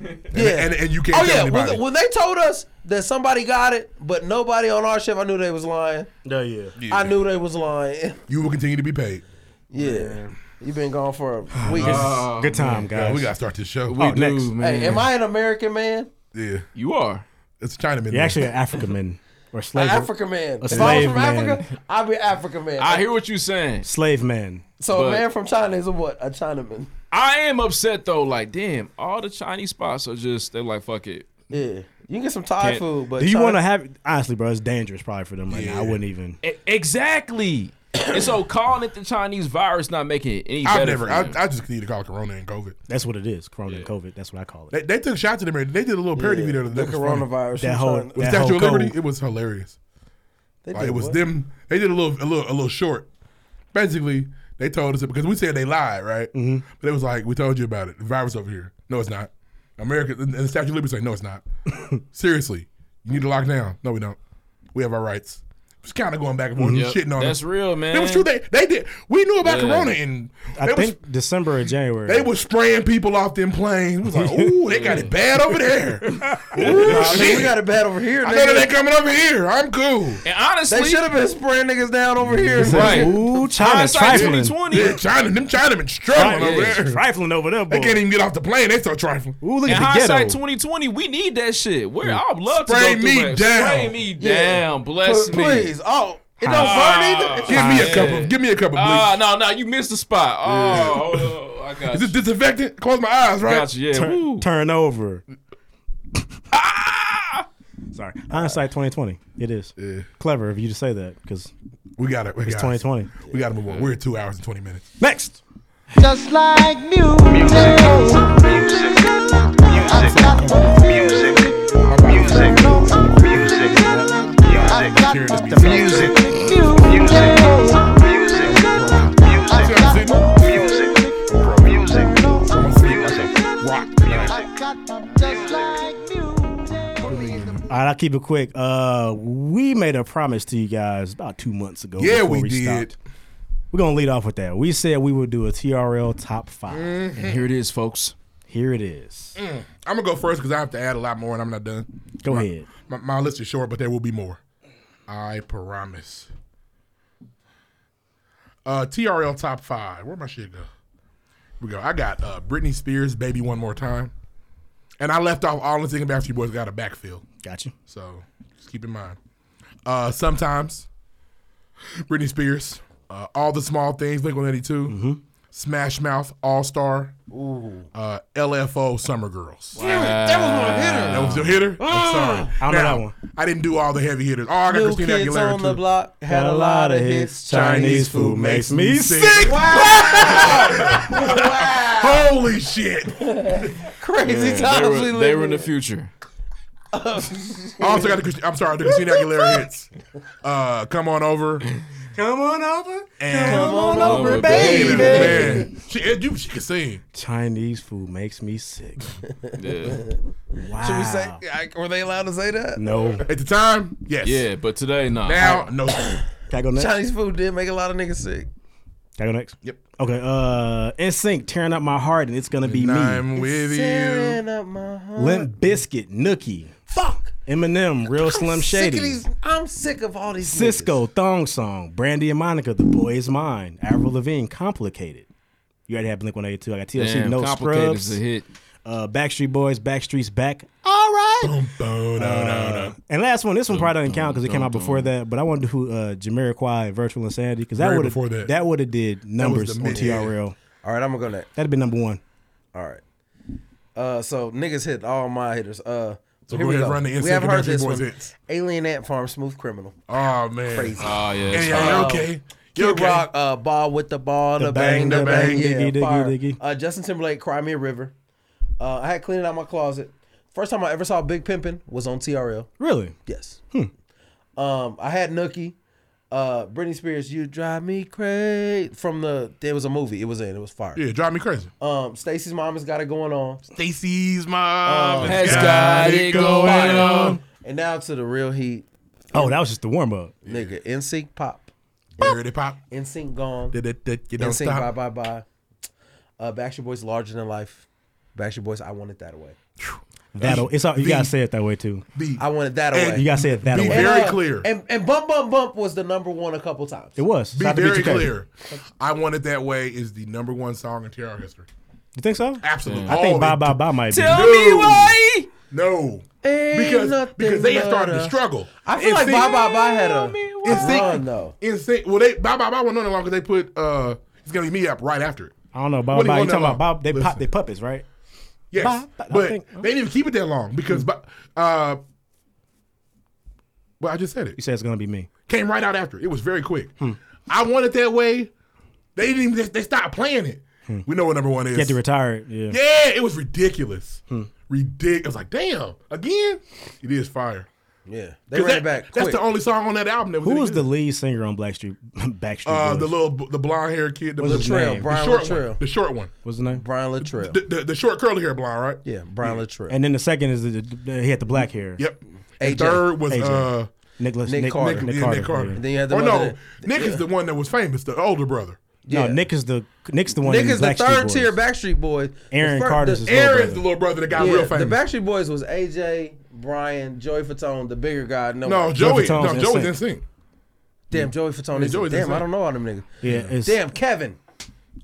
[SPEAKER 9] here."
[SPEAKER 13] yeah
[SPEAKER 9] And, and you can't
[SPEAKER 13] oh
[SPEAKER 9] tell
[SPEAKER 13] yeah
[SPEAKER 9] anybody.
[SPEAKER 13] when, when they told us that somebody got it but nobody on our ship I knew they was lying
[SPEAKER 4] Yeah, yeah.
[SPEAKER 13] I knew they was lying
[SPEAKER 9] you will continue to be paid.
[SPEAKER 13] yeah you been gone for a week
[SPEAKER 4] Good time, guys.
[SPEAKER 9] Yeah, we gotta start this show.
[SPEAKER 3] We
[SPEAKER 4] Oh,
[SPEAKER 3] do,
[SPEAKER 4] next.
[SPEAKER 3] man.
[SPEAKER 13] hey am I an American man
[SPEAKER 9] yeah,
[SPEAKER 3] You are.
[SPEAKER 9] it's Chinaman.
[SPEAKER 4] You're actually an African man or
[SPEAKER 13] an
[SPEAKER 4] slave
[SPEAKER 13] African man if I was
[SPEAKER 4] slave
[SPEAKER 13] from
[SPEAKER 4] man.
[SPEAKER 13] Africa I'd be an African man
[SPEAKER 3] I hear what you're saying.
[SPEAKER 4] slave man.
[SPEAKER 13] so a
[SPEAKER 3] but-
[SPEAKER 13] man from China is a what a Chinaman
[SPEAKER 3] I am upset though. Like, damn, all the Chinese spots are just they're like, fuck it.
[SPEAKER 13] Yeah, you can get some Thai
[SPEAKER 3] Can't-
[SPEAKER 13] food, but
[SPEAKER 4] Do you
[SPEAKER 13] China-
[SPEAKER 4] want to have honestly, bro? It's dangerous probably for them right now. I wouldn't even.
[SPEAKER 3] E- exactly. and so calling it the Chinese virus not making it any better.
[SPEAKER 9] I've never.
[SPEAKER 3] for
[SPEAKER 9] I,
[SPEAKER 3] them.
[SPEAKER 9] I just continue to call it Corona and COVID.
[SPEAKER 4] That's what it is. Corona and COVID. That's what I call it.
[SPEAKER 9] They, they took shots at America. They did a little parody
[SPEAKER 13] Yeah,
[SPEAKER 9] video.
[SPEAKER 13] the
[SPEAKER 9] That was funny.
[SPEAKER 13] coronavirus?
[SPEAKER 4] That
[SPEAKER 13] from
[SPEAKER 4] whole-
[SPEAKER 13] China.
[SPEAKER 9] The
[SPEAKER 4] That
[SPEAKER 9] Statue
[SPEAKER 4] whole
[SPEAKER 9] of Liberty.
[SPEAKER 4] code.
[SPEAKER 9] It was hilarious.
[SPEAKER 13] They
[SPEAKER 9] Like,
[SPEAKER 13] did
[SPEAKER 9] it was
[SPEAKER 13] what?
[SPEAKER 9] them. They did a little, a little, a little short. Basically, they told us it because we said they lied, right? Mm-hmm. But it was like we told you about it. The virus over here. No, it's not. America and the Statue of Liberty say no, it's not. Seriously, you need to lock down. No, we don't. We have our rights. Just kind of going back and forth, and
[SPEAKER 3] Yep,
[SPEAKER 9] shitting on
[SPEAKER 3] That's
[SPEAKER 9] them.
[SPEAKER 3] real, man.
[SPEAKER 9] It was true. They they did. We knew about
[SPEAKER 3] Yeah.
[SPEAKER 9] Corona and
[SPEAKER 4] I
[SPEAKER 9] they was
[SPEAKER 4] think December or January.
[SPEAKER 9] they were spraying people off them planes. It was like, ooh, they got it bad over there. Ooh,
[SPEAKER 13] I mean,
[SPEAKER 9] shit.
[SPEAKER 13] we got it bad over here.
[SPEAKER 9] I know
[SPEAKER 13] nigga.
[SPEAKER 9] that they coming over here. I'm cool.
[SPEAKER 3] and honestly,
[SPEAKER 13] They should have been spraying niggas down over here.
[SPEAKER 3] Right.
[SPEAKER 4] Ooh, China's
[SPEAKER 3] hindsight
[SPEAKER 4] trifling.
[SPEAKER 3] 2020.
[SPEAKER 9] Yeah, China, them Chinamen struggling
[SPEAKER 4] Right,
[SPEAKER 9] over
[SPEAKER 4] yeah,
[SPEAKER 9] there.
[SPEAKER 4] Trifling over there, boy.
[SPEAKER 9] They can't even get off the plane. They so trifling.
[SPEAKER 4] Ooh, look
[SPEAKER 3] In
[SPEAKER 4] at the ghetto. Mm.
[SPEAKER 3] hindsight 2020, we need that shit. Where I'd love
[SPEAKER 9] Spray
[SPEAKER 3] to go through
[SPEAKER 9] me
[SPEAKER 3] that.
[SPEAKER 9] down.
[SPEAKER 3] Spray me
[SPEAKER 13] Yeah.
[SPEAKER 3] down. Bless
[SPEAKER 13] P-
[SPEAKER 3] me.
[SPEAKER 13] Please, oh, it don't burn either.
[SPEAKER 9] Give me a
[SPEAKER 3] yeah.
[SPEAKER 9] cup of, give me a cup of bleach.
[SPEAKER 3] Ah, no, no, you missed the
[SPEAKER 13] Ah,
[SPEAKER 3] spot. Oh, oh, I got
[SPEAKER 9] Is
[SPEAKER 3] you.
[SPEAKER 9] this disinfectant? Close my eyes, right?
[SPEAKER 3] Got you. Yeah. Woo.
[SPEAKER 4] turn, turn over.
[SPEAKER 9] Ah!
[SPEAKER 4] Sorry. Hindsight 2020. It is. Clever of you to say that because
[SPEAKER 9] We got it. We
[SPEAKER 4] it's
[SPEAKER 9] got
[SPEAKER 4] 2020.
[SPEAKER 9] It. We got to move on. We're at two hours and twenty minutes.
[SPEAKER 4] Next.
[SPEAKER 15] Just like music. Music. Music. Music. Music. Music. The music. Music. Music. Music. Music. Music. Rock.
[SPEAKER 4] All right, I'll keep it quick. Uh, we made a promise to you guys about two months ago.
[SPEAKER 9] Yeah,
[SPEAKER 4] before
[SPEAKER 9] we did.
[SPEAKER 4] stopped. We're gonna lead off with that. We said we would do a TRL top 5
[SPEAKER 9] Mm-hmm.
[SPEAKER 3] And here it is, folks.
[SPEAKER 4] Here it is.
[SPEAKER 9] Mm. I'm gonna go first because I have to add a lot more, and I'm not done.
[SPEAKER 4] Go ahead.
[SPEAKER 9] My, my list is short, but there will be more. I promise. Uh, TRL top five. Where my shit go? Here we go. I got uh, Britney Spears, "Baby One More Time." And I left off all the thinking about you boys got a backfield.
[SPEAKER 4] Gotcha.
[SPEAKER 9] So just keep in mind. Uh, sometimes Britney Spears, uh, all the small things, Blink 182, Smash Mouth, All Star, uh, LFO, Summer Girls.
[SPEAKER 15] Damn it, that was one hitter.
[SPEAKER 9] That was the hitter. I'm
[SPEAKER 15] Ah. I
[SPEAKER 9] sorry.
[SPEAKER 15] don't know
[SPEAKER 9] Now,
[SPEAKER 15] that one.
[SPEAKER 9] I didn't do all the heavy hitters. Oh, I got
[SPEAKER 13] New
[SPEAKER 9] Christina
[SPEAKER 13] Kids
[SPEAKER 9] Aguilera
[SPEAKER 13] on
[SPEAKER 9] too.
[SPEAKER 13] the Block had a lot of hits.
[SPEAKER 4] Chinese food makes me
[SPEAKER 13] sick. Wow.
[SPEAKER 9] Holy shit!
[SPEAKER 13] Crazy
[SPEAKER 3] they,
[SPEAKER 13] times we
[SPEAKER 3] were, they
[SPEAKER 13] live
[SPEAKER 3] were in the future.
[SPEAKER 9] I also got the Christi- I'm sorry, the Christina Aguilera hits. Uh, come on over. Come on over.
[SPEAKER 15] Come on over,
[SPEAKER 4] baby.
[SPEAKER 9] Man, she, you, she can sing.
[SPEAKER 4] Chinese food makes me sick. Wow.
[SPEAKER 13] Should we say? I- Were they allowed to say that?
[SPEAKER 4] No.
[SPEAKER 9] At the time, yes.
[SPEAKER 3] Yeah, but today, no.
[SPEAKER 9] Now, no.
[SPEAKER 4] Can I go next?
[SPEAKER 13] Chinese food did make a lot of niggas sick.
[SPEAKER 4] Can I go next?
[SPEAKER 9] Yep.
[SPEAKER 4] Okay. Uh, NSYNC tearing up my heart, and it's gonna be me.
[SPEAKER 9] I'm with
[SPEAKER 13] Tearing up my heart.
[SPEAKER 4] Limp Biscuit, Nookie,
[SPEAKER 13] Fuck.
[SPEAKER 4] Eminem, Real Slim Shady.
[SPEAKER 13] Sick of these, I'm sick of all these.
[SPEAKER 4] Cisco, Thong Song, Brandy and Monica, The Boy Is Mine, Avril Lavigne, Complicated. You already have Blink 182. I got TLC,
[SPEAKER 3] Damn,
[SPEAKER 4] No
[SPEAKER 3] Complicated
[SPEAKER 4] Scrubs.
[SPEAKER 3] is a hit.
[SPEAKER 4] Uh, Backstreet Boys, Backstreet's Back.
[SPEAKER 15] All right.
[SPEAKER 4] Uh, and last one, this one probably doesn't count because it came out before that. But I wonder who uh, Jamiroquai, Virtual Insanity, because that
[SPEAKER 13] Right
[SPEAKER 4] would
[SPEAKER 13] before
[SPEAKER 4] have
[SPEAKER 13] that.
[SPEAKER 4] that would have did numbers
[SPEAKER 13] the
[SPEAKER 4] on
[SPEAKER 13] mid-
[SPEAKER 4] TRL.
[SPEAKER 13] All right, I'm gonna go next.
[SPEAKER 4] That'd have been number one.
[SPEAKER 13] All right. Uh, so niggas hit all my hitters. Uh,
[SPEAKER 9] So
[SPEAKER 13] here
[SPEAKER 9] go
[SPEAKER 13] we
[SPEAKER 9] ahead,
[SPEAKER 13] go.
[SPEAKER 9] run the
[SPEAKER 13] We
[SPEAKER 9] NSYNC
[SPEAKER 13] haven't
[SPEAKER 9] and
[SPEAKER 13] heard
[SPEAKER 9] Backstreet
[SPEAKER 13] this
[SPEAKER 9] Boys
[SPEAKER 13] one.
[SPEAKER 9] hits.
[SPEAKER 13] Alien Ant Farm, Smooth Criminal.
[SPEAKER 9] Oh man.
[SPEAKER 13] Crazy.
[SPEAKER 9] Oh yeah. Yeah, yeah, okay.
[SPEAKER 13] Kid
[SPEAKER 9] You okay?
[SPEAKER 13] Rock, uh, ball with the ball, the, bang, the bang,
[SPEAKER 4] diggy,
[SPEAKER 13] yeah,
[SPEAKER 4] diggy,
[SPEAKER 13] fire.
[SPEAKER 4] diggy.
[SPEAKER 13] Uh, Justin Timberlake, Cry Me a River. Uh, I had cleaning out my closet. First time I ever saw Big Pimpin' was on TRL.
[SPEAKER 4] Really?
[SPEAKER 13] Yes. Hmm. Um, I had Nookie, uh, Britney Spears, "You Drive Me Crazy" from the. There was a movie. It was in. It was fire.
[SPEAKER 9] Yeah, drive me crazy.
[SPEAKER 13] Um, Stacy's mom has got it going on.
[SPEAKER 9] Stacy's mom
[SPEAKER 13] Um,
[SPEAKER 9] has got it going on.
[SPEAKER 13] And now to the real heat,
[SPEAKER 4] Oh, that was just the warm up.
[SPEAKER 13] nigga. NSYNC pop.
[SPEAKER 9] Dirty pop.
[SPEAKER 13] NSYNC gone.
[SPEAKER 9] Did it, did you don't
[SPEAKER 13] NSYNC
[SPEAKER 9] stop.
[SPEAKER 13] bye bye bye. Uh, Backstreet Boys larger than life. Backstreet Boys, I want it that way.
[SPEAKER 4] That it's all, you gotta say it that way too.
[SPEAKER 13] I want it that
[SPEAKER 4] And
[SPEAKER 13] way.
[SPEAKER 4] you gotta say it that
[SPEAKER 13] Be
[SPEAKER 4] way.
[SPEAKER 9] very
[SPEAKER 13] uh,
[SPEAKER 9] clear.
[SPEAKER 13] And, and bump bump bump was the number one a couple times.
[SPEAKER 4] It was.
[SPEAKER 9] Be
[SPEAKER 4] Shout out to
[SPEAKER 9] very
[SPEAKER 4] B2K.
[SPEAKER 9] clear. I want it that way is the number one song in TR history.
[SPEAKER 4] You think so?
[SPEAKER 9] Absolutely.
[SPEAKER 4] I think
[SPEAKER 9] Oh,
[SPEAKER 4] Bye
[SPEAKER 9] it-
[SPEAKER 4] Bye Bye might
[SPEAKER 9] Tell
[SPEAKER 4] be.
[SPEAKER 9] me why. No.
[SPEAKER 13] Ain't
[SPEAKER 9] Because
[SPEAKER 13] nothing
[SPEAKER 9] because they
[SPEAKER 13] but
[SPEAKER 9] started to
[SPEAKER 13] a-
[SPEAKER 9] struggle.
[SPEAKER 13] I feel like Bye Bye Bye had a run
[SPEAKER 9] Instinct.
[SPEAKER 13] though.
[SPEAKER 9] Instinct. Well, they Bye Bye Bye went on long because they put uh, it's gonna be me up right after it.
[SPEAKER 4] I don't know. Bye
[SPEAKER 9] What do
[SPEAKER 4] Bye. You
[SPEAKER 9] you want
[SPEAKER 4] talking
[SPEAKER 9] that
[SPEAKER 4] about
[SPEAKER 9] long?
[SPEAKER 4] Bob? They pop. They puppets, right?
[SPEAKER 9] Yes,
[SPEAKER 4] Bye, bye, I
[SPEAKER 9] but
[SPEAKER 4] think-
[SPEAKER 9] they didn't keep it that long because, bu- uh, well, I just said it.
[SPEAKER 4] You said it's gonna be me.
[SPEAKER 9] Came right out after. It was very quick. I want it that way. They didn't even. They stopped playing it. We know what number one is.
[SPEAKER 4] Get to retire. Yeah.
[SPEAKER 9] Yeah, it was ridiculous. Ridiculous. I was like, damn, again. It is fire.
[SPEAKER 13] Yeah,
[SPEAKER 9] 'Cause that- That's the only song on that album that was.
[SPEAKER 4] Who
[SPEAKER 9] any
[SPEAKER 4] was
[SPEAKER 9] good.
[SPEAKER 4] the lead singer on Blackstreet? Backstreet
[SPEAKER 9] Uh,
[SPEAKER 4] Boys.
[SPEAKER 9] the little, the blonde haired kid, the
[SPEAKER 4] What's his
[SPEAKER 9] little-
[SPEAKER 4] name?
[SPEAKER 9] the
[SPEAKER 4] Brian
[SPEAKER 9] short one,
[SPEAKER 4] Luttrell.
[SPEAKER 9] the short one,
[SPEAKER 4] What's his name?
[SPEAKER 13] Brian Latrell.
[SPEAKER 9] the, the, the short curly hair blonde, right?
[SPEAKER 13] Yeah, Brian Latrell.
[SPEAKER 4] And then the second is the, the, he had the black hair.
[SPEAKER 9] Yep. And
[SPEAKER 13] AJ.
[SPEAKER 9] third was
[SPEAKER 4] AJ.
[SPEAKER 9] uh,
[SPEAKER 4] Nicholas Nick,
[SPEAKER 13] Nick
[SPEAKER 4] Nick
[SPEAKER 13] Carter.
[SPEAKER 4] Nick,
[SPEAKER 9] yeah,
[SPEAKER 4] Carter.
[SPEAKER 9] Nick Carter.
[SPEAKER 4] yeah.
[SPEAKER 13] then you had the
[SPEAKER 9] oh
[SPEAKER 13] one
[SPEAKER 9] no,
[SPEAKER 13] that-
[SPEAKER 9] Nick is the one that was famous, the older brother.
[SPEAKER 4] No, Nick is the Nick's the one.
[SPEAKER 13] Nick
[SPEAKER 4] in
[SPEAKER 13] is the
[SPEAKER 4] Blackstreet
[SPEAKER 13] third
[SPEAKER 4] Boys.
[SPEAKER 13] tier Backstreet Boys.
[SPEAKER 4] Aaron
[SPEAKER 13] the fir-
[SPEAKER 4] Carter's
[SPEAKER 13] the-
[SPEAKER 4] his little
[SPEAKER 9] Aaron's
[SPEAKER 4] brother.
[SPEAKER 9] the little brother that got
[SPEAKER 13] yeah,
[SPEAKER 9] real famous.
[SPEAKER 13] The Backstreet Boys was AJ, Brian, Joey Fatone, the bigger guy. No,
[SPEAKER 9] no,
[SPEAKER 13] one.
[SPEAKER 9] Joey,
[SPEAKER 4] Joey
[SPEAKER 9] no,
[SPEAKER 4] Fatone's
[SPEAKER 9] Joey's
[SPEAKER 4] insane.
[SPEAKER 9] in sync.
[SPEAKER 13] Damn, Joey Fatone.
[SPEAKER 9] Yeah,
[SPEAKER 13] is
[SPEAKER 9] Joey's
[SPEAKER 13] damn,
[SPEAKER 9] insane.
[SPEAKER 13] I don't know all them niggas.
[SPEAKER 4] Yeah, it's
[SPEAKER 13] Damn, Kevin.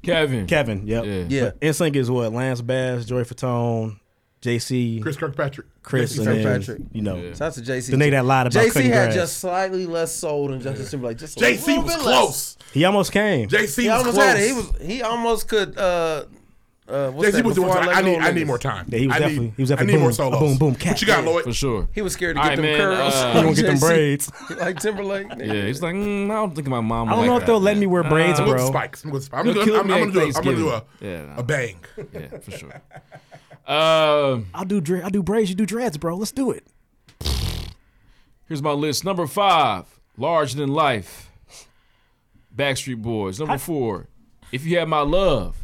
[SPEAKER 3] Kevin.
[SPEAKER 4] Kevin. Yep.
[SPEAKER 3] Yeah.
[SPEAKER 13] Yeah.
[SPEAKER 4] But NSYNC is what Lance Bass, Joy Fatone, JC,
[SPEAKER 9] Chris Kirkpatrick.
[SPEAKER 4] Chris,
[SPEAKER 13] J.C.
[SPEAKER 4] and then,
[SPEAKER 13] Kirkpatrick.
[SPEAKER 4] you know,
[SPEAKER 13] Shout out to JC.
[SPEAKER 4] The nigga that lied about
[SPEAKER 13] JC
[SPEAKER 4] cutting
[SPEAKER 13] had
[SPEAKER 4] grass.
[SPEAKER 13] just slightly less soul than Justin Timberlake. Just a
[SPEAKER 9] JC
[SPEAKER 13] little
[SPEAKER 9] was
[SPEAKER 13] bit
[SPEAKER 9] close.
[SPEAKER 4] he almost came.
[SPEAKER 13] Less.
[SPEAKER 9] JC
[SPEAKER 13] He
[SPEAKER 9] was
[SPEAKER 13] almost
[SPEAKER 9] close.
[SPEAKER 13] had it. He was. He almost could. Uh, uh, what's
[SPEAKER 9] JC
[SPEAKER 13] that?
[SPEAKER 9] was the
[SPEAKER 13] Before
[SPEAKER 9] one.
[SPEAKER 13] Let
[SPEAKER 9] I
[SPEAKER 13] Go
[SPEAKER 9] need. I
[SPEAKER 13] Niggas.
[SPEAKER 9] need more time.
[SPEAKER 4] Yeah, he was
[SPEAKER 9] I
[SPEAKER 4] definitely-
[SPEAKER 9] Need,
[SPEAKER 4] he was definitely
[SPEAKER 9] I need more
[SPEAKER 4] boom,
[SPEAKER 9] solos.
[SPEAKER 4] boom, boom,
[SPEAKER 9] What
[SPEAKER 4] cat.
[SPEAKER 9] you got, Lloyd?
[SPEAKER 3] For sure.
[SPEAKER 13] He was scared to
[SPEAKER 3] All
[SPEAKER 13] get
[SPEAKER 3] right,
[SPEAKER 13] them
[SPEAKER 3] man,
[SPEAKER 13] curls.
[SPEAKER 3] uh,
[SPEAKER 4] He won't get them braids.
[SPEAKER 13] like Timberlake. nigga.
[SPEAKER 3] Yeah, he's like, mm, I don't think my mom.
[SPEAKER 4] I don't
[SPEAKER 3] like
[SPEAKER 4] know if
[SPEAKER 3] that,
[SPEAKER 4] they'll let
[SPEAKER 3] man.
[SPEAKER 4] me wear braids,
[SPEAKER 9] I'm with
[SPEAKER 4] bro.
[SPEAKER 9] spikes. I'm with spikes. I'm
[SPEAKER 3] It'll
[SPEAKER 9] gonna,
[SPEAKER 3] kill
[SPEAKER 9] I'm,
[SPEAKER 3] me at
[SPEAKER 9] I'm, gonna do, a- I'm gonna do a,
[SPEAKER 3] Thanksgiving. Yeah, no.
[SPEAKER 9] a bang.
[SPEAKER 3] Yeah, for sure. Uh,
[SPEAKER 4] I'll do dre- I'll do braids. You do dreads, bro. Let's do it.
[SPEAKER 3] here's my list. Number five, Larger Than Life, Backstreet Boys. Number four, If You Had My Love.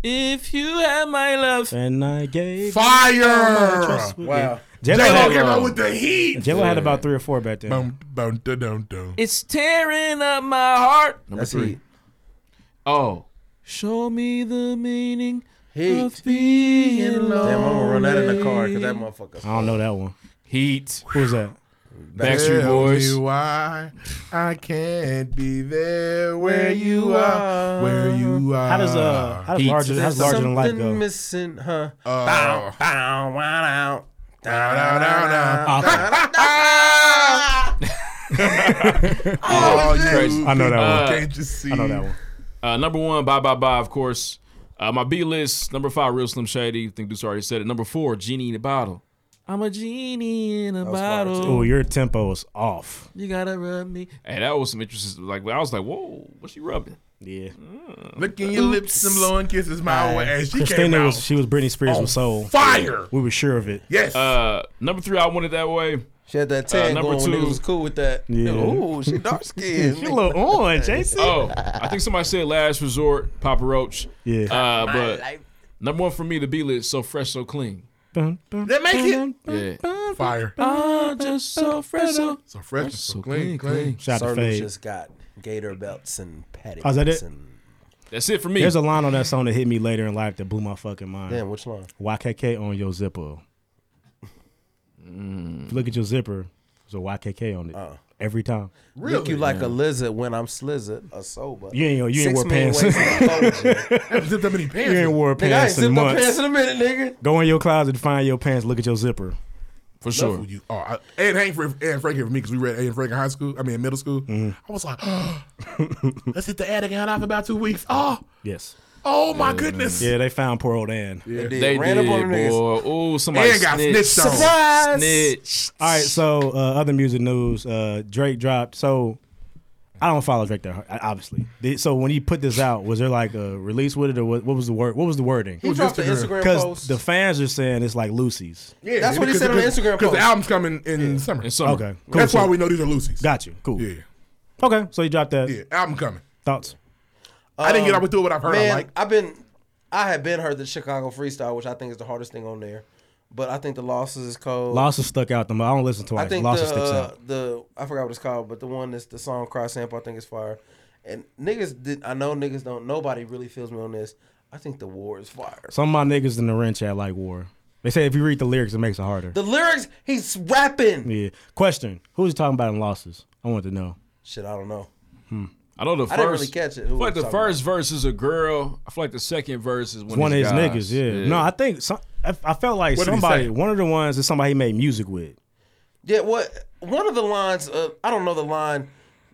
[SPEAKER 3] If you had my love.
[SPEAKER 4] And I gave
[SPEAKER 9] Fire!
[SPEAKER 13] Wow.
[SPEAKER 4] J Lo
[SPEAKER 9] J-Lo
[SPEAKER 4] had,
[SPEAKER 9] came out with the heat.
[SPEAKER 4] J-Lo had about three or four back then.
[SPEAKER 9] Bum, bum, da, dum, dum.
[SPEAKER 3] It's tearing up my heart. Number
[SPEAKER 13] That's
[SPEAKER 3] three.
[SPEAKER 13] heat.
[SPEAKER 3] Oh. Show me the meaning
[SPEAKER 13] Heat.
[SPEAKER 3] of being
[SPEAKER 13] Damn, I'm
[SPEAKER 3] lonely. Oh,
[SPEAKER 13] gonna run that in the car because that motherfucker.
[SPEAKER 4] I don't know that one.
[SPEAKER 3] Heat.
[SPEAKER 4] Who was that?
[SPEAKER 3] Backstreet
[SPEAKER 9] Tell
[SPEAKER 3] Boys.
[SPEAKER 9] me why I can't be there where you are, where you are.
[SPEAKER 4] How does, uh, how does
[SPEAKER 9] Heat.
[SPEAKER 4] larger- how's larger than life go?
[SPEAKER 13] Something missing, huh?
[SPEAKER 9] Uh,
[SPEAKER 13] bow, bow, wow, down, down, down,
[SPEAKER 4] Oh,
[SPEAKER 13] down,
[SPEAKER 4] okay.
[SPEAKER 13] down, down, down.
[SPEAKER 9] Oh, you
[SPEAKER 4] I know that one.
[SPEAKER 9] Can't you see?
[SPEAKER 4] I know that one.
[SPEAKER 3] Uh, number one, Bye Bye Bye, of course. Uh, my B list, number five, Real Slim Shady. I think Deuce already said it. Number four, Genie in a Bottle. I'm a genie in a bottle.
[SPEAKER 4] Oh, your tempo is off.
[SPEAKER 3] You gotta rub me. Hey, that was some interesting. Like I was like, whoa, what's she rubbing?
[SPEAKER 4] Yeah.
[SPEAKER 9] Look in your lips and blowing kisses my way. And she came
[SPEAKER 4] Christina
[SPEAKER 9] out.
[SPEAKER 4] was she was Britney Spears
[SPEAKER 9] on
[SPEAKER 4] with soul.
[SPEAKER 9] fire.
[SPEAKER 4] We were sure of it.
[SPEAKER 9] Yes.
[SPEAKER 3] Uh, number three, I wanted that way.
[SPEAKER 13] She had that
[SPEAKER 3] tag
[SPEAKER 13] tag
[SPEAKER 3] number
[SPEAKER 13] going
[SPEAKER 3] two
[SPEAKER 13] when niggas was cool with that.
[SPEAKER 4] Yeah.
[SPEAKER 13] Ooh, she dark skinned.
[SPEAKER 4] She a little orange, JC.
[SPEAKER 3] Oh, I think somebody said Last Resort, Papa Roach.
[SPEAKER 4] Yeah.
[SPEAKER 3] Uh,
[SPEAKER 13] My
[SPEAKER 3] but
[SPEAKER 13] life.
[SPEAKER 3] number one for me, the B list, so fresh, so clean.
[SPEAKER 9] That make it
[SPEAKER 3] Yeah.
[SPEAKER 9] fire.
[SPEAKER 3] Oh, just so fresh, so,
[SPEAKER 9] so fresh, so, clean, clean.
[SPEAKER 4] Shout out to
[SPEAKER 13] Certain
[SPEAKER 4] Fade.
[SPEAKER 13] just got gator belts and patties.
[SPEAKER 4] Oh, is that it?
[SPEAKER 13] And,
[SPEAKER 3] That's it for me.
[SPEAKER 4] There's a line on that song that hit me later in life that blew my fucking mind.
[SPEAKER 13] damn, which line?
[SPEAKER 4] YKK on your zipper. If you look at your zipper, there's a YKK on it every time.
[SPEAKER 13] Really? Look you like a lizard when I'm slizzard or sober.
[SPEAKER 4] You ain't- you ain't
[SPEAKER 13] Six
[SPEAKER 4] wear
[SPEAKER 13] men
[SPEAKER 4] pants.
[SPEAKER 13] waist, I told you.
[SPEAKER 9] Haven't zipped that many pants.
[SPEAKER 4] You ain't wore
[SPEAKER 13] Nigga, I ain't
[SPEAKER 4] pants in
[SPEAKER 13] zipped no
[SPEAKER 4] months.
[SPEAKER 13] pants in a minute,
[SPEAKER 4] Go in your closet, find your pants, look at your zipper.
[SPEAKER 3] For
[SPEAKER 9] Love who You are. I- Ed Hank for Ed Frank here for me because we read Ed and Frank in high school. I mean, in middle school. I was like, let's hit the attic and hang out for about two weeks. Oh,
[SPEAKER 4] Yes.
[SPEAKER 9] oh my goodness.
[SPEAKER 4] Yeah, they found poor old Ann.
[SPEAKER 13] did.
[SPEAKER 3] They
[SPEAKER 13] Ran
[SPEAKER 3] did,
[SPEAKER 13] up on the
[SPEAKER 3] boy.
[SPEAKER 13] niggas.
[SPEAKER 3] Oh, somebody
[SPEAKER 9] And got
[SPEAKER 3] snitched.
[SPEAKER 9] snitched on.
[SPEAKER 13] Surprise!
[SPEAKER 3] Snitched.
[SPEAKER 4] All right, so uh, other music news. Uh, Drake dropped. So I don't follow Drake that hard, I- obviously. Did- So when he put this out, was there like a release with it, or what, what was the word? What was the wording?
[SPEAKER 13] He dropped an Instagram
[SPEAKER 4] Because
[SPEAKER 13] post.
[SPEAKER 4] the fans are saying it's like Lucy's.
[SPEAKER 9] Yeah,
[SPEAKER 13] That's what he said on the Instagram
[SPEAKER 9] Because
[SPEAKER 13] post.
[SPEAKER 9] the album's coming in summer.
[SPEAKER 3] In summer.
[SPEAKER 4] Okay, cool.
[SPEAKER 9] That's
[SPEAKER 4] So-
[SPEAKER 9] why we know these are Lucy's.
[SPEAKER 4] Got you. Cool.
[SPEAKER 9] Yeah,
[SPEAKER 4] Okay, so he dropped that.
[SPEAKER 9] yeah. Album coming.
[SPEAKER 4] Thoughts?
[SPEAKER 9] I didn't get up and do what I've heard. I
[SPEAKER 13] Um, Man,
[SPEAKER 9] like.
[SPEAKER 13] I've been, I have been heard the Chicago freestyle, which I think is the hardest thing on there. But I think the losses is cold.
[SPEAKER 4] Losses stuck out. Them. I don't listen to
[SPEAKER 13] I
[SPEAKER 4] it.
[SPEAKER 13] think
[SPEAKER 4] Losses
[SPEAKER 13] the
[SPEAKER 4] sticks
[SPEAKER 13] uh,
[SPEAKER 4] out.
[SPEAKER 13] the I forgot what it's called, but the one that's the song "Cry Sample" I think is fire. And niggas did I know niggas don't nobody really feels me on this. I think the war is fire.
[SPEAKER 4] Some of my niggas in the rent chat like war. They say if you read the lyrics, it makes it harder.
[SPEAKER 13] The lyrics he's rapping.
[SPEAKER 4] yeah. Question: Who was he talking about in losses? I want to know.
[SPEAKER 13] Shit, I don't know.
[SPEAKER 3] I know the first.
[SPEAKER 13] I didn't really catch it, who
[SPEAKER 3] I feel like
[SPEAKER 13] was
[SPEAKER 3] the
[SPEAKER 13] talking
[SPEAKER 3] first verse is a girl. I feel like the second verse is one,
[SPEAKER 4] one of his
[SPEAKER 3] guys.
[SPEAKER 4] niggas. Yeah. No, I think some. I, I felt like
[SPEAKER 9] What did he say?
[SPEAKER 4] somebody. One of the ones is somebody he made music with.
[SPEAKER 13] Yeah, what one of the lines? Uh, I don't know the line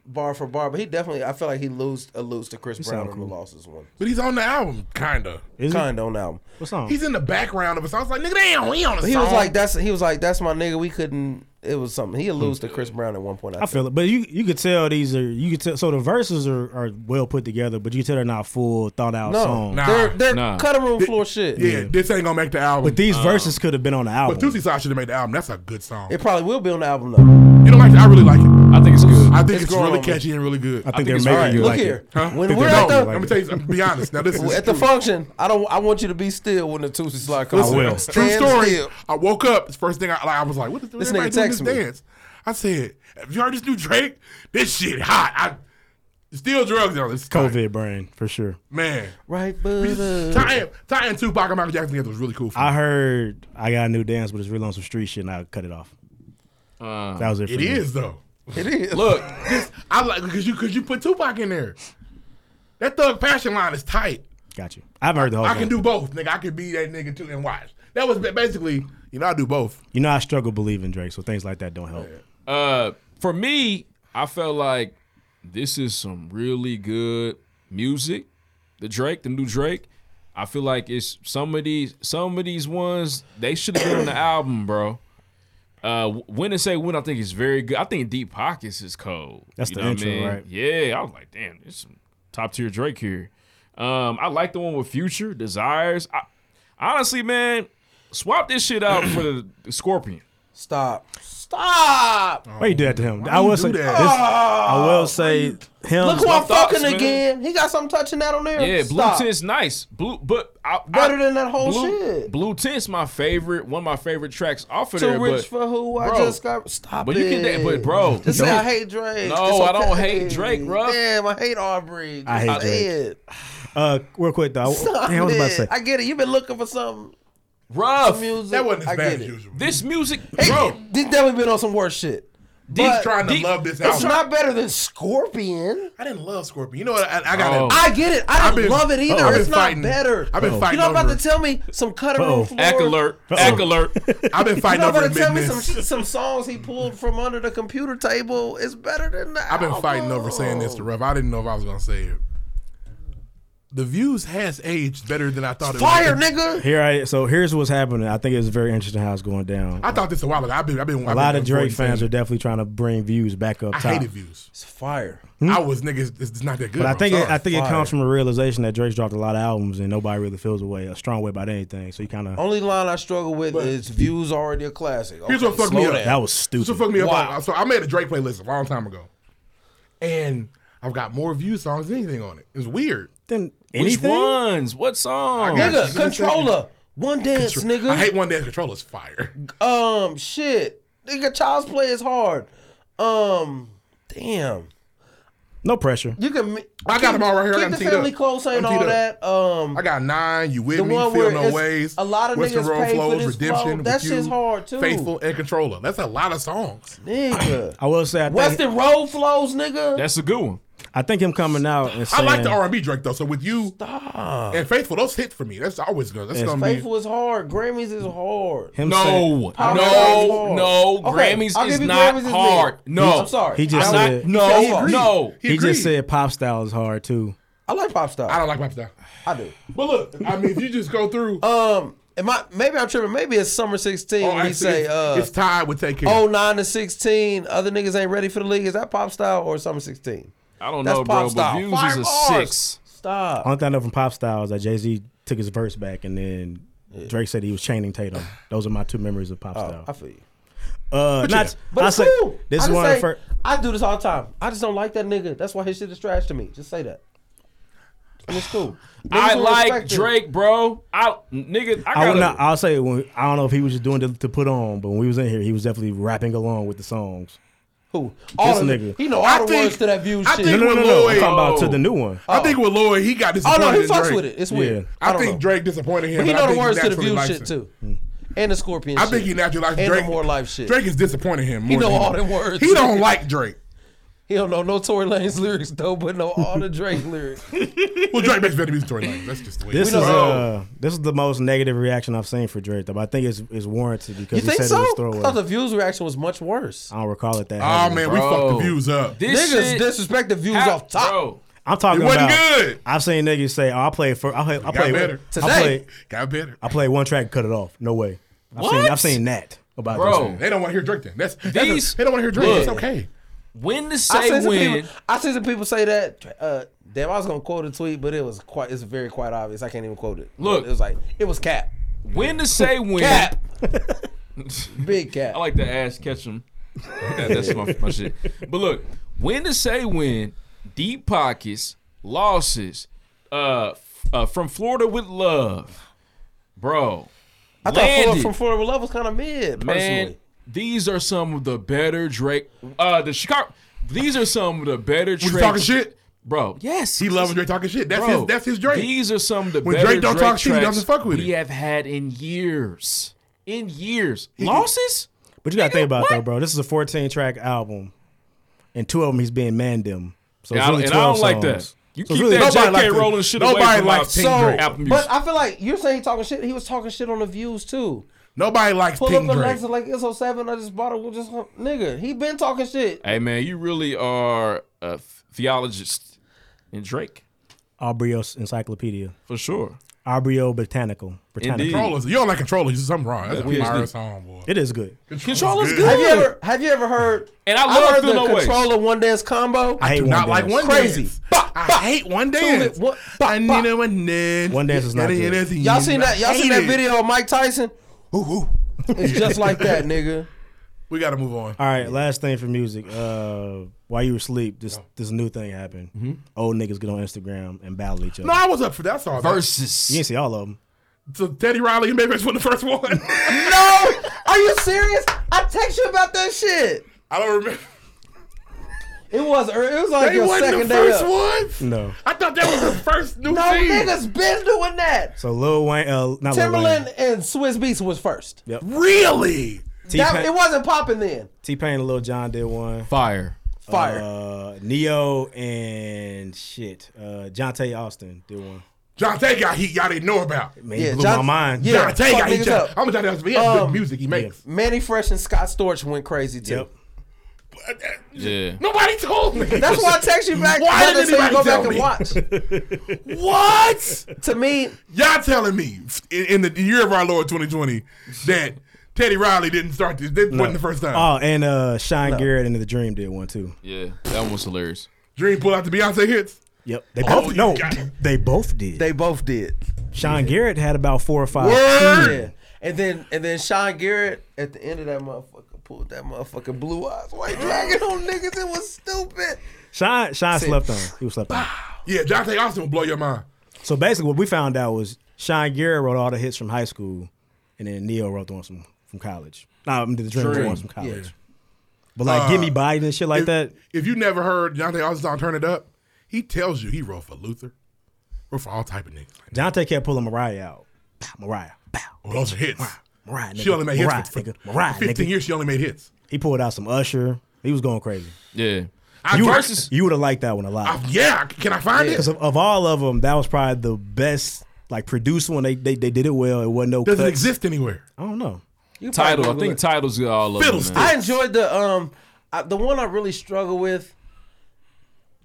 [SPEAKER 13] bar for bar, but he definitely I feel like he lose uh, lose to Chris Brown
[SPEAKER 4] sound
[SPEAKER 13] on the losses one.
[SPEAKER 9] but he's on the album, kinda.
[SPEAKER 4] Is he?
[SPEAKER 13] Kind of on the album.
[SPEAKER 4] What song?
[SPEAKER 9] He's in the background of us. I was like, nigga, damn, he on the
[SPEAKER 13] But he
[SPEAKER 9] song.
[SPEAKER 13] was like that's he was like that's my nigga. We couldn't. It was something. He lose to Chris Brown at one point. I,
[SPEAKER 4] I feel it, but you you could tell these are you could tell so the verses are, are well put together, but you can tell they're not full thought out
[SPEAKER 13] No,
[SPEAKER 4] songs.
[SPEAKER 9] Nah,
[SPEAKER 13] they're they're
[SPEAKER 3] nah.
[SPEAKER 13] cutting room floor shit.
[SPEAKER 9] yeah, this ain't gonna make the album.
[SPEAKER 4] But these verses could have been on the
[SPEAKER 9] Um, but
[SPEAKER 4] album.
[SPEAKER 9] Tootsie Side should have made the album. That's a good song.
[SPEAKER 13] It probably will be on the album though.
[SPEAKER 9] you don't like it? I really like it.
[SPEAKER 3] I think it's good.
[SPEAKER 9] I think
[SPEAKER 13] It's
[SPEAKER 9] it's,
[SPEAKER 13] growing
[SPEAKER 9] really
[SPEAKER 13] on me.
[SPEAKER 9] catchy and really good.
[SPEAKER 4] I think,
[SPEAKER 3] it's
[SPEAKER 4] they're making
[SPEAKER 3] alright.
[SPEAKER 4] you
[SPEAKER 13] Look
[SPEAKER 4] like
[SPEAKER 13] here,
[SPEAKER 4] it.
[SPEAKER 9] Huh?
[SPEAKER 13] when
[SPEAKER 4] Think
[SPEAKER 13] we're
[SPEAKER 4] they're
[SPEAKER 13] at
[SPEAKER 9] no,
[SPEAKER 13] the
[SPEAKER 4] making
[SPEAKER 9] I'm gonna tell you. I'm gonna be honest. Now this is
[SPEAKER 13] at the function, I don't. I want you to be still when the Tootsie slide comes.
[SPEAKER 4] Listen,
[SPEAKER 13] on.
[SPEAKER 4] it's
[SPEAKER 9] True
[SPEAKER 13] Stand
[SPEAKER 9] story.
[SPEAKER 13] still.
[SPEAKER 9] I woke up. It's first thing I, like, I was like, "What is
[SPEAKER 13] This
[SPEAKER 9] this
[SPEAKER 13] nigga
[SPEAKER 9] everybody doing
[SPEAKER 13] text
[SPEAKER 9] this
[SPEAKER 13] me.
[SPEAKER 9] dance?" I said, "Have you heard this new Drake? This shit hot. I still drugs on this
[SPEAKER 4] COVID brain for sure.
[SPEAKER 9] man.
[SPEAKER 13] Right, but
[SPEAKER 9] Tying tying Tupac and Michael Jackson together was really cool. For me.
[SPEAKER 4] I heard I got a new dance, but it's really on some street shit, and I cut it off. that was it. For
[SPEAKER 9] Uh, it
[SPEAKER 4] me.
[SPEAKER 9] is though.
[SPEAKER 13] it is.
[SPEAKER 3] Look,
[SPEAKER 9] This- I like because you because you put Tupac in there. That Thug Passion line is tight.
[SPEAKER 4] Got you. I haven't heard the whole.
[SPEAKER 9] I
[SPEAKER 4] thing.
[SPEAKER 9] can do both, nigga. I can be that nigga too and watch. That was ba- basically, you know, I do both.
[SPEAKER 4] You know, I struggle believing Drake, so things like that don't help.
[SPEAKER 3] Uh, for me, I felt like this is some really good music. The Drake, the new Drake. I feel like it's some of these some of these ones they should have been on the album, bro. Uh, when and say when I think is very good. I think Deep Pockets is cold.
[SPEAKER 4] That's the
[SPEAKER 3] what
[SPEAKER 4] intro, right?
[SPEAKER 3] Yeah, I was like, damn, there's some top tier Drake here. Um, I like the one with Future Desires. I, honestly, man, swap this shit out for the, the Scorpion.
[SPEAKER 13] Stop. Stop.
[SPEAKER 4] Why you do that to him? I will
[SPEAKER 9] you
[SPEAKER 4] say.
[SPEAKER 9] do
[SPEAKER 4] This,
[SPEAKER 9] that? Ah!
[SPEAKER 4] I will say him.
[SPEAKER 13] Look who
[SPEAKER 3] my
[SPEAKER 13] I'm fucking
[SPEAKER 3] thoughts, man.
[SPEAKER 13] again. He got something touching that on there.
[SPEAKER 3] Yeah, blue
[SPEAKER 13] Stop.
[SPEAKER 3] tint's nice. Blue, but I,
[SPEAKER 13] Better
[SPEAKER 3] I-
[SPEAKER 13] than that whole
[SPEAKER 3] blue,
[SPEAKER 13] shit.
[SPEAKER 3] Blue tint's my favorite. One of my favorite tracks off of
[SPEAKER 13] Too
[SPEAKER 3] there.
[SPEAKER 13] rich
[SPEAKER 3] but
[SPEAKER 13] for who I
[SPEAKER 3] bro,
[SPEAKER 13] just got. Stop
[SPEAKER 3] but you
[SPEAKER 13] it.
[SPEAKER 3] can da- but bro,
[SPEAKER 13] just say I hate Drake.
[SPEAKER 3] No,
[SPEAKER 13] It's
[SPEAKER 3] I don't hate Drake, bro.
[SPEAKER 13] Damn, I hate Aubrey. Just
[SPEAKER 4] I hate
[SPEAKER 13] say it.
[SPEAKER 4] Uh, real quick though.
[SPEAKER 13] Stop
[SPEAKER 4] Damn, I was about to
[SPEAKER 13] it.
[SPEAKER 4] say.
[SPEAKER 13] I get it. You've been looking for some
[SPEAKER 3] rough.
[SPEAKER 13] music.
[SPEAKER 9] That wasn't as
[SPEAKER 13] I
[SPEAKER 9] bad as
[SPEAKER 13] get it.
[SPEAKER 9] usual.
[SPEAKER 3] This music,
[SPEAKER 13] Hey,
[SPEAKER 3] bro.
[SPEAKER 13] This definitely been on some worse shit.
[SPEAKER 9] Deep
[SPEAKER 13] But-
[SPEAKER 9] trying to love this album.
[SPEAKER 13] It's not better than Scorpion.
[SPEAKER 9] I didn't love Scorpion. You know what? I, I got
[SPEAKER 13] Oh. I get it. I
[SPEAKER 9] I've
[SPEAKER 13] didn't love it either.
[SPEAKER 9] I've been
[SPEAKER 13] It's not
[SPEAKER 9] fighting-
[SPEAKER 13] better.
[SPEAKER 9] I've been
[SPEAKER 13] Uh-oh.
[SPEAKER 9] fighting.
[SPEAKER 13] You know about
[SPEAKER 9] over-
[SPEAKER 13] to tell me some cutting room floor.
[SPEAKER 3] Act alert. Act alert.
[SPEAKER 9] I've been fighting
[SPEAKER 13] you know
[SPEAKER 9] over
[SPEAKER 13] about to tell me some,
[SPEAKER 9] admitting this.
[SPEAKER 13] some songs he pulled from under the computer table is better than that.
[SPEAKER 9] I've been fighting over saying this to Rev. I didn't know if I was gonna say it. The views has aged better than I thought.
[SPEAKER 13] Fire,
[SPEAKER 9] it would.
[SPEAKER 13] nigga.
[SPEAKER 4] Here I so here's what's happening. I think it's very interesting how it's going down.
[SPEAKER 9] I thought this a while ago. I've been. I've been.
[SPEAKER 4] A lot of Drake fans are definitely trying to bring views back up
[SPEAKER 9] I
[SPEAKER 4] top. Hmm?
[SPEAKER 9] hated views.
[SPEAKER 13] It's fire.
[SPEAKER 9] I was niggas. It's, it's not that good.
[SPEAKER 4] But I
[SPEAKER 9] bro.
[SPEAKER 4] think it,
[SPEAKER 9] Sorry.
[SPEAKER 4] I think it comes from a realization that Drake's dropped a lot of albums and nobody really feels a way a strong way about anything. So you kind of
[SPEAKER 13] Only line I struggle with is "Views already a classic."
[SPEAKER 9] Here's what
[SPEAKER 13] Okay,
[SPEAKER 9] fucked
[SPEAKER 13] slow
[SPEAKER 9] me up.
[SPEAKER 13] down.
[SPEAKER 4] That was stupid.
[SPEAKER 9] This what fucked me up.
[SPEAKER 13] Wow.
[SPEAKER 9] So I made a Drake playlist a long time ago, and I've got more view songs than anything on it. It's weird.
[SPEAKER 4] Then
[SPEAKER 3] Which ones? What song?
[SPEAKER 13] Nigga, controller. One dance, nigga.
[SPEAKER 9] I hate one dance controller's fire.
[SPEAKER 13] Um, shit, nigga, Child's Play is hard. Um, damn,
[SPEAKER 4] no pressure.
[SPEAKER 13] you can.
[SPEAKER 9] I got them all right here. I got them
[SPEAKER 13] Keep the
[SPEAKER 9] teed
[SPEAKER 13] family
[SPEAKER 9] up.
[SPEAKER 13] close ain't
[SPEAKER 9] I'm
[SPEAKER 13] all
[SPEAKER 9] teed
[SPEAKER 13] that.
[SPEAKER 9] up.
[SPEAKER 13] Um,
[SPEAKER 9] I got nine. You with
[SPEAKER 13] the
[SPEAKER 9] me?
[SPEAKER 13] one
[SPEAKER 9] Feel
[SPEAKER 13] where
[SPEAKER 9] no
[SPEAKER 13] it's-
[SPEAKER 9] ways.
[SPEAKER 13] a lot of niggas paid for this flow.
[SPEAKER 9] with
[SPEAKER 13] That shit's hard, too.
[SPEAKER 9] Faithful and controller. That's a lot of songs.
[SPEAKER 13] nigga,
[SPEAKER 4] I will say I think
[SPEAKER 13] Western Road flows, nigga.
[SPEAKER 3] That's a good one.
[SPEAKER 4] I think him coming out and
[SPEAKER 9] I
[SPEAKER 4] saying
[SPEAKER 9] like the R and B Drake though. So with you and faithful, those hit for me. That's always good. That's
[SPEAKER 4] Yes.
[SPEAKER 9] gonna be.
[SPEAKER 13] Faithful is hard. Grammys is hard.
[SPEAKER 4] him
[SPEAKER 3] No,
[SPEAKER 4] saying-
[SPEAKER 13] Power Rangers is
[SPEAKER 3] no,
[SPEAKER 13] hard.
[SPEAKER 3] no.
[SPEAKER 13] Okay,
[SPEAKER 3] Grammys
[SPEAKER 13] I'll
[SPEAKER 3] is
[SPEAKER 13] give you
[SPEAKER 3] not
[SPEAKER 13] Grammys is mid.
[SPEAKER 3] hard. No,
[SPEAKER 13] I'm sorry.
[SPEAKER 4] He just
[SPEAKER 13] I
[SPEAKER 3] I'm
[SPEAKER 13] like-
[SPEAKER 3] not- no,
[SPEAKER 4] said
[SPEAKER 13] He agreed.
[SPEAKER 3] no.
[SPEAKER 4] he just said pop style is hard too.
[SPEAKER 13] I like pop style.
[SPEAKER 9] I don't like my style.
[SPEAKER 13] I do.
[SPEAKER 9] But look, I mean, if you just go through,
[SPEAKER 13] Um, am I, maybe I'm tripping. Maybe it's summer 16
[SPEAKER 9] oh,
[SPEAKER 13] when he
[SPEAKER 9] actually,
[SPEAKER 13] say,
[SPEAKER 9] it's,
[SPEAKER 13] uh,
[SPEAKER 9] it's tied with take care.
[SPEAKER 13] oh nine to 16, other niggas ain't ready for the league. Is that pop style or summer 16?
[SPEAKER 3] I don't
[SPEAKER 13] That's
[SPEAKER 3] know,
[SPEAKER 13] pop
[SPEAKER 3] bro. But
[SPEAKER 13] style.
[SPEAKER 3] views
[SPEAKER 13] Five
[SPEAKER 3] is a
[SPEAKER 13] bars.
[SPEAKER 3] six.
[SPEAKER 13] Stop.
[SPEAKER 4] Only thing I know from pop style is that Jay Z took his verse back and then Drake said he was chaining Tatum. Those are my two memories of pop style.
[SPEAKER 13] Oh. I feel you.
[SPEAKER 4] Uh,
[SPEAKER 13] yeah.
[SPEAKER 4] not,
[SPEAKER 13] But
[SPEAKER 4] I
[SPEAKER 13] it's
[SPEAKER 4] say,
[SPEAKER 13] cool.
[SPEAKER 4] this
[SPEAKER 13] I
[SPEAKER 4] is
[SPEAKER 13] just
[SPEAKER 4] one of the
[SPEAKER 13] say,
[SPEAKER 4] first.
[SPEAKER 13] I do this all the time. I just don't like that nigga. That's why his shit is trash to me. Just say that. And it's cool.
[SPEAKER 3] I
[SPEAKER 13] Niggas will
[SPEAKER 3] like
[SPEAKER 13] respect it.
[SPEAKER 3] Drake, bro. I nigga, I
[SPEAKER 4] I
[SPEAKER 3] got
[SPEAKER 4] will not,
[SPEAKER 3] to
[SPEAKER 4] I'll say when I don't know if he was just doing it to put on, but when we was in here, he was definitely rapping along with the songs.
[SPEAKER 13] Who? All
[SPEAKER 4] this
[SPEAKER 13] of
[SPEAKER 4] nigga.
[SPEAKER 13] He know all
[SPEAKER 9] I
[SPEAKER 13] the
[SPEAKER 9] think-
[SPEAKER 13] words to that view
[SPEAKER 9] I
[SPEAKER 13] shit.
[SPEAKER 9] think
[SPEAKER 4] no, no,
[SPEAKER 9] with
[SPEAKER 4] no, no. I'm
[SPEAKER 9] Lloyd-
[SPEAKER 4] talking about to the new one.
[SPEAKER 9] I think with Lloyd, he got
[SPEAKER 13] Oh
[SPEAKER 9] disappointed.
[SPEAKER 13] no, he
[SPEAKER 9] in
[SPEAKER 13] fucks
[SPEAKER 9] Drake.
[SPEAKER 13] with it. It's
[SPEAKER 4] Yeah.
[SPEAKER 13] weird.
[SPEAKER 9] I,
[SPEAKER 13] don't
[SPEAKER 9] think
[SPEAKER 13] know.
[SPEAKER 9] Drake disappointed him.
[SPEAKER 13] But he
[SPEAKER 9] and I
[SPEAKER 13] know the
[SPEAKER 9] think
[SPEAKER 13] words to the
[SPEAKER 9] naturally
[SPEAKER 13] view
[SPEAKER 9] likes
[SPEAKER 13] shit
[SPEAKER 9] it.
[SPEAKER 13] too,
[SPEAKER 4] Hmm.
[SPEAKER 13] and the scorpion.
[SPEAKER 9] I
[SPEAKER 13] shit.
[SPEAKER 9] think he naturally likes
[SPEAKER 13] and
[SPEAKER 9] Drake.
[SPEAKER 13] the more life shit.
[SPEAKER 9] Drake is disappointing him. More
[SPEAKER 13] He know
[SPEAKER 9] than
[SPEAKER 13] all them words.
[SPEAKER 9] He don't like Drake.
[SPEAKER 13] He don't know no Tory Lanez lyrics though, but know all the Drake lyrics.
[SPEAKER 9] Well, Drake makes better music than Tory Lanez. That's just the way.
[SPEAKER 4] This
[SPEAKER 9] it
[SPEAKER 4] is
[SPEAKER 13] We know-
[SPEAKER 4] uh, this is the most negative reaction I've seen for Drake, though. But I think it's, it's warranted because
[SPEAKER 13] You
[SPEAKER 4] he
[SPEAKER 13] think
[SPEAKER 4] said
[SPEAKER 13] so?
[SPEAKER 4] it was
[SPEAKER 13] I
[SPEAKER 4] throwaway.
[SPEAKER 13] thought the views reaction was much worse.
[SPEAKER 4] I don't recall it that.
[SPEAKER 9] Oh
[SPEAKER 4] heavily.
[SPEAKER 9] man, we
[SPEAKER 3] Bro.
[SPEAKER 9] fucked the views up.
[SPEAKER 3] this
[SPEAKER 13] Niggas
[SPEAKER 3] shit,
[SPEAKER 13] disrespect the views
[SPEAKER 3] how-
[SPEAKER 13] off top.
[SPEAKER 3] Bro,
[SPEAKER 4] I'm talking
[SPEAKER 9] It wasn't
[SPEAKER 4] about.
[SPEAKER 9] good.
[SPEAKER 4] I've seen niggas say, "Oh, I play for. I play. I
[SPEAKER 9] Got
[SPEAKER 4] play
[SPEAKER 9] better.
[SPEAKER 4] I
[SPEAKER 13] Today.
[SPEAKER 4] play.
[SPEAKER 9] Got better.
[SPEAKER 4] I play one track, and cut it off. No way. I've
[SPEAKER 3] What?
[SPEAKER 4] seen. I've seen that about
[SPEAKER 3] Bro.
[SPEAKER 4] this man.
[SPEAKER 9] They don't want to hear Drake. Then that's, that's
[SPEAKER 3] These-
[SPEAKER 9] they don't want to hear Drake.
[SPEAKER 3] Look.
[SPEAKER 9] It's okay.
[SPEAKER 3] when to
[SPEAKER 13] I seen
[SPEAKER 3] say
[SPEAKER 13] some
[SPEAKER 3] when?
[SPEAKER 13] people. I seen some people say that. Uh, damn, I was gonna quote a tweet, but it was quite. It's very quite obvious. I can't even quote it.
[SPEAKER 3] Look.
[SPEAKER 13] it was like it was cap,
[SPEAKER 3] When to say when?
[SPEAKER 13] cap, big cap.
[SPEAKER 3] I like to ass catch him. That- that's my, my shit. But look, when to say when? Deep pockets, losses, uh, f- uh from Florida with love, bro.
[SPEAKER 13] I thought Florida,
[SPEAKER 3] Landed.
[SPEAKER 13] from Florida with Love was kind of mid. Personally,
[SPEAKER 3] Man, these are some of the better Drake. Uh, the Chicago. These are some of the better
[SPEAKER 9] When
[SPEAKER 3] Drake.
[SPEAKER 9] he's talking shit,
[SPEAKER 3] bro. Yes,
[SPEAKER 9] he loves Drake talking shit. That's
[SPEAKER 3] Bro,
[SPEAKER 9] his. That's his Drake.
[SPEAKER 3] These are some of the
[SPEAKER 9] When
[SPEAKER 3] better
[SPEAKER 9] Drake don't talk shit, he
[SPEAKER 3] tracks
[SPEAKER 9] doesn't fuck with
[SPEAKER 3] we
[SPEAKER 9] it.
[SPEAKER 3] have had in years, in years. Losses.
[SPEAKER 4] But you gotta think about it, though,
[SPEAKER 3] what?
[SPEAKER 4] bro. This is a 14 track album, and two of them he's being man them. So it's
[SPEAKER 3] Yeah, I-
[SPEAKER 4] really
[SPEAKER 3] and I
[SPEAKER 4] 12
[SPEAKER 3] don't like
[SPEAKER 4] songs.
[SPEAKER 3] that. You
[SPEAKER 4] So
[SPEAKER 3] keep
[SPEAKER 4] it's really
[SPEAKER 3] that
[SPEAKER 9] Nobody
[SPEAKER 3] JK
[SPEAKER 9] like the-
[SPEAKER 3] rolling shit away
[SPEAKER 9] nobody
[SPEAKER 3] from
[SPEAKER 9] likes
[SPEAKER 3] my
[SPEAKER 9] Pink
[SPEAKER 13] so,
[SPEAKER 9] Drake.
[SPEAKER 3] Apple Music.
[SPEAKER 13] but I feel like you're saying he talking shit. He was talking shit on the views too.
[SPEAKER 9] Nobody likes
[SPEAKER 13] Pull
[SPEAKER 9] Pink
[SPEAKER 13] up
[SPEAKER 9] Drake.
[SPEAKER 13] Alexa like it's 07. I just bought it. With just uh, nigga, he been talking shit.
[SPEAKER 3] hey man, you really are a theologist in Drake
[SPEAKER 4] Aubrey's Encyclopedia,
[SPEAKER 3] for sure.
[SPEAKER 4] Aubrey Botanical, Botanical.
[SPEAKER 3] Indeed.
[SPEAKER 9] Controllers. You don't like controllers. There's something wrong. That's
[SPEAKER 3] Yeah,
[SPEAKER 9] a fire
[SPEAKER 3] PhD.
[SPEAKER 9] song, boy.
[SPEAKER 4] It is good.
[SPEAKER 3] Controller's
[SPEAKER 9] good.
[SPEAKER 3] good.
[SPEAKER 13] Have you ever? Have you ever heard?
[SPEAKER 3] And I love
[SPEAKER 13] heard
[SPEAKER 3] Feel
[SPEAKER 13] the
[SPEAKER 3] No Ways.
[SPEAKER 13] controller one dance combo.
[SPEAKER 4] I hate
[SPEAKER 9] Do
[SPEAKER 4] one
[SPEAKER 9] not like
[SPEAKER 4] dance.
[SPEAKER 9] one
[SPEAKER 13] Crazy.
[SPEAKER 9] dance.
[SPEAKER 13] Bah, bah.
[SPEAKER 9] I hate one
[SPEAKER 13] Two
[SPEAKER 9] dance.
[SPEAKER 13] li- what- bah,
[SPEAKER 9] I
[SPEAKER 13] bah.
[SPEAKER 9] need a one dance.
[SPEAKER 4] One dance is not
[SPEAKER 9] Yeah,
[SPEAKER 4] good.
[SPEAKER 9] yeah, yeah.
[SPEAKER 13] Y'all seen that? Y'all
[SPEAKER 9] Hate
[SPEAKER 13] seen that
[SPEAKER 9] it.
[SPEAKER 13] video of Mike Tyson? It's just like that, nigga.
[SPEAKER 9] We gotta move on.
[SPEAKER 4] All right, last thing for music. Uh, while you were asleep, this this new thing happened. Old niggas get on Instagram and battle each other.
[SPEAKER 9] Mm-hmm. No, I was up for that song.
[SPEAKER 4] You
[SPEAKER 3] Versus.
[SPEAKER 4] didn't see all of them.
[SPEAKER 9] So Teddy Riley and Babyface won the first one.
[SPEAKER 13] No, are you serious? I text you about that shit.
[SPEAKER 9] I don't remember.
[SPEAKER 13] It was. ear- It was like
[SPEAKER 9] They
[SPEAKER 13] your
[SPEAKER 9] won
[SPEAKER 13] second
[SPEAKER 9] the
[SPEAKER 13] day
[SPEAKER 9] first
[SPEAKER 13] up.
[SPEAKER 9] one.
[SPEAKER 4] No.
[SPEAKER 9] I thought that was the first new
[SPEAKER 13] No
[SPEAKER 9] thing.
[SPEAKER 13] niggas been doing that.
[SPEAKER 4] So Lil Wayne, uh, not Lil Wayne.
[SPEAKER 13] Timberland and Swiss Beats was first.
[SPEAKER 9] Really?
[SPEAKER 13] That, it wasn't popping then.
[SPEAKER 4] T Pain and Lil John did one.
[SPEAKER 7] Fire.
[SPEAKER 13] Fire.
[SPEAKER 4] Uh, Neo and shit. Uh, Jonte Austin did one.
[SPEAKER 9] Jonte got heat y'all didn't know about.
[SPEAKER 4] Man, he blew my mind.
[SPEAKER 9] Yeah, Jonte got heat.
[SPEAKER 13] niggas
[SPEAKER 9] y'all-
[SPEAKER 13] up.
[SPEAKER 9] I'm gonna tell you that's- he has
[SPEAKER 13] Um,
[SPEAKER 9] good music he makes.
[SPEAKER 13] Manny Fresh and Scott Storch went crazy too.
[SPEAKER 3] Yeah.
[SPEAKER 9] uh, Nobody told me.
[SPEAKER 13] That's why I text you back.
[SPEAKER 9] Why
[SPEAKER 13] brother,
[SPEAKER 9] did
[SPEAKER 13] so you
[SPEAKER 9] anybody
[SPEAKER 13] go
[SPEAKER 9] tell
[SPEAKER 13] back
[SPEAKER 9] me?
[SPEAKER 13] and watch?
[SPEAKER 9] What?
[SPEAKER 13] to me,
[SPEAKER 9] y'all telling me in, in the year of our Lord 2020 that Teddy Riley didn't start this. This wasn't the first time.
[SPEAKER 4] Oh, and uh, Sean
[SPEAKER 9] No.
[SPEAKER 4] Garrett and the Dream did one too.
[SPEAKER 3] Yeah, that one was hilarious.
[SPEAKER 9] Dream pulled out the Beyonce hits.
[SPEAKER 4] Yep, they
[SPEAKER 9] Oh,
[SPEAKER 4] both
[SPEAKER 9] you
[SPEAKER 4] no,
[SPEAKER 9] got it.
[SPEAKER 4] they both did.
[SPEAKER 13] They both did.
[SPEAKER 4] Sean Garrett had about four or five.
[SPEAKER 13] Yeah. And then and then Sean Garrett at the end of that motherfucker pulled that motherfucking blue eyes white dragon on niggas. It was stupid.
[SPEAKER 4] Sean Sean
[SPEAKER 13] See.
[SPEAKER 4] slept on. He was slept on.
[SPEAKER 9] Yeah, Jonte Austin will blow your mind.
[SPEAKER 4] So basically, what we found out was Sean Garrett wrote all the hits from high school, and then Neil wrote the ones from from college. No, I mean, the Dream wrote the ones from college. But like,
[SPEAKER 9] Uh,
[SPEAKER 4] give me Biden and shit like
[SPEAKER 9] if,
[SPEAKER 4] that.
[SPEAKER 9] If you never heard Jonte Austin on Turn It Up, he tells you he wrote for Luther, wrote for all type of niggas.
[SPEAKER 4] Dante kept pulling Mariah out. Pow, Mariah, pow.
[SPEAKER 9] Oh, those are hits.
[SPEAKER 4] Mariah, nigga.
[SPEAKER 9] She only made
[SPEAKER 4] Mariah,
[SPEAKER 9] hits for, for
[SPEAKER 4] nigga. Mariah,
[SPEAKER 9] 15
[SPEAKER 4] nigga.
[SPEAKER 9] years. She only made hits.
[SPEAKER 4] He pulled out some Usher. He was going crazy.
[SPEAKER 3] Yeah.
[SPEAKER 4] You,
[SPEAKER 9] versus-
[SPEAKER 4] you would have liked that one a lot.
[SPEAKER 9] yeah, can I find it?
[SPEAKER 4] Because of, of all of them, that was probably the best like produced one. They they, they did it well. It wasn't no.
[SPEAKER 9] Doesn't
[SPEAKER 4] cuts.
[SPEAKER 9] exist anywhere.
[SPEAKER 4] I don't know.
[SPEAKER 13] You
[SPEAKER 3] Title. I
[SPEAKER 13] probably
[SPEAKER 3] think titles got all of them.
[SPEAKER 13] I
[SPEAKER 3] man.
[SPEAKER 13] enjoyed the um I, the one I really struggle with.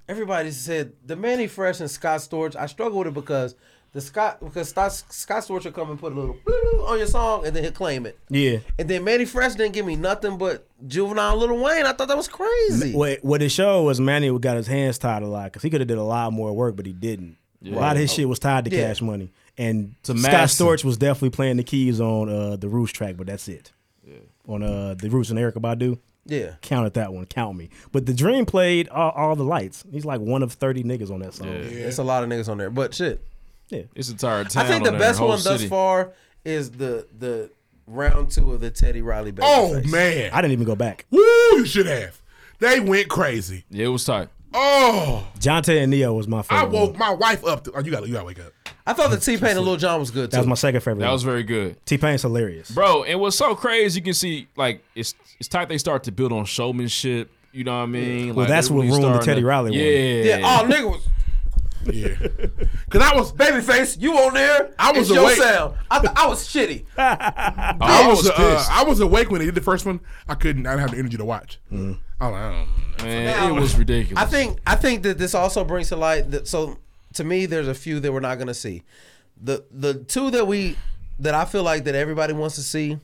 [SPEAKER 13] Everybody said the Manny Fresh and Scott Storch. I struggle with it because the Scott because Scott, Scott Storch will come and put a little on your song and then he'll claim it.
[SPEAKER 4] Yeah.
[SPEAKER 13] And then Manny Fresh didn't give me nothing but Juvenile Little Wayne. I thought that was crazy.
[SPEAKER 4] What what it showed was Manny got his hands tied a lot because he could have did a lot more work, but he didn't. A lot of his shit was tied to
[SPEAKER 13] Yeah.
[SPEAKER 4] Cash Money, and
[SPEAKER 13] To
[SPEAKER 4] Scott
[SPEAKER 13] Madison.
[SPEAKER 4] Storch was definitely playing the keys on uh, the Roots track, but that's it. On uh, the Roots and Erica Badu.
[SPEAKER 13] Yeah.
[SPEAKER 4] counted that one. Count me. But the Dream played all, all the lights. He's like one of thirty niggas on that song.
[SPEAKER 13] It's a lot of niggas on there, but shit.
[SPEAKER 4] Yeah.
[SPEAKER 3] It's entire town.
[SPEAKER 13] I think the
[SPEAKER 3] on there,
[SPEAKER 13] best
[SPEAKER 3] whole
[SPEAKER 13] one thus
[SPEAKER 3] city.
[SPEAKER 13] far is the the round two of the Teddy Riley. Baby
[SPEAKER 9] Oh, man.
[SPEAKER 4] I didn't even go back.
[SPEAKER 9] Woo, you should have. They went crazy.
[SPEAKER 3] Yeah, it was tight.
[SPEAKER 9] Oh,
[SPEAKER 4] Jonte and Neo was my favorite.
[SPEAKER 9] I
[SPEAKER 4] one.
[SPEAKER 9] woke my wife up. To, oh, you got to you got to wake up.
[SPEAKER 13] I thought the T Pain and Lil John was good too.
[SPEAKER 4] That was my second favorite.
[SPEAKER 3] That was very good.
[SPEAKER 4] T Pain's hilarious.
[SPEAKER 3] Bro, and what's so crazy, you can see like it's it's time they start to build on showmanship. You know what I mean?
[SPEAKER 4] Well,
[SPEAKER 3] Like,
[SPEAKER 4] that's
[SPEAKER 3] they
[SPEAKER 4] what ruined the
[SPEAKER 3] starting
[SPEAKER 4] Teddy
[SPEAKER 3] to-
[SPEAKER 4] Riley one.
[SPEAKER 3] Yeah,
[SPEAKER 13] Yeah. Oh, nigga was
[SPEAKER 9] Yeah. Cause I was
[SPEAKER 13] babyface. You on there?
[SPEAKER 9] I was
[SPEAKER 13] it's your
[SPEAKER 9] awake.
[SPEAKER 13] sound. I, th- I was shitty.
[SPEAKER 9] I was
[SPEAKER 13] Bitch.
[SPEAKER 9] uh, I was awake when they did the first one. I couldn't. I didn't have the energy to watch. I was like, I don't know.
[SPEAKER 3] Man, it was ridiculous.
[SPEAKER 13] I think I think that this also brings to light that so to me there's a few that we're not gonna see. The the two that we that I feel like that everybody wants to see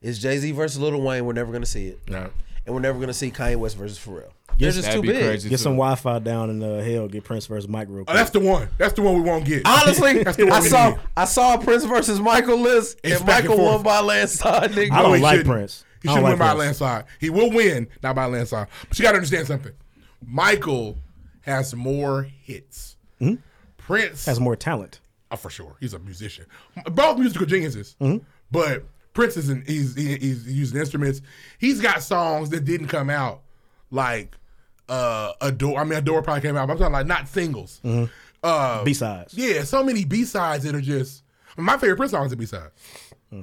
[SPEAKER 13] is Jay Z versus Lil Wayne. We're never gonna see it.
[SPEAKER 9] No.
[SPEAKER 13] And we're never gonna see Kanye West versus Pharrell. They're just too big.
[SPEAKER 4] Get some Wi Fi down in uh, hell. Get Prince versus Mike real
[SPEAKER 9] Oh,
[SPEAKER 4] quick.
[SPEAKER 9] that's the one. That's the one we won't get.
[SPEAKER 13] Honestly,
[SPEAKER 9] that's the one
[SPEAKER 13] I
[SPEAKER 9] we
[SPEAKER 13] saw
[SPEAKER 9] need.
[SPEAKER 13] I saw Prince versus Michael list,
[SPEAKER 9] It's
[SPEAKER 13] and
[SPEAKER 9] back
[SPEAKER 13] Michael
[SPEAKER 9] and forth.
[SPEAKER 13] won by landslide. Nigga.
[SPEAKER 4] I don't
[SPEAKER 9] No, he
[SPEAKER 4] like
[SPEAKER 9] shouldn't.
[SPEAKER 4] Prince.
[SPEAKER 9] He
[SPEAKER 4] I don't
[SPEAKER 9] shouldn't win
[SPEAKER 4] like
[SPEAKER 9] by a
[SPEAKER 4] Prince.
[SPEAKER 9] landslide. He will win, not by a landslide. But you got to understand something. Michael has more hits.
[SPEAKER 4] Mhm.
[SPEAKER 9] Prince
[SPEAKER 4] Has more talent.
[SPEAKER 9] Oh, for sure. He's a musician. Both musical geniuses. But Prince is an, he's, he- he's using instruments. He's got songs that didn't come out like uh Adore. I mean, Adore probably came out, but I'm talking like not singles. Uh,
[SPEAKER 4] B-sides.
[SPEAKER 9] Yeah, so many B sides that are just. My favorite Prince song is a B side.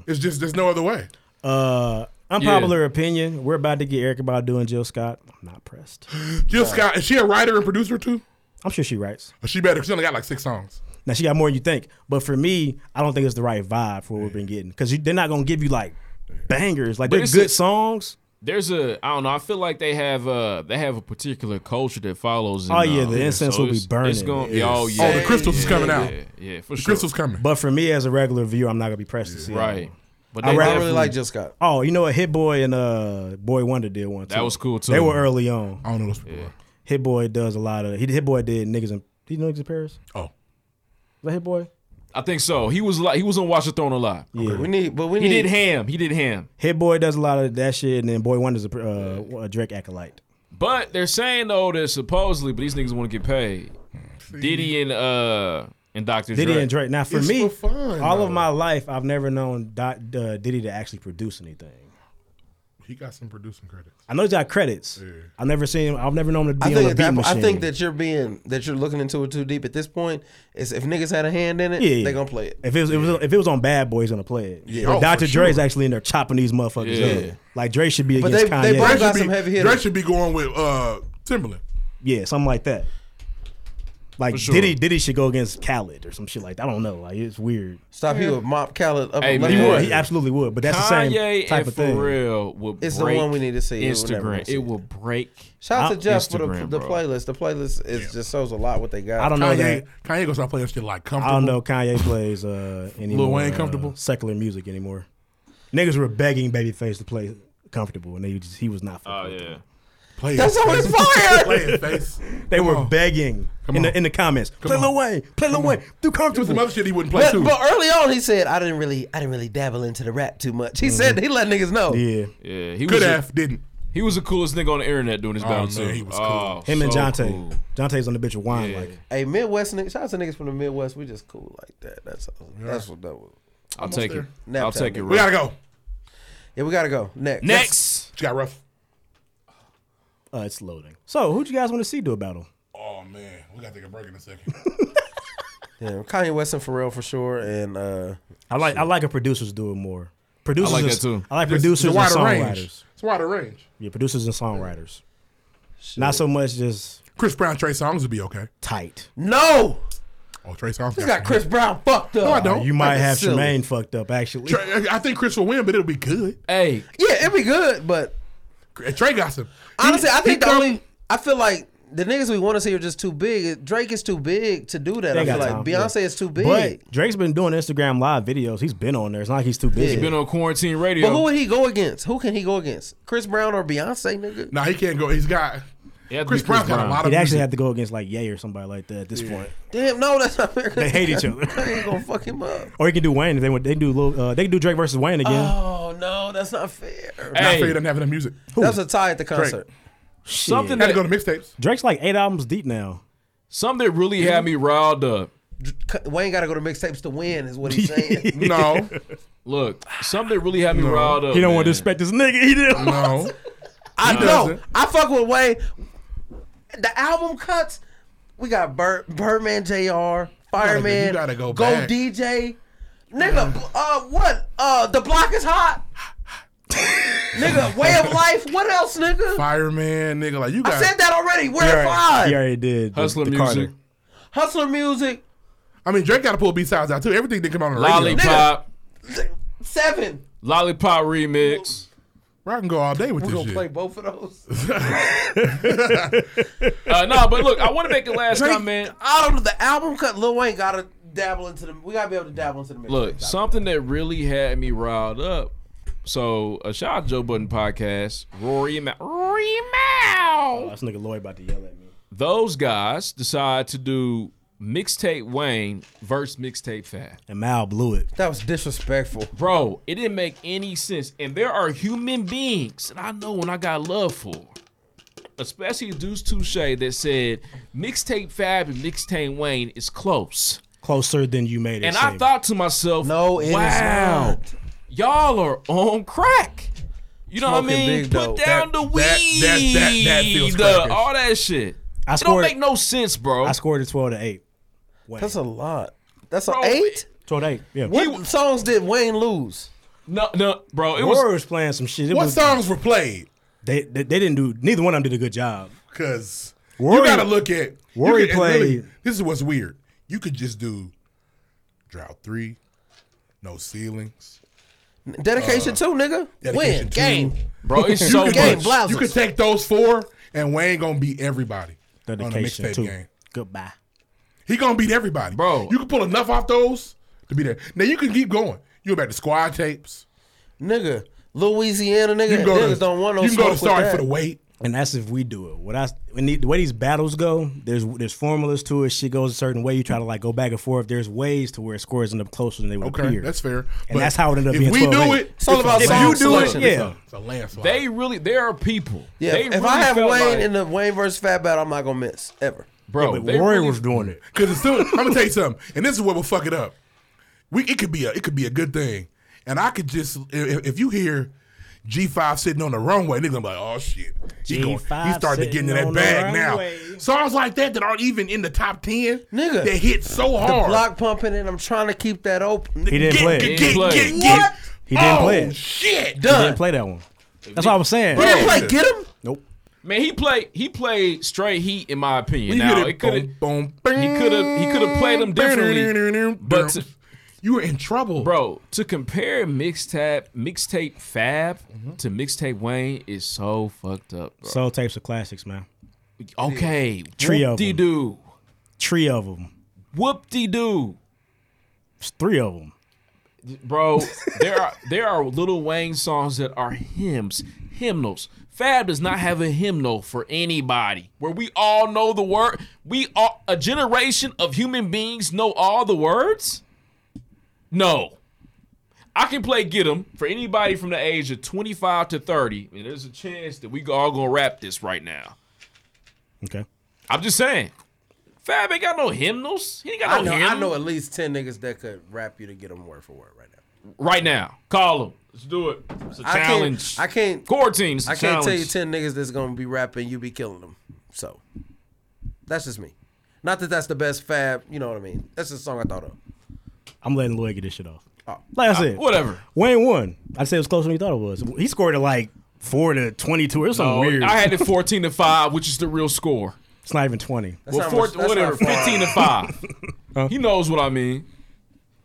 [SPEAKER 9] It's just there's no other way.
[SPEAKER 4] Uh, unpopular opinion. We're about to get Eric about doing Jill Scott. I'm not pressed.
[SPEAKER 9] Jill Scott is she a writer and producer too?
[SPEAKER 4] I'm sure she writes.
[SPEAKER 9] She better. She only got like six songs.
[SPEAKER 4] Now she got more than you think, but for me, I don't think it's the right vibe for what we've been getting because they're not gonna give you like bangers. Like
[SPEAKER 3] But
[SPEAKER 4] they're
[SPEAKER 3] it's
[SPEAKER 4] good
[SPEAKER 3] a-
[SPEAKER 4] songs.
[SPEAKER 3] there's a I don't know. I feel like they have uh they have a particular culture that follows.
[SPEAKER 4] Oh,
[SPEAKER 3] and,
[SPEAKER 4] yeah,
[SPEAKER 3] uh,
[SPEAKER 4] the incense
[SPEAKER 3] so
[SPEAKER 4] will be
[SPEAKER 3] it's-
[SPEAKER 4] burning.
[SPEAKER 3] It's going.
[SPEAKER 4] Yes.
[SPEAKER 3] Oh yeah.
[SPEAKER 9] Oh, the crystals is
[SPEAKER 3] yeah,
[SPEAKER 9] coming
[SPEAKER 3] yeah,
[SPEAKER 9] out.
[SPEAKER 3] Yeah, yeah, for
[SPEAKER 9] The
[SPEAKER 3] sure.
[SPEAKER 9] crystal's coming.
[SPEAKER 4] But for me, as a regular viewer, I'm not gonna be pressed to see. that
[SPEAKER 3] Right.
[SPEAKER 4] one.
[SPEAKER 3] But
[SPEAKER 4] I'd
[SPEAKER 3] they
[SPEAKER 4] rather-
[SPEAKER 3] I really like
[SPEAKER 13] Jill Scott.
[SPEAKER 4] Oh, you know what? Hit Boy and uh Boy Wonder did one. Too.
[SPEAKER 3] That was cool, too.
[SPEAKER 4] They were early on.
[SPEAKER 9] I don't know those people.
[SPEAKER 4] Hit Boy does a lot of. He Hit Boy did niggas in. Do you know niggas in Paris?
[SPEAKER 9] Oh.
[SPEAKER 4] Is that Hit Boy?
[SPEAKER 3] I think so. He was like he was on Watch the Throne a lot.
[SPEAKER 4] Yeah.
[SPEAKER 13] We need, but we
[SPEAKER 3] He
[SPEAKER 13] need
[SPEAKER 3] did ham. He did ham.
[SPEAKER 4] Hit Boy does a lot of that shit, and then Boy Wonder's a, uh, a Drake acolyte.
[SPEAKER 3] But they're saying though that supposedly, but these niggas want to get paid. Diddy and uh and Dr.
[SPEAKER 4] Diddy
[SPEAKER 3] Dre.
[SPEAKER 4] and Drake. Now for
[SPEAKER 9] It's
[SPEAKER 4] me,
[SPEAKER 9] for fun,
[SPEAKER 4] all
[SPEAKER 9] though.
[SPEAKER 4] of my life, I've never known Doc, uh, Diddy to actually produce anything.
[SPEAKER 9] He got some producing credits.
[SPEAKER 4] I know he's got credits. I've never seen him. I've never known him to
[SPEAKER 13] I
[SPEAKER 4] be on a
[SPEAKER 13] think,
[SPEAKER 4] beat
[SPEAKER 13] that, I
[SPEAKER 4] machine.
[SPEAKER 13] think that you're being that you're looking into it too deep at this point. Is if niggas had a hand in it,
[SPEAKER 4] Yeah, yeah.
[SPEAKER 13] they gonna play it.
[SPEAKER 4] If it was, if it was, if it was on Bad Boy, he's gonna play it.
[SPEAKER 13] Yeah.
[SPEAKER 4] But
[SPEAKER 13] Oh,
[SPEAKER 4] Dr.
[SPEAKER 13] for
[SPEAKER 4] Dre's
[SPEAKER 13] sure.
[SPEAKER 4] actually in there chopping these motherfuckers
[SPEAKER 9] Yeah.
[SPEAKER 4] up. Like Dre should be
[SPEAKER 9] But
[SPEAKER 4] against
[SPEAKER 9] they- they
[SPEAKER 4] Kanye.
[SPEAKER 9] both got Dre should some be- heavy hitters. Dre should be going with uh, Timberland.
[SPEAKER 4] Yeah, something like that. Like
[SPEAKER 9] For sure.
[SPEAKER 4] Diddy, Diddy should go against Khaled or some shit like that. I don't know. Like it's weird.
[SPEAKER 13] Stop. He would mop Khaled up.
[SPEAKER 4] Hey,
[SPEAKER 13] and let
[SPEAKER 4] he
[SPEAKER 13] him
[SPEAKER 4] would.
[SPEAKER 13] know.
[SPEAKER 4] He absolutely would. But that's the same
[SPEAKER 3] Kanye
[SPEAKER 4] type
[SPEAKER 3] and
[SPEAKER 4] of thing.
[SPEAKER 3] Pharrell will
[SPEAKER 13] It's the
[SPEAKER 3] break
[SPEAKER 13] one we need to see. It will never
[SPEAKER 3] Instagram.
[SPEAKER 13] wanna see
[SPEAKER 3] It will break.
[SPEAKER 13] Shout out to Jeff for the,
[SPEAKER 3] Instagram,
[SPEAKER 13] the
[SPEAKER 3] bro.
[SPEAKER 13] playlist. The playlist is just shows a lot what they got.
[SPEAKER 9] Kanye, Kanye gonna start playing shit like
[SPEAKER 4] I
[SPEAKER 9] comfortable.
[SPEAKER 4] don't know. Kanye plays uh, any
[SPEAKER 9] Lil
[SPEAKER 4] more,
[SPEAKER 9] Wayne
[SPEAKER 4] uh,
[SPEAKER 9] Comfortable?
[SPEAKER 4] secular music anymore. Niggas were begging Babyface to play comfortable, and they just, he was not. Oh yeah,
[SPEAKER 9] play
[SPEAKER 15] That's it, always face. fire! Play
[SPEAKER 9] it, face.
[SPEAKER 4] They
[SPEAKER 9] Come
[SPEAKER 4] were
[SPEAKER 9] on.
[SPEAKER 4] begging in the, in the comments. play Lil Wayne. Play Lil Wayne. Do comfortable.
[SPEAKER 9] Some other shit he wouldn't play
[SPEAKER 13] But,
[SPEAKER 9] too.
[SPEAKER 13] but early on, he said, "I didn't really, I didn't really dabble into the rap too much." He said he let niggas know.
[SPEAKER 4] Mm-hmm. Yeah.
[SPEAKER 3] Yeah, he
[SPEAKER 9] Could
[SPEAKER 3] was a-
[SPEAKER 9] have, didn't.
[SPEAKER 3] He was the coolest nigga on the internet doing his
[SPEAKER 9] Oh,
[SPEAKER 3] battle
[SPEAKER 9] man,
[SPEAKER 3] too.
[SPEAKER 9] he was
[SPEAKER 3] Oh,
[SPEAKER 4] Him and
[SPEAKER 3] so
[SPEAKER 4] Jonte.
[SPEAKER 3] cool.
[SPEAKER 4] Jonte's on the bitch of wine. Like
[SPEAKER 13] Hey, Midwest niggas. Shout out to niggas from the Midwest. We just cool like that. That's that's what that was.
[SPEAKER 3] I'll take it.
[SPEAKER 13] Nap
[SPEAKER 3] I'll
[SPEAKER 13] time,
[SPEAKER 3] take it,
[SPEAKER 13] nigga.
[SPEAKER 3] We gotta
[SPEAKER 9] go.
[SPEAKER 13] Yeah, we gotta go. Next.
[SPEAKER 3] Next.
[SPEAKER 9] She got rough.
[SPEAKER 4] uh, it's loading. So who'd you guys want to see do a battle?
[SPEAKER 9] Oh man, we gotta take a break in a second.
[SPEAKER 13] Yeah, Kanye West and Pharrell for sure. And uh,
[SPEAKER 4] I like I like a producers do it more. Producers
[SPEAKER 13] like
[SPEAKER 4] and-
[SPEAKER 13] that too.
[SPEAKER 4] I like
[SPEAKER 13] Just
[SPEAKER 4] producers
[SPEAKER 13] the
[SPEAKER 4] and
[SPEAKER 13] wider
[SPEAKER 4] songwriters.
[SPEAKER 13] range.
[SPEAKER 9] It's wider range.
[SPEAKER 4] Yeah, producers and songwriters. Not so much just
[SPEAKER 9] Chris Brown, Trey Songs would be okay.
[SPEAKER 4] Tight.
[SPEAKER 13] No.
[SPEAKER 9] Oh, Trey Songs.
[SPEAKER 13] This got Chris Brown fucked up.
[SPEAKER 9] No, I don't.
[SPEAKER 4] You might
[SPEAKER 9] That's
[SPEAKER 4] have
[SPEAKER 9] silly.
[SPEAKER 4] Tremaine fucked up actually.
[SPEAKER 9] Trey, I think Chris will win, but it'll be good.
[SPEAKER 3] Hey,
[SPEAKER 13] yeah, it'd be good, but
[SPEAKER 9] Trey got some.
[SPEAKER 13] honestly, I
[SPEAKER 9] he
[SPEAKER 13] think the
[SPEAKER 9] come-
[SPEAKER 13] only I feel like the niggas we want to see are just too big. Drake is too big to do that.
[SPEAKER 4] They
[SPEAKER 13] I
[SPEAKER 4] got
[SPEAKER 13] feel like
[SPEAKER 4] time.
[SPEAKER 13] Beyonce is too big. But,
[SPEAKER 4] But Drake's been doing Instagram live videos. He's been on there. It's not like he's too busy.
[SPEAKER 3] He's been on quarantine radio.
[SPEAKER 13] who would he go against? Who can he go against? Chris Brown or Beyonce, nigga?
[SPEAKER 9] Nah, he can't go. He's got Chris Brown got a lot of.
[SPEAKER 4] He'd actually
[SPEAKER 9] music.
[SPEAKER 4] have to go against like Ye or somebody like that at this point.
[SPEAKER 13] Damn, no, that's not fair.
[SPEAKER 4] They hate each other.
[SPEAKER 13] they ain't gonna fuck him up.
[SPEAKER 4] Or he can do Wayne if they want. They can do little. Uh, they can do Drake versus Wayne again.
[SPEAKER 13] Oh no, that's not fair.
[SPEAKER 9] Not fair he doesn't have enough music.
[SPEAKER 13] That's a tie at the concert.
[SPEAKER 3] Something
[SPEAKER 9] had
[SPEAKER 3] that
[SPEAKER 9] to go to mixtapes.
[SPEAKER 4] Drake's like eight albums deep now.
[SPEAKER 3] Something that really had me riled up.
[SPEAKER 13] C- Mm-hmm. Wayne got to go to mixtapes to win, is what he's saying.
[SPEAKER 9] No.
[SPEAKER 3] Look, something that really had me riled up.
[SPEAKER 4] he don't want to
[SPEAKER 3] man.
[SPEAKER 4] respect this nigga. He did.
[SPEAKER 9] No.
[SPEAKER 13] I
[SPEAKER 3] He
[SPEAKER 13] know.
[SPEAKER 3] doesn't.
[SPEAKER 13] I fuck with Wayne. The album cuts. We got Bird, Birdman Jr. Fireman.
[SPEAKER 9] you gotta go
[SPEAKER 13] Go
[SPEAKER 9] back. Mm.
[SPEAKER 13] DJ. Nigga, uh, what? Uh, the block is hot. nigga, way of life. What else, nigga?
[SPEAKER 9] Fireman, nigga, like you
[SPEAKER 13] I
[SPEAKER 9] got.
[SPEAKER 13] said that already.
[SPEAKER 4] He
[SPEAKER 13] Where
[SPEAKER 4] already, he
[SPEAKER 13] five?
[SPEAKER 4] already did. the-
[SPEAKER 3] Hustler
[SPEAKER 4] the
[SPEAKER 3] music.
[SPEAKER 4] Carter.
[SPEAKER 13] Hustler music.
[SPEAKER 9] I mean, Drake got to pull B sides out too. Everything didn't come out on the radio.
[SPEAKER 3] Lollipop,
[SPEAKER 13] Seven.
[SPEAKER 3] lollipop remix.
[SPEAKER 9] Bro, I can go all day with
[SPEAKER 13] We're
[SPEAKER 9] this
[SPEAKER 13] gonna
[SPEAKER 9] shit.
[SPEAKER 13] play both of those.
[SPEAKER 3] Uh, no, but look, I want to make a last
[SPEAKER 13] Drake,
[SPEAKER 3] comment.
[SPEAKER 13] I don't know. The album cut. Lil Wayne gotta dabble into the. We gotta be able to dabble into the. mix.
[SPEAKER 3] Look, something that really had me riled up. So, a shout out to Joe Budden podcast, Rory and Ma- Rory and
[SPEAKER 4] Oh,
[SPEAKER 3] Mal.
[SPEAKER 4] this nigga Lloyd about to yell at me.
[SPEAKER 3] Those guys decide to do mixtape Wayne versus mixtape Fab.
[SPEAKER 4] And Mal blew it.
[SPEAKER 13] That was disrespectful.
[SPEAKER 3] Bro, it didn't make any sense. And there are human beings that I know and I got love for. Especially Deuce Touche that said mixtape Fab and mixtape Wayne is close.
[SPEAKER 4] Closer than you made it.
[SPEAKER 3] And I
[SPEAKER 4] seem.
[SPEAKER 3] thought to myself, no,
[SPEAKER 13] it is
[SPEAKER 3] wow,
[SPEAKER 13] not.
[SPEAKER 3] y'all are on crack. You know what I
[SPEAKER 13] Smoking
[SPEAKER 3] mean? Put
[SPEAKER 13] big, though.
[SPEAKER 3] down the
[SPEAKER 13] That-
[SPEAKER 3] weed,
[SPEAKER 13] that- that- that- that feels
[SPEAKER 3] the-
[SPEAKER 13] crackers.
[SPEAKER 3] all that shit.
[SPEAKER 4] I
[SPEAKER 3] it don't
[SPEAKER 4] scored-
[SPEAKER 3] make no sense, bro.
[SPEAKER 4] I scored a twelve to eight. Wayne.
[SPEAKER 13] That's a lot. That's an
[SPEAKER 3] Bro,
[SPEAKER 13] eight.
[SPEAKER 4] Twelve to eight. Yeah.
[SPEAKER 13] What songs did Wayne lose?
[SPEAKER 3] no, no, bro. It
[SPEAKER 4] Rory was,
[SPEAKER 3] was
[SPEAKER 4] playing some shit. It
[SPEAKER 9] What
[SPEAKER 4] was,
[SPEAKER 9] songs were played?
[SPEAKER 4] They, they they didn't do. Neither one of them did a good job.
[SPEAKER 9] Because you
[SPEAKER 4] Rory-
[SPEAKER 9] got to look at. you
[SPEAKER 4] Rory
[SPEAKER 9] could- and really,
[SPEAKER 4] played-
[SPEAKER 9] this is what's weird. You could just do Drought 3, No Ceilings.
[SPEAKER 13] Dedication two, nigga.
[SPEAKER 9] Uh, Dedication two.
[SPEAKER 13] Win game.
[SPEAKER 3] Bro, it's
[SPEAKER 9] You
[SPEAKER 3] so
[SPEAKER 9] could-
[SPEAKER 13] Game
[SPEAKER 9] You
[SPEAKER 13] blouses.
[SPEAKER 9] could take those four, and Wayne going to beat everybody on a
[SPEAKER 4] Dedication
[SPEAKER 9] mixtape
[SPEAKER 4] too.
[SPEAKER 9] game.
[SPEAKER 4] Goodbye.
[SPEAKER 9] He gonna beat everybody,
[SPEAKER 3] Bro.
[SPEAKER 9] You can pull enough off those to be there. Now you can keep going. You go back to squad tapes.
[SPEAKER 13] nigga. Louisiana nigga.
[SPEAKER 9] You can go
[SPEAKER 13] niggas
[SPEAKER 9] to,
[SPEAKER 13] don't want no
[SPEAKER 9] you can go to
[SPEAKER 13] smoke with
[SPEAKER 9] sorry
[SPEAKER 13] that.
[SPEAKER 9] for the wait.
[SPEAKER 4] And that's if we do it. What I when the, the way these battles go, there's there's formulas to it. Shit goes a certain way. You try to like go back and forth. There's ways to where scores end up closer than they would
[SPEAKER 9] Okay,
[SPEAKER 4] appear.
[SPEAKER 9] that's fair.
[SPEAKER 4] And that's how it ended up
[SPEAKER 9] If
[SPEAKER 4] being
[SPEAKER 9] we do
[SPEAKER 4] 12-8.
[SPEAKER 9] it,
[SPEAKER 13] It's all about
[SPEAKER 9] a
[SPEAKER 13] song
[SPEAKER 9] landslide.
[SPEAKER 13] selection.
[SPEAKER 4] Yeah.
[SPEAKER 9] It's a- It's a landslide.
[SPEAKER 3] they really there are people.
[SPEAKER 13] Yeah,
[SPEAKER 3] they
[SPEAKER 13] if
[SPEAKER 3] really
[SPEAKER 13] I have Wayne
[SPEAKER 3] felt like-
[SPEAKER 13] in the Wayne versus Fat battle, I'm not gonna miss ever.
[SPEAKER 3] bro,
[SPEAKER 4] but
[SPEAKER 3] they
[SPEAKER 4] Rory
[SPEAKER 3] really-
[SPEAKER 4] was doing it.
[SPEAKER 9] Because as soon, I'm gonna tell you something, and this is what will fuck it up. We it could be a it could be a good thing, and I could just if, if you hear G5 sitting on the runway. Nigga, I'm like, oh shit. He, going, he
[SPEAKER 13] G5
[SPEAKER 9] started to get into
[SPEAKER 13] sitting
[SPEAKER 9] that
[SPEAKER 13] on the
[SPEAKER 9] bag
[SPEAKER 13] runway.
[SPEAKER 9] now. Songs like that that aren't even in the top 10
[SPEAKER 13] Nigga.
[SPEAKER 9] that hit so hard.
[SPEAKER 13] The block pumping, and I'm trying to keep that open.
[SPEAKER 4] He didn't
[SPEAKER 13] Get-
[SPEAKER 4] play it.
[SPEAKER 13] get-
[SPEAKER 4] He
[SPEAKER 13] get-
[SPEAKER 4] didn't play
[SPEAKER 13] get-
[SPEAKER 4] it.
[SPEAKER 13] get-
[SPEAKER 4] He didn't
[SPEAKER 13] Oh,
[SPEAKER 4] play it.
[SPEAKER 9] Shit,
[SPEAKER 4] He
[SPEAKER 6] done.
[SPEAKER 4] didn't play that one. That's what I was saying.
[SPEAKER 6] He didn't play
[SPEAKER 13] Get him?
[SPEAKER 4] Nope.
[SPEAKER 6] Man, he played he played straight heat in my opinion.
[SPEAKER 9] We
[SPEAKER 6] now
[SPEAKER 9] hit it,
[SPEAKER 6] it could have he
[SPEAKER 9] boom,
[SPEAKER 6] could have he could have played them differently, but to-
[SPEAKER 9] you were in trouble,
[SPEAKER 6] bro. To compare mixtape mixtape Fab to mixtape Wayne is so fucked up. Bro.
[SPEAKER 4] Soul tapes are classics, man.
[SPEAKER 6] Okay,
[SPEAKER 4] Trio.
[SPEAKER 6] whoop-de-doo. doo.
[SPEAKER 4] Three of them.
[SPEAKER 6] Whoop de doo.
[SPEAKER 4] It's three of them.
[SPEAKER 6] bro. there are there are little Wayne songs that are hymns, hymnals. Fab does not have a hymnal for anybody. Where we all know the word, we all a generation of human beings know all the words. No, I can play get 'em for anybody from the age of twenty five to thirty, and there's a chance that we all gonna rap this right now.
[SPEAKER 4] Okay.
[SPEAKER 6] I'm just saying, Fab ain't got no hymnals. He ain't got
[SPEAKER 13] I
[SPEAKER 6] no
[SPEAKER 13] know,
[SPEAKER 6] hymn.
[SPEAKER 13] I know at least 10 niggas that could rap you to get them word for word right now.
[SPEAKER 6] Right now, call him. Let's do it. It's a
[SPEAKER 13] I can't-
[SPEAKER 6] challenge.
[SPEAKER 13] I can't.
[SPEAKER 6] Quarantine. It's a
[SPEAKER 13] I can't tell you
[SPEAKER 6] challenge.
[SPEAKER 13] 10 niggas that's going to be rapping, you be killing them. So, that's just me. Not that that's the best fab, you know what I mean? That's the song I thought of.
[SPEAKER 4] I'm letting Lloyd get this shit off. Like I said,
[SPEAKER 6] Uh, whatever.
[SPEAKER 4] Wayne won. I said it was closer than he thought it was. He scored it like four to twenty-two or something
[SPEAKER 6] No,
[SPEAKER 4] weird.
[SPEAKER 6] I had it 14 to 5, which is the real score.
[SPEAKER 4] it's not even twenty.
[SPEAKER 6] well, four, whatever, 15 to 5. He knows what I mean.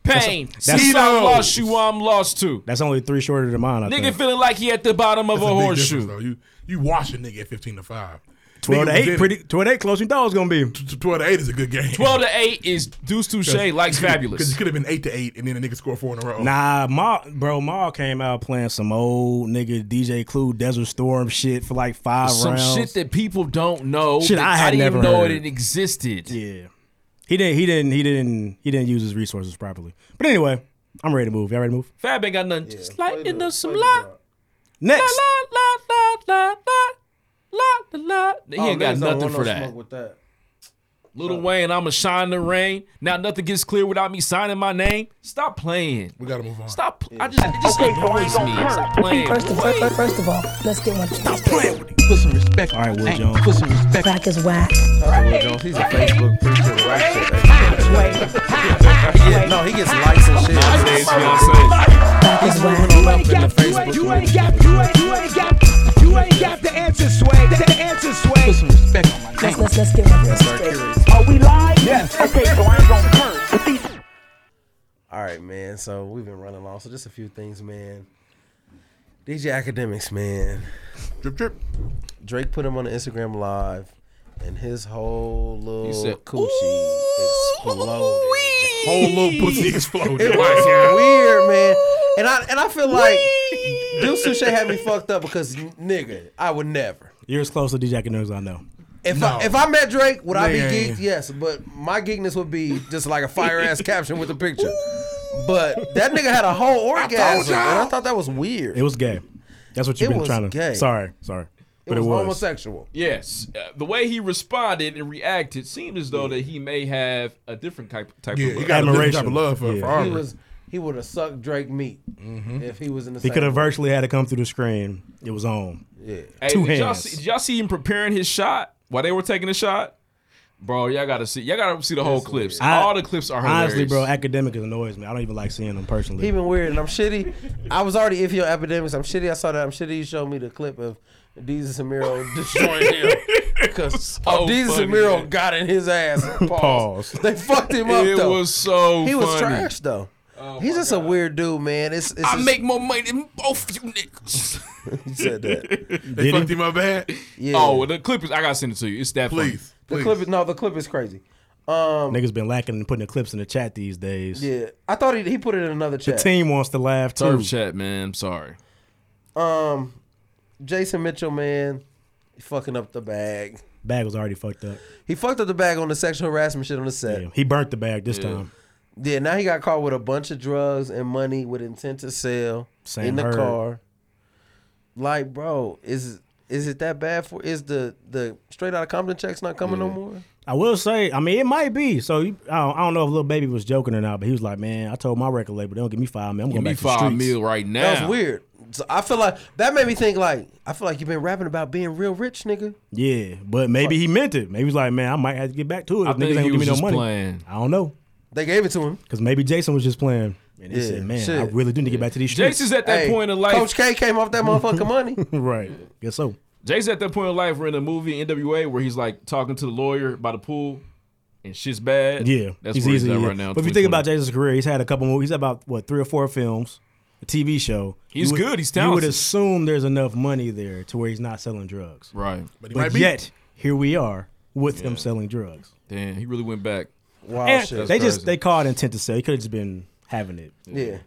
[SPEAKER 6] Pain.
[SPEAKER 4] That's-
[SPEAKER 6] See,
[SPEAKER 4] that's-
[SPEAKER 6] I lost you, I'm lost too.
[SPEAKER 4] That's only three shorter than mine. I
[SPEAKER 6] Nigga
[SPEAKER 4] think.
[SPEAKER 6] feeling like he at the bottom of
[SPEAKER 9] That's
[SPEAKER 6] a
[SPEAKER 9] big
[SPEAKER 6] horseshoe.
[SPEAKER 9] difference, though. You you wash a nigga at fifteen to five.
[SPEAKER 4] Twelve to
[SPEAKER 9] Nigga was in
[SPEAKER 4] eight,
[SPEAKER 9] it.
[SPEAKER 4] pretty. Twelve to eight, close. You thought it was gonna be.
[SPEAKER 9] Twelve to eight is a good game.
[SPEAKER 6] 12 to 8 is Deuce Touche likes
[SPEAKER 9] Because
[SPEAKER 6] fabulous.
[SPEAKER 9] it could have been eight to eight, and then a nigga scored four in a row.
[SPEAKER 4] Nah, Ma, bro, Ma came out playing some old nigga DJ Clue Desert Storm shit for like five
[SPEAKER 6] Some
[SPEAKER 4] rounds.
[SPEAKER 6] shit that people don't know.
[SPEAKER 4] Shit
[SPEAKER 6] that
[SPEAKER 4] I had
[SPEAKER 6] didn't even
[SPEAKER 4] never
[SPEAKER 6] know
[SPEAKER 4] heard.
[SPEAKER 6] it existed.
[SPEAKER 4] Yeah. He didn't. He didn't. He didn't. He didn't use his resources properly. But anyway, I'm ready to move. Y'all ready to move?
[SPEAKER 6] Fab ain't got nothing. Just lighten up some light.
[SPEAKER 4] Next.
[SPEAKER 6] La, la, la, la, la, la, la. He ain't got
[SPEAKER 13] Oh, niggas don't
[SPEAKER 6] nothing
[SPEAKER 13] want
[SPEAKER 6] for
[SPEAKER 13] no
[SPEAKER 6] that.
[SPEAKER 13] smoke with that.
[SPEAKER 6] Little Wayne, I'ma shine the rain. Now nothing gets clear without me signing my name. Stop playing. We
[SPEAKER 9] gotta move on.
[SPEAKER 6] Stop. I just, it just annoys me. Stop playing.
[SPEAKER 8] First of,
[SPEAKER 6] Wait.
[SPEAKER 8] first, first of all, let's get one. Stop playing with
[SPEAKER 4] Put some respect. All right, Will Jones. Put some respect.
[SPEAKER 8] Crack is whack.
[SPEAKER 13] Jones, he's a Facebook preacher. that writes shit, man. He get- No, he gets likes and shit. He's moving on up in the Facebook.
[SPEAKER 17] You ain't got, you ain't, you ain't got, you ain't got the answer, Sway. The, the answer, Sway. Put some respect on my name. Let's, let's, let's get Are we live? Yes. Okay, so I'm gonna curse.
[SPEAKER 13] All right, man. So we've been running long. So just a few things, man. DJ Academics, man.
[SPEAKER 9] Drip, drip.
[SPEAKER 13] Drake put him on the Instagram live, and his whole
[SPEAKER 9] He
[SPEAKER 13] little
[SPEAKER 9] said,
[SPEAKER 13] coochie exploded.
[SPEAKER 9] Whole little pussy exploded.
[SPEAKER 13] It was weird, man. And I and I feel like Deuce Touche had me fucked up because n- nigga, I would never.
[SPEAKER 4] You're as close to DJ Canoes I know.
[SPEAKER 13] If I if I met Drake, would I be
[SPEAKER 4] Yeah, yeah,
[SPEAKER 13] geeked? Yes, but my geekness would be just like a fire ass caption with a picture. But that nigga had a whole orgasm, and I thought that was weird.
[SPEAKER 4] It was gay. That's what you've
[SPEAKER 13] It
[SPEAKER 4] been
[SPEAKER 13] was
[SPEAKER 4] trying to.
[SPEAKER 13] gay.
[SPEAKER 4] Sorry, sorry. but it was
[SPEAKER 13] homosexual.
[SPEAKER 6] Yes, uh, the way he responded and reacted seemed as though that he may have a different type type
[SPEAKER 9] Yeah,
[SPEAKER 6] of
[SPEAKER 9] he got a different type of love for, for
[SPEAKER 13] He
[SPEAKER 9] Auburn.
[SPEAKER 13] was he would have sucked Drake meat if he was in the.
[SPEAKER 4] He
[SPEAKER 13] same
[SPEAKER 4] could have
[SPEAKER 13] room.
[SPEAKER 4] virtually had it come through the screen. It was on.
[SPEAKER 13] Yeah.
[SPEAKER 6] Hey,
[SPEAKER 4] Two
[SPEAKER 6] did y'all,
[SPEAKER 4] hands.
[SPEAKER 6] see, did y'all see him preparing his shot while they were taking the shot? Bro, y'all gotta see. Y'all gotta see the whole clips.
[SPEAKER 4] I-
[SPEAKER 6] All the clips are hilarious.
[SPEAKER 4] Honestly, bro, academic annoys me. I don't even like seeing them personally.
[SPEAKER 13] He been weird, and I'm shitty. I was already iffy on epidemics. I'm shitty. I saw that. I'm shitty. You showed me the clip of Jesus and Miro destroying him because
[SPEAKER 6] Oh,
[SPEAKER 13] Jesus
[SPEAKER 6] funny,
[SPEAKER 13] and Miro
[SPEAKER 6] man.
[SPEAKER 13] got in his ass. Pause.
[SPEAKER 4] Pause.
[SPEAKER 13] They fucked him up.
[SPEAKER 6] It
[SPEAKER 13] though.
[SPEAKER 6] was so
[SPEAKER 13] He was
[SPEAKER 6] funny. Oh
[SPEAKER 13] trash though. He's just a weird dude, man. It's, it's
[SPEAKER 6] I
[SPEAKER 13] just-
[SPEAKER 6] make more money than both you niggas.
[SPEAKER 13] he said that.
[SPEAKER 9] They fucked him up bad.
[SPEAKER 13] Yeah.
[SPEAKER 6] Oh, the clip is. I gotta send it to you. It's that
[SPEAKER 9] Please,
[SPEAKER 6] funny.
[SPEAKER 13] The clip is no. The clip is crazy. Um,
[SPEAKER 4] Niggas been lacking and putting the clips in the chat these days.
[SPEAKER 13] yeah, I thought he, he put it in another
[SPEAKER 4] The
[SPEAKER 13] chat.
[SPEAKER 4] team wants to laugh too.
[SPEAKER 6] Turf chat, man. I'm sorry.
[SPEAKER 13] Um, Jason Mitchell, man, he fucking up the bag.
[SPEAKER 4] Bag was already fucked up.
[SPEAKER 13] He fucked up the bag on the sexual harassment shit on the set. Yeah,
[SPEAKER 4] He burnt the bag this time.
[SPEAKER 13] now he got caught with a bunch of drugs and money with intent to sell
[SPEAKER 4] Sam
[SPEAKER 13] in the
[SPEAKER 4] Hurd.
[SPEAKER 13] car. Like, bro, is is it that bad for? Is the the straight out of Compton checks not coming no more?
[SPEAKER 4] I will say, I mean, it might be. So you, I, don't, I don't know if little baby was joking or not, but he was like, "Man, I told my record label they don't give me five mil. I'm
[SPEAKER 6] Give
[SPEAKER 4] going
[SPEAKER 6] me
[SPEAKER 4] back to the
[SPEAKER 6] five
[SPEAKER 4] streets."
[SPEAKER 6] mil right now.
[SPEAKER 13] That was weird. So I feel like that made me think like I feel like you've been rapping about being real rich, nigga.
[SPEAKER 4] Yeah, but maybe he meant it. Maybe he was like, "Man, I might have to get back to it.
[SPEAKER 13] I
[SPEAKER 4] if
[SPEAKER 13] think
[SPEAKER 4] niggas ain't
[SPEAKER 13] he
[SPEAKER 4] give me
[SPEAKER 13] was
[SPEAKER 4] no
[SPEAKER 13] just
[SPEAKER 4] money."
[SPEAKER 6] playing.
[SPEAKER 4] I don't know.
[SPEAKER 13] They gave it to him
[SPEAKER 4] because maybe Jason was just playing. And he
[SPEAKER 13] Yeah,
[SPEAKER 4] said, "Man, I
[SPEAKER 13] shit.
[SPEAKER 4] really do need to get back to these streets."
[SPEAKER 6] Jason's at that
[SPEAKER 13] Hey,
[SPEAKER 6] point in life.
[SPEAKER 13] Coach K came off that motherfucking money.
[SPEAKER 4] right. Guess so.
[SPEAKER 6] Jay's at that point in life. We're in a movie NWA where he's like talking to the lawyer by the pool, and shit's bad.
[SPEAKER 4] Yeah,
[SPEAKER 6] that's where he's at
[SPEAKER 4] yeah.
[SPEAKER 6] right now.
[SPEAKER 4] But if you think about Jason's career, he's had a couple movies. He's had about what three or four films, a TV show.
[SPEAKER 6] He's
[SPEAKER 4] You would-
[SPEAKER 6] good, he's
[SPEAKER 4] You
[SPEAKER 6] talented.
[SPEAKER 4] would assume there's enough money there to where he's not selling drugs,
[SPEAKER 6] right?
[SPEAKER 4] But,
[SPEAKER 6] But he might be.
[SPEAKER 4] yet here we are with him selling drugs.
[SPEAKER 6] damn, he really went back.
[SPEAKER 13] Wow,
[SPEAKER 4] And
[SPEAKER 13] shit.
[SPEAKER 4] they just they call it intent to sell. He could have just been having it.
[SPEAKER 13] Yeah.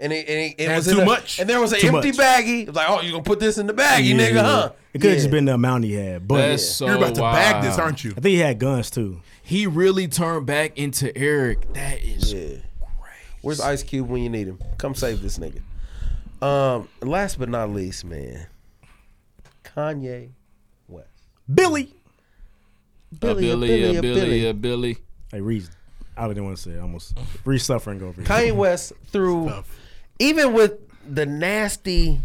[SPEAKER 13] And it, and it, it
[SPEAKER 4] That's
[SPEAKER 13] was in
[SPEAKER 4] too
[SPEAKER 13] a-
[SPEAKER 4] much.
[SPEAKER 13] And there was an
[SPEAKER 4] Too
[SPEAKER 13] empty
[SPEAKER 4] much.
[SPEAKER 13] baggie. It was like, oh, you gonna put this in the baggie,
[SPEAKER 4] Yeah.
[SPEAKER 13] nigga, huh?
[SPEAKER 4] It could have just
[SPEAKER 13] Yeah.
[SPEAKER 4] been the amount he had. But
[SPEAKER 6] That's so You're about to
[SPEAKER 3] Oh,
[SPEAKER 6] bag this, wild. aren't you?
[SPEAKER 4] I think he had guns too.
[SPEAKER 6] He really turned back into Eric. That is
[SPEAKER 13] Where's Ice Cube when you need him? Come save this nigga. Um, last but not least, man, Kanye
[SPEAKER 6] Uh,
[SPEAKER 13] West.
[SPEAKER 4] Billy.
[SPEAKER 6] Billy, a Billy, a Billy, uh, a Billy, a Billy.
[SPEAKER 4] Hey, Reese. I didn't want to say it. almost Reese suffering over here.
[SPEAKER 13] Kanye West through, even with the nasty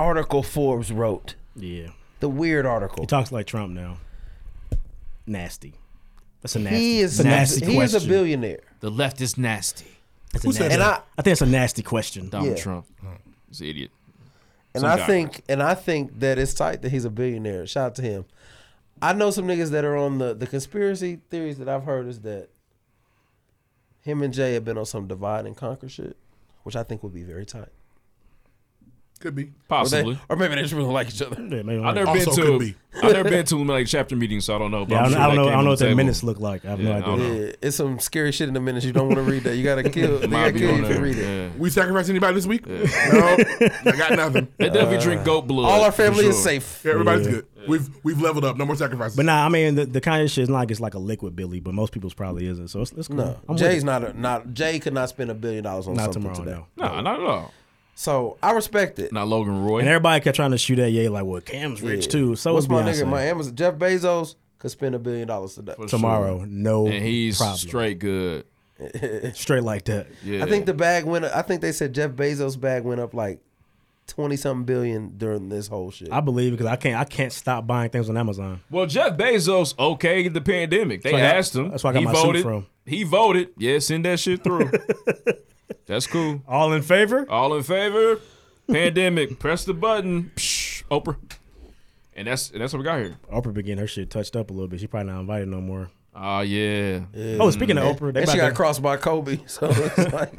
[SPEAKER 13] article Forbes wrote.
[SPEAKER 4] Yeah.
[SPEAKER 13] The weird article.
[SPEAKER 4] He talks like Trump now. Nasty. That's a nasty.
[SPEAKER 13] He is
[SPEAKER 4] it's a nasty
[SPEAKER 13] he is
[SPEAKER 4] question.
[SPEAKER 13] a billionaire.
[SPEAKER 6] The left is nasty.
[SPEAKER 4] It's a
[SPEAKER 13] Who said
[SPEAKER 4] nasty-
[SPEAKER 13] that?
[SPEAKER 4] I think it's a nasty question.
[SPEAKER 13] Donald Yeah. Trump.
[SPEAKER 6] He's an idiot.
[SPEAKER 13] And
[SPEAKER 6] Some
[SPEAKER 13] I
[SPEAKER 6] guy.
[SPEAKER 13] think and I think that it's tight that he's a billionaire. Shout out to him. I know some niggas that are on the the conspiracy theories that I've heard is that him and Jay have been on some divide and conquer shit, which I think would be very tight.
[SPEAKER 9] Could be.
[SPEAKER 6] Possibly.
[SPEAKER 13] Or, maybe they just really like each other.
[SPEAKER 4] Yeah, maybe
[SPEAKER 6] I've never
[SPEAKER 9] Also
[SPEAKER 6] been to.
[SPEAKER 9] could be.
[SPEAKER 6] I've never been to like chapter meetings, so I don't know. But
[SPEAKER 4] Yeah, I
[SPEAKER 6] I'm
[SPEAKER 4] don't-
[SPEAKER 6] sure
[SPEAKER 4] I don't
[SPEAKER 6] that
[SPEAKER 4] know-
[SPEAKER 6] came
[SPEAKER 4] I don't
[SPEAKER 6] on
[SPEAKER 4] know what
[SPEAKER 6] the
[SPEAKER 4] their
[SPEAKER 6] table.
[SPEAKER 4] minutes look like. I have no
[SPEAKER 6] Yeah, I
[SPEAKER 4] idea.
[SPEAKER 6] don't know.
[SPEAKER 13] Yeah, it's some scary shit in the minutes. You don't want to read that. You gotta kill. they
[SPEAKER 6] Might
[SPEAKER 13] gotta
[SPEAKER 6] be
[SPEAKER 13] kill
[SPEAKER 6] on
[SPEAKER 13] you if you
[SPEAKER 6] there,
[SPEAKER 13] read it.
[SPEAKER 6] yeah.
[SPEAKER 9] We sacrificed anybody this week? No, I got nothing.
[SPEAKER 6] They definitely drink goat blood.
[SPEAKER 9] all our
[SPEAKER 6] for
[SPEAKER 9] family is
[SPEAKER 6] sure.
[SPEAKER 9] safe. Yeah, everybody's
[SPEAKER 4] Yeah.
[SPEAKER 9] good. We've we've leveled up. No more sacrifices.
[SPEAKER 4] But nah, I mean the, the Kanye shit is not like it's like a liquid Billy, but most people's probably isn't. So it's, it's cool.
[SPEAKER 13] No,
[SPEAKER 4] I'm with
[SPEAKER 13] Uh, Jay's
[SPEAKER 4] it.
[SPEAKER 13] not a, not Jay could not spend a billion dollars on
[SPEAKER 4] Not
[SPEAKER 13] something
[SPEAKER 4] tomorrow,
[SPEAKER 13] today.
[SPEAKER 6] No, not at all.
[SPEAKER 13] So I respect it.
[SPEAKER 6] Not Logan Roy.
[SPEAKER 4] And everybody kept trying to shoot at Ye like, well, Cam's rich
[SPEAKER 13] Yeah.
[SPEAKER 4] too. So
[SPEAKER 13] What's
[SPEAKER 4] is
[SPEAKER 13] my
[SPEAKER 4] Beyonce.
[SPEAKER 13] nigga? My Amazon Jeff Bezos could spend a billion dollars today.
[SPEAKER 4] Tomorrow, no
[SPEAKER 6] and he's
[SPEAKER 4] problem.
[SPEAKER 6] straight good.
[SPEAKER 4] Straight like that.
[SPEAKER 6] Yeah.
[SPEAKER 13] I think the bag went. I think they said Jeff Bezos' bag went up like twenty something billion during this whole shit.
[SPEAKER 4] I believe because I can't I can't stop buying things on Amazon.
[SPEAKER 6] Well, Jeff Bezos okayed the pandemic. They
[SPEAKER 4] That's where I got-
[SPEAKER 6] asked him.
[SPEAKER 4] that's where I got
[SPEAKER 6] he
[SPEAKER 4] my suit
[SPEAKER 6] voted.
[SPEAKER 4] from.
[SPEAKER 6] He voted. Yeah, send that shit through. that's cool.
[SPEAKER 4] All in favor?
[SPEAKER 6] All in favor. Pandemic. Press the button. Psh, Oprah. And that's and that's what we got here.
[SPEAKER 4] Oprah began her shit touched up a little bit. She probably not invited no more.
[SPEAKER 6] Oh yeah.
[SPEAKER 4] Oh, speaking of Oprah, they
[SPEAKER 13] and
[SPEAKER 4] about
[SPEAKER 13] she got
[SPEAKER 4] to-
[SPEAKER 13] crossed by Kobe, so it's like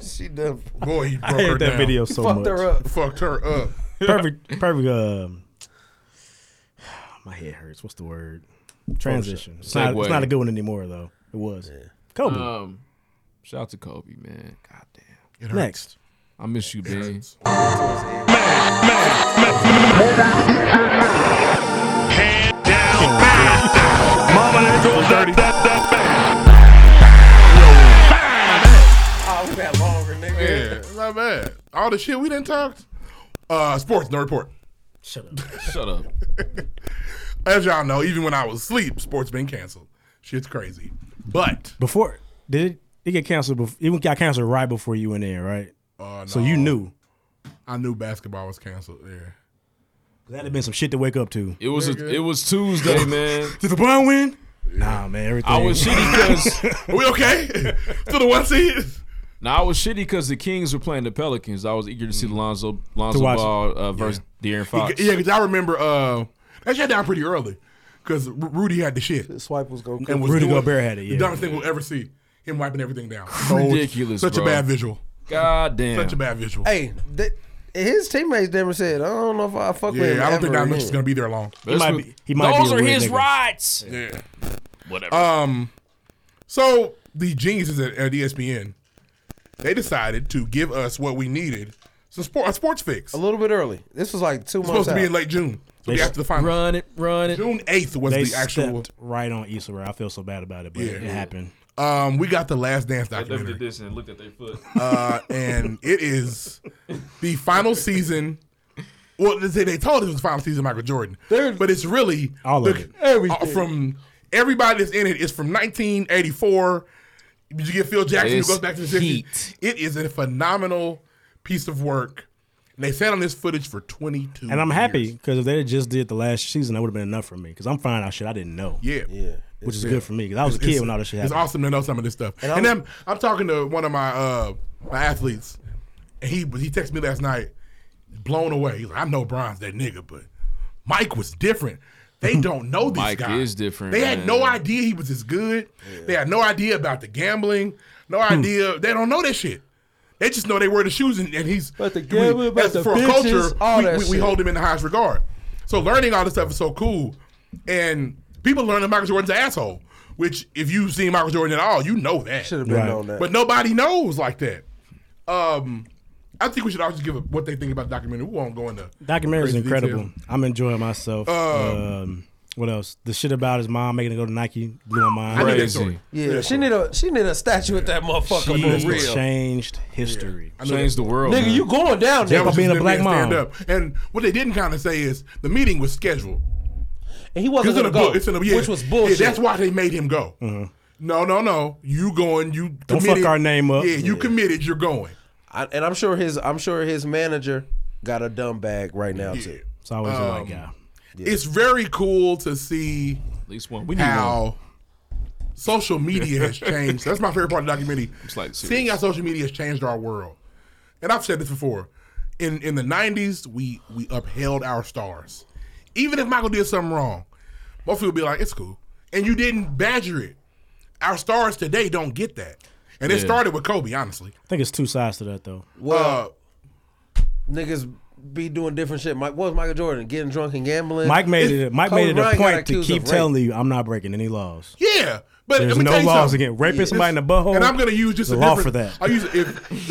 [SPEAKER 13] she done.
[SPEAKER 9] Boy, he broke
[SPEAKER 4] hate
[SPEAKER 9] her
[SPEAKER 4] that
[SPEAKER 9] down.
[SPEAKER 4] video so
[SPEAKER 13] fucked
[SPEAKER 4] much.
[SPEAKER 13] her up.
[SPEAKER 9] Fucked her up.
[SPEAKER 4] perfect perfect um my head hurts. What's the word? Transition. It's not, it's
[SPEAKER 6] Segue.
[SPEAKER 4] not a good one anymore though. It was. Kobe.
[SPEAKER 6] Um, shout out to Kobe, man. God damn.
[SPEAKER 4] It Next. hurts.
[SPEAKER 6] I miss you, Ben.
[SPEAKER 9] Oh, we got longer, nigga. Yeah, not bad. All the shit we didn't talk. Uh, sports, no report.
[SPEAKER 4] Shut up.
[SPEAKER 6] Shut up.
[SPEAKER 9] As y'all know, even when I was asleep, sports been canceled. Shit's crazy. But
[SPEAKER 4] Before did it, it get canceled before it got canceled right before you went in, right?
[SPEAKER 9] Uh,
[SPEAKER 4] So
[SPEAKER 9] no.
[SPEAKER 4] you knew.
[SPEAKER 9] I knew basketball was canceled. Yeah.
[SPEAKER 4] That'd have been some shit to wake up to.
[SPEAKER 6] It was a, it was Tuesday, man.
[SPEAKER 4] Did the Brown win? Nah, man, everything.
[SPEAKER 6] I was shitty because
[SPEAKER 9] we okay to the one seed.
[SPEAKER 6] No, I was shitty because the Kings were playing the Pelicans. I was eager to see Lonzo Lonzo
[SPEAKER 9] watch it.
[SPEAKER 6] Ball uh, versus De'Aaron Fox.
[SPEAKER 9] Yeah, because I remember uh, that shut down pretty early because Rudy had the shit.
[SPEAKER 13] swipe was going.
[SPEAKER 9] And was
[SPEAKER 4] Rudy
[SPEAKER 9] doing
[SPEAKER 4] Gobert had it, yeah.
[SPEAKER 9] The dumbest thing we'll ever see him wiping everything down.
[SPEAKER 6] Ridiculous,
[SPEAKER 9] Such
[SPEAKER 6] bro.
[SPEAKER 9] a bad visual.
[SPEAKER 6] God damn.
[SPEAKER 9] Such a bad visual.
[SPEAKER 13] Hey, th- his teammates never said, "I don't know if I fuck with him."
[SPEAKER 9] yeah, I don't think
[SPEAKER 13] ever
[SPEAKER 9] Don Mitchell's
[SPEAKER 13] again."
[SPEAKER 9] gonna be there long.
[SPEAKER 4] He might be- he might be a weird nigga.
[SPEAKER 6] rights.
[SPEAKER 9] Yeah.
[SPEAKER 6] Whatever.
[SPEAKER 9] Um, so the geniuses at, at E ESPN, they decided to give us what we needed. So sport, a sports fix. A
[SPEAKER 13] little bit early. This was like two
[SPEAKER 9] it's
[SPEAKER 13] months
[SPEAKER 9] Supposed to be
[SPEAKER 13] out.
[SPEAKER 9] in late June. So
[SPEAKER 4] They
[SPEAKER 9] we after the final.
[SPEAKER 6] Run it, run it.
[SPEAKER 9] June eighth was
[SPEAKER 4] they
[SPEAKER 9] the actual.
[SPEAKER 4] stepped right on Issa Rae. I feel so bad about it, but
[SPEAKER 9] Yeah.
[SPEAKER 4] it happened.
[SPEAKER 9] Um, we got the Last Dance
[SPEAKER 6] I definitely
[SPEAKER 9] documentary,
[SPEAKER 6] did this and looked at their foot.
[SPEAKER 9] uh, and it is the final season. Well, they, they told us it was the final season of Michael Jordan, but it's really
[SPEAKER 4] All
[SPEAKER 9] the,
[SPEAKER 4] of it.
[SPEAKER 9] uh, from Everybody that's in it is from 1984. You get Phil Jackson
[SPEAKER 3] It's
[SPEAKER 9] who goes back to the 60s. It is a phenomenal piece of work. And they sat on this footage for 22
[SPEAKER 4] And I'm happy because if they had just did the last season, that would have been enough for me because I'm finding out shit I didn't know.
[SPEAKER 9] Yeah. Yeah.
[SPEAKER 4] Which is good for me because I was a
[SPEAKER 9] It's-
[SPEAKER 4] kid
[SPEAKER 9] it's-
[SPEAKER 4] when all this shit
[SPEAKER 9] It's
[SPEAKER 4] happened.
[SPEAKER 9] awesome to know some of this stuff.
[SPEAKER 4] And
[SPEAKER 9] And,
[SPEAKER 4] I'm-
[SPEAKER 9] I'm, I'm talking to one of my uh my athletes, and he he texted me last night, blown away. He's like, I know Brian's that nigga, but Mike was different. They don't know this
[SPEAKER 3] Mike
[SPEAKER 9] guy.
[SPEAKER 3] is different,
[SPEAKER 9] They
[SPEAKER 3] man.
[SPEAKER 9] had no idea he was as good. They had no idea about the gambling. No
[SPEAKER 4] Hmm.
[SPEAKER 9] idea. they don't know that shit. They just know they wear the shoes and, and he's. But the
[SPEAKER 13] gambling, about the
[SPEAKER 9] for a
[SPEAKER 13] bitches,
[SPEAKER 9] culture,
[SPEAKER 13] all
[SPEAKER 9] we,
[SPEAKER 13] that
[SPEAKER 9] we- we
[SPEAKER 13] shit.
[SPEAKER 9] hold him in the highest regard. So learning all this stuff is so cool, and people learn that Michael Jordan's an asshole. Which, if you've seen Michael Jordan at all, you know that. Should
[SPEAKER 13] have been Right. known that.
[SPEAKER 9] But nobody knows like that. Um, I think we should all just give a, what they think about the documentary. We won't go into
[SPEAKER 4] Documentary is
[SPEAKER 9] crazy detail.
[SPEAKER 4] incredible. I'm enjoying myself. Um,
[SPEAKER 9] Um,
[SPEAKER 4] what else? The shit about his mom making him go to Nike blew my mind.
[SPEAKER 13] I knew that Crazy. story. Yeah, Yeah, she need a she need a statue at that motherfucker
[SPEAKER 4] She
[SPEAKER 13] for real.
[SPEAKER 4] changed history.
[SPEAKER 9] I know Changed that. the world,
[SPEAKER 13] Nigga,
[SPEAKER 9] man.
[SPEAKER 13] you going down
[SPEAKER 4] Just
[SPEAKER 13] there.
[SPEAKER 4] by being a black
[SPEAKER 9] stand
[SPEAKER 4] mom.
[SPEAKER 9] up. And what they didn't kind of say is the meeting was scheduled.
[SPEAKER 13] And he wasn't
[SPEAKER 9] It's in
[SPEAKER 13] gonna
[SPEAKER 9] the book.
[SPEAKER 13] go,
[SPEAKER 9] It's in the, yeah.
[SPEAKER 13] which was bullshit. Uh-huh.
[SPEAKER 9] Yeah, that's why they made him go. No, no, no. You going? You
[SPEAKER 13] Don't fuck
[SPEAKER 9] committed.
[SPEAKER 13] our name up.
[SPEAKER 9] Yeah, you
[SPEAKER 13] Yeah.
[SPEAKER 9] committed. You're going.
[SPEAKER 13] I, and I'm sure his I'm sure his manager got a dumb bag right now
[SPEAKER 9] Yeah.
[SPEAKER 13] too.
[SPEAKER 4] It's always
[SPEAKER 9] a white Um, guy. It's very cool to see at
[SPEAKER 3] least one. We need
[SPEAKER 9] how social media has changed. That's my favorite part of the documentary.
[SPEAKER 3] It's like
[SPEAKER 9] Seeing how social media has changed our world. And I've said this before. In in the nineties, we we upheld our stars. Even if Michael did something wrong, most people would be like, it's cool. And you didn't badger it. Our stars today don't get that. And it
[SPEAKER 4] Yeah.
[SPEAKER 9] started with Kobe, honestly. Uh,
[SPEAKER 4] I think it's two sides to that though.
[SPEAKER 13] Well, niggas be doing different shit. Mike, what was Michael Jordan getting drunk and gambling?
[SPEAKER 4] Mike made it. Mike made it a point to keep telling
[SPEAKER 13] you.
[SPEAKER 4] you, I'm not breaking any laws.
[SPEAKER 9] Yeah, but
[SPEAKER 4] There's
[SPEAKER 9] let me
[SPEAKER 4] no
[SPEAKER 9] tell you
[SPEAKER 4] laws
[SPEAKER 9] something.
[SPEAKER 4] against raping somebody in the butthole.
[SPEAKER 9] And I'm going to use just
[SPEAKER 4] The
[SPEAKER 9] a
[SPEAKER 4] law
[SPEAKER 9] different-
[SPEAKER 4] for that.
[SPEAKER 9] I'll use if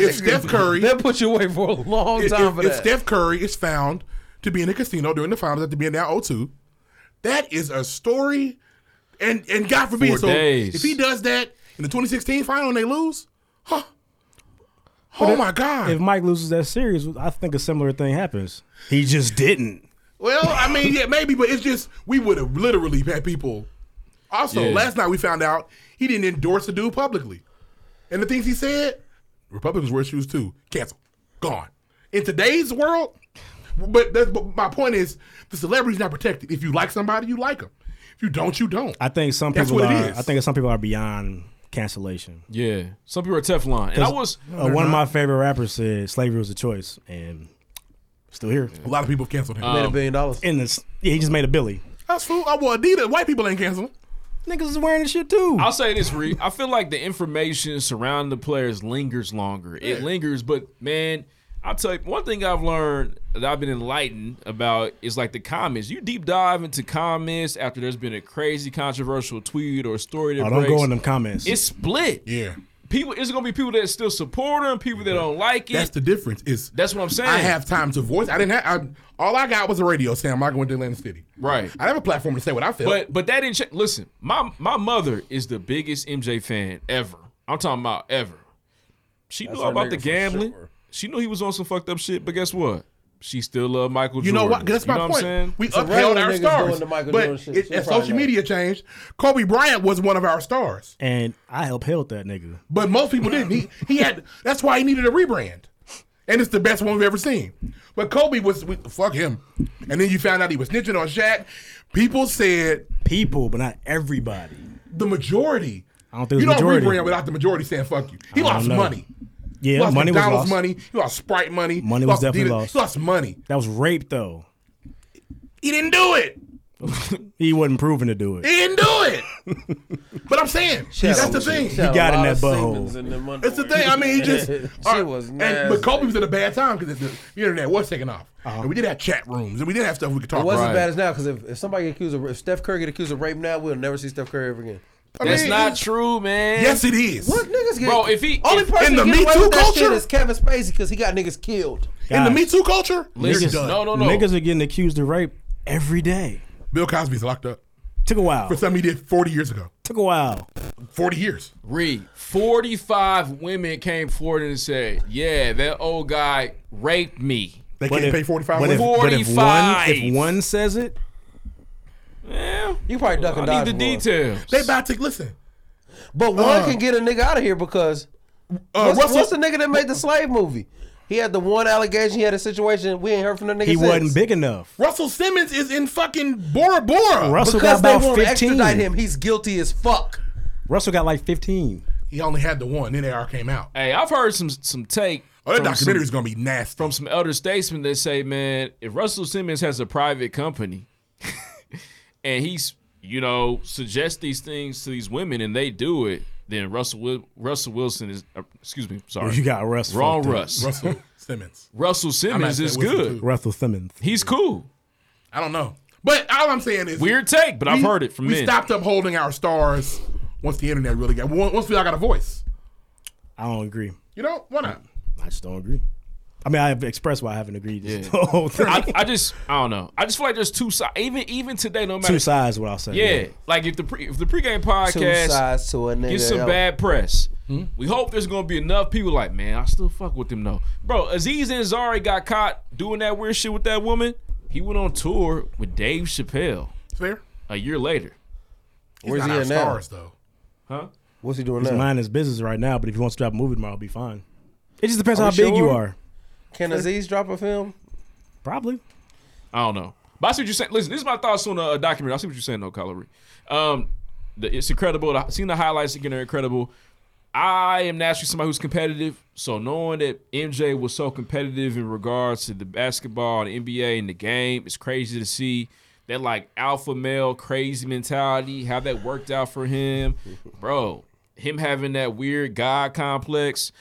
[SPEAKER 9] if Steph Curry.
[SPEAKER 13] They'll put you away for a long
[SPEAKER 9] if,
[SPEAKER 13] time
[SPEAKER 9] if-
[SPEAKER 13] for
[SPEAKER 9] if
[SPEAKER 13] that.
[SPEAKER 9] Steph Curry is found to be in a casino during the finals after being down 0-2, that is a story. And and God forbid,
[SPEAKER 3] Four
[SPEAKER 9] so
[SPEAKER 3] days.
[SPEAKER 9] if he does that in the 2016 final and they lose, huh? Oh
[SPEAKER 4] But if-
[SPEAKER 9] my God!
[SPEAKER 4] If Mike loses that series, I think a similar thing happens. He just didn't.
[SPEAKER 9] Well, I mean, yeah, maybe, but it's just we would have literally had people. Also,
[SPEAKER 4] Yeah.
[SPEAKER 9] last night we found out he didn't endorse the dude publicly, and the things he said, Republicans wear shoes too. Cancel, gone. In today's world, but, that's, but my point is, the celebrity's not protected. If you like somebody, you like them. If you don't, you don't.
[SPEAKER 4] I think some
[SPEAKER 9] That's
[SPEAKER 4] people
[SPEAKER 9] what
[SPEAKER 4] are.
[SPEAKER 9] it is.
[SPEAKER 4] I think some people are beyond cancellation.
[SPEAKER 3] Yeah, some people are Teflon, and I was
[SPEAKER 4] uh, one of my favorite rappers said slavery was a choice, and still here.
[SPEAKER 9] A lot of people canceled him.
[SPEAKER 13] made a billion dollars
[SPEAKER 4] in this. Yeah, he just made a billy.
[SPEAKER 9] That's true. I well, Adidas. White people ain't canceling.
[SPEAKER 4] Niggas is wearing this shit too.
[SPEAKER 3] I'll say this, Reed. I feel like the information surrounding the players lingers longer. It lingers, but man, I'll tell you one thing I've learned that I've been enlightened about is like the comments. You deep dive into comments after there's been a crazy controversial tweet or story that
[SPEAKER 4] Oh, don't go
[SPEAKER 3] breaks.
[SPEAKER 4] in them comments.
[SPEAKER 3] It's split.
[SPEAKER 9] Yeah.
[SPEAKER 3] People it's gonna be people that still support him, people that don't like it.
[SPEAKER 9] That's the difference. Is
[SPEAKER 3] that's what I'm saying.
[SPEAKER 9] I have time to voice. I didn't have. I, all I got was a radio. Sam, I went to Atlanta City.
[SPEAKER 3] Right.
[SPEAKER 9] I didn't have a platform to say what I felt.
[SPEAKER 3] But but that didn't change. Listen, my my mother is the biggest MJ fan ever. I'm talking about ever. She
[SPEAKER 9] That's
[SPEAKER 3] knew
[SPEAKER 9] her
[SPEAKER 3] about
[SPEAKER 9] nigga
[SPEAKER 3] the
[SPEAKER 9] for
[SPEAKER 3] gambling.
[SPEAKER 9] sure.
[SPEAKER 3] She knew he was on some fucked up shit. But guess what? She still loved Michael
[SPEAKER 9] You
[SPEAKER 3] Jordan.
[SPEAKER 9] know what? That's my
[SPEAKER 3] you know
[SPEAKER 9] point.
[SPEAKER 3] What I'm saying?
[SPEAKER 9] We upheld our stars, but it, as social media changed, Kobe Bryant was one of our stars.
[SPEAKER 4] And I upheld that nigga.
[SPEAKER 9] But most people didn't. He, he had. That's why he needed a rebrand, and it's the best one we've ever seen. But Kobe was we, fuck him, and then you found out he was snitching on Shaq. People said
[SPEAKER 4] people, but not everybody.
[SPEAKER 9] The majority.
[SPEAKER 4] I don't think
[SPEAKER 9] You
[SPEAKER 4] it's
[SPEAKER 9] don't
[SPEAKER 4] majority.
[SPEAKER 9] rebrand without the majority saying fuck you. He
[SPEAKER 4] I don't
[SPEAKER 9] lost
[SPEAKER 4] know.
[SPEAKER 9] money.
[SPEAKER 4] Yeah,
[SPEAKER 9] he lost
[SPEAKER 4] money was
[SPEAKER 9] McDonald's
[SPEAKER 4] lost.
[SPEAKER 9] money. He lost Sprite money.
[SPEAKER 4] Money
[SPEAKER 9] He
[SPEAKER 4] was definitely
[SPEAKER 9] Adidas-
[SPEAKER 4] lost.
[SPEAKER 9] He lost money.
[SPEAKER 4] That was rape though.
[SPEAKER 9] He didn't do it.
[SPEAKER 4] He wasn't proven to do
[SPEAKER 9] He
[SPEAKER 4] it.
[SPEAKER 9] didn't do it. but I'm saying that's the thing.
[SPEAKER 4] He got in that butthole.
[SPEAKER 9] It's the thing. I mean, he just
[SPEAKER 13] She
[SPEAKER 9] uh,
[SPEAKER 13] was
[SPEAKER 9] And,
[SPEAKER 13] nasty.
[SPEAKER 9] but Kobe was at a bad time because the the internet was taking off, and we did have chat rooms, and we did have stuff we could talk.
[SPEAKER 13] It wasn't
[SPEAKER 9] about.
[SPEAKER 13] as bad as now because if, if somebody get accused of if Steph Curry get accused of rape now, we'll never see Steph Curry ever again.
[SPEAKER 9] I That's mean, not
[SPEAKER 3] true, man.
[SPEAKER 9] Yes, it is.
[SPEAKER 13] What niggas get?
[SPEAKER 3] Bro, if he-
[SPEAKER 13] only
[SPEAKER 3] if-
[SPEAKER 13] person
[SPEAKER 3] in the
[SPEAKER 13] that get
[SPEAKER 3] Me
[SPEAKER 13] away
[SPEAKER 3] Too
[SPEAKER 13] with that shit
[SPEAKER 3] culture?
[SPEAKER 13] is Kevin Spacey because he got niggas killed.
[SPEAKER 9] In the
[SPEAKER 4] God.
[SPEAKER 9] Me Too culture, you're
[SPEAKER 4] Niggas,
[SPEAKER 9] done.
[SPEAKER 4] niggas are getting accused of rape every day.
[SPEAKER 9] Bill Cosby's locked up.
[SPEAKER 4] Took a while.
[SPEAKER 9] for something he did 40 years ago.
[SPEAKER 4] Took a while.
[SPEAKER 9] 40 years.
[SPEAKER 3] Reed, 45 women came forward and said, "Yeah, that old guy raped me."
[SPEAKER 9] They can't pay 45
[SPEAKER 4] But if, but if one,
[SPEAKER 3] 45.
[SPEAKER 4] if one says it,
[SPEAKER 3] Yeah,
[SPEAKER 13] You probably duck and
[SPEAKER 6] I
[SPEAKER 13] dodge.
[SPEAKER 6] need the
[SPEAKER 13] more.
[SPEAKER 6] details.
[SPEAKER 9] They about to listen.
[SPEAKER 13] But one
[SPEAKER 9] Uh,
[SPEAKER 13] can get a nigga out of here because what's,
[SPEAKER 9] Russell-
[SPEAKER 13] what's the nigga that made the slave movie? He had the one allegation. He had a situation. We ain't heard from the nigga.
[SPEAKER 4] He
[SPEAKER 13] since.
[SPEAKER 4] wasn't big enough.
[SPEAKER 9] Russell Simmons is in fucking Bora Bora.
[SPEAKER 4] Russell got
[SPEAKER 13] because
[SPEAKER 4] about
[SPEAKER 13] they want to
[SPEAKER 4] 15.
[SPEAKER 13] extradite him. He's guilty as fuck.
[SPEAKER 4] Russell got like 15.
[SPEAKER 9] He only had the one. Then AR came out.
[SPEAKER 6] Hey, I've heard some some take.
[SPEAKER 9] Oh, that
[SPEAKER 6] from
[SPEAKER 9] documentary is
[SPEAKER 6] some-
[SPEAKER 9] gonna be nasty.
[SPEAKER 6] from some elder statesmen that say, man, if Russell Simmons has a private company and he's, you know, suggests these things to these women and they do it, then Russell Wil- Russell Wilson is, uh, excuse me, sorry,
[SPEAKER 4] You got Russ.
[SPEAKER 6] wrong
[SPEAKER 4] fucked up.
[SPEAKER 6] Russ,
[SPEAKER 9] Russell Simmons.
[SPEAKER 6] Russell Simmons
[SPEAKER 9] at
[SPEAKER 6] is
[SPEAKER 9] Wilson,
[SPEAKER 6] good.
[SPEAKER 4] Russell Simmons.
[SPEAKER 6] He's cool.
[SPEAKER 9] I don't know. But all I'm saying is
[SPEAKER 6] Weird take, but I've
[SPEAKER 9] we-
[SPEAKER 6] heard it from
[SPEAKER 9] We
[SPEAKER 6] men.
[SPEAKER 9] stopped upholding our stars once the internet really got once once we all got a voice.
[SPEAKER 4] I don't agree.
[SPEAKER 9] You know why not?
[SPEAKER 4] I just don't agree. I mean, I have expressed why I haven't agreed. This whole thing.
[SPEAKER 6] I, I just, I don't know. I just feel like there's two sides. Even even today, no matter
[SPEAKER 4] Two sides, what I'll say.
[SPEAKER 6] Yeah. like if the pre, if the pregame podcast
[SPEAKER 13] sides to a nigga,
[SPEAKER 6] gets some
[SPEAKER 13] yo.
[SPEAKER 6] bad press, we hope there's gonna be enough people like, man, I still fuck with them though, bro. Aziz Ansari got caught doing that weird shit with that woman. He went on tour with Dave Chappelle
[SPEAKER 9] Fair.
[SPEAKER 6] a year later.
[SPEAKER 9] He's Where's not he our at now? stars, though. Huh?
[SPEAKER 13] What's he doing
[SPEAKER 4] He's
[SPEAKER 13] now?
[SPEAKER 4] minding his business right now, but if he wants to drop a movie tomorrow, it'll be fine. It just depends how
[SPEAKER 13] Are we
[SPEAKER 4] big you
[SPEAKER 13] sure?
[SPEAKER 4] are.
[SPEAKER 13] Can Aziz drop a film?
[SPEAKER 4] Probably.
[SPEAKER 6] I don't know. But I see what you're saying. Listen, this is my thoughts on uh, a documentary. I see what you're saying, though, Calorie. Um, the, it's incredible. I've seen the highlights again are incredible. I am naturally somebody who's competitive. So knowing that MJ was so competitive in regards to the basketball and NBA and the game, it's crazy to see that like alpha male crazy mentality, how that worked out for him. Bro, him having that weird God complex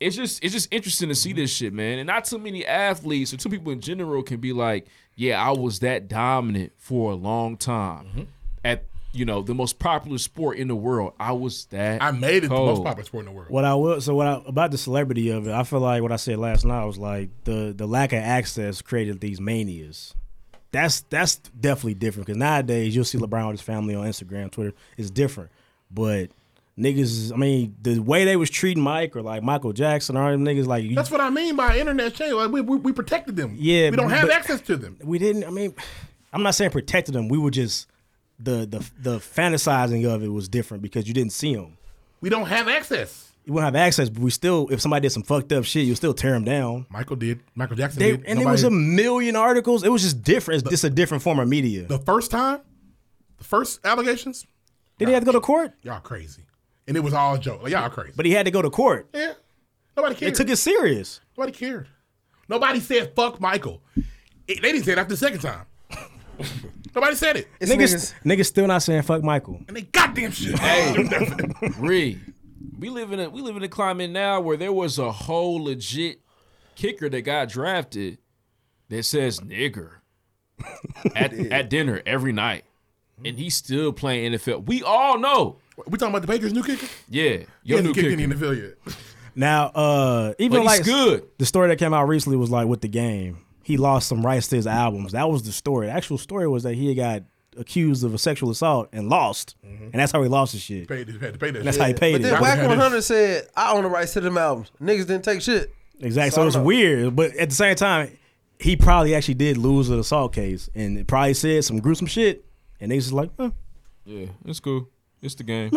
[SPEAKER 6] it's just it's just interesting to
[SPEAKER 9] Mm-hmm.
[SPEAKER 6] see this shit, man. And not too many athletes or too people in general can be like, yeah, I was that dominant for a long time
[SPEAKER 9] Mm-hmm.
[SPEAKER 6] at you know the most popular sport in the world. I was that.
[SPEAKER 9] I made it the most
[SPEAKER 4] Oh.
[SPEAKER 6] cold.
[SPEAKER 9] popular sport in the world.
[SPEAKER 4] What I will so what I, about the celebrity of it, I feel like what I said last night was like the the lack of access created these manias. That's that's definitely different because nowadays you'll see LeBron with his family on Instagram, Twitter. It's different, but niggas, I mean, the way they was treating Mike or like Michael Jackson or them niggas, like you-
[SPEAKER 9] That's what I mean by internet change. Like we, we, we protected them.
[SPEAKER 4] Yeah,
[SPEAKER 9] we don't have
[SPEAKER 4] but-
[SPEAKER 9] access to them.
[SPEAKER 4] we didn't. I mean, I'm not saying protected them. We were just the the the fantasizing of it was different because you didn't see them.
[SPEAKER 9] We don't have access.
[SPEAKER 4] You won't have access, but we still, if somebody did some fucked up shit, you'll still tear them down.
[SPEAKER 9] Michael did. Michael Jackson
[SPEAKER 4] They,
[SPEAKER 9] did.
[SPEAKER 4] and it was a
[SPEAKER 9] Nobody-
[SPEAKER 4] million articles. It was just different. It's just a different form of media.
[SPEAKER 9] the first time, the first allegations.
[SPEAKER 4] Did he have to go to court?
[SPEAKER 9] Y'all crazy, and it was all a joke. Like, y'all crazy.
[SPEAKER 4] But he had to go to court.
[SPEAKER 9] Yeah, nobody
[SPEAKER 4] They
[SPEAKER 9] cared.
[SPEAKER 4] took it serious.
[SPEAKER 9] Nobody cared. Nobody said fuck Michael. It- they didn't say it after the second time. nobody said it.
[SPEAKER 4] Niggas, niggas still not saying fuck Michael.
[SPEAKER 9] And they goddamn shit.
[SPEAKER 6] Ree, we live in a we live in a climate now where there was a whole legit kicker that got drafted that says nigger at, at dinner every night,
[SPEAKER 9] Mm-hmm.
[SPEAKER 6] and he's still playing NFL. We all know.
[SPEAKER 9] We talking about the Patriots' new kicker?
[SPEAKER 6] Yeah,
[SPEAKER 9] He
[SPEAKER 6] your
[SPEAKER 9] hasn't
[SPEAKER 6] new
[SPEAKER 9] kicked
[SPEAKER 6] kicker.
[SPEAKER 9] any in the NFL yet.
[SPEAKER 4] Now, uh, even
[SPEAKER 6] But
[SPEAKER 4] like
[SPEAKER 6] he's good.
[SPEAKER 4] the story that came out recently was like with the game, he lost some rights to his albums. That was the story. The actual story was that he got accused of a sexual assault and lost, and that's how he lost his shit.
[SPEAKER 9] Paid, paid, paid that
[SPEAKER 4] That's
[SPEAKER 9] shit.
[SPEAKER 4] how he paid
[SPEAKER 9] Mm-hmm. But
[SPEAKER 4] it. Robert
[SPEAKER 9] then Wack
[SPEAKER 4] had his-
[SPEAKER 13] 100 said, I own the rights to them albums. Niggas didn't take shit.
[SPEAKER 4] Exactly.
[SPEAKER 13] So
[SPEAKER 4] So,
[SPEAKER 13] I
[SPEAKER 4] it's
[SPEAKER 13] know.
[SPEAKER 4] weird, but at the same time, he probably actually did lose an assault case, and it probably said some gruesome shit, and they just like, eh.
[SPEAKER 6] Yeah, it's cool. It's the game.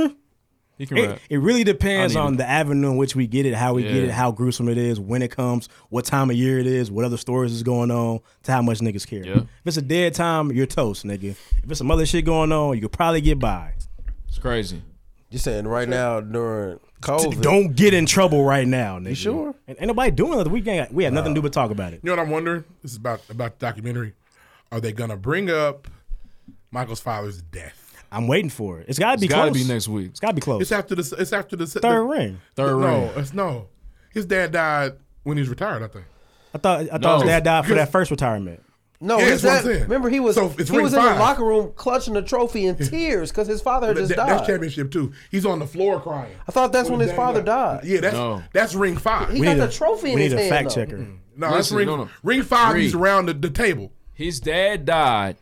[SPEAKER 6] He can
[SPEAKER 4] it,
[SPEAKER 6] rap.
[SPEAKER 4] it really depends
[SPEAKER 6] I need
[SPEAKER 4] on
[SPEAKER 6] it.
[SPEAKER 4] the avenue in which we get it, how we get
[SPEAKER 6] Yeah.
[SPEAKER 4] it, how gruesome it is, when it comes, what time of year it is, what other stories is going on, to how much niggas care. If it's a dead time, you're toast, nigga. If it's some other shit going on, you could probably get by.
[SPEAKER 6] It's crazy.
[SPEAKER 13] You're saying right now during COVID.
[SPEAKER 4] Don't get in trouble right now, nigga. You
[SPEAKER 13] sure?
[SPEAKER 4] Ain't, ain't nobody doing nothing. We can't, we have nothing to do but talk about it.
[SPEAKER 9] You know what I'm wondering? This is about about the documentary. Are they gonna bring up Michael's father's death?
[SPEAKER 4] I'm waiting for it. It's got to be
[SPEAKER 9] It's gotta
[SPEAKER 4] close.
[SPEAKER 9] be next
[SPEAKER 6] week.
[SPEAKER 4] It's got to be close.
[SPEAKER 9] It's after the. It's after the
[SPEAKER 4] Third ring. Third
[SPEAKER 9] no,
[SPEAKER 4] ring.
[SPEAKER 9] it's no. His dad died when he was retired. I think.
[SPEAKER 4] I thought I thought
[SPEAKER 9] No.
[SPEAKER 4] his dad died for
[SPEAKER 9] Good.
[SPEAKER 4] that first retirement.
[SPEAKER 13] No,
[SPEAKER 9] Yeah,
[SPEAKER 13] his
[SPEAKER 9] that's what I'm
[SPEAKER 13] dad-
[SPEAKER 9] saying.
[SPEAKER 13] remember he was
[SPEAKER 9] So
[SPEAKER 13] he
[SPEAKER 9] it's
[SPEAKER 13] was
[SPEAKER 9] ring
[SPEAKER 13] in
[SPEAKER 9] five.
[SPEAKER 13] the locker room clutching the trophy in tears because his father had
[SPEAKER 9] That-
[SPEAKER 13] just
[SPEAKER 9] that-
[SPEAKER 13] died.
[SPEAKER 9] That's championship too. He's on the floor crying.
[SPEAKER 13] I thought that's when his
[SPEAKER 9] dad
[SPEAKER 13] father died.
[SPEAKER 9] Yeah, that's
[SPEAKER 6] No.
[SPEAKER 9] that's ring five.
[SPEAKER 13] He We got need the a- trophy in we his need a hand, fact though. checker.
[SPEAKER 9] No, that's
[SPEAKER 6] Listen,
[SPEAKER 9] ring
[SPEAKER 6] no, no.
[SPEAKER 9] ring five. He's
[SPEAKER 6] Read.
[SPEAKER 9] around the, the table.
[SPEAKER 6] His dad died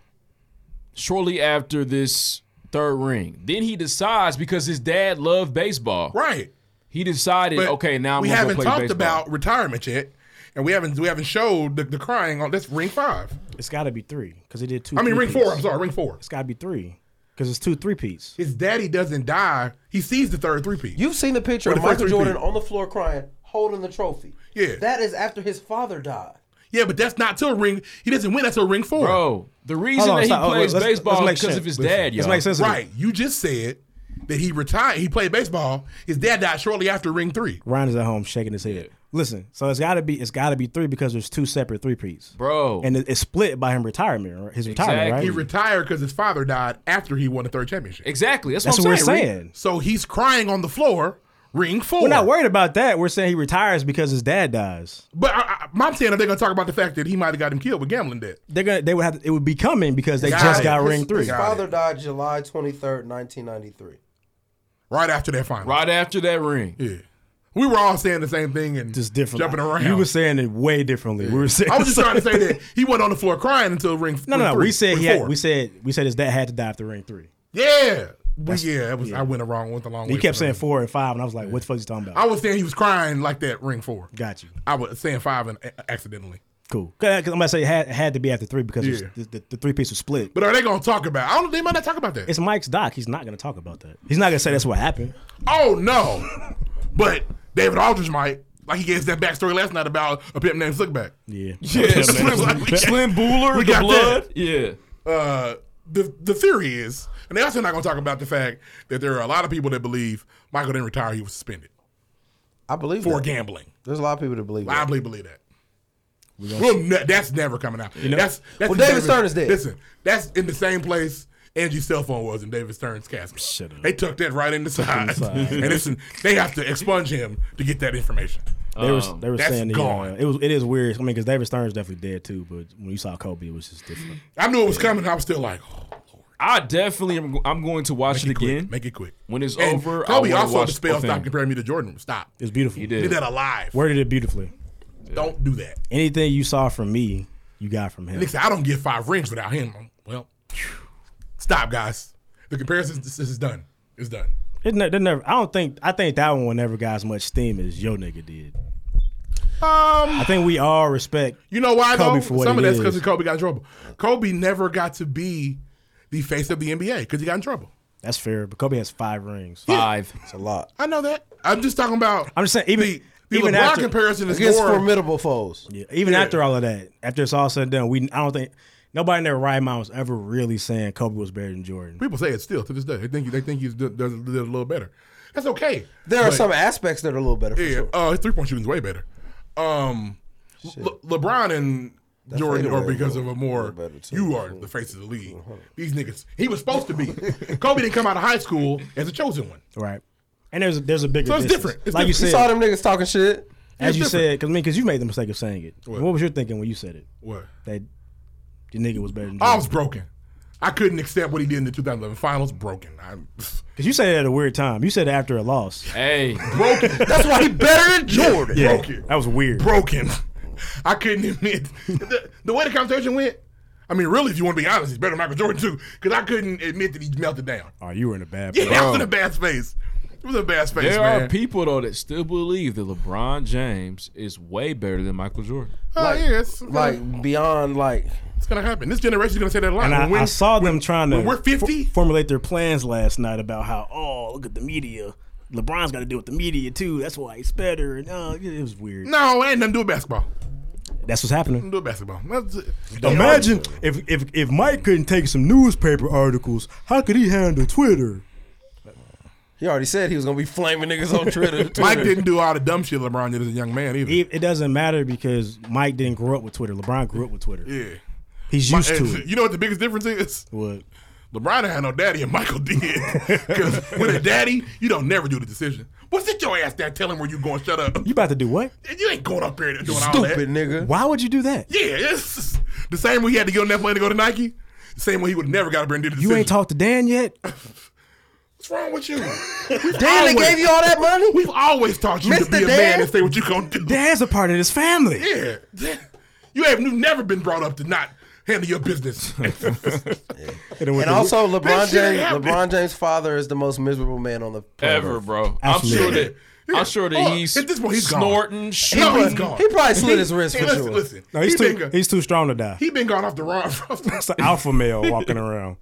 [SPEAKER 6] shortly after this third ring. Then he decides because his dad loved baseball.
[SPEAKER 9] Right.
[SPEAKER 6] He decided,
[SPEAKER 9] But
[SPEAKER 6] okay, now I'm
[SPEAKER 9] we
[SPEAKER 6] gonna go
[SPEAKER 9] haven't
[SPEAKER 6] play
[SPEAKER 9] talked
[SPEAKER 6] baseball.
[SPEAKER 9] about retirement yet, and we haven't we haven't showed the, the crying on. That's ring five.
[SPEAKER 4] It's got to be three because he did two.
[SPEAKER 9] I mean,
[SPEAKER 4] three
[SPEAKER 9] ring four.
[SPEAKER 4] peats.
[SPEAKER 9] I'm sorry, ring four.
[SPEAKER 4] It's got to be three. Because it's two three peats.
[SPEAKER 9] His daddy doesn't die. He sees the third three peat.
[SPEAKER 13] You've seen the picture of Michael Jordan on the floor crying, holding the trophy.
[SPEAKER 9] Yeah.
[SPEAKER 13] That is after his father died.
[SPEAKER 9] Yeah, but that's not till ring. He doesn't win. That's till ring four.
[SPEAKER 3] Bro, the reason that he plays baseball is because of his dad, y'all.
[SPEAKER 9] Right. You just said that he retired. He played baseball. His dad died shortly after ring three.
[SPEAKER 4] Ryan is at home shaking his head. Listen, so it's gotta be it's gotta be three because there's two separate three peats,
[SPEAKER 3] bro.
[SPEAKER 4] And it- it's split by him retirement, right? his retirement, right?
[SPEAKER 9] He retired because his father died after he won the third championship.
[SPEAKER 3] Exactly.
[SPEAKER 4] That's what we're
[SPEAKER 9] Ring-
[SPEAKER 4] saying.
[SPEAKER 9] So he's crying on the floor. Ring four.
[SPEAKER 4] We're not worried about that. We're saying he retires because his dad dies.
[SPEAKER 9] But I, I, I'm saying that they're gonna talk about the fact that he might have got him killed with gambling debt.
[SPEAKER 4] They're gonna they would have to, it would be coming because they
[SPEAKER 9] Got
[SPEAKER 4] just
[SPEAKER 9] it.
[SPEAKER 4] got
[SPEAKER 9] His-
[SPEAKER 4] ring three.
[SPEAKER 13] His father died July 23rd, 1993.
[SPEAKER 9] Right after that final.
[SPEAKER 3] Right after that ring.
[SPEAKER 9] Yeah. We were all saying the same thing and just
[SPEAKER 4] different.
[SPEAKER 9] jumping around.
[SPEAKER 4] You were saying it way differently. We were saying
[SPEAKER 9] I was just trying to say that he went on the floor crying until ring.
[SPEAKER 4] No,
[SPEAKER 9] ring
[SPEAKER 4] no, no.
[SPEAKER 9] three-
[SPEAKER 4] We said
[SPEAKER 9] ring
[SPEAKER 4] he had,
[SPEAKER 9] four.
[SPEAKER 4] we said we said his dad had to die after ring three.
[SPEAKER 9] yeah, we,
[SPEAKER 4] That's-
[SPEAKER 9] yeah. It was,
[SPEAKER 4] yeah.
[SPEAKER 9] I went wrong with the long.
[SPEAKER 4] He
[SPEAKER 9] way
[SPEAKER 4] kept
[SPEAKER 9] from
[SPEAKER 4] saying
[SPEAKER 9] that.
[SPEAKER 4] four and five, and I was like, "What the fuck is he talking about?"
[SPEAKER 9] I was saying he was crying like that ring four.
[SPEAKER 4] Got you.
[SPEAKER 9] I was saying five and a- accidentally.
[SPEAKER 4] Cool. Because I'm gonna say it had, it had to be after three because it was-
[SPEAKER 9] Yeah.
[SPEAKER 4] the, the, the three piece was split.
[SPEAKER 9] But are they gonna talk about? I don't. They might not talk about that.
[SPEAKER 4] It's Mike's doc. He's not gonna talk about that. He's not gonna say that's what happened.
[SPEAKER 9] Oh no! but David Aldridge might. Like he gave us that backstory last night about a pimp named Slickback.
[SPEAKER 4] Yeah.
[SPEAKER 9] Yeah, Slim,
[SPEAKER 3] Slim Bueller,
[SPEAKER 9] we
[SPEAKER 3] the
[SPEAKER 9] got
[SPEAKER 3] blood.
[SPEAKER 9] that.
[SPEAKER 3] Yeah.
[SPEAKER 9] Uh, the the theory is, and they're also not going to talk about the fact that there are a lot of people that believe Michael didn't retire; he was suspended.
[SPEAKER 13] I believe
[SPEAKER 9] for
[SPEAKER 13] that.
[SPEAKER 9] gambling.
[SPEAKER 13] There's a lot of people that believe
[SPEAKER 9] I
[SPEAKER 13] that.
[SPEAKER 9] believe believe that.
[SPEAKER 13] gonna
[SPEAKER 9] Well, ne- that's never coming out.
[SPEAKER 13] You know-
[SPEAKER 9] that's, that's
[SPEAKER 13] Well,
[SPEAKER 9] in
[SPEAKER 13] David Stern is dead.
[SPEAKER 9] Listen, that's in the same place Angie's cell phone was in David Stern's casket. They tucked that right in the side,
[SPEAKER 4] Inside.
[SPEAKER 9] and it's in- they have to expunge him to get that information.
[SPEAKER 4] They were they were
[SPEAKER 9] that's
[SPEAKER 4] saying the, uh,
[SPEAKER 9] gone.
[SPEAKER 4] it was it is weird. I mean, because David Stern's definitely dead too. But when you saw Kobe, it was just different.
[SPEAKER 9] I knew it was coming. I was still like,
[SPEAKER 3] I definitely am. I'm going to watch it again.
[SPEAKER 9] Make it quick.
[SPEAKER 3] When it's
[SPEAKER 9] And
[SPEAKER 3] over,
[SPEAKER 9] Kobe
[SPEAKER 3] I wanna
[SPEAKER 9] also
[SPEAKER 3] watch
[SPEAKER 9] the spell
[SPEAKER 3] whole thing.
[SPEAKER 9] stop comparing me to Jordan. Stop.
[SPEAKER 4] It's beautiful.
[SPEAKER 3] He did.
[SPEAKER 9] Did that alive.
[SPEAKER 4] Worded it beautifully.
[SPEAKER 9] Don't do that.
[SPEAKER 4] Anything you saw from me, you got from him.
[SPEAKER 9] Nick said, I don't get five rings without him. Well, stop, guys. The comparison this is done. It's done.
[SPEAKER 4] It ne- they never. I don't think. I think that one never got as much steam as Yo nigga did.
[SPEAKER 9] Um,
[SPEAKER 4] I think we all respect.
[SPEAKER 9] You know why
[SPEAKER 4] Kobe
[SPEAKER 9] though?
[SPEAKER 4] for what
[SPEAKER 9] Some of
[SPEAKER 4] it
[SPEAKER 9] that's
[SPEAKER 4] is.
[SPEAKER 9] because Kobe got in trouble. Kobe never got to be the face of the NBA because he got in trouble.
[SPEAKER 4] That's fair. But Kobe has five rings.
[SPEAKER 3] Five.
[SPEAKER 4] It's a lot.
[SPEAKER 9] I know that. I'm just talking about.
[SPEAKER 4] I'm just saying. Even
[SPEAKER 9] the, the
[SPEAKER 4] even
[SPEAKER 9] LeBron
[SPEAKER 4] after-
[SPEAKER 9] comparison is
[SPEAKER 13] Against
[SPEAKER 9] more.
[SPEAKER 13] formidable foes.
[SPEAKER 4] Yeah. Even
[SPEAKER 9] Yeah.
[SPEAKER 4] after all of that, after it's all said and done, we I don't think nobody in their right mind was ever really saying Kobe was better than Jordan.
[SPEAKER 9] People say it still to this day. They think they think he did, does, did a little better. That's okay.
[SPEAKER 13] There are
[SPEAKER 9] But-
[SPEAKER 13] some aspects that are a little better for
[SPEAKER 9] Yeah,
[SPEAKER 13] sure.
[SPEAKER 9] uh, his three point shooting's way better. Um, Le- LeBron and Jordan
[SPEAKER 13] fadeaway
[SPEAKER 9] are because of a more you are the face of the league. These niggas, he was supposed to be. Kobe didn't come out of high school as a chosen one.
[SPEAKER 4] Right. And there's there's a bigger.
[SPEAKER 9] So it's
[SPEAKER 4] distance.
[SPEAKER 9] different. It's
[SPEAKER 4] like
[SPEAKER 9] different.
[SPEAKER 4] you
[SPEAKER 9] You
[SPEAKER 4] said,
[SPEAKER 9] saw
[SPEAKER 13] them niggas talking shit.
[SPEAKER 4] As
[SPEAKER 9] It's
[SPEAKER 4] you
[SPEAKER 9] different.
[SPEAKER 4] said, because I mean, because you made the mistake of saying it. What? was your thinking when you said it?
[SPEAKER 9] What?
[SPEAKER 4] That your nigga was better than
[SPEAKER 9] I
[SPEAKER 4] Jordan.
[SPEAKER 9] was broken. I couldn't accept what he did in the 2011 finals. Broken. I'm
[SPEAKER 4] Because you said it at a weird time. You said it after a loss.
[SPEAKER 3] Hey,
[SPEAKER 9] broken. That's why he better than Jordan.
[SPEAKER 4] Yeah,
[SPEAKER 9] Broken.
[SPEAKER 4] that was weird.
[SPEAKER 9] Broken. I couldn't admit the, the way the conversation went. I mean, really, if you want to be honest, he's better than Michael Jordan too, because I couldn't admit that he melted down.
[SPEAKER 4] Oh, you were in a bad
[SPEAKER 9] Yeah,
[SPEAKER 4] place.
[SPEAKER 9] I was in a bad space. It was a bad space,
[SPEAKER 3] There
[SPEAKER 9] man.
[SPEAKER 3] are people though that still believe that LeBron James is way better than Michael Jordan.
[SPEAKER 9] Oh,
[SPEAKER 13] like,
[SPEAKER 9] yeah, it's-
[SPEAKER 13] like beyond like
[SPEAKER 9] it's gonna happen. This generation's gonna say that a lot.
[SPEAKER 4] And I,
[SPEAKER 9] When-
[SPEAKER 4] I saw them trying to
[SPEAKER 9] when we're 50?
[SPEAKER 4] for- formulate their plans last night about how, oh, look at the media. LeBron's got to deal with the media too. That's why he's better. And uh, it was weird.
[SPEAKER 9] no, it ain't nothing to do with basketball.
[SPEAKER 4] That's what's happening.
[SPEAKER 9] Nothing to do with basketball. That's it.
[SPEAKER 4] Imagine if, if if Mike couldn't take some newspaper articles, how could he handle Twitter?
[SPEAKER 13] he already said he was gonna be flaming niggas on Twitter.
[SPEAKER 9] Mike didn't do all the dumb shit LeBron did as a young man either.
[SPEAKER 4] It, it doesn't matter because Mike didn't grow up with Twitter. LeBron grew up with Twitter.
[SPEAKER 9] Yeah.
[SPEAKER 4] He's
[SPEAKER 9] My-
[SPEAKER 4] used to
[SPEAKER 9] and
[SPEAKER 4] it.
[SPEAKER 9] You know what the biggest difference is?
[SPEAKER 4] What?
[SPEAKER 9] LeBron had no daddy and Michael did. Because with a daddy, you don't never do the decision. Well, sit your ass there, tell him where you going, shut up.
[SPEAKER 4] You about to do what?
[SPEAKER 9] You ain't going up there doing all that.
[SPEAKER 13] Stupid nigga.
[SPEAKER 4] Why would you do that?
[SPEAKER 9] Yeah, it's the same way he had to get on that plane to go to Nike. The same way he would never got up there and did the
[SPEAKER 4] You
[SPEAKER 9] decision.
[SPEAKER 4] ain't talked to Dan yet.
[SPEAKER 9] What's wrong with you?
[SPEAKER 13] Dan that
[SPEAKER 9] Always-
[SPEAKER 13] gave you all that money?
[SPEAKER 9] We've always taught you to
[SPEAKER 13] Mr.
[SPEAKER 9] be a man
[SPEAKER 13] Dan?
[SPEAKER 9] and say what you gonna do.
[SPEAKER 4] Dan's a part of this family.
[SPEAKER 9] Yeah. You have you've never been brought up to not handle your business.
[SPEAKER 13] And also LeBron
[SPEAKER 9] That shit ain't
[SPEAKER 13] James
[SPEAKER 9] happening.
[SPEAKER 13] LeBron James' father is the most miserable man on the planet.
[SPEAKER 3] Ever,
[SPEAKER 13] Earth.
[SPEAKER 3] bro.
[SPEAKER 13] Absolutely.
[SPEAKER 3] I'm sure that. I'm sure that
[SPEAKER 9] Hold on.
[SPEAKER 3] he's
[SPEAKER 9] Oh, At this point, he's gone.
[SPEAKER 3] snorting,
[SPEAKER 9] He
[SPEAKER 3] shooting.
[SPEAKER 9] probably- he probably slid his wrist for sure.
[SPEAKER 4] No, he's too
[SPEAKER 9] He bigger.
[SPEAKER 4] he's too strong to die.
[SPEAKER 9] he been gone off the wrong.
[SPEAKER 4] It's an alpha male walking around.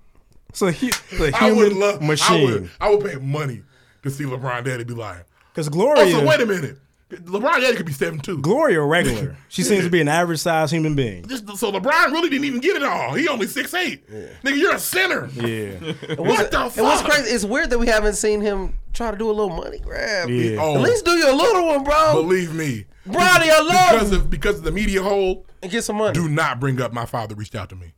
[SPEAKER 4] So he, the human
[SPEAKER 9] I would love. I
[SPEAKER 4] machine.
[SPEAKER 9] would, I would pay money to see LeBron Daddy be lying.
[SPEAKER 4] Because
[SPEAKER 3] Oh,
[SPEAKER 4] Gloria.
[SPEAKER 9] Also, wait a minute. LeBron Daddy could be seven two.
[SPEAKER 4] Gloria regular. She seems to be an average sized human being.
[SPEAKER 9] This, so LeBron really didn't even get it all. He only six eight. Nigga, you're a sinner.
[SPEAKER 4] Yeah.
[SPEAKER 9] what the
[SPEAKER 13] And what's
[SPEAKER 9] fuck?
[SPEAKER 13] crazy? It's weird that we haven't seen him try to do a little money grab.
[SPEAKER 9] Yeah. Oh.
[SPEAKER 13] At least do your little one, bro.
[SPEAKER 9] Believe me,
[SPEAKER 13] Brody, I love
[SPEAKER 9] because of because of the media hole.
[SPEAKER 13] And get some money.
[SPEAKER 9] Do not bring up my father reached out to me.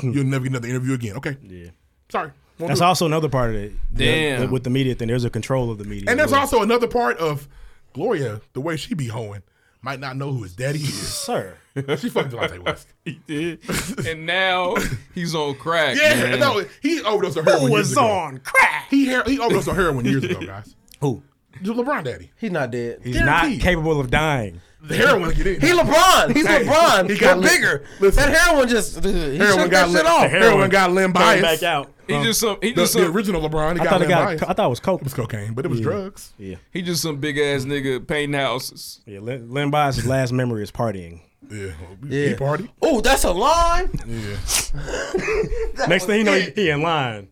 [SPEAKER 9] You'll never get another interview again. Okay. Yeah. Sorry. Won't
[SPEAKER 4] That's
[SPEAKER 9] do it.
[SPEAKER 4] also another part of it. The-
[SPEAKER 9] Damn.
[SPEAKER 4] the- with the media thing, there's a control of the media.
[SPEAKER 9] And that's
[SPEAKER 4] Like,
[SPEAKER 9] also another part of Gloria, the way she be hoeing, might not know who his daddy is.
[SPEAKER 4] Sir.
[SPEAKER 9] She fucked Delonte West.
[SPEAKER 3] he did. And now he's on crack.
[SPEAKER 9] Yeah,
[SPEAKER 3] man.
[SPEAKER 9] no, he overdosed on heroin.
[SPEAKER 3] Who
[SPEAKER 9] years
[SPEAKER 3] was
[SPEAKER 9] ago.
[SPEAKER 3] on
[SPEAKER 9] crack? He, her- he overdosed on heroin years ago, guys.
[SPEAKER 4] Who?
[SPEAKER 9] The LeBron daddy.
[SPEAKER 13] He's not dead.
[SPEAKER 4] He's not capable of dying.
[SPEAKER 9] The heroin get in.
[SPEAKER 13] He LeBron. He's
[SPEAKER 9] Hey,
[SPEAKER 13] LeBron.
[SPEAKER 9] he
[SPEAKER 13] He
[SPEAKER 9] got
[SPEAKER 13] got
[SPEAKER 9] lit.
[SPEAKER 13] bigger.
[SPEAKER 9] Listen.
[SPEAKER 13] that heroin just he
[SPEAKER 9] Heroin got
[SPEAKER 13] shook that
[SPEAKER 9] lit.
[SPEAKER 13] shit off.
[SPEAKER 9] Heroin Oh, got
[SPEAKER 4] Came
[SPEAKER 9] Lim bias.
[SPEAKER 4] back out.
[SPEAKER 3] He
[SPEAKER 4] Um,
[SPEAKER 3] just some. He
[SPEAKER 9] The,
[SPEAKER 3] just some,
[SPEAKER 9] the original LeBron, he
[SPEAKER 4] I
[SPEAKER 9] got
[SPEAKER 4] thought, it
[SPEAKER 9] Lim
[SPEAKER 4] got,
[SPEAKER 9] bias.
[SPEAKER 4] I thought it was coke.
[SPEAKER 9] It was cocaine, but it was
[SPEAKER 4] Yeah.
[SPEAKER 9] drugs.
[SPEAKER 4] Yeah.
[SPEAKER 3] He just some big ass nigga painting houses.
[SPEAKER 4] Yeah, Lynn, Lynn Bias' last memory is partying.
[SPEAKER 9] Yeah.
[SPEAKER 4] Yeah.
[SPEAKER 9] He party.
[SPEAKER 13] Oh, that's a line.
[SPEAKER 9] Yeah.
[SPEAKER 4] Next thing you know, he, he in line.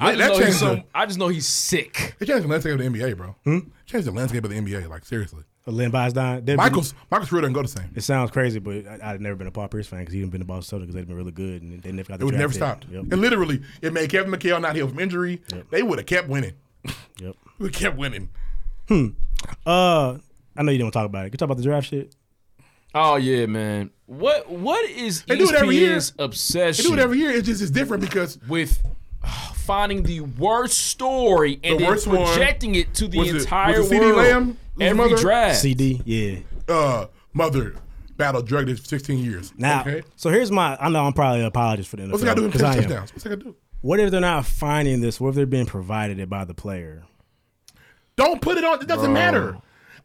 [SPEAKER 3] I
[SPEAKER 9] That
[SPEAKER 3] just, know he's
[SPEAKER 9] changed the-
[SPEAKER 3] some, I just know he's sick.
[SPEAKER 9] It changed the landscape of the NBA, bro.
[SPEAKER 13] Hmm?
[SPEAKER 9] Changed the landscape of the NBA, like seriously.
[SPEAKER 4] Lynn Bias dying. They've been-
[SPEAKER 9] Michael's Michael's career doesn't go the same.
[SPEAKER 4] It sounds crazy, but I, I'd never been a Paul Pierce fan because he'd been the Boston Celtics because they'd been really good and they never got.
[SPEAKER 9] It
[SPEAKER 4] The
[SPEAKER 9] would
[SPEAKER 4] draft
[SPEAKER 9] never
[SPEAKER 4] pick.
[SPEAKER 9] stopped.
[SPEAKER 4] Yep.
[SPEAKER 9] And literally, it made Kevin McHale not heal from injury. They would have kept winning.
[SPEAKER 4] Yep.
[SPEAKER 9] We kept winning.
[SPEAKER 4] Hmm. Uh, I know you don't talk about it. Can you talk about the draft shit?
[SPEAKER 3] Oh yeah, man. What what is E
[SPEAKER 9] They do it every year.
[SPEAKER 3] ESPN's obsession?
[SPEAKER 9] They do it every year. It's just it's different because
[SPEAKER 3] with uh, finding the worst story and
[SPEAKER 9] The
[SPEAKER 3] then
[SPEAKER 9] worst one
[SPEAKER 3] projecting it to the
[SPEAKER 9] was it- was
[SPEAKER 3] entire
[SPEAKER 9] it CD
[SPEAKER 3] world.
[SPEAKER 9] Lamb? His
[SPEAKER 3] every
[SPEAKER 9] mother?
[SPEAKER 3] draft.
[SPEAKER 4] CD, yeah.
[SPEAKER 9] Uh, mother battled drug addicts for 16 years.
[SPEAKER 4] Now,
[SPEAKER 9] okay.
[SPEAKER 4] so here's my. I know I'm probably an apologist for the NFL.
[SPEAKER 9] What's it got to do with
[SPEAKER 4] 'cause I am.
[SPEAKER 9] touchdowns? What's it got to do?
[SPEAKER 4] What if they're not finding this? What if they're being provided it by the player?
[SPEAKER 9] Don't put it on. It doesn't
[SPEAKER 4] Bro.
[SPEAKER 9] matter.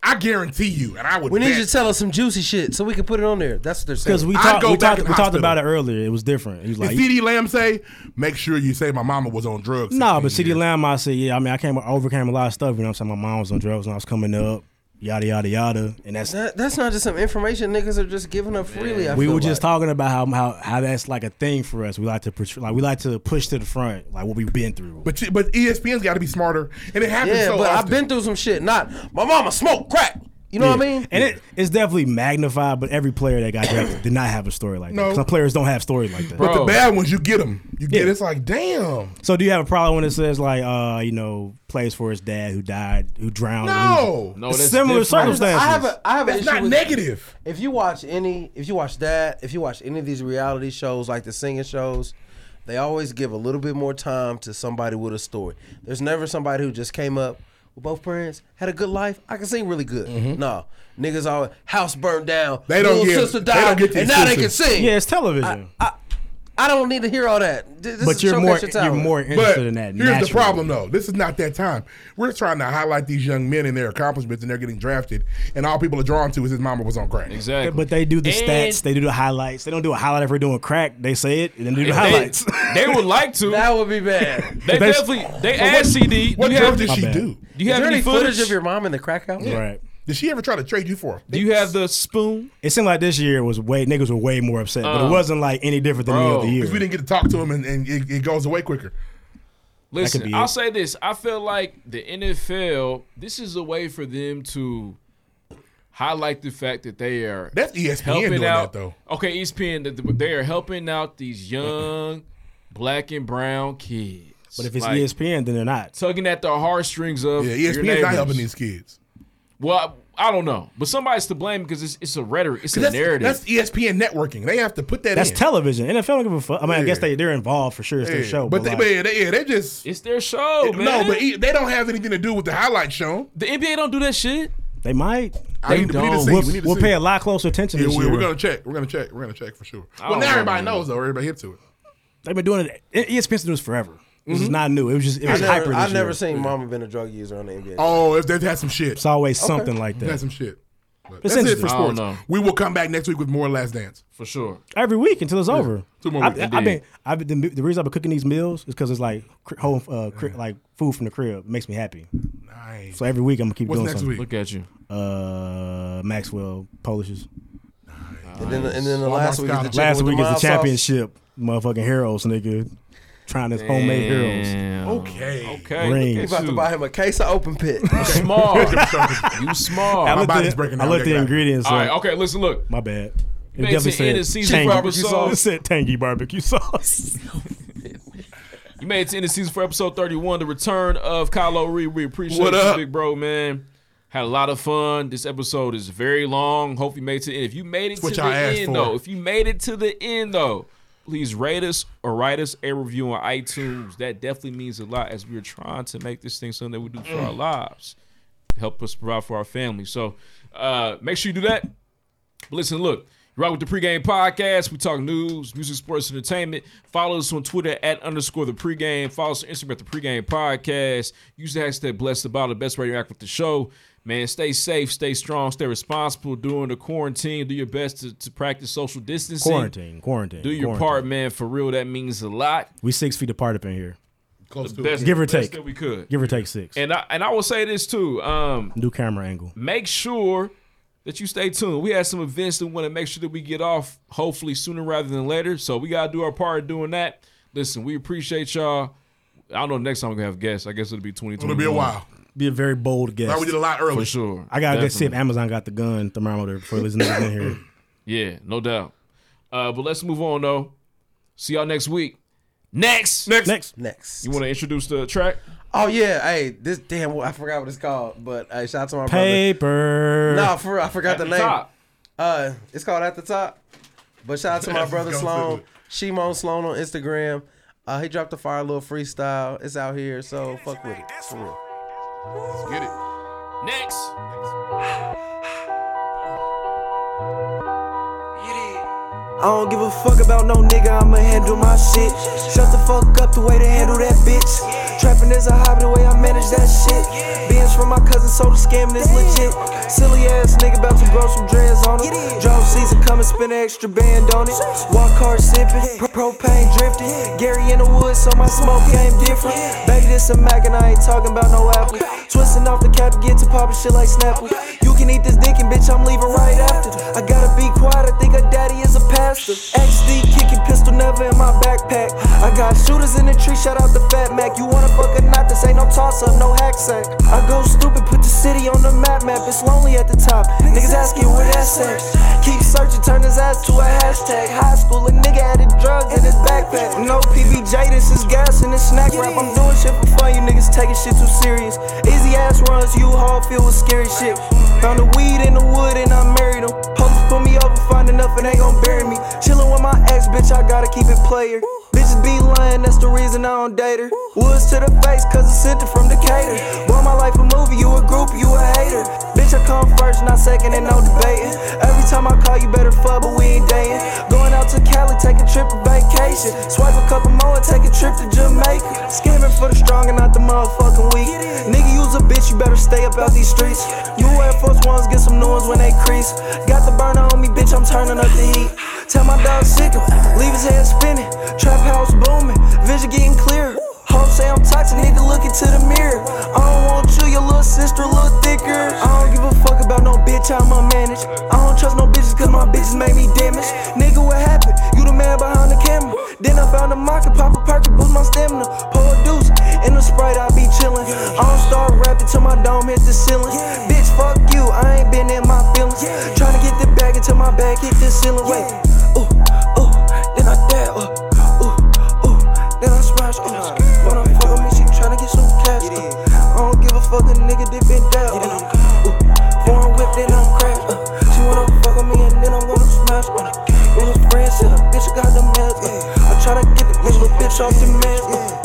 [SPEAKER 9] I guarantee you, and I would.
[SPEAKER 13] We need
[SPEAKER 9] bet-
[SPEAKER 13] you to tell us some juicy shit so we can put it on there. That's what they're saying.
[SPEAKER 4] Because we,
[SPEAKER 9] I'd
[SPEAKER 4] talked
[SPEAKER 9] go
[SPEAKER 4] we,
[SPEAKER 9] back
[SPEAKER 4] talked,
[SPEAKER 9] in
[SPEAKER 4] we talked
[SPEAKER 9] hospital.
[SPEAKER 4] about it earlier. It was different. He was
[SPEAKER 9] Did
[SPEAKER 4] like,
[SPEAKER 9] CD Lamb say, "Make sure you say my mama was on drugs."
[SPEAKER 4] No, but CD Lamb, I said, yeah, I mean, I came I overcame a lot of stuff. You know what I'm saying? My mom was on drugs when I was coming up, yada, yada, yada. And that's
[SPEAKER 13] That- that's not just some information niggas are just giving up freely. I
[SPEAKER 4] we
[SPEAKER 13] feel
[SPEAKER 4] were
[SPEAKER 13] like.
[SPEAKER 4] just talking about how, how how that's like a thing for us. We like to portray- like we like to push to the front, like what we've been through.
[SPEAKER 9] But you- but E ESPN's got to be smarter, and it happens.
[SPEAKER 13] Yeah,
[SPEAKER 9] so
[SPEAKER 13] but
[SPEAKER 9] often.
[SPEAKER 13] I've been through some shit. Not my mama smoked crack. You know what I
[SPEAKER 4] Yeah.
[SPEAKER 13] mean?
[SPEAKER 4] And it, it's definitely magnified, but every player that got drafted did not have a story like
[SPEAKER 9] No.
[SPEAKER 4] that. Some players don't have stories like that.
[SPEAKER 9] But the bad ones, you get them. You get it's like damn.
[SPEAKER 4] So do you have a problem when it says like uh you know plays for his dad who died who drowned?
[SPEAKER 9] No. No, that's
[SPEAKER 4] similar
[SPEAKER 9] different.
[SPEAKER 4] circumstances.
[SPEAKER 13] I have a, I have an
[SPEAKER 9] That's
[SPEAKER 13] issue
[SPEAKER 9] not
[SPEAKER 13] with-
[SPEAKER 9] negative.
[SPEAKER 13] If you watch any, if you watch that, if you watch any of these reality shows like the singing shows, they always give a little bit more time to somebody with a story. There's never somebody who just came up with both parents, had a good life. I can sing really good.
[SPEAKER 4] Mm-hmm.
[SPEAKER 13] No, niggas always house burned down.
[SPEAKER 9] They don't
[SPEAKER 13] little
[SPEAKER 9] get-
[SPEAKER 13] sister
[SPEAKER 9] they
[SPEAKER 13] died,
[SPEAKER 9] don't get the
[SPEAKER 13] and now they can
[SPEAKER 9] excuses.
[SPEAKER 13] sing.
[SPEAKER 4] Yeah, it's television.
[SPEAKER 13] I don't need to hear all that. Th- This
[SPEAKER 4] But
[SPEAKER 13] is
[SPEAKER 4] you're
[SPEAKER 13] showcase
[SPEAKER 4] more-
[SPEAKER 13] your talent.
[SPEAKER 4] you're more
[SPEAKER 9] But
[SPEAKER 4] interested in that.
[SPEAKER 9] here's
[SPEAKER 4] naturally.
[SPEAKER 9] the problem, though. This is not that time. We're trying to highlight these young men and their accomplishments, and they're getting drafted. And all people are drawn to is his mama was on crack.
[SPEAKER 3] Exactly.
[SPEAKER 4] But they do the
[SPEAKER 3] And-
[SPEAKER 4] stats. They do the highlights. They don't do a highlight if we're doing crack. They say it and then do the
[SPEAKER 3] If they-
[SPEAKER 4] highlights.
[SPEAKER 3] They would like to.
[SPEAKER 13] That would be bad.
[SPEAKER 3] They
[SPEAKER 4] That's-
[SPEAKER 3] definitely. They
[SPEAKER 4] So
[SPEAKER 3] asked CD.
[SPEAKER 9] What
[SPEAKER 3] do you
[SPEAKER 9] drug
[SPEAKER 3] have,
[SPEAKER 9] did
[SPEAKER 4] My
[SPEAKER 9] she
[SPEAKER 4] bad.
[SPEAKER 9] do?
[SPEAKER 3] Do you have
[SPEAKER 13] Is there
[SPEAKER 3] any footage?
[SPEAKER 13] of your mom in the crack house?
[SPEAKER 4] Right.
[SPEAKER 9] Did she ever try to trade you for? him?
[SPEAKER 3] Do you have the spoon?
[SPEAKER 4] It seemed like this year was way niggas were way more upset, but
[SPEAKER 3] Uh,
[SPEAKER 4] it wasn't like any different than
[SPEAKER 3] bro,
[SPEAKER 4] any other year.
[SPEAKER 9] Because we didn't get to talk to him, and, and it, it goes away quicker.
[SPEAKER 4] could
[SPEAKER 3] Listen,
[SPEAKER 4] be
[SPEAKER 3] I'll
[SPEAKER 4] it.
[SPEAKER 3] say this. I feel like the NFL, this is a way for them to highlight the fact that they are
[SPEAKER 9] That's E ESPN doing
[SPEAKER 3] out,
[SPEAKER 9] that, though.
[SPEAKER 3] Okay, E ESPN, that th- they are helping out these young black and brown kids.
[SPEAKER 4] But if it's E
[SPEAKER 3] Like,
[SPEAKER 4] ESPN, then they're not.
[SPEAKER 3] tugging at the heartstrings of
[SPEAKER 9] Yeah, E
[SPEAKER 3] your
[SPEAKER 9] ESPN's not
[SPEAKER 3] neighbors.
[SPEAKER 9] helping these kids.
[SPEAKER 3] Well, I, I don't know, but somebody's to blame because it's, it's a rhetoric, it's a
[SPEAKER 9] 'Cause That's,
[SPEAKER 3] narrative.
[SPEAKER 9] that's E ESPN networking. They have to put that
[SPEAKER 4] That's
[SPEAKER 9] in.
[SPEAKER 4] television. NFL don't give a fuck. I mean, I guess
[SPEAKER 9] Yeah.
[SPEAKER 4] they they're involved for sure. It's their
[SPEAKER 9] Yeah.
[SPEAKER 4] show. But,
[SPEAKER 9] But, they,
[SPEAKER 4] like,
[SPEAKER 9] but yeah, they, yeah, they just
[SPEAKER 3] it's their show, man.
[SPEAKER 9] No, but e- they don't have anything to do with the highlight show.
[SPEAKER 3] the NBA don't do that shit.
[SPEAKER 4] they might.
[SPEAKER 9] I need to- we need to see.
[SPEAKER 4] We'll,
[SPEAKER 9] We need to
[SPEAKER 4] we'll
[SPEAKER 9] see.
[SPEAKER 4] pay a lot closer attention
[SPEAKER 9] Yeah,
[SPEAKER 4] this
[SPEAKER 9] we,
[SPEAKER 4] year.
[SPEAKER 9] we're gonna check. We're gonna check. We're gonna check for sure.
[SPEAKER 3] I
[SPEAKER 9] Well,
[SPEAKER 3] don't
[SPEAKER 9] now
[SPEAKER 3] know,
[SPEAKER 9] everybody
[SPEAKER 3] man.
[SPEAKER 9] knows though. Everybody hip to it.
[SPEAKER 4] They've been doing it. E ESPN's doing this forever. This
[SPEAKER 9] Mm-hmm.
[SPEAKER 4] is not new. It was just it
[SPEAKER 13] I've
[SPEAKER 4] was hyper.
[SPEAKER 13] never,
[SPEAKER 4] This
[SPEAKER 13] I've
[SPEAKER 4] year.
[SPEAKER 13] never seen mama been a drug user on the NBA.
[SPEAKER 9] Oh, if they've had some shit.
[SPEAKER 4] It's always something like
[SPEAKER 9] They've had
[SPEAKER 4] that
[SPEAKER 9] some shit. But
[SPEAKER 4] It's
[SPEAKER 9] That's it for
[SPEAKER 4] interesting. I
[SPEAKER 3] don't
[SPEAKER 9] sports.
[SPEAKER 3] know.
[SPEAKER 9] We will come back next week with more Last Dance.
[SPEAKER 3] For sure.
[SPEAKER 4] every week until it's over.
[SPEAKER 9] Two more
[SPEAKER 4] I,
[SPEAKER 9] weeks.
[SPEAKER 4] have been, I've been the, the reason I've been cooking these meals is because it's like cr- home, uh, cr- like food from the crib It makes me happy.
[SPEAKER 9] Nice.
[SPEAKER 4] So every week I'm gonna keep
[SPEAKER 9] What's
[SPEAKER 4] doing
[SPEAKER 9] next
[SPEAKER 4] something.
[SPEAKER 9] week?
[SPEAKER 3] Look at you.
[SPEAKER 4] Uh, Maxwell Polishes.
[SPEAKER 13] And then, and then the
[SPEAKER 9] Walmart
[SPEAKER 13] last week is the
[SPEAKER 9] Scott.
[SPEAKER 13] chicken
[SPEAKER 4] Last
[SPEAKER 13] with
[SPEAKER 4] week
[SPEAKER 13] the
[SPEAKER 4] is
[SPEAKER 13] mild
[SPEAKER 4] the
[SPEAKER 13] sauce.
[SPEAKER 4] championship, motherfucking heroes, nigga. trying his homemade
[SPEAKER 6] Damn.
[SPEAKER 4] heroes.
[SPEAKER 9] Okay.
[SPEAKER 6] Okay.
[SPEAKER 4] Rings.
[SPEAKER 18] You about to buy him a case of open pit.
[SPEAKER 6] Small. you small.
[SPEAKER 4] I looked at- I looked at the ingredients.
[SPEAKER 6] All
[SPEAKER 4] up.
[SPEAKER 6] right. Okay. Listen. Look.
[SPEAKER 4] My bad. It
[SPEAKER 6] Makes
[SPEAKER 4] definitely
[SPEAKER 6] it in a
[SPEAKER 4] said
[SPEAKER 6] season
[SPEAKER 4] tangy
[SPEAKER 6] barbecue
[SPEAKER 4] barbecue
[SPEAKER 6] sauce.
[SPEAKER 4] sauce. It said tangy barbecue sauce.
[SPEAKER 6] You made it to end the season for episode 31, the return of Kylo Ree. We appreciate
[SPEAKER 9] What
[SPEAKER 6] you,
[SPEAKER 9] up?
[SPEAKER 6] big bro, man. Had a lot of fun. This episode is very long. Hope you made it to the end. If you made it
[SPEAKER 9] That's what
[SPEAKER 6] to the
[SPEAKER 9] y'all asked
[SPEAKER 6] end,
[SPEAKER 9] for.
[SPEAKER 6] though, if you made it to the end, though, please rate us or write us a review on iTunes. That definitely means a lot as we are trying to make this thing something that we do for
[SPEAKER 9] Mm.
[SPEAKER 6] our lives. Help us provide for our family. So uh, make sure you do that. But listen, look, you rock with the pregame podcast. We talk news, music, sports, entertainment. Follow us on Twitter at underscore the pregame. Follow us on Instagram at the pregame podcast. Use the hashtag blessed about the best way to interact with the show. Man, stay safe, stay strong, stay responsible during the quarantine. Do your best to, to practice social distancing.
[SPEAKER 4] Quarantine, quarantine,
[SPEAKER 6] Do your
[SPEAKER 4] quarantine.
[SPEAKER 6] part, man. For real, that means a lot.
[SPEAKER 4] we six feet apart up in here.
[SPEAKER 9] Close
[SPEAKER 6] The best,
[SPEAKER 4] Give or
[SPEAKER 6] the
[SPEAKER 4] take.
[SPEAKER 6] best that we could.
[SPEAKER 4] Give or take six.
[SPEAKER 6] And I and I will say this too. Um,
[SPEAKER 4] New camera angle.
[SPEAKER 6] make sure that you stay tuned. We had some events that we want to make sure that we get off, hopefully sooner rather than later. So we gotta do our part doing that. Listen, we appreciate y'all. I don't know. Next time we're gonna have guests. I guess it'll be twenty twenty.
[SPEAKER 9] It'll be a while.
[SPEAKER 4] Be a very bold guess.
[SPEAKER 9] Now we did a lot earlier.
[SPEAKER 6] for sure.
[SPEAKER 4] I gotta go see if
[SPEAKER 6] Definitely.
[SPEAKER 4] Amazon got the gun thermometer before this nigga in here.
[SPEAKER 6] Yeah, no doubt. Uh, but let's move on though. See y'all next week. Next, next,
[SPEAKER 4] next,
[SPEAKER 18] next.
[SPEAKER 6] You want to introduce the track?
[SPEAKER 18] Oh yeah, hey, this damn, I forgot what it's called, but hey, shout out to my
[SPEAKER 4] Paper.
[SPEAKER 18] brother. No, for real, I forgot
[SPEAKER 6] At
[SPEAKER 18] the
[SPEAKER 6] the
[SPEAKER 18] name.
[SPEAKER 6] top.
[SPEAKER 18] Uh, it's called at the top. But shout out to my
[SPEAKER 9] Let's
[SPEAKER 18] brother
[SPEAKER 9] go to
[SPEAKER 18] Sloan,
[SPEAKER 9] it.
[SPEAKER 18] Shimon Sloan on Instagram. Uh, he dropped a fire little freestyle. It's out here, so fuck with it. For real.
[SPEAKER 9] Let's get it.
[SPEAKER 6] Next.
[SPEAKER 13] I don't give a fuck about no nigga, I'ma handle my shit. Shut the fuck up the way they handle that bitch. Trapping is a hobby, the way I manage that shit. Bands from my cousin, so the scamming is legit. Silly ass nigga about to grow some dreads on it. Drove season, come and spend an extra band on it. Walk car sipping, propane drifting. Gary in the woods, so my smoke game different. Baby, this a Mac and I ain't talking about no apple. Twisting off the cap, get to poppin' shit like Snapple. You can eat this dick and bitch, I'm leaving right after. I gotta be quiet, I think her daddy is a pastor. XD kicking pistol never in my backpack. I got shooters in the tree, shout out the Fat Mac. You wanna fuck or not, this ain't no toss up, no hack sack. I go stupid, put the city on the map map. It's lonely at the top. Niggas asking where that's at. Keep searching, turn his ass to a hashtag. High school, a nigga added drugs in his backpack. No PBJ, this is gas in this snack rap. I'm doing shit for fun, you niggas taking shit too serious. Easy ass runs, you haul filled with scary shit. Found a weed in the wood and I married him. Police pull me over, find enough and they gon' bury me. Chillin' with my ex, bitch, I gotta keep it player. Bitches be lying, that's the reason I don't date her. Woods to the face, cause it's sent from Decatur. Boy, my life a movie, you a group, you a hater. Bitch, I come first, not second, and no debating. Every time I call you, better fuck, but we ain't dating. Going out to Cali, take a trip to vacation. Swipe a couple more and take a trip to Jamaica. Scamming for the strong and not the motherfucking weak. Nigga, you's a bitch, you better stay up out these streets. You Air Force Ones, get some new ones when they crease. Got the burner on me, bitch, I'm turning up the heat. Tell my dog sick him, leave his head spinning. Trap house booming, vision getting clearer. Hope say I'm toxic, need to look into the mirror. I don't want you, your little sister, little thicker. I don't give a fuck about no bitch, I'ma manage. I don't trust no bitches, cause my bitches made me damaged. Nigga, what happened? You the man behind the camera. Then I found a mocker, pop a perk, boost my stamina. Pour a deuce, in the sprite, I be chillin'. I don't start rapping till my dome hit the ceiling. Bitch, fuck you, I ain't been in my feelings. Tryna get the bag until my bag hit the ceiling. Wait, ooh, ooh, then I dab, ooh, ooh, ooh, then I smash, ooh. When I fuck with me, she tryna get some cash. ooh. I don't give a fuck, a nigga dip in dab, ooh, ooh. Foreign whip, then I'm crash, ooh. She wanna fuck with me and then I'm gonna smash, uh. ooh. uh. With her friends, yeah, bitch, I got the meds, uh. ooh. I tryna get the bitch, but bitch off the meds, ooh.